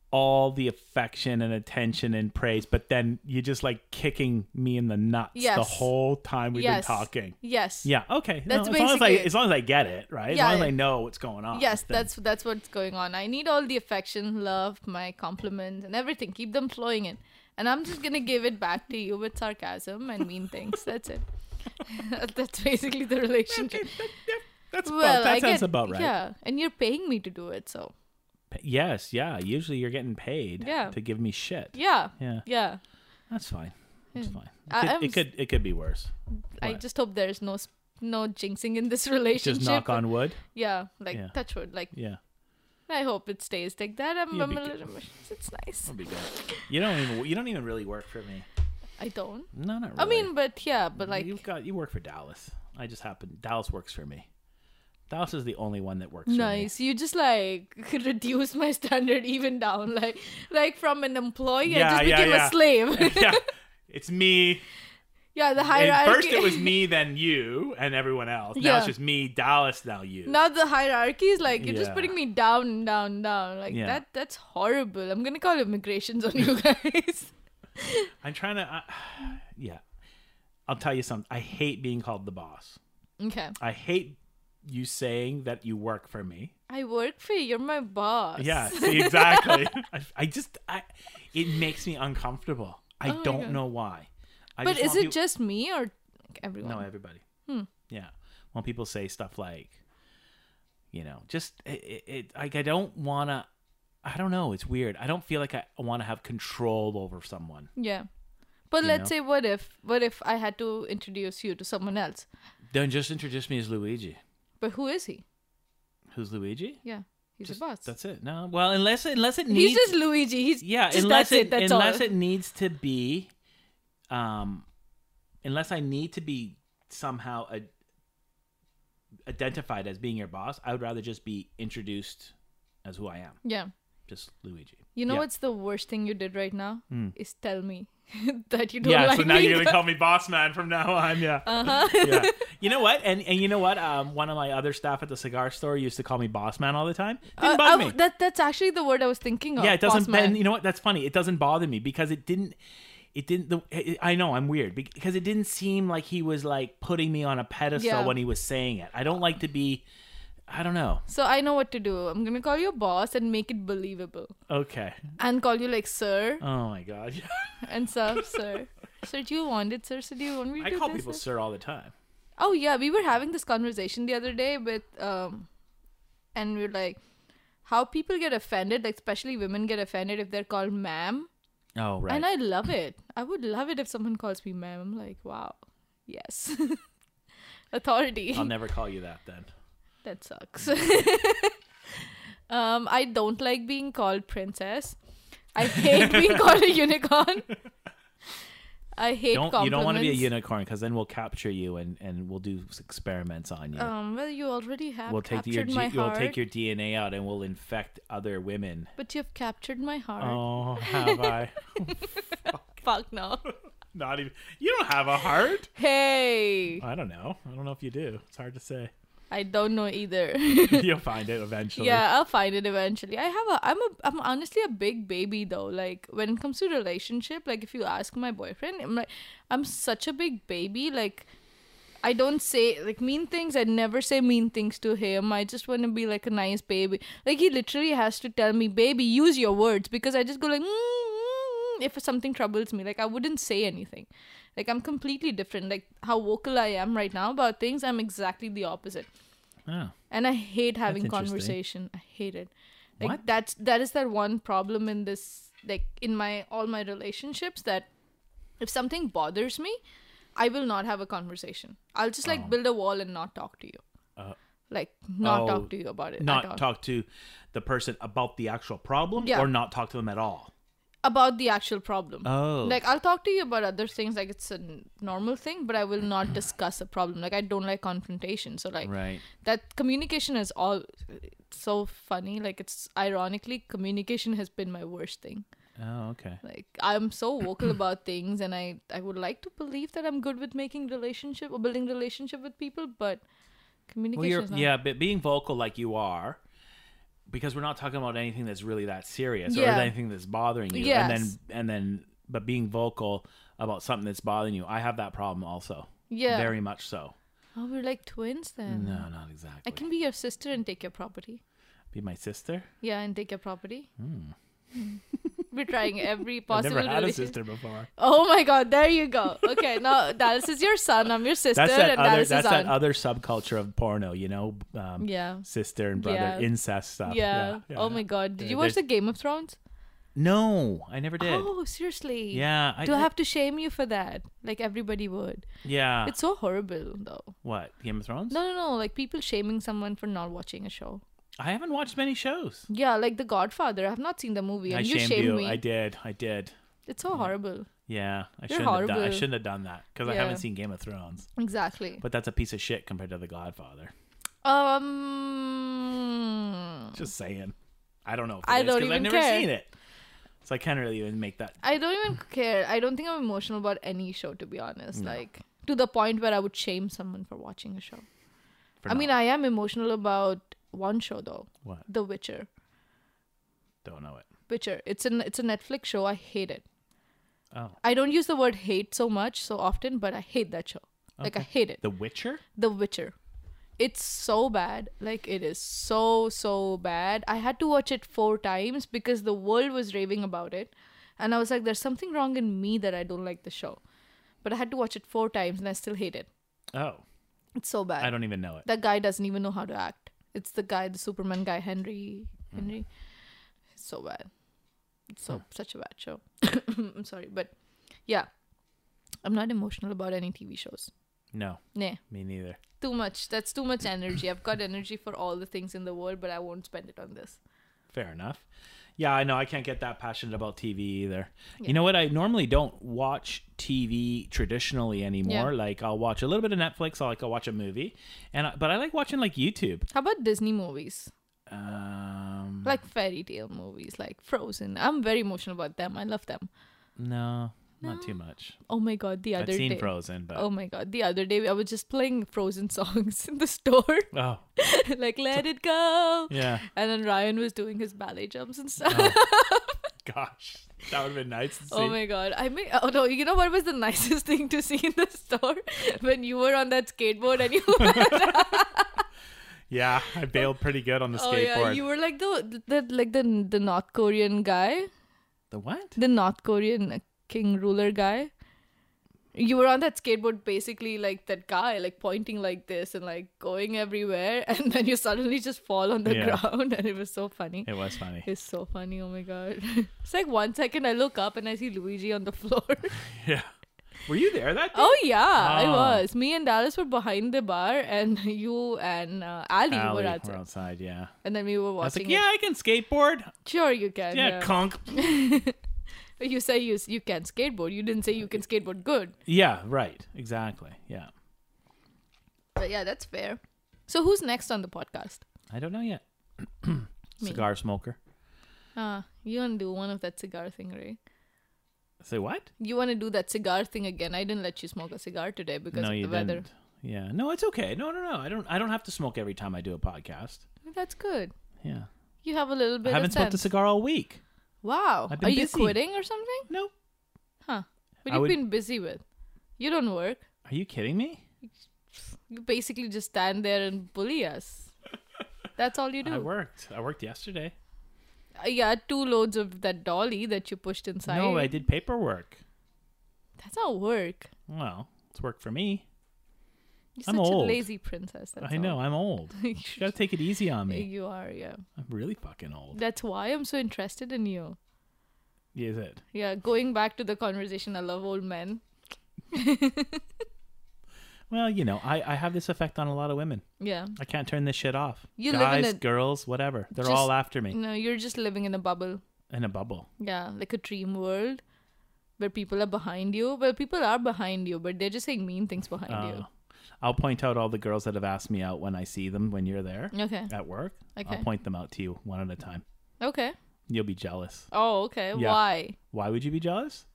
S2: all the affection and attention and praise, but then you're just like kicking me in the nuts the
S1: Yes.
S2: whole time we've
S1: yes.
S2: been talking.
S1: Yes.
S2: Yeah. Okay. No,
S1: That's
S2: as long as I
S1: basically it.
S2: as long as I get it right, as
S1: Yeah,
S2: long as I
S1: yeah.
S2: know what's going on.
S1: Yes,
S2: then-
S1: that's that's what's going on. I need all the affection, love, my compliments, and everything. Keep them flowing in, and I'm just gonna give it back to you with sarcasm and mean things. That's it. [laughs] that's basically the
S2: Okay,
S1: relationship.
S2: that, yeah, that's about-
S1: Well,
S2: that
S1: I
S2: sounds
S1: get,
S2: about right.
S1: Yeah, and you're paying me to do it, so
S2: P- Yes. Yeah. Usually you're getting paid.
S1: Yeah.
S2: To give me shit.
S1: yeah,
S2: Yeah.
S1: yeah.
S2: That's fine. That's fine. It
S1: I-
S2: could,
S1: I'm
S2: it
S1: s-
S2: could it could be worse.
S1: I
S2: What?
S1: just hope there's no s- no jinxing in this relationship.
S2: Just knock on wood.
S1: Yeah, like
S2: Yeah.
S1: touch wood. Like
S2: Yeah.
S1: I hope it stays like that. I'm,
S2: You'll
S1: I'm
S2: be
S1: a
S2: good.
S1: little. It's nice.
S2: That'll be good. You don't even you don't even really work for me.
S1: I don't.
S2: No, not really.
S1: I mean, but yeah, but like
S2: you've got you work for Dallas. I just happen Dallas works for me. Dallas is the only one that works.
S1: Nice. You just like [laughs] reduce my standard even down. Like like from an employee
S2: Yeah,
S1: I just
S2: yeah,
S1: became
S2: yeah.
S1: a slave. [laughs]
S2: For me. [laughs] yeah, it's me.
S1: yeah, the
S2: And
S1: hierarchy
S2: first it was
S1: [laughs]
S2: me, then you, and everyone else. Now it's
S1: Yeah.
S2: just me, Dallas, now you.
S1: now the hierarchy is like you're
S2: Yeah.
S1: just putting me down, down, down. Like
S2: Yeah.
S1: that that's horrible. I'm gonna call immigrations on you [laughs] guys.
S2: I'm trying to. Uh, [sighs] yeah, I'll tell you something. I hate being called the boss.
S1: okay.
S2: I hate you saying that you work for me.
S1: I work for you, you're my boss. [laughs]
S2: Yeah, see, exactly. I, I just, I, it makes me uncomfortable. I
S1: Oh my
S2: don't
S1: God.
S2: know why. I
S1: But
S2: just
S1: is
S2: want
S1: it
S2: peop-
S1: just me or like, everyone?
S2: no Oh, everybody?
S1: Hmm.
S2: Yeah, when people say stuff like, you know, just it, it, it like I don't wanna. I don't know. It's weird. I don't feel like I want to have control over someone.
S1: yeah. But
S2: You
S1: let's
S2: know?
S1: say what if what if I had to introduce you to someone else?
S2: Then just introduce me as Luigi.
S1: But who is he?
S2: Who's Luigi?
S1: Yeah. He's
S2: Just-
S1: a boss.
S2: That's it. No. Well, unless unless it needs
S1: He's just Luigi. He's
S2: yeah
S1: just
S2: unless
S1: that's it. That's
S2: unless
S1: all.
S2: it needs to be um unless i need to be somehow a, identified as being your boss i would rather just be introduced as who i am
S1: yeah.
S2: just luigi
S1: You know
S2: Yeah. Hmm.
S1: what's the worst thing you did right now is tell me [laughs] that you don't
S2: [laughs] yeah
S1: like
S2: so now
S1: being
S2: you're gonna
S1: the- [laughs]
S2: call me boss man from now on yeah
S1: Uh-huh. [laughs]
S2: yeah [laughs] you know what and and you know what um one of my other staff at the cigar store used to call me boss man all the time didn't
S1: Uh, I
S2: bother
S1: w-
S2: me
S1: That that's actually the word I was thinking of.
S2: yeah it doesn't
S1: boss
S2: and
S1: man.
S2: you know what that's funny it doesn't bother me because it didn't it didn't the, it, i know i'm weird because it didn't seem like he was like putting me on a pedestal
S1: Yeah.
S2: when he was saying it i don't like to be i don't know
S1: so I know what to do. I'm gonna call you boss and make it believable,
S2: okay
S1: and call you like sir
S2: oh my god
S1: [laughs] and sir,
S2: [laughs]
S1: sir, sir. Do you want it, sir? So do you want me to
S2: i
S1: do
S2: call
S1: this?
S2: people
S1: sir?
S2: sir all the time
S1: Oh yeah, we were having this conversation the other day with um and we are like how people get offended, like especially women get offended if they're called ma'am.
S2: oh right
S1: And I love it. I would love it if someone calls me ma'am. I'm like, wow. Yes. [laughs] Authority.
S2: i'll never call you that then
S1: that sucks. [laughs] um I don't like being called princess. I
S2: [laughs]
S1: hate being called a unicorn. I hate
S2: don't
S1: compliments.
S2: you don't want to be a unicorn because then we'll capture you and and we'll do s- experiments on you
S1: Um, well, you already have
S2: we'll take
S1: captured
S2: your
S1: my
S2: G-
S1: heart.
S2: we'll take your dna out and we'll infect other women
S1: But you've captured my heart.
S2: [laughs] oh have i
S1: Fuck no.
S2: not even you don't have a heart
S1: Hey,
S2: I don't know. I don't know if you do. It's hard
S1: [laughs]
S2: to say.
S1: I don't know either. [laughs]
S2: You'll find it eventually.
S1: yeah, I'll find it eventually. I have a I'm a I'm honestly a big baby though. Like when it comes to relationship, like if you ask my boyfriend, I'm like I'm such a big baby like I don't say like mean things. I never say mean things to him. I just want to be like a nice baby. Like he literally has to tell me, "Baby, use your words," because I just go like, mm, mm, mm, if something troubles me, like I wouldn't say anything. Like I'm completely different. Like how vocal I am right now about things, I'm exactly the opposite.
S2: Oh.
S1: And I hate having
S2: interesting.
S1: conversation. I hate it. Like
S2: What?
S1: that's that is that one problem in this like in my all my relationships that if something bothers me i will not have a conversation i'll just like build a wall and not talk to you like not
S2: Uh, oh,
S1: talk to you about it at all.
S2: Not talk to the person about the actual problem
S1: Yeah.
S2: or not talk to them at all.
S1: about the actual problem
S2: Oh.
S1: like i'll talk to you about other things like it's a n- normal thing but i will not discuss a problem like i don't like confrontation so like
S2: Oh, Right.
S1: that communication is all it's so funny like it's ironically communication has been my worst thing
S2: Oh, okay.
S1: like i'm so
S2: [clears throat]
S1: vocal about things and i i would like to believe that i'm good with making relationship or building relationship with people but communication
S2: Well, you're,
S1: is not
S2: yeah, but being vocal like you are, because we're not talking about anything that's really that serious
S1: Yeah.
S2: or anything that's bothering you.
S1: Yes.
S2: And then, and then, but being vocal about something that's bothering you, I have that problem also.
S1: Yeah.
S2: Very Mm. much so.
S1: oh we're like twins then
S2: No, not exactly.
S1: i can be your sister and take your property
S2: be my sister.
S1: yeah and take your property Mm. we're trying every
S2: Hmm. [laughs] I've
S1: possible
S2: never had a
S1: relation- [laughs]
S2: sister before.
S1: oh my god there you go okay now dallas is your son i'm your sister
S2: That's that
S1: and
S2: other.
S1: dallas
S2: That's
S1: is
S2: that
S1: on
S2: other subculture of porno. You know, um,
S1: yeah
S2: sister and brother
S1: Yeah.
S2: incest stuff.
S1: yeah. Oh my god. Did
S2: Yeah,
S1: you watch
S2: Uh, there's-
S1: the Game of Thrones?
S2: No, I never did.
S1: Oh, seriously.
S2: yeah, I
S1: Do I
S2: did-
S1: have to shame you for that? Like everybody would.
S2: Yeah,
S1: It's so horrible, though.
S2: what Game of Thrones?
S1: No, no, no. Like people shaming someone for not watching a show.
S2: I haven't watched many shows.
S1: Yeah, like The Godfather. I've not seen the movie, and
S2: I
S1: you
S2: shamed
S1: shamed
S2: you.
S1: me.
S2: I did. I did.
S1: It's so horrible.
S2: Yeah,
S1: You're
S2: I shouldn't have done. I
S1: horrible.
S2: shouldn't have done that because I
S1: Yeah.
S2: haven't seen Game of Thrones.
S1: Exactly.
S2: But that's a piece of shit compared to The Godfather. [laughs]
S1: Um,
S2: Just saying. I don't know. If
S1: I
S2: it is,
S1: don't
S2: 'cause I've
S1: even
S2: never
S1: care.
S2: seen it, so I can't really even make that.
S1: I don't even care. I don't think I'm emotional about any show, to be honest. Like to the point where I would shame someone for watching a show.
S2: For
S1: I mean,
S2: now.
S1: I am emotional about one show though,
S2: what?
S1: The Witcher.
S2: Don't know it.
S1: Witcher. It's an it's a Netflix show. I hate it.
S2: Oh,
S1: I don't use the word hate so much so often, but I hate that show. Like I hate it.
S2: The Witcher.
S1: The Witcher. It's so bad. Like it is so so bad. I had to watch it four times because the world was raving about it, and I was like, "There's something wrong in me that I don't like the show," but I had to watch it four times and I still hate it.
S2: Oh,
S1: It's so bad.
S2: I don't even know it.
S1: That guy doesn't even know how to act. It's the guy, the Superman guy, Henry. Henry. It's so bad. It's so such a bad show. [coughs] I'm sorry, but yeah, I'm not emotional about any TV shows.
S2: No,
S1: Nah,
S2: me neither.
S1: too much. That's too much energy. I've got energy for all the things in the world, but I won't spend it on this.
S2: Fair enough. Yeah, I know. I can't get that passionate about TV either.
S1: Yeah.
S2: You know what? I normally don't watch TV traditionally anymore. Like I'll watch a little bit of Netflix. I like I'll watch a movie, and I, but I like watching like YouTube.
S1: How about Disney movies?
S2: Um,
S1: Like fairy tale movies, like Frozen. I'm very emotional about them. I love them.
S2: no, not too much.
S1: Oh my god, the other
S2: I've seen
S1: day.
S2: Frozen, but
S1: Oh
S2: oh,
S1: my god, the other day I was just playing Frozen [laughs] songs in the store. [laughs] like let it go
S2: Oh,
S1: [laughs]
S2: yeah. [laughs] Ah,
S1: and then ryan was doing his ballet jumps and stuff [laughs]
S2: Gosh, that would have been nice to see.
S1: oh my god i mean oh no you know what was the nicest [laughs] thing to see in the store [laughs] when you were on that skateboard
S2: [laughs]
S1: and you
S2: yeah, I bailed pretty good on the
S1: [laughs] oh yeah
S2: skateboard.
S1: you were like the, the like the the north korean guy
S2: The what?
S1: the north korean king ruler guy you were on that skateboard basically like that guy like pointing like this and like going everywhere [laughs] and then you suddenly just fall on the
S2: Yeah.
S1: ground [laughs] and it was so funny
S2: It was funny.
S1: It's so funny. Oh my god. [laughs] It's like one second I look up and I see Luigi on the [laughs] floor.
S2: [laughs] Yeah. Were you there that day?
S1: oh yeah, I
S2: Ah.
S1: was. Me and Dallas were behind the bar, and [laughs] you and uh, Ali,
S2: Allie,
S1: were
S2: we're
S1: outside.
S2: outside. Yeah.
S1: And then we were
S2: I was like,
S1: watching.
S2: yeah, I can skateboard.
S1: it. sure you can.
S2: Yeah,
S1: Yeah.
S2: conk.
S1: But you say you s- you can skateboard. You didn't say you can skateboard good.
S2: Yeah, right. Exactly. Yeah.
S1: But yeah, that's fair. So who's next on the podcast?
S2: I don't know yet.
S1: [clears throat] Me.
S2: Cigar smoker.
S1: Uh, you wanna do one of that cigar thing, right?
S2: Say what?
S1: You wanna do that cigar thing again? I didn't let you smoke a cigar today because
S2: no,
S1: of the
S2: you
S1: weather.
S2: didn't. Yeah. No, it's okay. No, no, no. I don't I don't have to smoke every time I do a podcast.
S1: That's good.
S2: Yeah.
S1: You have a little bit.
S2: I haven't
S1: of
S2: smoked a
S1: sense.
S2: cigar all week.
S1: Wow.
S2: I've
S1: Are
S2: been
S1: you
S2: busy.
S1: quitting or something?
S2: No.
S1: Huh. What
S2: I
S1: you've
S2: would-
S1: been busy with? You don't work.
S2: Are you kidding me?
S1: You basically just stand there and bully
S2: [laughs]
S1: us. That's all you
S2: I
S1: do.
S2: worked. I worked yesterday.
S1: Uh, yeah, two loads of that dolly that you pushed inside.
S2: No, I did paperwork.
S1: That's not work.
S2: Well, it's work for me.
S1: You're
S2: I'm
S1: such
S2: old.
S1: a lazy princess. That's
S2: I know. I'm old.
S1: all. [laughs]
S2: you gotta take it easy on me.
S1: you are, yeah.
S2: I'm really fucking old.
S1: That's why I'm so interested in you.
S2: Is it?
S1: Yeah, going back to the conversation, I love old men.
S2: Well, you know, I, I have this effect on a lot of women.
S1: Yeah.
S2: I can't turn this shit off.
S1: You live in
S2: Guys,
S1: a-
S2: girls, whatever. They're
S1: Just- Mm.
S2: all after me
S1: No, you're just living in a bubble.
S2: in a bubble.
S1: Yeah, like a dream world where people are behind you. Well, people are behind you, but they're just saying mean things behind
S2: Uh, I'll point out all the girls that have asked me out when I see them when you're there
S1: you. Okay.
S2: at work.
S1: Mm. Okay.
S2: I'll point them out to you one at a time.
S1: Okay.
S2: You'll be jealous.
S1: Oh, okay.
S2: Yeah.
S1: Why?
S2: Why would you be jealous?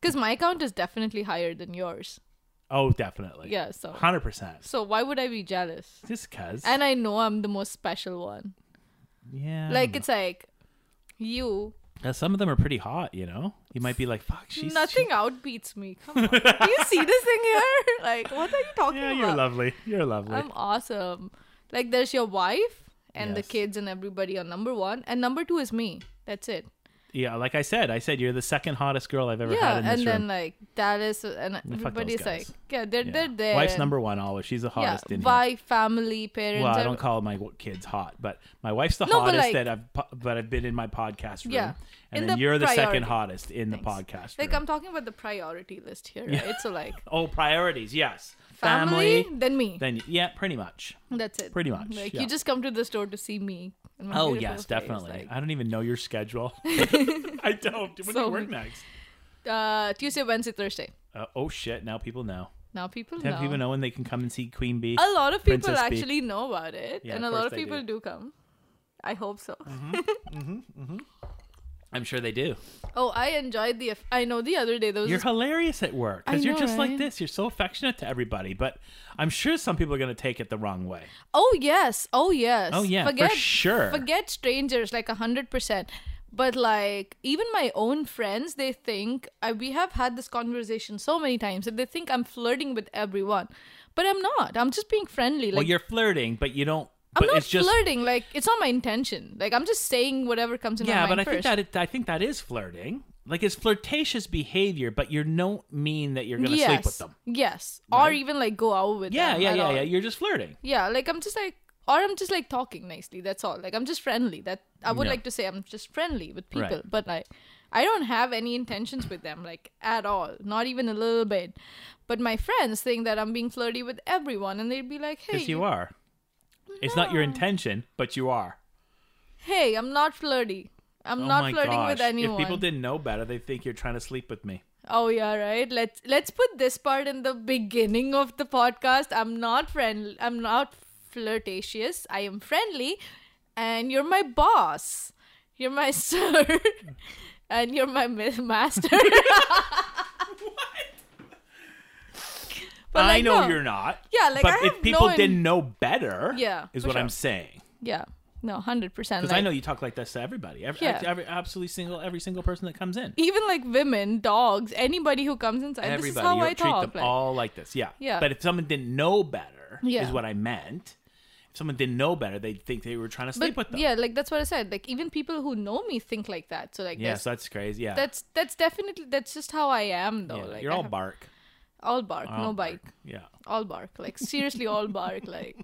S1: Because my count is definitely higher than yours.
S2: Oh, definitely.
S1: Yeah, so.
S2: 100%.
S1: So why would I be jealous?
S2: Just because.
S1: And I know I'm the most special one.
S2: yeah.
S1: Like, it's like, you.
S2: Now, some of them are pretty hot, you know? You might be like, fuck, she's. [laughs]
S1: Nothing outbeats me. Come on. Do you see this thing here? [laughs] Like, what are you
S2: she-
S1: talking
S2: [laughs] yeah,
S1: about? Um,
S2: you're lovely. You're lovely.
S1: I'm awesome. Like there's your wife and the
S2: Yes.
S1: kids and everybody on number one, and number two is me. That's it.
S2: yeah, like I said, I said you're the second hottest girl I've ever
S1: yeah,
S2: had in this
S1: and
S2: room.
S1: then like Dallas and
S2: those
S1: everybody's like,
S2: guys.
S1: yeah, they're
S2: Yeah.
S1: they're there.
S2: Wife's
S1: and-
S2: number one always. She's the
S1: Yeah,
S2: hottest in here.
S1: wife, family, parents.
S2: Well, I don't
S1: every-
S2: call my w- kids hot, but my wife's the
S1: No, but
S2: hottest
S1: like-
S2: that I've po- but I've been in my podcast room.
S1: Yeah.
S2: and
S1: In
S2: then
S1: the
S2: you're the second
S1: priority.
S2: hottest in the
S1: Thanks.
S2: podcast
S1: like
S2: room.
S1: I'm talking about the priority list here.
S2: Yeah.
S1: Right? So like
S2: [laughs] oh, priorities, yes,
S1: family, then me.
S2: Then yeah, pretty much.
S1: That's it.
S2: pretty much,
S1: Like
S2: yeah.
S1: you just come to the store to see me. and my
S2: Oh
S1: beautiful
S2: yes,
S1: face,
S2: definitely.
S1: like-
S2: I don't even know your
S1: [laughs]
S2: schedule. [laughs] I don't. When do you
S1: So-
S2: work next?
S1: uh, Tuesday, Wednesday, Thursday.
S2: Uh, oh shit! Now people know.
S1: Now people
S2: Have
S1: know.
S2: people know when they can come and see Queen Bee?
S1: a lot of people
S2: Princess Peak.
S1: actually know about it
S2: Yeah,
S1: and a
S2: of
S1: lot
S2: course
S1: of
S2: they Mm-hmm.
S1: people do. come i hope so
S2: I'm sure they do.
S1: oh i enjoyed the eff- i know the other day there was
S2: You're
S1: this,
S2: hilarious at work because
S1: I
S2: you're
S1: know,
S2: just like
S1: right?
S2: this. You're so affectionate to everybody, but I'm sure some people are going to take it the wrong way.
S1: oh yes oh yes
S2: Oh, yeah, for sure.
S1: forget strangers like a hundred percent but like even my own friends they think I, we have had this conversation so many times that they think i'm flirting with everyone but i'm not i'm just being friendly like
S2: well, you're flirting, but you don't.
S1: i'm
S2: but
S1: not
S2: it's just,
S1: flirting like it's not my intention like i'm just saying whatever comes in my
S2: Yeah,
S1: mind
S2: but I think
S1: first.
S2: that it, I think that is flirting. Like it's flirtatious behavior, but you don't mean that you're going to
S1: yes
S2: sleep with them.
S1: yes or
S2: Right?
S1: even like go out with
S2: Yeah,
S1: them
S2: yeah,
S1: at
S2: yeah,
S1: all.
S2: yeah. You're just flirting.
S1: Yeah, like I'm just like, or I'm just like talking nicely. That's all. Like I'm just friendly. That I would
S2: Yeah.
S1: like to say I'm just friendly with people,
S2: Right.
S1: but like I don't have any intentions with them, like at all, not even a little bit. But my friends think that I'm being flirty with everyone, and they'd be like, "Hey,
S2: Yes, you are. It's not your intention, but you are.
S1: hey, I'm not flirty. I'm
S2: Oh
S1: not
S2: my
S1: flirting with
S2: gosh.
S1: anyone."
S2: If people didn't know better, they think you're trying to sleep with me.
S1: Oh yeah, right. Let's let's put this part in the beginning of the podcast. I'm not friend. I'm not flirtatious. I am friendly, and you're my boss. You're my [laughs] sir, and you're my mi- master.
S2: [laughs]
S1: [laughs] But
S2: I
S1: like,
S2: know
S1: no.
S2: you're not.
S1: Yeah, like,
S2: but
S1: I
S2: if
S1: have
S2: people
S1: known-
S2: didn't know better,
S1: Yeah,
S2: is
S1: for
S2: what I'm
S1: sure.
S2: saying.
S1: Yeah. No, hundred percent.
S2: Because
S1: Like,
S2: I know you talk like this to everybody. Every,
S1: Yeah.
S2: every, absolutely single every single person that comes in.
S1: even like women, dogs, anybody who comes inside. this is
S2: everybody
S1: how
S2: you
S1: I
S2: treat
S1: talk.
S2: them
S1: like-
S2: all like this. Yeah.
S1: Yeah.
S2: But if someone didn't know better,
S1: Yeah.
S2: is what I meant. If someone didn't know better, they'd think they were trying to sleep
S1: but
S2: with them.
S1: yeah, like that's what I said. Like even people who know me think like that. So like,
S2: Yes,
S1: there's
S2: that's crazy. Yeah.
S1: that's that's definitely that's just how I am though.
S2: Yeah,
S1: Like
S2: you're
S1: I
S2: all
S1: have-
S2: bark.
S1: all bark,
S2: All
S1: no bite,
S2: bark. Yeah.
S1: all bark. Like seriously, all bark. Like,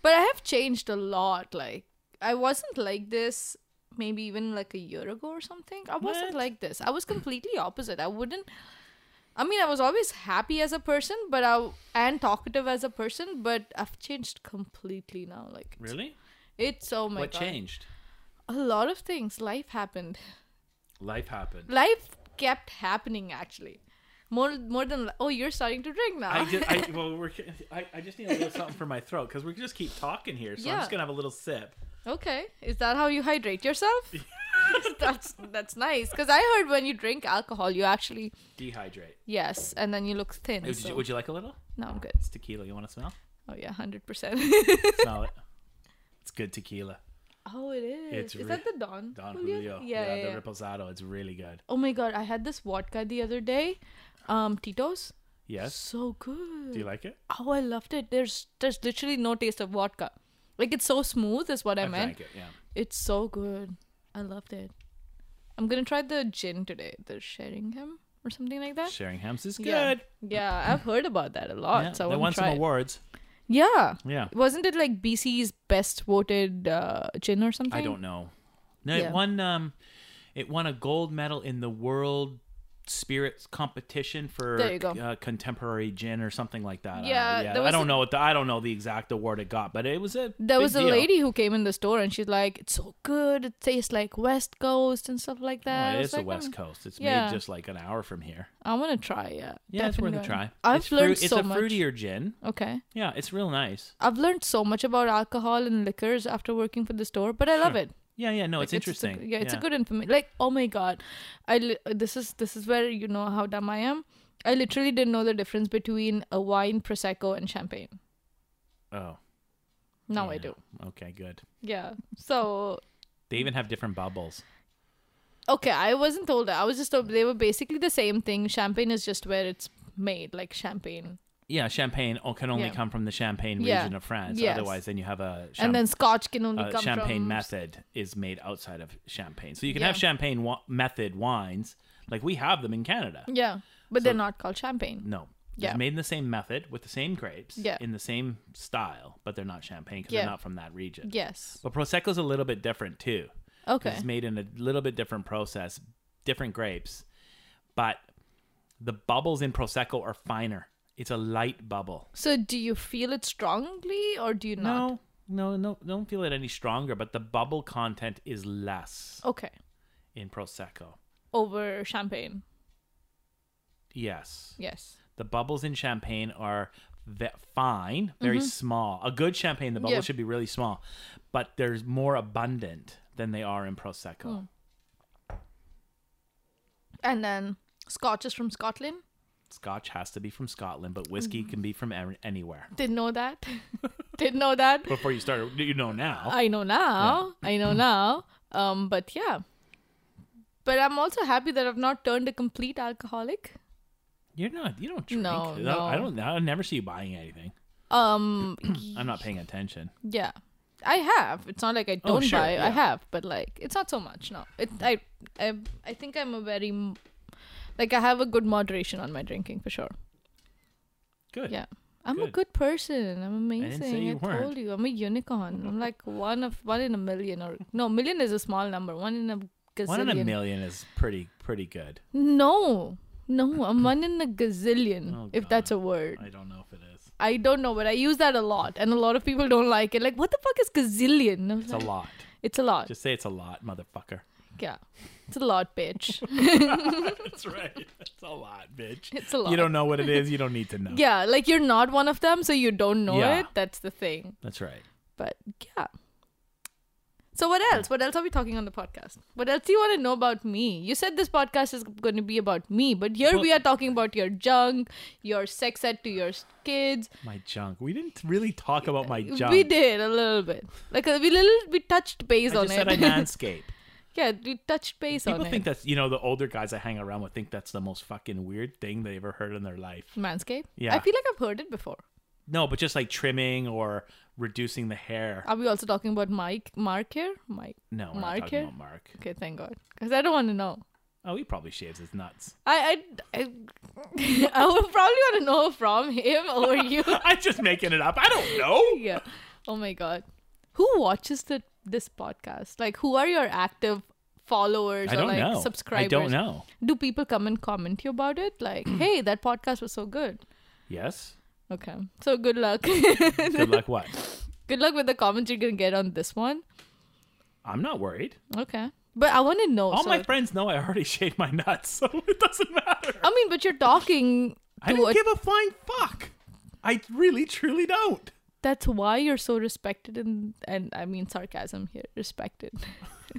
S1: but I have changed a lot. Like I wasn't like this maybe even like a year ago or something. I wasn't
S2: What?
S1: like this. I was completely opposite. I wouldn't. I mean, I was always happy as a person, but I and talkative as a person, but I've changed completely now. Like
S2: Really?
S1: it's oh my
S2: what
S1: god,
S2: changed?
S1: a lot of things. Life happened. [laughs]
S2: Life happened.
S1: life kept happening actually more more than oh you're starting to drink now
S2: I just, I, well, we're, I, I just need a little something for my throat because we just keep talking here. So I'm
S1: Yeah.
S2: just going to have a little sip.
S1: [laughs] okay is that how you hydrate
S2: [laughs]
S1: yourself [laughs] that's that's nice because i heard when you drink alcohol you actually
S2: Dehydrate.
S1: yes and then you look thin
S2: Would
S1: so-
S2: Oh, you, would you like a little?
S1: no i'm good
S2: It's tequila. You want
S1: [laughs]
S2: to smell?
S1: oh yeah [laughs] 100%
S2: Smell it. It's good tequila.
S1: oh it is
S2: It's
S1: is
S2: re-
S1: that the don
S2: Don Julio.
S1: yeah, yeah, yeah.
S2: the reposado. It's really good.
S1: oh my god i had this vodka the other day um tito's
S2: Yes.
S1: So good.
S2: Do you like it?
S1: Oh, I loved it. There's there's literally no taste of vodka. Like it's so smooth is what I,
S2: I
S1: meant.
S2: drank it.
S1: [laughs]
S2: Yeah.
S1: It's so good. I loved it. I'm gonna try the gin today, the Sheringham or something like that.
S2: Sheringham's is good.
S1: Yeah. Yeah, I've heard about that a lot.
S2: Yeah,
S1: so I
S2: they
S1: want
S2: won
S1: to try
S2: some
S1: it.
S2: awards.
S1: Yeah.
S2: Yeah.
S1: Wasn't it like BC's best voted uh, gin or something?
S2: I don't know. No,
S1: Yeah.
S2: it won. Um, it won a gold medal in the world spirits competition for
S1: There you go.
S2: Uh, contemporary gin or something like that. I don't know.
S1: Yeah, there
S2: I
S1: was
S2: don't
S1: a-
S2: know what the, I don't know the exact award it got, but it was a
S1: There
S2: big
S1: was a
S2: deal.
S1: lady who came in the store and she's like, "It's so good. It tastes like West Coast and stuff like
S2: Oh,
S1: that." I
S2: it
S1: was
S2: is the
S1: like,
S2: West
S1: "Mm,
S2: Coast. It's
S1: Yeah.
S2: made just like an hour from here.
S1: I want to try. Yeah,
S2: Yeah, it's worth a
S1: definitely.
S2: try.
S1: I've
S2: it's
S1: learned
S2: it's
S1: so
S2: a
S1: much.
S2: fruitier gin.
S1: Okay,
S2: Yeah, it's real nice.
S1: I've learned so much about alcohol and liquors after working for the store, but I love
S2: Sure.
S1: it.
S2: Yeah, yeah, no, it's
S1: Like,
S2: interesting.
S1: a, yeah, it's a good information. Like, oh my god, I li- this is this is where you know how dumb I am. I literally didn't know the difference between a wine, prosecco, and champagne.
S2: Oh,
S1: Now I
S2: Yeah.
S1: do.
S2: okay, good.
S1: Yeah. So
S2: They even have different bubbles.
S1: Okay, I wasn't told that. I was just told they were basically the same thing. Champagne is just where it's made, like champagne.
S2: Yeah, champagne o- can only
S1: Yeah.
S2: come from the Champagne
S1: Yeah.
S2: region of France.
S1: Yes.
S2: Otherwise, then you have a
S1: and then Scotch can only
S2: uh,
S1: come
S2: champagne
S1: from
S2: method is made outside of Champagne. So you can
S1: Yeah.
S2: have Champagne wa- method wines like we have them in Canada.
S1: Yeah, but they're not called champagne.
S2: No.
S1: Mm. Yeah.
S2: It's made in the same method with the same grapes
S1: Yeah.
S2: in the same style, but they're not champagne because
S1: Yeah.
S2: they're not from that region.
S1: Yes.
S2: But Prosecco's a little bit different too. 'cause
S1: Okay.
S2: It's made in a little bit different process, different grapes, but the bubbles in Prosecco are finer. It's a light bubble.
S1: So do you feel it strongly or do you not?
S2: No, no, no, don't feel it any stronger, but the bubble content is less
S1: Okay.
S2: in Prosecco.
S1: Over champagne.
S2: Yes.
S1: Yes.
S2: The bubbles in champagne are ve- fine, very small. A good champagne, the bubbles
S1: Mm-hmm. Yeah.
S2: should be really small, but they're more abundant than they are in Prosecco.
S1: Hmm. And then Scotch is from Scotland.
S2: Scotch has to be from Scotland, but
S1: Mm.
S2: whiskey can be from an- anywhere.
S1: Didn't know that. [laughs] Didn't know that.
S2: Before you start, you know now.
S1: I know now. I
S2: Mm-hmm.
S1: know now. Um, but yeah. But I'm also happy that I've not turned a complete alcoholic.
S2: You're not. You don't drink.
S1: No,
S2: I don't- I
S1: no.
S2: don't. I never see you buying anything. [coughs]
S1: Um,
S2: I'm not paying attention.
S1: yeah, I have. It's not like I
S2: Oh,
S1: don't
S2: sure,
S1: buy. I
S2: yeah.
S1: have, but like it's not so much. No, it. I. I. I think I'm a very, m- like I have a good moderation on my drinking for sure.
S2: Good.
S1: Yeah. I'm a
S2: Good.
S1: good person. I'm amazing.
S2: didn't say you weren't.
S1: told you, I'm a unicorn. I'm
S2: [laughs]
S1: like one of one in a million, or no, million is a small number. One in a gazillion.
S2: One in a million is pretty pretty good.
S1: No, no, I'm one in a gazillion,
S2: Oh,
S1: if
S2: God.
S1: that's a word.
S2: I don't know if it is.
S1: I don't know, but I use that a lot, and a lot of people don't like it. Like, what the fuck is gazillion?
S2: It's a [laughs] lot.
S1: It's a lot.
S2: Just say it's a lot, motherfucker.
S1: yeah, it's a lot, bitch.
S2: [laughs]
S1: [laughs]
S2: That's right. It's a lot, bitch.
S1: It's a lot.
S2: You don't know what it is. You don't
S1: [laughs]
S2: need to know.
S1: yeah, like you're not one of them, so you don't know
S2: Yeah.
S1: it. That's the thing.
S2: That's right.
S1: But yeah. So what else? What else are we talking on the podcast? What else do you want to know about me? You said this podcast is going to be about me, but here we
S2: Well-
S1: are talking about your junk, your sex ed to your s- kids,
S2: My junk. We didn't really talk about my junk.
S1: We did a little bit. Like uh, we little we touched base
S2: I just
S1: on
S2: said
S1: it. [laughs]
S2: I manscape.
S1: yeah, we touched base
S2: People
S1: on
S2: think
S1: it.
S2: that's you know the older guys I hang around with think that's the most fucking weird thing they ever heard in their life.
S1: Manscape.
S2: Yeah.
S1: I feel like I've heard it before.
S2: No, but just like trimming or reducing the hair.
S1: Are we also talking about Mike Mark here? Mike.
S2: No, we're
S1: Uh, Mark
S2: not
S1: hair?
S2: talking about Mark.
S1: Okay, thank God, because I don't want to know.
S2: Oh, he probably shaves his nuts. [laughs]
S1: I I [laughs] I, I would probably want to know from him or you.
S2: I'm just making it up. I don't know.
S1: yeah. Oh my God, who watches the this podcast? Like, who are your active followers
S2: I
S1: or
S2: don't
S1: like
S2: know.
S1: subscribers?
S2: I don't know.
S1: Do people come and comment you about it?
S2: [clears throat]
S1: Like, hey, that podcast was so good.
S2: Yes.
S1: Okay. So good
S2: [laughs]
S1: luck.
S2: Good luck. What?
S1: good luck with the comments you're gonna get on this one.
S2: I'm not worried.
S1: Okay. But I wanna know.
S2: All
S1: so-
S2: Oh my friends know I already [laughs] shaved my nuts, so [laughs] it doesn't matter.
S1: I mean, but you're talking
S2: I
S1: to
S2: don't
S1: a,
S2: give a flying fuck. I really, truly don't.
S1: that's why you're so respected and and I mean sarcasm here. Respected. [laughs]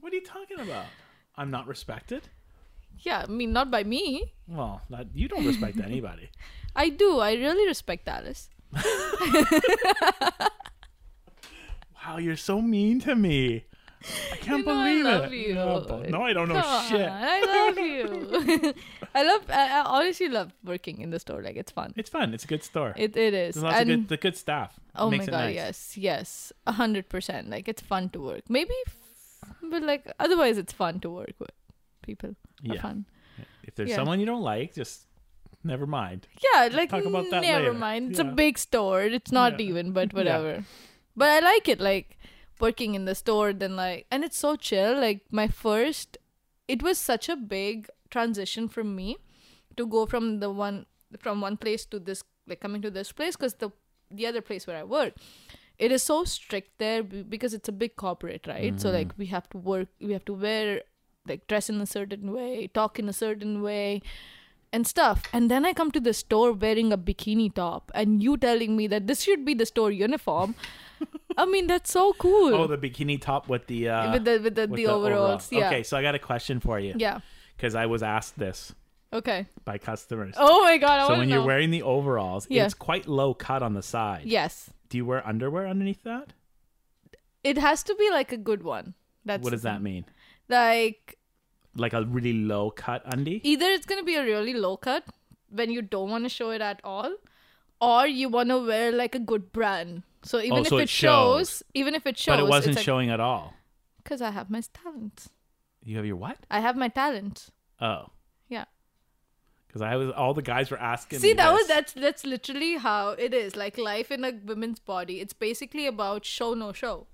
S2: What are you talking about? I'm not respected.
S1: yeah, I mean not by me.
S2: Well, that, you don't
S1: [laughs]
S2: respect anybody.
S1: I do. I really respect Alice.
S2: Wow, you're so mean to me. I can't
S1: know I
S2: believe
S1: love
S2: it.
S1: you.
S2: No, but- Oh, No, I don't know
S1: Come
S2: shit.
S1: on, [laughs] I love you. [laughs] I love. I, I honestly love working in the store. Like it's fun.
S2: It's fun. It's a good store.
S1: It it is.
S2: There's lots
S1: and
S2: of good, the good staff.
S1: oh my
S2: Makes
S1: god,
S2: it nice.
S1: yes, yes, a hundred percent. Like it's fun to work. Maybe, f- but like otherwise, it's fun to work with people. Are
S2: Yeah.
S1: fun.
S2: If there's
S1: Yeah.
S2: someone you don't like, just never mind.
S1: Yeah, like
S2: Talk about that
S1: never
S2: later.
S1: mind. It's
S2: Yeah.
S1: a big store. It's not
S2: Yeah.
S1: even, but
S2: [laughs] Yeah.
S1: whatever. But I like it like working in the store then like and it's so chill. Like my first it was such a big transition for me to go from the one from one place to this like coming to this place cuz the the other place where I work it is so strict there be- because it's a big corporate, right? So like we have to work, we have to wear like dress in a certain way, talk in a certain way and stuff. And then I come to the store wearing a bikini top and you telling me that this should be the store uniform. I mean, that's so cool.
S2: Oh, the bikini top with the uh,
S1: with the with the,
S2: with
S1: the overalls,
S2: overall.
S1: yeah.
S2: Okay, so I got a question for you
S1: Yeah.
S2: because I was asked this
S1: Okay.
S2: by customers.
S1: Oh my god, I
S2: so
S1: want
S2: when
S1: to know.
S2: you're wearing the overalls,
S1: Yeah.
S2: it's quite low cut on the side.
S1: yes.
S2: Do you wear underwear underneath that?
S1: It has to be like a good one. That's
S2: what does that mean?
S1: Like
S2: Like a really low cut undie?
S1: either it's going to be a really low cut when you don't want to show it at all or you want to wear like a good brand so even if
S2: Oh, so
S1: it,
S2: it
S1: shows,
S2: shows.
S1: even if it shows
S2: But it wasn't
S1: it's
S2: showing at all.
S1: because i have my talent
S2: You have your what?
S1: i have my talent
S2: Oh,
S1: yeah
S2: because I was all the guys were asking.
S1: see
S2: me
S1: that was
S2: this.
S1: that's that's literally how it is like life in a woman's body it's basically about show no show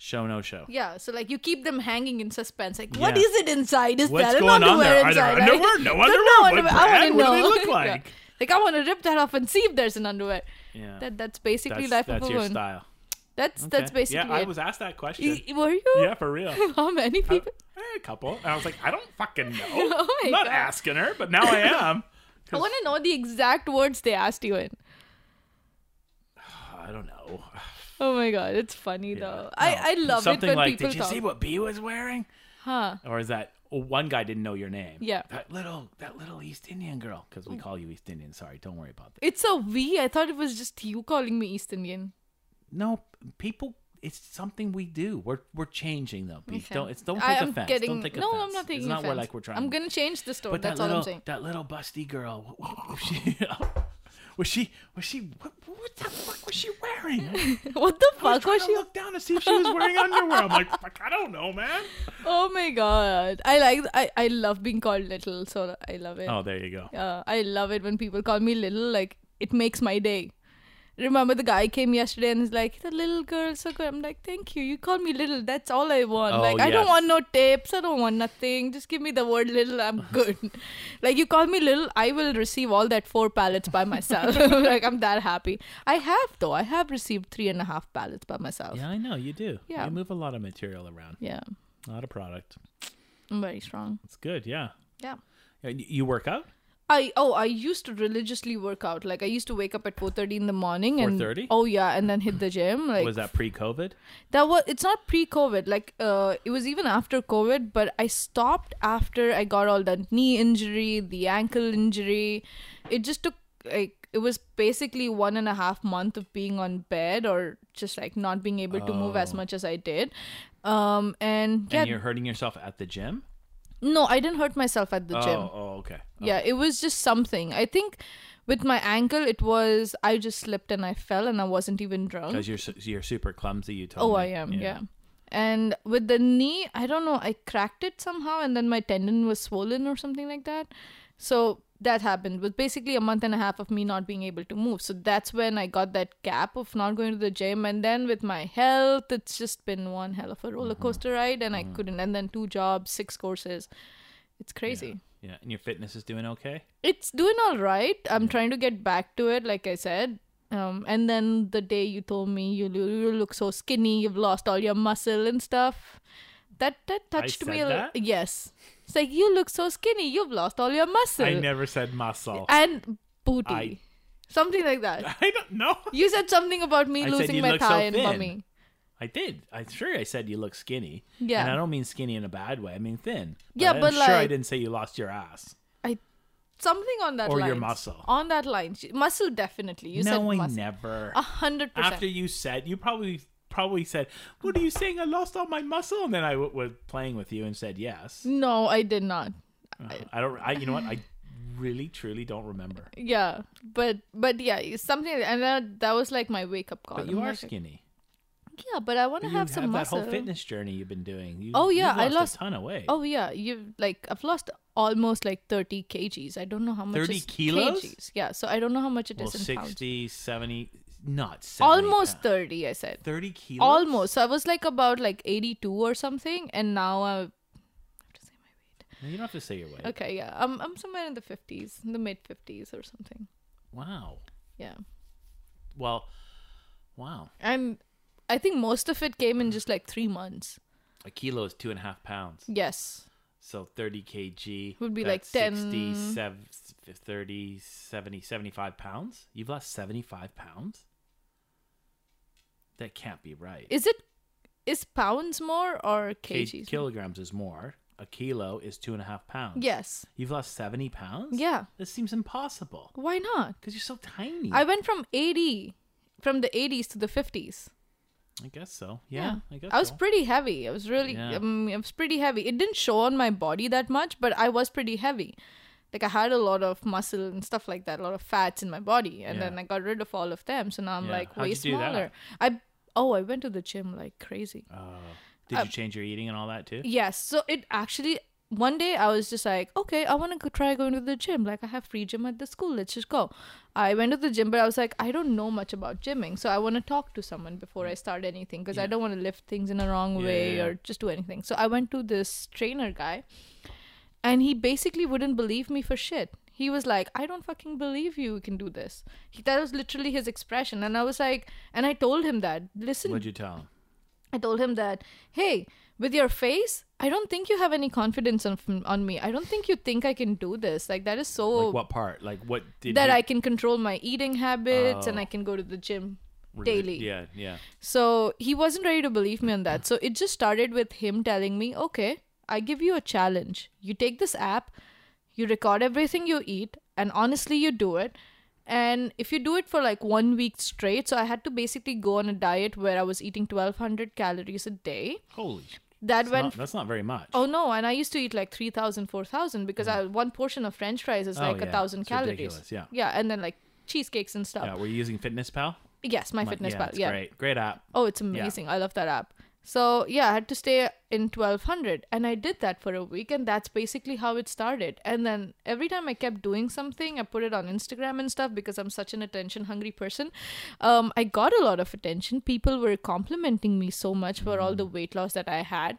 S2: show no show.
S1: yeah so like you keep them hanging in suspense like what
S2: Yeah.
S1: is it inside is
S2: What's
S1: that an
S2: going on
S1: underwear
S2: there? Are there
S1: inside
S2: underwear?
S1: right? [laughs]
S2: No
S1: Don't
S2: underwear?
S1: know
S2: What
S1: I want
S2: brand?
S1: to
S2: What
S1: know
S2: do they look
S1: [laughs] Yeah.
S2: like?
S1: like i want to rip that off and see if there's an underwear
S2: Yeah,
S1: That that's basically
S2: that's,
S1: life
S2: that's
S1: of a
S2: your
S1: woman.
S2: style.
S1: That's that's
S2: Okay.
S1: basically
S2: Yeah, I
S1: it.
S2: was asked that question.
S1: Y- were you?
S2: [laughs] yeah, for real.
S1: [laughs] How many
S2: Uh,
S1: people?
S2: a couple. And I was like, I don't
S1: [laughs]
S2: fucking know.
S1: Oh my
S2: I'm not
S1: God.
S2: asking her, but now
S1: [laughs]
S2: I am.
S1: I
S2: 'Cause-
S1: want to know the exact words they asked you in.
S2: I don't know.
S1: Oh my god, it's funny
S2: Yeah.
S1: though. I
S2: No.
S1: I love
S2: Something
S1: it when
S2: like,
S1: people
S2: did you
S1: talk.
S2: see what B was wearing?
S1: huh?
S2: Or is that oh, one guy didn't know your name?
S1: Yeah. Oh.
S2: That little that little East Indian girl, because we call you East Indian. Sorry, don't worry about that.
S1: It's a we. I thought it was just you calling me East Indian.
S2: No, people. It's something we do. We're we're changing though. Beef.
S1: Okay.
S2: Don't it's don't
S1: I
S2: take
S1: am
S2: offense.
S1: getting-
S2: don't take
S1: no,
S2: offense.
S1: I'm not taking
S2: It's not
S1: offense.
S2: where like we're trying.
S1: I'm gonna change the store.
S2: But
S1: That's
S2: that
S1: all I'm
S2: little,
S1: saying. [laughs]
S2: That little busty girl. [laughs] wh- wh- Was she? Was she? Was she? What, what the fuck was she
S1: [laughs]
S2: wearing?
S1: what the
S2: I
S1: fuck
S2: was trying
S1: was
S2: to
S1: she?
S2: look down to see if she
S1: [laughs]
S2: was wearing underwear. I'm like, fuck, I don't know, man.
S1: Oh my god, I like I I love being called little. So I love it.
S2: Oh, there you go.
S1: Uh, I love it when people call me little. Like it makes my day. Remember the guy came yesterday and is like, "The little girl, so good." I'm like, "Thank you. You call me little. That's all I want.
S2: Oh,
S1: like I don't
S2: yes.
S1: want no tapes. I don't want nothing. Just give me the word little.
S2: [laughs]
S1: I'm good. like you call me little, I will receive all that four pallets by myself. [laughs] like I'm that happy. I have though. I have received three and a half pallets by myself.
S2: Yeah, I know you do.
S1: Yeah.
S2: you move a lot of material around,
S1: yeah.
S2: a lot of product.
S1: I'm very strong.
S2: It's good. Yeah,
S1: Yeah.
S2: Yeah, Uh, y- you work out.
S1: I oh I used to religiously work out. Like I used to wake up at four thirty in the morning and
S2: 4:30?
S1: oh yeah, and then hit the gym. Like
S2: was that pre-COVID?
S1: that was it's not pre-COVID. Like uh, it was even after COVID, but I stopped after I got all that knee injury, the ankle injury. It just took like it was basically one and a half month of being on bed or just like not being able to move as much as I did. Um and yeah,
S2: Oh. And you're hurting yourself at the gym.
S1: no, I didn't hurt myself at the
S2: Oh,
S1: gym.
S2: oh, okay.
S1: yeah it was just something i think with my ankle it was i just slipped and i fell and i wasn't even drunk
S2: Because you're su- you're super clumsy. You told
S1: oh
S2: me.
S1: i am yeah. and with the knee i don't know i cracked it somehow and then my tendon was swollen or something like that so that happened was basically a month and a half of me not being able to move so that's when i got that gap of not going to the gym and then with my health it's just been one hell of a roller
S2: Mm-hmm.
S1: coaster ride and i couldn't and then two jobs six courses it's crazy
S2: Yeah, and your fitness is doing okay.
S1: it's doing all right. I'm trying to get back to it, like I said. Um, and then the day you told me you, lo- you look so skinny, you've lost all your muscle and stuff. That that touched me.
S2: said
S1: a
S2: that?
S1: Yes, it's like you look so skinny, you've lost all your muscle
S2: I never said muscle. [laughs] I,
S1: and booty,
S2: I-
S1: something like that.
S2: don't know.
S1: You said something about me
S2: I said
S1: losing
S2: you
S1: my
S2: look so
S1: thigh and
S2: thin.
S1: bummy.
S2: I did. I sure I said you look skinny.
S1: Yeah.
S2: And I don't mean skinny in a bad way. I mean thin.
S1: Yeah,
S2: I'm
S1: but
S2: sure I
S1: like-
S2: didn't say you lost your ass.
S1: Something on that
S2: Or
S1: line.
S2: your muscle.
S1: On that line, muscle definitely. You
S2: no,
S1: said
S2: I
S1: muscle.
S2: never.
S1: A hundred percent.
S2: After you said, you probably probably said, "What are you saying? I lost all my muscle." And then I w- was playing with you and said yes.
S1: No, I did not.
S2: Uh, [sighs] I don't. I you know what? I really truly don't remember.
S1: Yeah, but but yeah, it's something, and that, that was like my wake up call.
S2: But you
S1: I'm
S2: are
S1: like,
S2: skinny.
S1: Yeah, but I want to
S2: You
S1: have some
S2: that
S1: muscle.
S2: whole fitness journey you've been doing. You,
S1: Oh, yeah,
S2: you've
S1: I
S2: lost,
S1: lost-
S2: a ton of weight.
S1: Oh yeah, you've like I've lost almost like thirty kgs. I don't know how much
S2: 30
S1: is
S2: kilos?
S1: kgs. Yeah, so I don't know how much it is
S2: well,
S1: in pounds.
S2: 60, 70, not 70
S1: Almost
S2: pounds.
S1: thirty, I said.
S2: thirty kilos.
S1: Almost. So I was like about like eighty-two or something, and now I have to say my weight.
S2: You don't have to say your weight.
S1: Okay, yeah, I'm I'm somewhere in the fifties, in the mid fifties or something.
S2: Wow.
S1: Yeah,
S2: Well, wow.
S1: I'm. I think most of it
S2: Mm.
S1: came in just like three months.
S2: A kilo is two and a half pounds.
S1: Yes.
S2: So 30 kg
S1: Would be
S2: that's
S1: like 10
S2: 60, sev- 30, 70, 75 pounds. You've lost 75 pounds? That can't be right.
S1: Is it is pounds more or
S2: K-
S1: kgs?
S2: kilograms is more. A kilo is two and a half pounds.
S1: yes.
S2: You've lost 70 pounds?
S1: Yeah.
S2: This seems impossible
S1: Why not?
S2: because you're so tiny.
S1: I went from 80 from the 80s to the 50s.
S2: I guess so. Yeah, I guess
S1: was
S2: so.
S1: pretty heavy. I was really
S2: Yeah.
S1: um, I was pretty heavy. It didn't show on my body that much, but I was pretty heavy. Like I had a lot of muscle and stuff like that, a lot of fats in my body, and
S2: Yeah.
S1: then I got rid of all of them. So now I'm
S2: Yeah.
S1: like
S2: How'd
S1: way
S2: you do that?
S1: smaller. I oh, I went to the gym like crazy.
S2: Oh. Did you change your eating and all that too?
S1: Yes. So it actually one day I was just like, okay, I want to go try going to the gym. Like I have free gym at the school. Let's just go. I went to the gym, but I was like, I don't know much about gymming, so I want to talk to someone before I start anything because I
S2: Yeah.
S1: don't want to lift things in a wrong way
S2: Yeah.
S1: or just do anything. So I went to this trainer guy, and he basically wouldn't believe me for shit. He was like, I don't fucking believe you can do this. He, that was literally his expression. And I was like, and I told him that, listen,
S2: What'd you tell him?
S1: I told him that, hey, with your face, I don't think you have any confidence on, on me. I don't think you think I can do this. Like, that is so.
S2: Like what part? Like what did
S1: that
S2: you... Oh.
S1: I can control my eating habits and I can go to the gym daily.
S2: Yeah, yeah.
S1: So he wasn't ready to believe me on that. So it just started with him telling me, okay, I give you a challenge. You take this app, you record everything you eat, and honestly, you do it. And if you do it for like one week straight, so I had to basically go on a diet where I was eating 1200 calories a day.
S2: Holy. sh-
S1: That
S2: That's
S1: went
S2: not, that's not very much.
S1: Oh no, and I used to eat like 3,000, 4,000 because I, one portion of french fries is
S2: Mm. Oh,
S1: like a
S2: yeah.
S1: thousand
S2: It's
S1: calories.
S2: ridiculous, yeah.
S1: Yeah, and then like cheesecakes and stuff.
S2: Yeah, were you using Fitness Pal?
S1: Yes, my,
S2: My-
S1: fitness
S2: yeah,
S1: pal.
S2: it's
S1: Yeah.
S2: Great. Great app.
S1: Oh, it's amazing. I love that app. So yeah, I had to stay in 1200 and I did that for a week and that's basically how it started. And then every time I kept doing something, I put it on Instagram and stuff because I'm such an attention hungry person. Um, I got a lot of attention. People were complimenting me so much for all the
S2: Mm.
S1: weight loss that I had.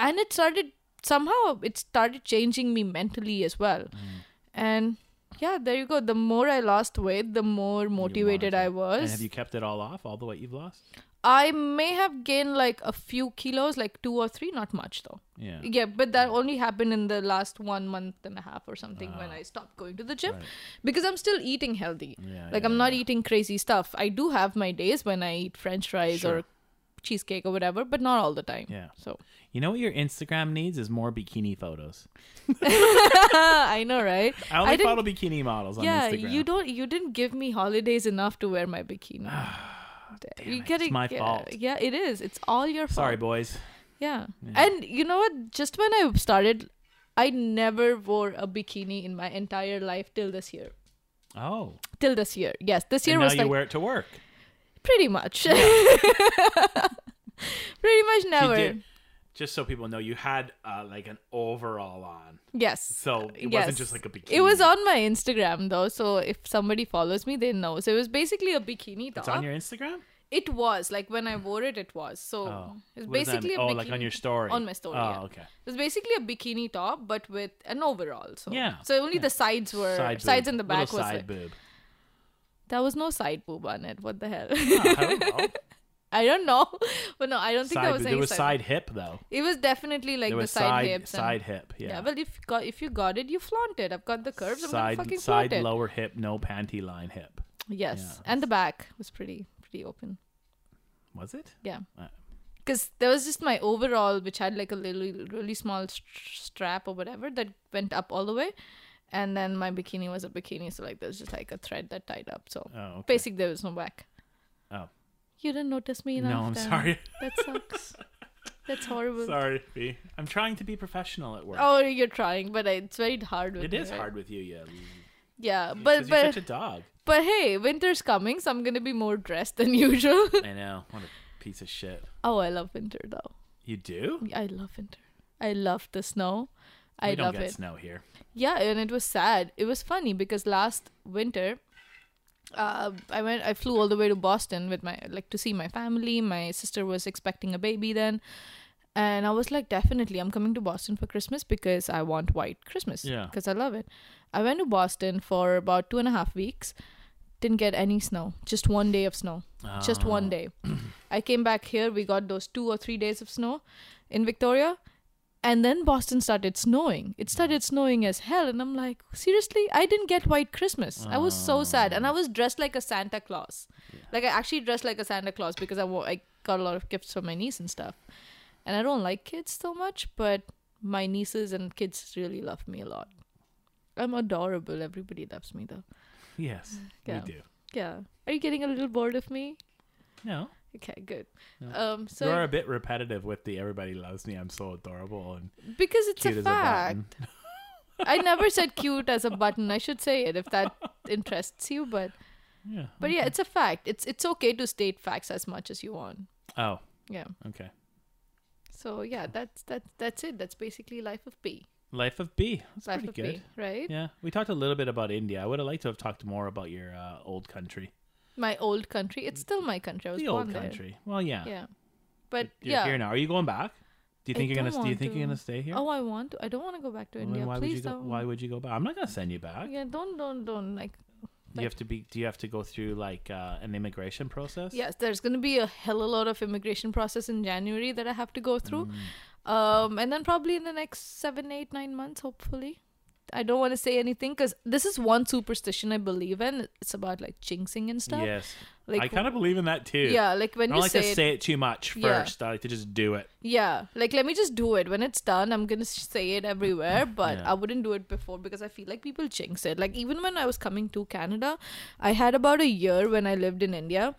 S1: And it started somehow it started changing me mentally as well.
S2: Mm.
S1: And yeah, there you go. The more I lost weight, the more motivated I was.
S2: And have you kept it all off, all the weight you've lost?
S1: I may have gained like a few kilos, like two or three, not much though.
S2: Yeah.
S1: Yeah, but that only happened in the last one month and a half or something when
S2: Ah.
S1: I stopped going to the gym because I'm still eating healthy.
S2: Yeah,
S1: like,
S2: yeah,
S1: I'm not eating crazy stuff. I do have my days when I eat french fries
S2: Sure.
S1: or cheesecake or whatever, but not all the time.
S2: Yeah.
S1: So
S2: You know what your Instagram needs is more bikini photos.
S1: I know,
S2: [laughs]
S1: right?
S2: I only
S1: didn't-
S2: follow bikini models on
S1: Yeah,
S2: Instagram.
S1: you don't. You didn't give me holidays enough to wear my
S2: [sighs]
S1: bikini. you
S2: it,
S1: gotta
S2: it's my
S1: get-
S2: fault.
S1: Yeah, it is. It's all your fault.
S2: Sorry, boys.
S1: Yeah. And you know what? Just when I started, I never wore a bikini in my entire life till this year.
S2: Oh,
S1: Till this year. Yes, this year
S2: and now
S1: was
S2: you
S1: like
S2: wear it to
S1: [laughs]
S2: work.
S1: pretty much. [laughs] pretty much
S2: You
S1: never.
S2: did- just so people know, you had uh, like an overall on,
S1: Yes.
S2: so it
S1: Yes.
S2: wasn't just like a bikini.
S1: It was on my Instagram though, so if somebody follows me, they know. So it was basically a bikini top.
S2: It's on your Instagram.
S1: It was like when I wore it, it was. So
S2: Oh,
S1: it's
S2: What does that
S1: basically
S2: mean?
S1: a
S2: oh,
S1: bikini
S2: like on your story.
S1: on my story,
S2: Oh,
S1: yeah.
S2: okay.
S1: It was basically a bikini top, but with an overall. So
S2: Yeah,
S1: So only
S2: yeah.
S1: the sides were
S2: Side
S1: sides
S2: boob.
S1: and the back
S2: Little
S1: was.
S2: side
S1: like-
S2: boob.
S1: [laughs] there was no side boob on it. What the hell?
S2: Oh, I don't know.
S1: [laughs] I don't know, [laughs] but no, I don't think
S2: Side
S1: there
S2: boob.
S1: was
S2: There
S1: any
S2: was
S1: side.
S2: side hip though.
S1: It was definitely like
S2: there
S1: the
S2: was
S1: side,
S2: side
S1: hips. and-
S2: side hip.
S1: yeah.
S2: Yeah.
S1: well, if you got if you got it, you flaunt it. I've got the curves. I'm gonna
S2: side
S1: fucking
S2: side
S1: flaunt it.
S2: lower hip, no panty line hip.
S1: Yes,
S2: Yeah.
S1: and the back was pretty pretty open.
S2: Was it?
S1: Yeah.
S2: Uh,
S1: Because there was just my overall, which had like a little, really small st- strap or whatever that went up all the way, and then my bikini was a bikini, so like there's just like a thread that tied up. So
S2: Oh, okay.
S1: basically, there was no back.
S2: Oh.
S1: You didn't notice me
S2: No,
S1: enough.
S2: I'm
S1: then. [laughs]
S2: sorry.
S1: That
S2: [laughs]
S1: sucks. That's horrible.
S2: Sorry, B. I'm trying to be professional at work.
S1: Oh, you're trying, but it's very hard with
S2: it
S1: me,
S2: is
S1: right?
S2: hard with you, yeah.
S1: Yeah,
S2: 'Cause
S1: but
S2: you're
S1: but
S2: such a
S1: [laughs]
S2: dog.
S1: but hey, winter's coming, so I'm gonna be more dressed than [laughs] usual.
S2: I know. What a piece of shit.
S1: oh, I love winter though.
S2: You do?
S1: I love winter. I love the snow. I
S2: we don't
S1: love
S2: get
S1: it.
S2: snow here.
S1: Yeah, and it was sad. It was funny because last winter, uh, I went. I flew all the way to Boston with my like to see my family. My sister was expecting a baby then, and I was like, definitely, I'm coming to Boston for Christmas because I want white Christmas.
S2: Yeah.
S1: because I love it. I went to Boston for about two and a half weeks. Didn't get any snow. Just one day of snow. Just
S2: Oh, Um,
S1: one day. I came back here. We got those two or three days of snow in Victoria. And then Boston started snowing. It started snowing as hell. And I'm like, seriously? I didn't get white Christmas. I was so sad. And I was dressed like a Santa Claus. Like, I actually dressed like a Santa Claus because I, wa- I got a lot of gifts from my niece and stuff. And I don't like kids so much, but my nieces and kids really love me a lot. I'm adorable. Everybody loves me, though.
S2: Yes,
S1: Yeah.
S2: we do.
S1: Yeah. Are you getting a little bored of me?
S2: No.
S1: Okay, good. Um, so
S2: you are a bit repetitive with the everybody loves me, I'm so adorable and
S1: because it's
S2: cute
S1: a
S2: as a button.
S1: fact. I never said cute as a button. I should say it if
S2: [laughs]
S1: that interests you, but
S2: Yeah.
S1: but yeah, it's a fact. It's it's okay to state facts as much as you want.
S2: Oh,
S1: Yeah.
S2: okay.
S1: So yeah, that's that's that's it. That's basically life of P.
S2: Life of B. That's
S1: life
S2: pretty
S1: of
S2: good.
S1: P, right?
S2: Yeah. We talked a little bit about India. I would have liked to have talked more about your uh, old country.
S1: My old country. It's still my country. I was
S2: The
S1: born
S2: old
S1: there.
S2: country. Well, yeah.
S1: Yeah. But
S2: You're
S1: yeah.
S2: here now. Are you going back? Do you
S1: I
S2: think you're
S1: don't
S2: gonna do you
S1: want
S2: think
S1: to.
S2: you're gonna stay here?
S1: Oh, I want to. I don't want to go back to
S2: Well, then
S1: India.
S2: why
S1: Please
S2: would you go
S1: don't.
S2: why would you go back? I'm not gonna send you back.
S1: Yeah, don't don't don't like
S2: Do you have to be do you have to go through like uh, an immigration process?
S1: Yes, there's going to be a hell of a lot of immigration process in January that I have to go through.
S2: Mm.
S1: Um, and then probably in the next seven, eight, nine months, hopefully. I don't want to say anything because this is one superstition I believe in. It's about like jinxing and stuff.
S2: Yes.
S1: Like,
S2: I kind of believe in that too.
S1: Yeah, like
S2: I
S1: when
S2: don't
S1: you
S2: like
S1: say,
S2: to
S1: it,
S2: say it too much
S1: Yeah.
S2: first. I like to just do it.
S1: yeah, like let me just do it. When it's done, I'm gonna say it
S2: [laughs]
S1: everywhere, but
S2: Yeah.
S1: I wouldn't do it before because I feel like people jinx it. Like even when I was coming to Canada, I had about a year when I lived in India,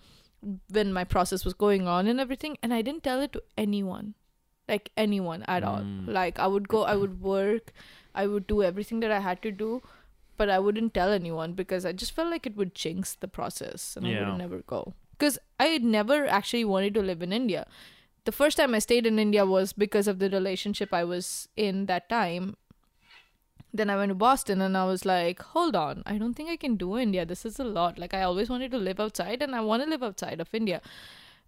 S1: when my process was going on and everything, and I didn't tell it to anyone, like anyone at all. Like I would go, I would work, I would do everything that I had to do, but I wouldn't tell anyone because I just felt like it would jinx the process and I
S2: Yeah.
S1: would never go. Because I had never actually wanted to live in India. The first time I stayed in India was because of the relationship I was in that time. Then I went to Boston and I was like, hold on, I don't think I can do India. This is a lot. Like, I always wanted to live outside and I want to live outside of India.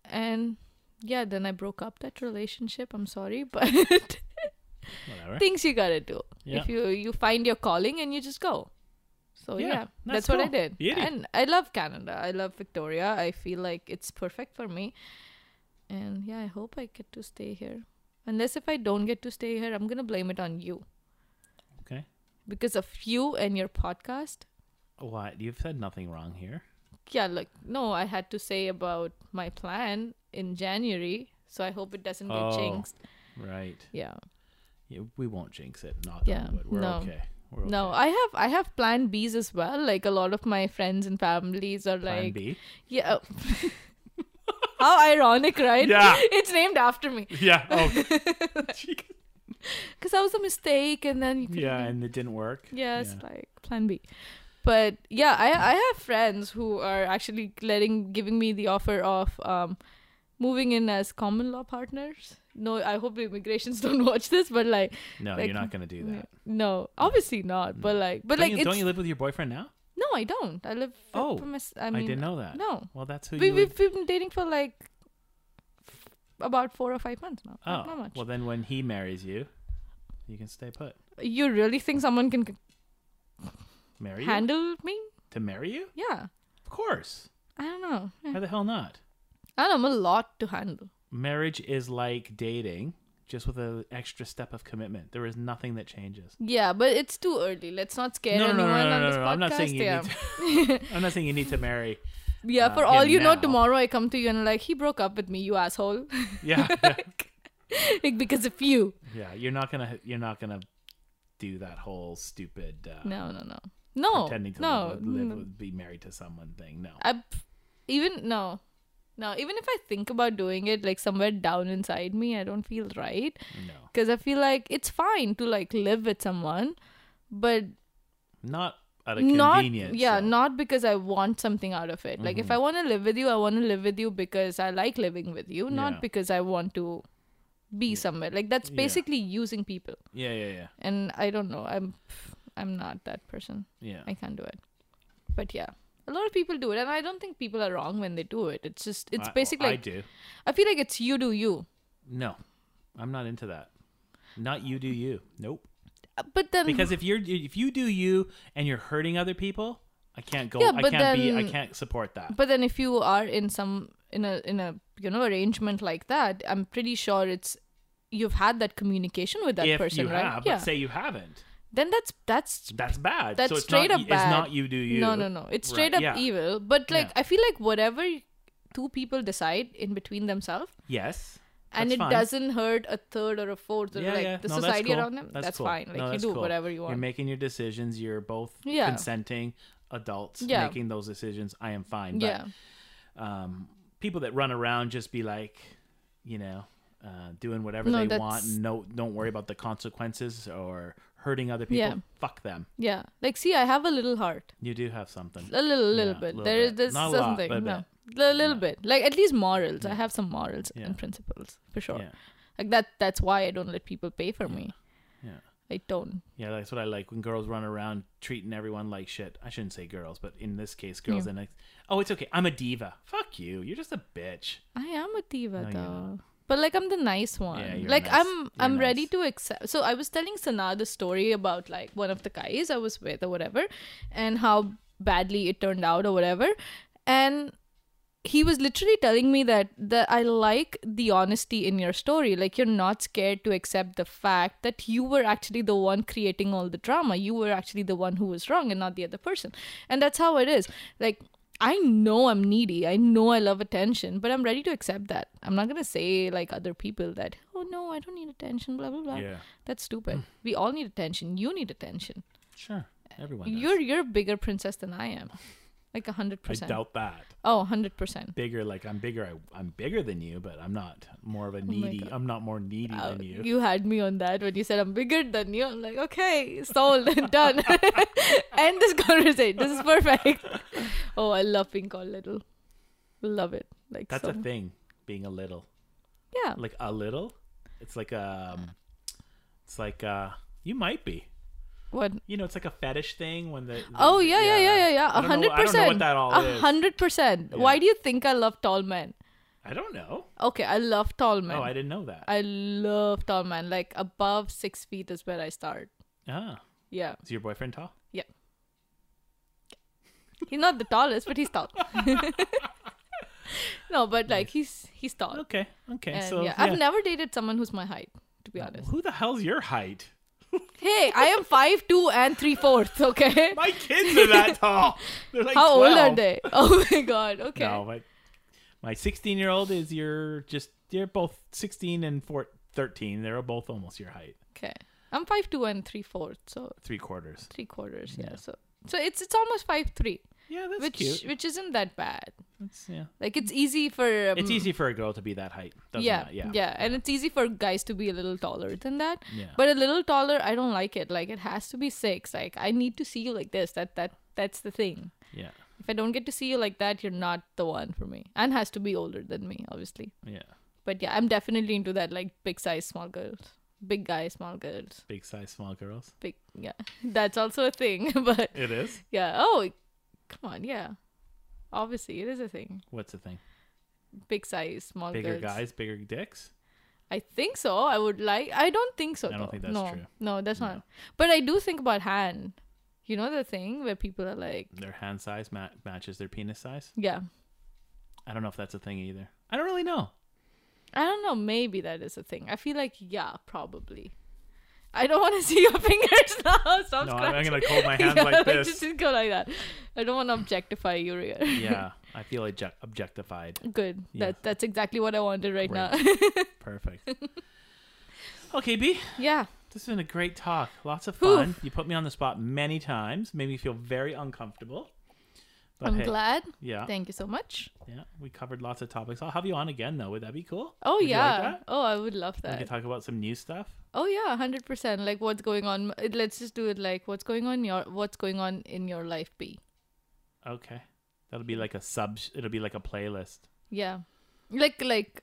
S1: And yeah, then I broke up that relationship. I'm sorry, [laughs] but
S2: Whatever.
S1: things you gotta do
S2: Yeah.
S1: if you you find your calling and you just go so
S2: Yeah,
S1: yeah,
S2: that's
S1: that's, what i
S2: cool.
S1: did
S2: Beauty.
S1: and i love canada i love victoria i feel like it's perfect for me and yeah i hope i get to stay here unless if i don't get to stay here i'm gonna blame it on you
S2: Okay.
S1: because of you and your podcast
S2: What? You've said nothing wrong here.
S1: yeah like no i had to say about my plan in january so i hope it doesn't get
S2: Oh.
S1: jinxed
S2: Right.
S1: yeah
S2: Yeah, we won't jinx it. Knock
S1: Yeah,
S2: on wood. We're
S1: no.
S2: okay. We're okay.
S1: no i have i have plan b's as well like a lot of my friends and families are
S2: Plan
S1: like [laughs]
S2: B.
S1: Yeah. oh. [laughs] How ironic, right?
S2: Yeah.
S1: it's named after me.
S2: Yeah. Oh,
S1: Because that was a mistake, and then you could.
S2: yeah. And it didn't work.
S1: Yes,
S2: Yeah.
S1: like plan B. But yeah, I I have friends who are actually letting giving me the offer of um moving in as common law partners. No, I hope immigrations [laughs] don't watch this, but like
S2: No,
S1: Like,
S2: you're not gonna do that.
S1: no, obviously not. But like, but
S2: Don't,
S1: like,
S2: you,
S1: it's,
S2: don't you live with your boyfriend now?
S1: no, I don't. I live. for-
S2: Oh,
S1: for my s- I
S2: I,
S1: mean,
S2: didn't know that.
S1: No,
S2: Well, that's who
S1: we
S2: you.
S1: we've
S2: Would...
S1: been dating for like f- about four or five months now.
S2: Oh,
S1: Like, not much.
S2: well, then when he marries you, you can stay put.
S1: you really think someone can c-
S2: Marry you?
S1: handle me?
S2: to marry you?
S1: Yeah.
S2: Of course.
S1: I don't know.
S2: How the hell not?
S1: I don't know. I'm a lot to handle.
S2: Marriage is like dating, just with an extra step of commitment. There is nothing that changes.
S1: Yeah, but it's too early. Let's not scare
S2: No, no, no,
S1: anyone
S2: no, no,
S1: on
S2: no,
S1: this
S2: no,
S1: podcast.
S2: I'm not saying you
S1: yeah.
S2: need to. I'm not saying you need to marry.
S1: [laughs] yeah,
S2: uh,
S1: for all
S2: him
S1: you know,
S2: now.
S1: tomorrow I come to you and I'm like, he broke up with me, you
S2: [laughs]
S1: asshole. [laughs]
S2: Yeah, yeah,
S1: like, because of you.
S2: yeah. You're not gonna. You're not gonna do that whole stupid uh,
S1: No, no, no. No.
S2: pretending to
S1: no. Mm.
S2: live, with- live
S1: no.
S2: with, be married to someone thing. No.
S1: I, even, no. No, even if I think about doing it, like somewhere down inside me, I don't feel right.
S2: No.
S1: Because I feel like it's fine to like live with someone, but
S2: Not at a
S1: not
S2: convenience.
S1: yeah,
S2: so- Mm-hmm.
S1: not because I want something out of it. Like if I want to live with you, I want to live with you because I like living with you, not
S2: Yeah.
S1: because I want to be somewhere. Like that's
S2: Yeah.
S1: basically using people,
S2: Yeah, yeah, yeah.
S1: and I don't know. I'm I'm not that person.
S2: Yeah.
S1: I can't do it. But yeah. A lot of people do it, and I don't think people are wrong when they do it. It's just, it's
S2: I- oh,
S1: basically,
S2: I
S1: like,
S2: do.
S1: I feel like it's you do you.
S2: No. I'm not into that. Not you do you. Nope.
S1: Uh, But then,
S2: Because if you're if you do you and you're hurting other people, I can't go
S1: Yeah,
S2: I
S1: but
S2: can't be I
S1: then-
S2: can't support that.
S1: but then, if you are in some in a in a you know arrangement like that, I'm pretty sure it's you've had that communication with that
S2: if
S1: person,
S2: you
S1: right?
S2: have,
S1: yeah.
S2: but say you haven't.
S1: then that's that's
S2: That's bad.
S1: that's
S2: so it's
S1: straight
S2: not,
S1: up
S2: It's
S1: bad.
S2: not you do you.
S1: No, no, no. It's straight
S2: Right,
S1: up
S2: yeah.
S1: evil. But like,
S2: Yeah.
S1: I feel like whatever two people decide in between themselves,
S2: Yes.
S1: and
S2: that's
S1: it
S2: fine.
S1: doesn't hurt a third or a fourth or
S2: yeah,
S1: like
S2: yeah.
S1: the
S2: No, that's
S1: society
S2: cool.
S1: around them. That's,
S2: cool.
S1: fine. Like
S2: No,
S1: you
S2: that's
S1: do
S2: cool.
S1: whatever you
S2: You're
S1: want.
S2: making your decisions. You're both
S1: Yeah.
S2: consenting adults
S1: Yeah.
S2: making those decisions. I am fine.
S1: yeah.
S2: But um, people that run around just be like, you know, uh, doing whatever
S1: No,
S2: they
S1: that's-
S2: want. No, don't worry about the consequences or hurting other people.
S1: Yeah.
S2: Fuck them.
S1: Yeah. Like, see, I have a little heart.
S2: You do have something.
S1: A little, little
S2: Yeah,
S1: bit.
S2: little
S1: there is
S2: bit.
S1: there's
S2: Not a lot,
S1: something.
S2: but a
S1: no. A little bit. Like at least morals. I
S2: Yeah.
S1: have some morals
S2: Yeah.
S1: and principles for sure.
S2: Yeah.
S1: Like that. That's why I don't let people pay for me.
S2: Yeah.
S1: I don't.
S2: Yeah, that's what I like when girls run around treating everyone like shit. I shouldn't say girls, but in this case, girls.
S1: Yeah.
S2: And like, oh, it's okay. I'm a diva. Fuck you. You're just a bitch.
S1: I am a diva
S2: No, you're
S1: though. But like I'm the nice one.
S2: you're
S1: like
S2: nice.
S1: I'm
S2: You're
S1: I'm ready
S2: nice.
S1: to accept. So I was telling Sana the story about like one of the guys I was with or whatever and how badly it turned out or whatever and he was literally telling me that that I like the honesty in your story. Like you're not scared to accept the fact that you were actually the one creating all the drama. You were actually the one who was wrong and not the other person. And that's how it is. Like I know I'm needy. I know I love attention, but I'm ready to accept that. I'm not gonna say like other people that oh no, I don't need attention. Blah blah blah.
S2: Yeah. Hmm.
S1: That's stupid. we all need attention. You need attention.
S2: Sure. Everyone. does.
S1: You're you're a bigger princess than I am. Like a hundred
S2: I
S1: percent.
S2: doubt that.
S1: Oh, 100%.
S2: Bigger, like I'm bigger. I, I'm bigger than you, but I'm not more of a needy.
S1: Oh God.
S2: I'm not more needy
S1: Uh,
S2: than you.
S1: you had me on that when you said I'm bigger than you. I'm like, okay, sold, done. [laughs] End this conversation. This is
S2: [laughs]
S1: perfect. Oh, I love being called little. Love it. Like
S2: That's
S1: so. Oh.
S2: a thing. Being a little,
S1: yeah.
S2: like a little. It's like um, it's like uh, you might be.
S1: What?
S2: You know, it's like a fetish thing when the.
S1: Oh yeah, yeah, yeah, yeah, yeah.
S2: I
S1: A
S2: don't know-
S1: hundred
S2: I don't know
S1: percent.
S2: what that all
S1: A
S2: is.
S1: hundred percent.
S2: Yeah.
S1: Why do you think I love tall men?
S2: I don't know.
S1: Okay, I love tall men.
S2: Oh, I didn't know that.
S1: I love tall men. Like above six feet is where I start.
S2: ah,
S1: Yeah.
S2: is your boyfriend tall?
S1: Yeah. He's not the tallest, but he's
S2: [laughs]
S1: tall. [laughs] no, but like he's he's tall.
S2: Okay, okay.
S1: And
S2: so
S1: yeah,
S2: yeah.
S1: I've never dated someone who's my height, to be honest.
S2: Who the hell's your height?
S1: [laughs] Hey, I am five two and three fourths, [laughs] okay?
S2: My kids are
S1: [laughs]
S2: that tall. They're like
S1: How old
S2: 12.
S1: are they? [laughs] Oh my god, okay.
S2: No, my my 16 year old is your just they're both 16 and four, 13. They're both almost your height,
S1: Okay. I'm five two and three fourths, so
S2: three quarters.
S1: three quarters, yeah. So so it's it's almost five three.
S2: Yeah, that's
S1: Which
S2: cute.
S1: which isn't that bad.
S2: That's- yeah,
S1: Like it's easy for um,
S2: it's easy for a girl to be that height. Doesn't
S1: yeah,
S2: it?
S1: yeah,
S2: yeah,
S1: and it's easy for guys to be a little taller than that.
S2: Yeah.
S1: But a little taller, I don't like it. Like it has to be six. Like I need to see you like this. That that that's the thing.
S2: yeah,
S1: If I don't get to see you like that, you're not the one for me. And has to be older than me, obviously.
S2: yeah.
S1: But yeah, I'm definitely into that. Like big size, small girls. Big guy, small girls.
S2: Big size, small girls.
S1: Big yeah, [laughs] that's also a thing. [laughs] but
S2: It is.
S1: yeah, oh, come on, yeah. Obviously, it is a thing.
S2: What's the thing?
S1: Big size, small
S2: Bigger
S1: girls.
S2: guys, bigger dicks.
S1: I think so. I would like. I don't think so.
S2: I don't
S1: though.
S2: think that's
S1: no.
S2: true.
S1: No, that's not. But I do think about hand. You know the thing where people are like,
S2: Their hand size ma- matches their penis size.
S1: yeah,
S2: I don't know if that's a thing either. I don't really know.
S1: I don't know. Maybe that is a thing. I feel like yeah, probably. I don't want to [laughs] see your fingers [laughs] now. Stop
S2: No, I'm, I'm
S1: scratching.
S2: gonna hold my
S1: [laughs]
S2: hands
S1: Yeah,
S2: like this.
S1: Just, just go like that. I don't want to objectify you, Ria.
S2: yeah, I feel object- objectified.
S1: [laughs] Good.
S2: Yeah.
S1: That that's exactly what I wanted right, now.
S2: Right. Perfect. okay, B.
S1: [laughs] yeah.
S2: This has been a great talk. Lots of
S1: Whew.
S2: fun. You put me on the spot many times, made me feel very uncomfortable. But
S1: I'm
S2: hey, uh,
S1: glad.
S2: Yeah,
S1: Thank you so much.
S2: yeah. We covered lots of topics. I'll have you on again though. Would that be cool?
S1: Oh
S2: Would you
S1: yeah.
S2: Like that?
S1: Oh, I would love
S2: We
S1: that.
S2: could talk about some new stuff.
S1: Oh yeah, hundred percent. Like what's going on? it- Let's just do it. Like what's going on in your what's going on in your life? B.
S2: Okay, that'll be like a sub. It'll be like a playlist.
S1: Yeah. Like like,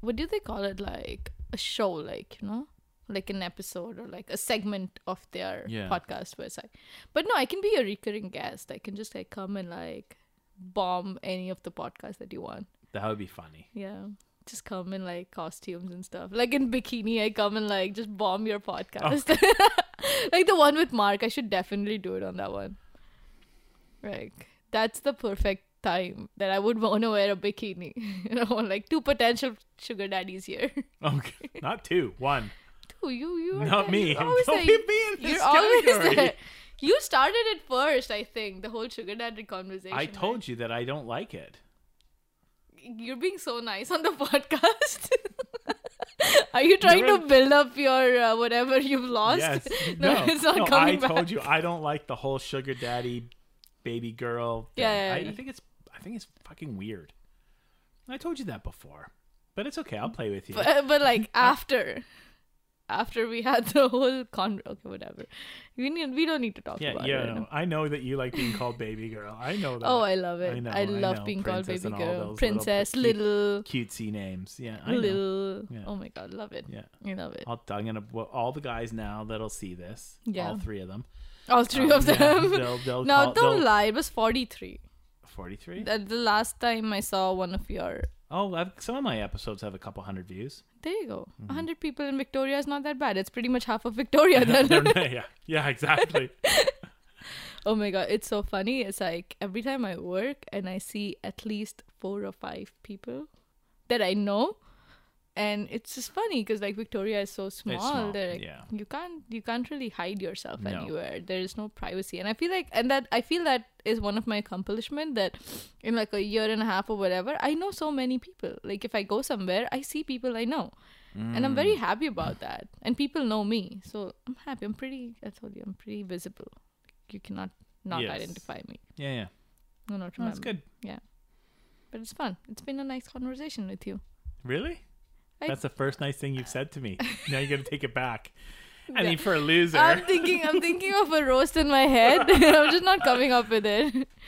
S1: what do they call it? Like a show? Like you know, like an episode or like a segment of their
S2: Yeah.
S1: podcast website. But no, I can be a recurring guest. I can just like come and like bomb any of the podcasts that you want.
S2: That would be funny. [laughs]
S1: Yeah. Just come in like costumes and stuff. Like in bikini, I come and like just bomb your podcast.
S2: Oh.
S1: [laughs] like the one with Mark, I should definitely do it on that one. Like that's the perfect time that I would [laughs] want to wear a bikini. [laughs] you know, like two potential sugar daddies here. [laughs]
S2: Okay, not two, one.
S1: Two, you, you. are
S2: Not
S1: there.
S2: me.
S1: You're always
S2: [laughs] Don't
S1: there.
S2: be me in this
S1: You're always
S2: category.
S1: [laughs] there. You started it first, I think. The whole sugar daddy conversation.
S2: I
S1: right?
S2: told you that I don't like it.
S1: you're being so nice on the [laughs] podcast. Are you trying to build up your uh, whatever you've lost?
S2: Yes.
S1: [laughs] no, it's not
S2: no,
S1: coming
S2: I
S1: back.
S2: told you I don't like the whole sugar daddy, baby girl. Thing.
S1: Yeah, yeah,
S2: I,
S1: yeah.
S2: I think it's I think it's fucking weird. I told you that before, but it's okay. I'll play with you.
S1: [laughs] But, but
S2: [laughs]
S1: like
S2: Ah.
S1: after, after we had the whole con. Okay, whatever. We need, we don't need to talk
S2: yeah,
S1: about
S2: yeah.
S1: it.
S2: No, I know that you like being called baby girl. I know that.
S1: Oh, I love it. I,
S2: I know, I
S1: love
S2: know.
S1: being called
S2: Princess
S1: baby
S2: and all
S1: girl,
S2: those little
S1: princess,
S2: cute-
S1: little,
S2: cutesy names. Yeah, I know.
S1: little.
S2: Yeah.
S1: Oh my god, love it.
S2: Yeah.
S1: I love it.
S2: I'll, I'm gonna well, all the guys now that'll see this.
S1: Yeah.
S2: all three of them.
S1: All three
S2: Um,
S1: of
S2: yeah,
S1: them.
S2: [laughs] they'll- they'll
S1: no,
S2: call-
S1: don't
S2: they'll-
S1: lie. It was forty-three.
S2: Forty-three.
S1: That the last time I saw one of your
S2: Oh, I've, some of my episodes have a couple
S1: [laughs]
S2: hundred views.
S1: There you go.
S2: Mm-hmm.
S1: A 100 people in Victoria is not that bad. It's pretty much half of
S2: [laughs]
S1: Victoria
S2: They're
S1: then.
S2: not- yeah, yeah, exactly.
S1: oh my god, it's so funny. It's like every time I work and I see at least four or five people that I know and it's just funny because like Victoria is so small,
S2: small,
S1: that like,
S2: yeah.
S1: you can't you can't really hide yourself
S2: No.
S1: anywhere. There is no privacy, and I feel like and that I feel that is one of my accomplishment that in like a year and a half or whatever, I know so many people. Like if I go somewhere, I see people I know, and I'm
S2: Mm, Hmm.
S1: very happy about that. And people know me, so I'm happy. I'm pretty. I told you, I'm pretty visible. You cannot not
S2: Yes.
S1: identify me.
S2: Yeah, yeah.
S1: No, not
S2: No,
S1: remember.
S2: it's good.
S1: But it's fun. It's been a nice conversation with you.
S2: Really?
S1: I-
S2: That's the first nice thing you've said
S1: [laughs]
S2: to me. Now you're gonna take it back. I
S1: Yeah. Um,
S2: mean, for a loser.
S1: I'm thinking I'm thinking of a roast in my head. [laughs] I'm just not coming up with it. [laughs]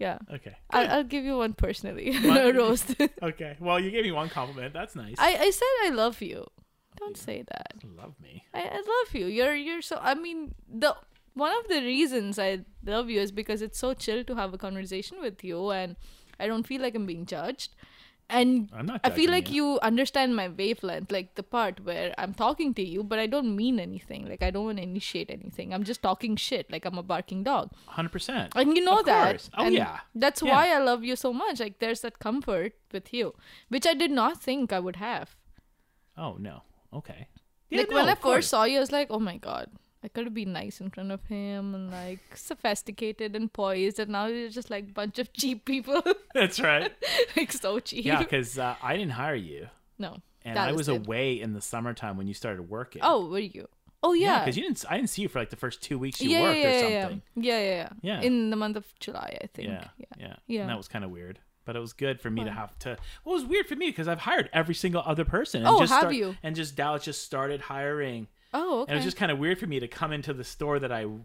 S1: Yeah.
S2: okay.
S1: I'll, I'll give you one personally. [laughs] a
S2: What? [laughs]
S1: roast. I,
S2: Okay. Well, you gave me one compliment. That's nice.
S1: I said I love you. Don't say that.
S2: love me.
S1: I, I love you. You're you're so I mean the one of the reasons I love you is because it's so chill to have a conversation with you and I don't feel like I'm being judged. And
S2: I'm not.
S1: I feel
S2: judging
S1: like you understand my wavelength, like the part where I'm talking to you, but I don't mean anything. Like I don't want to initiate anything. I'm just talking shit, like I'm a barking dog,
S2: 100. percent
S1: and you know
S2: Of
S1: that.
S2: course. Oh,
S1: And
S2: yeah.
S1: that's
S2: Yeah.
S1: why I love you so much. Like there's that comfort with you, which I did not think I would have.
S2: Oh no. Okay. Yeah,
S1: like
S2: no,
S1: when I
S2: of
S1: first
S2: course.
S1: saw you, I was like, oh my god, I could have been nice in front of him and like sophisticated and poised, and now you're just like bunch of cheap people, [laughs]
S2: [laughs] That's right.
S1: like so cheap.
S2: Yeah, because uh, I didn't hire you,
S1: No,
S2: and
S1: that
S2: I was
S1: it.
S2: away in the summertime when you started working.
S1: Oh, were you? Oh yeah.
S2: Because you didn't. I didn't see you for like the first two weeks you worked or something.
S1: Yeah, yeah, yeah,
S2: Yeah.
S1: In the month of July, I think.
S2: Yeah,
S1: Yeah.
S2: yeah,
S1: Yeah.
S2: And that was kind of weird, but it was good for me to have to. Well, it was weird for me because I've hired every single other person. And
S1: Oh,
S2: just
S1: have
S2: start-
S1: you?
S2: And just Dallas just started hiring,
S1: Oh, okay.
S2: and it was just kind of weird for me to come into the store that I
S1: Were-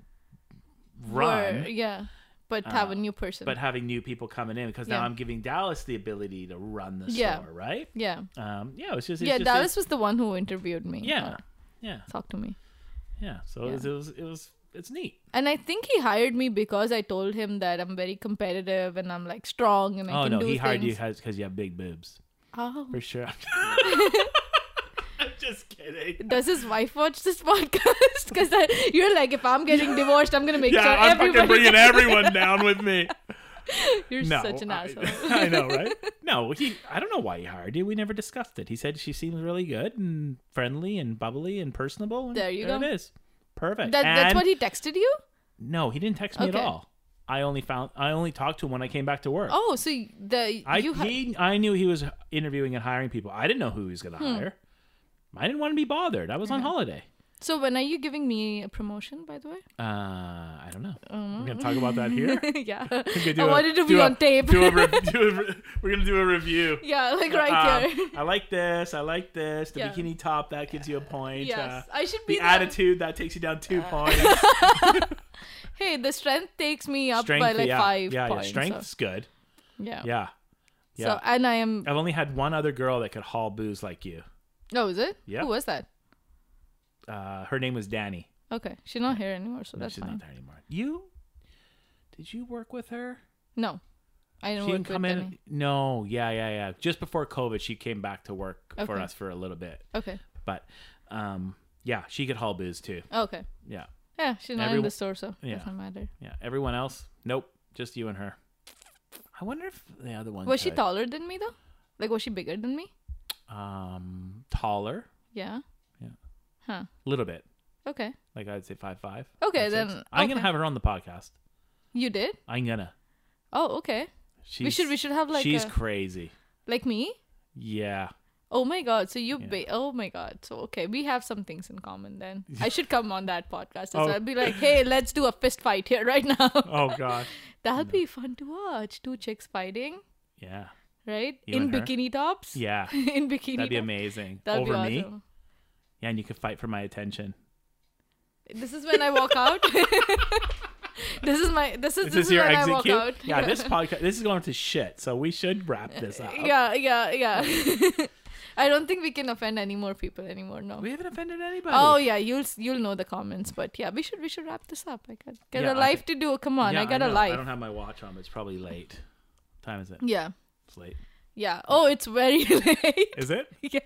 S2: run, Uh,
S1: yeah. But have a new person.
S2: but having new people coming in because
S1: Yeah.
S2: now I'm giving Dallas the ability to run the
S1: Yeah.
S2: store, right?
S1: yeah.
S2: Um, yeah, it was just it's
S1: Yeah,
S2: just-
S1: Dallas was the one who interviewed me. Uh,
S2: yeah, yeah,
S1: Talk to me.
S2: yeah. So It, was, it was, it was, it's neat.
S1: And I think he hired me because I told him that I'm very competitive and I'm like strong and I
S2: oh
S1: can
S2: no,
S1: do
S2: he hired you
S1: things.
S2: because you have big boobs
S1: Oh.
S2: for
S1: [laughs]
S2: sure. [laughs] I'm just kidding.
S1: Does his wife watch this [laughs] podcast? Because you're like, if I'm getting divorced, I'm gonna
S2: [laughs]
S1: make sure everybody. [laughs]
S2: everyone down with me.
S1: You're
S2: No,
S1: such an
S2: I, [laughs]
S1: asshole.
S2: I
S1: [laughs]
S2: know, right? No, he. I don't know why he hired you. We never discussed it. He said she seems really good and friendly and bubbly and personable. And
S1: There you go.
S2: It is perfect.
S1: That, that's
S2: And-
S1: what he texted you.
S2: No, he didn't text me
S1: Okay.
S2: at all. I only found. I only talked to him when I came back to work.
S1: Oh, so y- the
S2: I
S1: you hi-
S2: he, I knew he was
S1: Hmm.
S2: interviewing and hiring people. I didn't know who he was going to hire. I didn't want to be bothered. I was on holiday.
S1: So when are you giving me a promotion, by the way? [laughs]
S2: Uh, I don't know.
S1: Oh.
S2: We're gonna talk about that here.
S1: yeah.
S2: [laughs] We could
S1: I
S2: do a-
S1: wanted to
S2: do
S1: be
S2: a-
S1: on tape.
S2: do a re- do a re- we're gonna do a review.
S1: [laughs] yeah, like right
S2: Um,
S1: here. [laughs]
S2: I like this. I like this. The
S1: Yeah.
S2: bikini top that gives you a point.
S1: Yes,
S2: Uh,
S1: I should be
S2: the
S1: the- Uh,
S2: attitude that takes you down two points.
S1: Hey, the strength takes me [laughs] up
S2: Strength,
S1: by like
S2: yeah,
S1: five
S2: yeah,
S1: points.
S2: yeah. Strength's good.
S1: So, yeah.
S2: Yeah, yeah.
S1: So and I am.
S2: I've only had one other girl that could haul booze like you.
S1: Oh, is it?
S2: Yeah.
S1: Who was that?
S2: Uh, her name was Danny.
S1: Okay, she's not here anymore, so
S2: No,
S1: that's
S2: she's
S1: fine.
S2: not there anymore. You? Did you work with her?
S1: No, I didn't
S2: She
S1: work
S2: didn't come
S1: with
S2: in.
S1: any.
S2: No, yeah, yeah, yeah. Just before COVID, she came back to work for
S1: Okay.
S2: us for a little bit.
S1: Okay.
S2: But um, yeah, she could haul booze too.
S1: Oh, Okay.
S2: Yeah,
S1: Yeah, she's not in
S2: Everyone-
S1: the store, so
S2: Yeah.
S1: doesn't matter.
S2: yeah. Everyone else, nope. Just you and her. I wonder if the other one
S1: Was she
S2: could.
S1: taller than me though? Like, was she bigger than me?
S2: um taller,
S1: Yeah.
S2: Yeah.
S1: Huh.
S2: a little bit.
S1: Okay.
S2: Like I'd say five five.
S1: Okay,
S2: five, six.
S1: then-
S2: I'm gonna
S1: okay.
S2: have her on the podcast.
S1: You did?
S2: I'm gonna.
S1: Oh, okay.
S2: She's,
S1: we should we should have like
S2: she's
S1: a-
S2: crazy.
S1: like me.
S2: Yeah.
S1: Oh my god! So you,
S2: Yeah.
S1: ba- oh my god! So okay, we have some things in common
S2: [laughs]
S1: then. I should come on that podcast. as
S2: Oh.
S1: well. I'd be like, hey, let's do a fist fight here right now.
S2: [laughs] [laughs] Oh gosh.
S1: That'll be fun to watch. Two chicks fighting,
S2: yeah.
S1: right?
S2: You
S1: in
S2: and her?
S1: bikini tops. [laughs]
S2: Yeah.
S1: in bikini.
S2: That'd be
S1: top-
S2: amazing.
S1: That'd
S2: Over
S1: be
S2: me.
S1: awesome.
S2: Yeah, and you could fight for my attention.
S1: This is when I walk out. [laughs] this is my. This is this,
S2: this
S1: is
S2: your
S1: when I
S2: exit
S1: walk
S2: cue?
S1: out.
S2: Yeah,
S1: [laughs]
S2: this podcast this is going to shit, so we should wrap this up.
S1: Yeah, yeah, yeah. [laughs] I don't think we can offend any more people anymore. No.
S2: We haven't offended anybody.
S1: Oh yeah, you'll s- you'll know the comments, but yeah, we should we should wrap this up. I got got
S2: Yeah,
S1: a
S2: I
S1: life to do. Come on,
S2: Yeah,
S1: I got a
S2: know. I
S1: life. Mm.
S2: don't have my watch on, but it's probably late. What time is it?
S1: Yeah,
S2: It's late.
S1: yeah. Oh, it's very [laughs] late.
S2: Is it?
S1: yeah.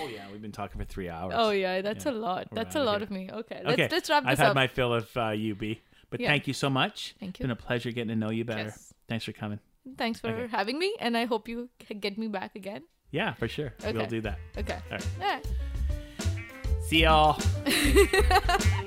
S2: Oh yeah, we've been talking for three hours.
S1: Oh yeah, that's
S2: Yeah,
S1: a lot.
S2: we're
S1: That's a
S2: outta
S1: lot
S2: here.
S1: of me. Okay, let's
S2: Okay.
S1: let's wrap
S2: I've
S1: this
S2: had
S1: up.
S2: my fill of uh, UB. But
S1: Yeah.
S2: thank you so much.
S1: Thank
S2: It's been
S1: you.
S2: a pleasure getting to know you better.
S1: Yes.
S2: Thanks for coming.
S1: Thanks for
S2: Okay.
S1: having me, and I hope you c- get me back again.
S2: Yeah, for sure. We'll
S1: Okay.
S2: do that.
S1: Okay.
S2: All right.
S1: Yeah.
S2: See y'all.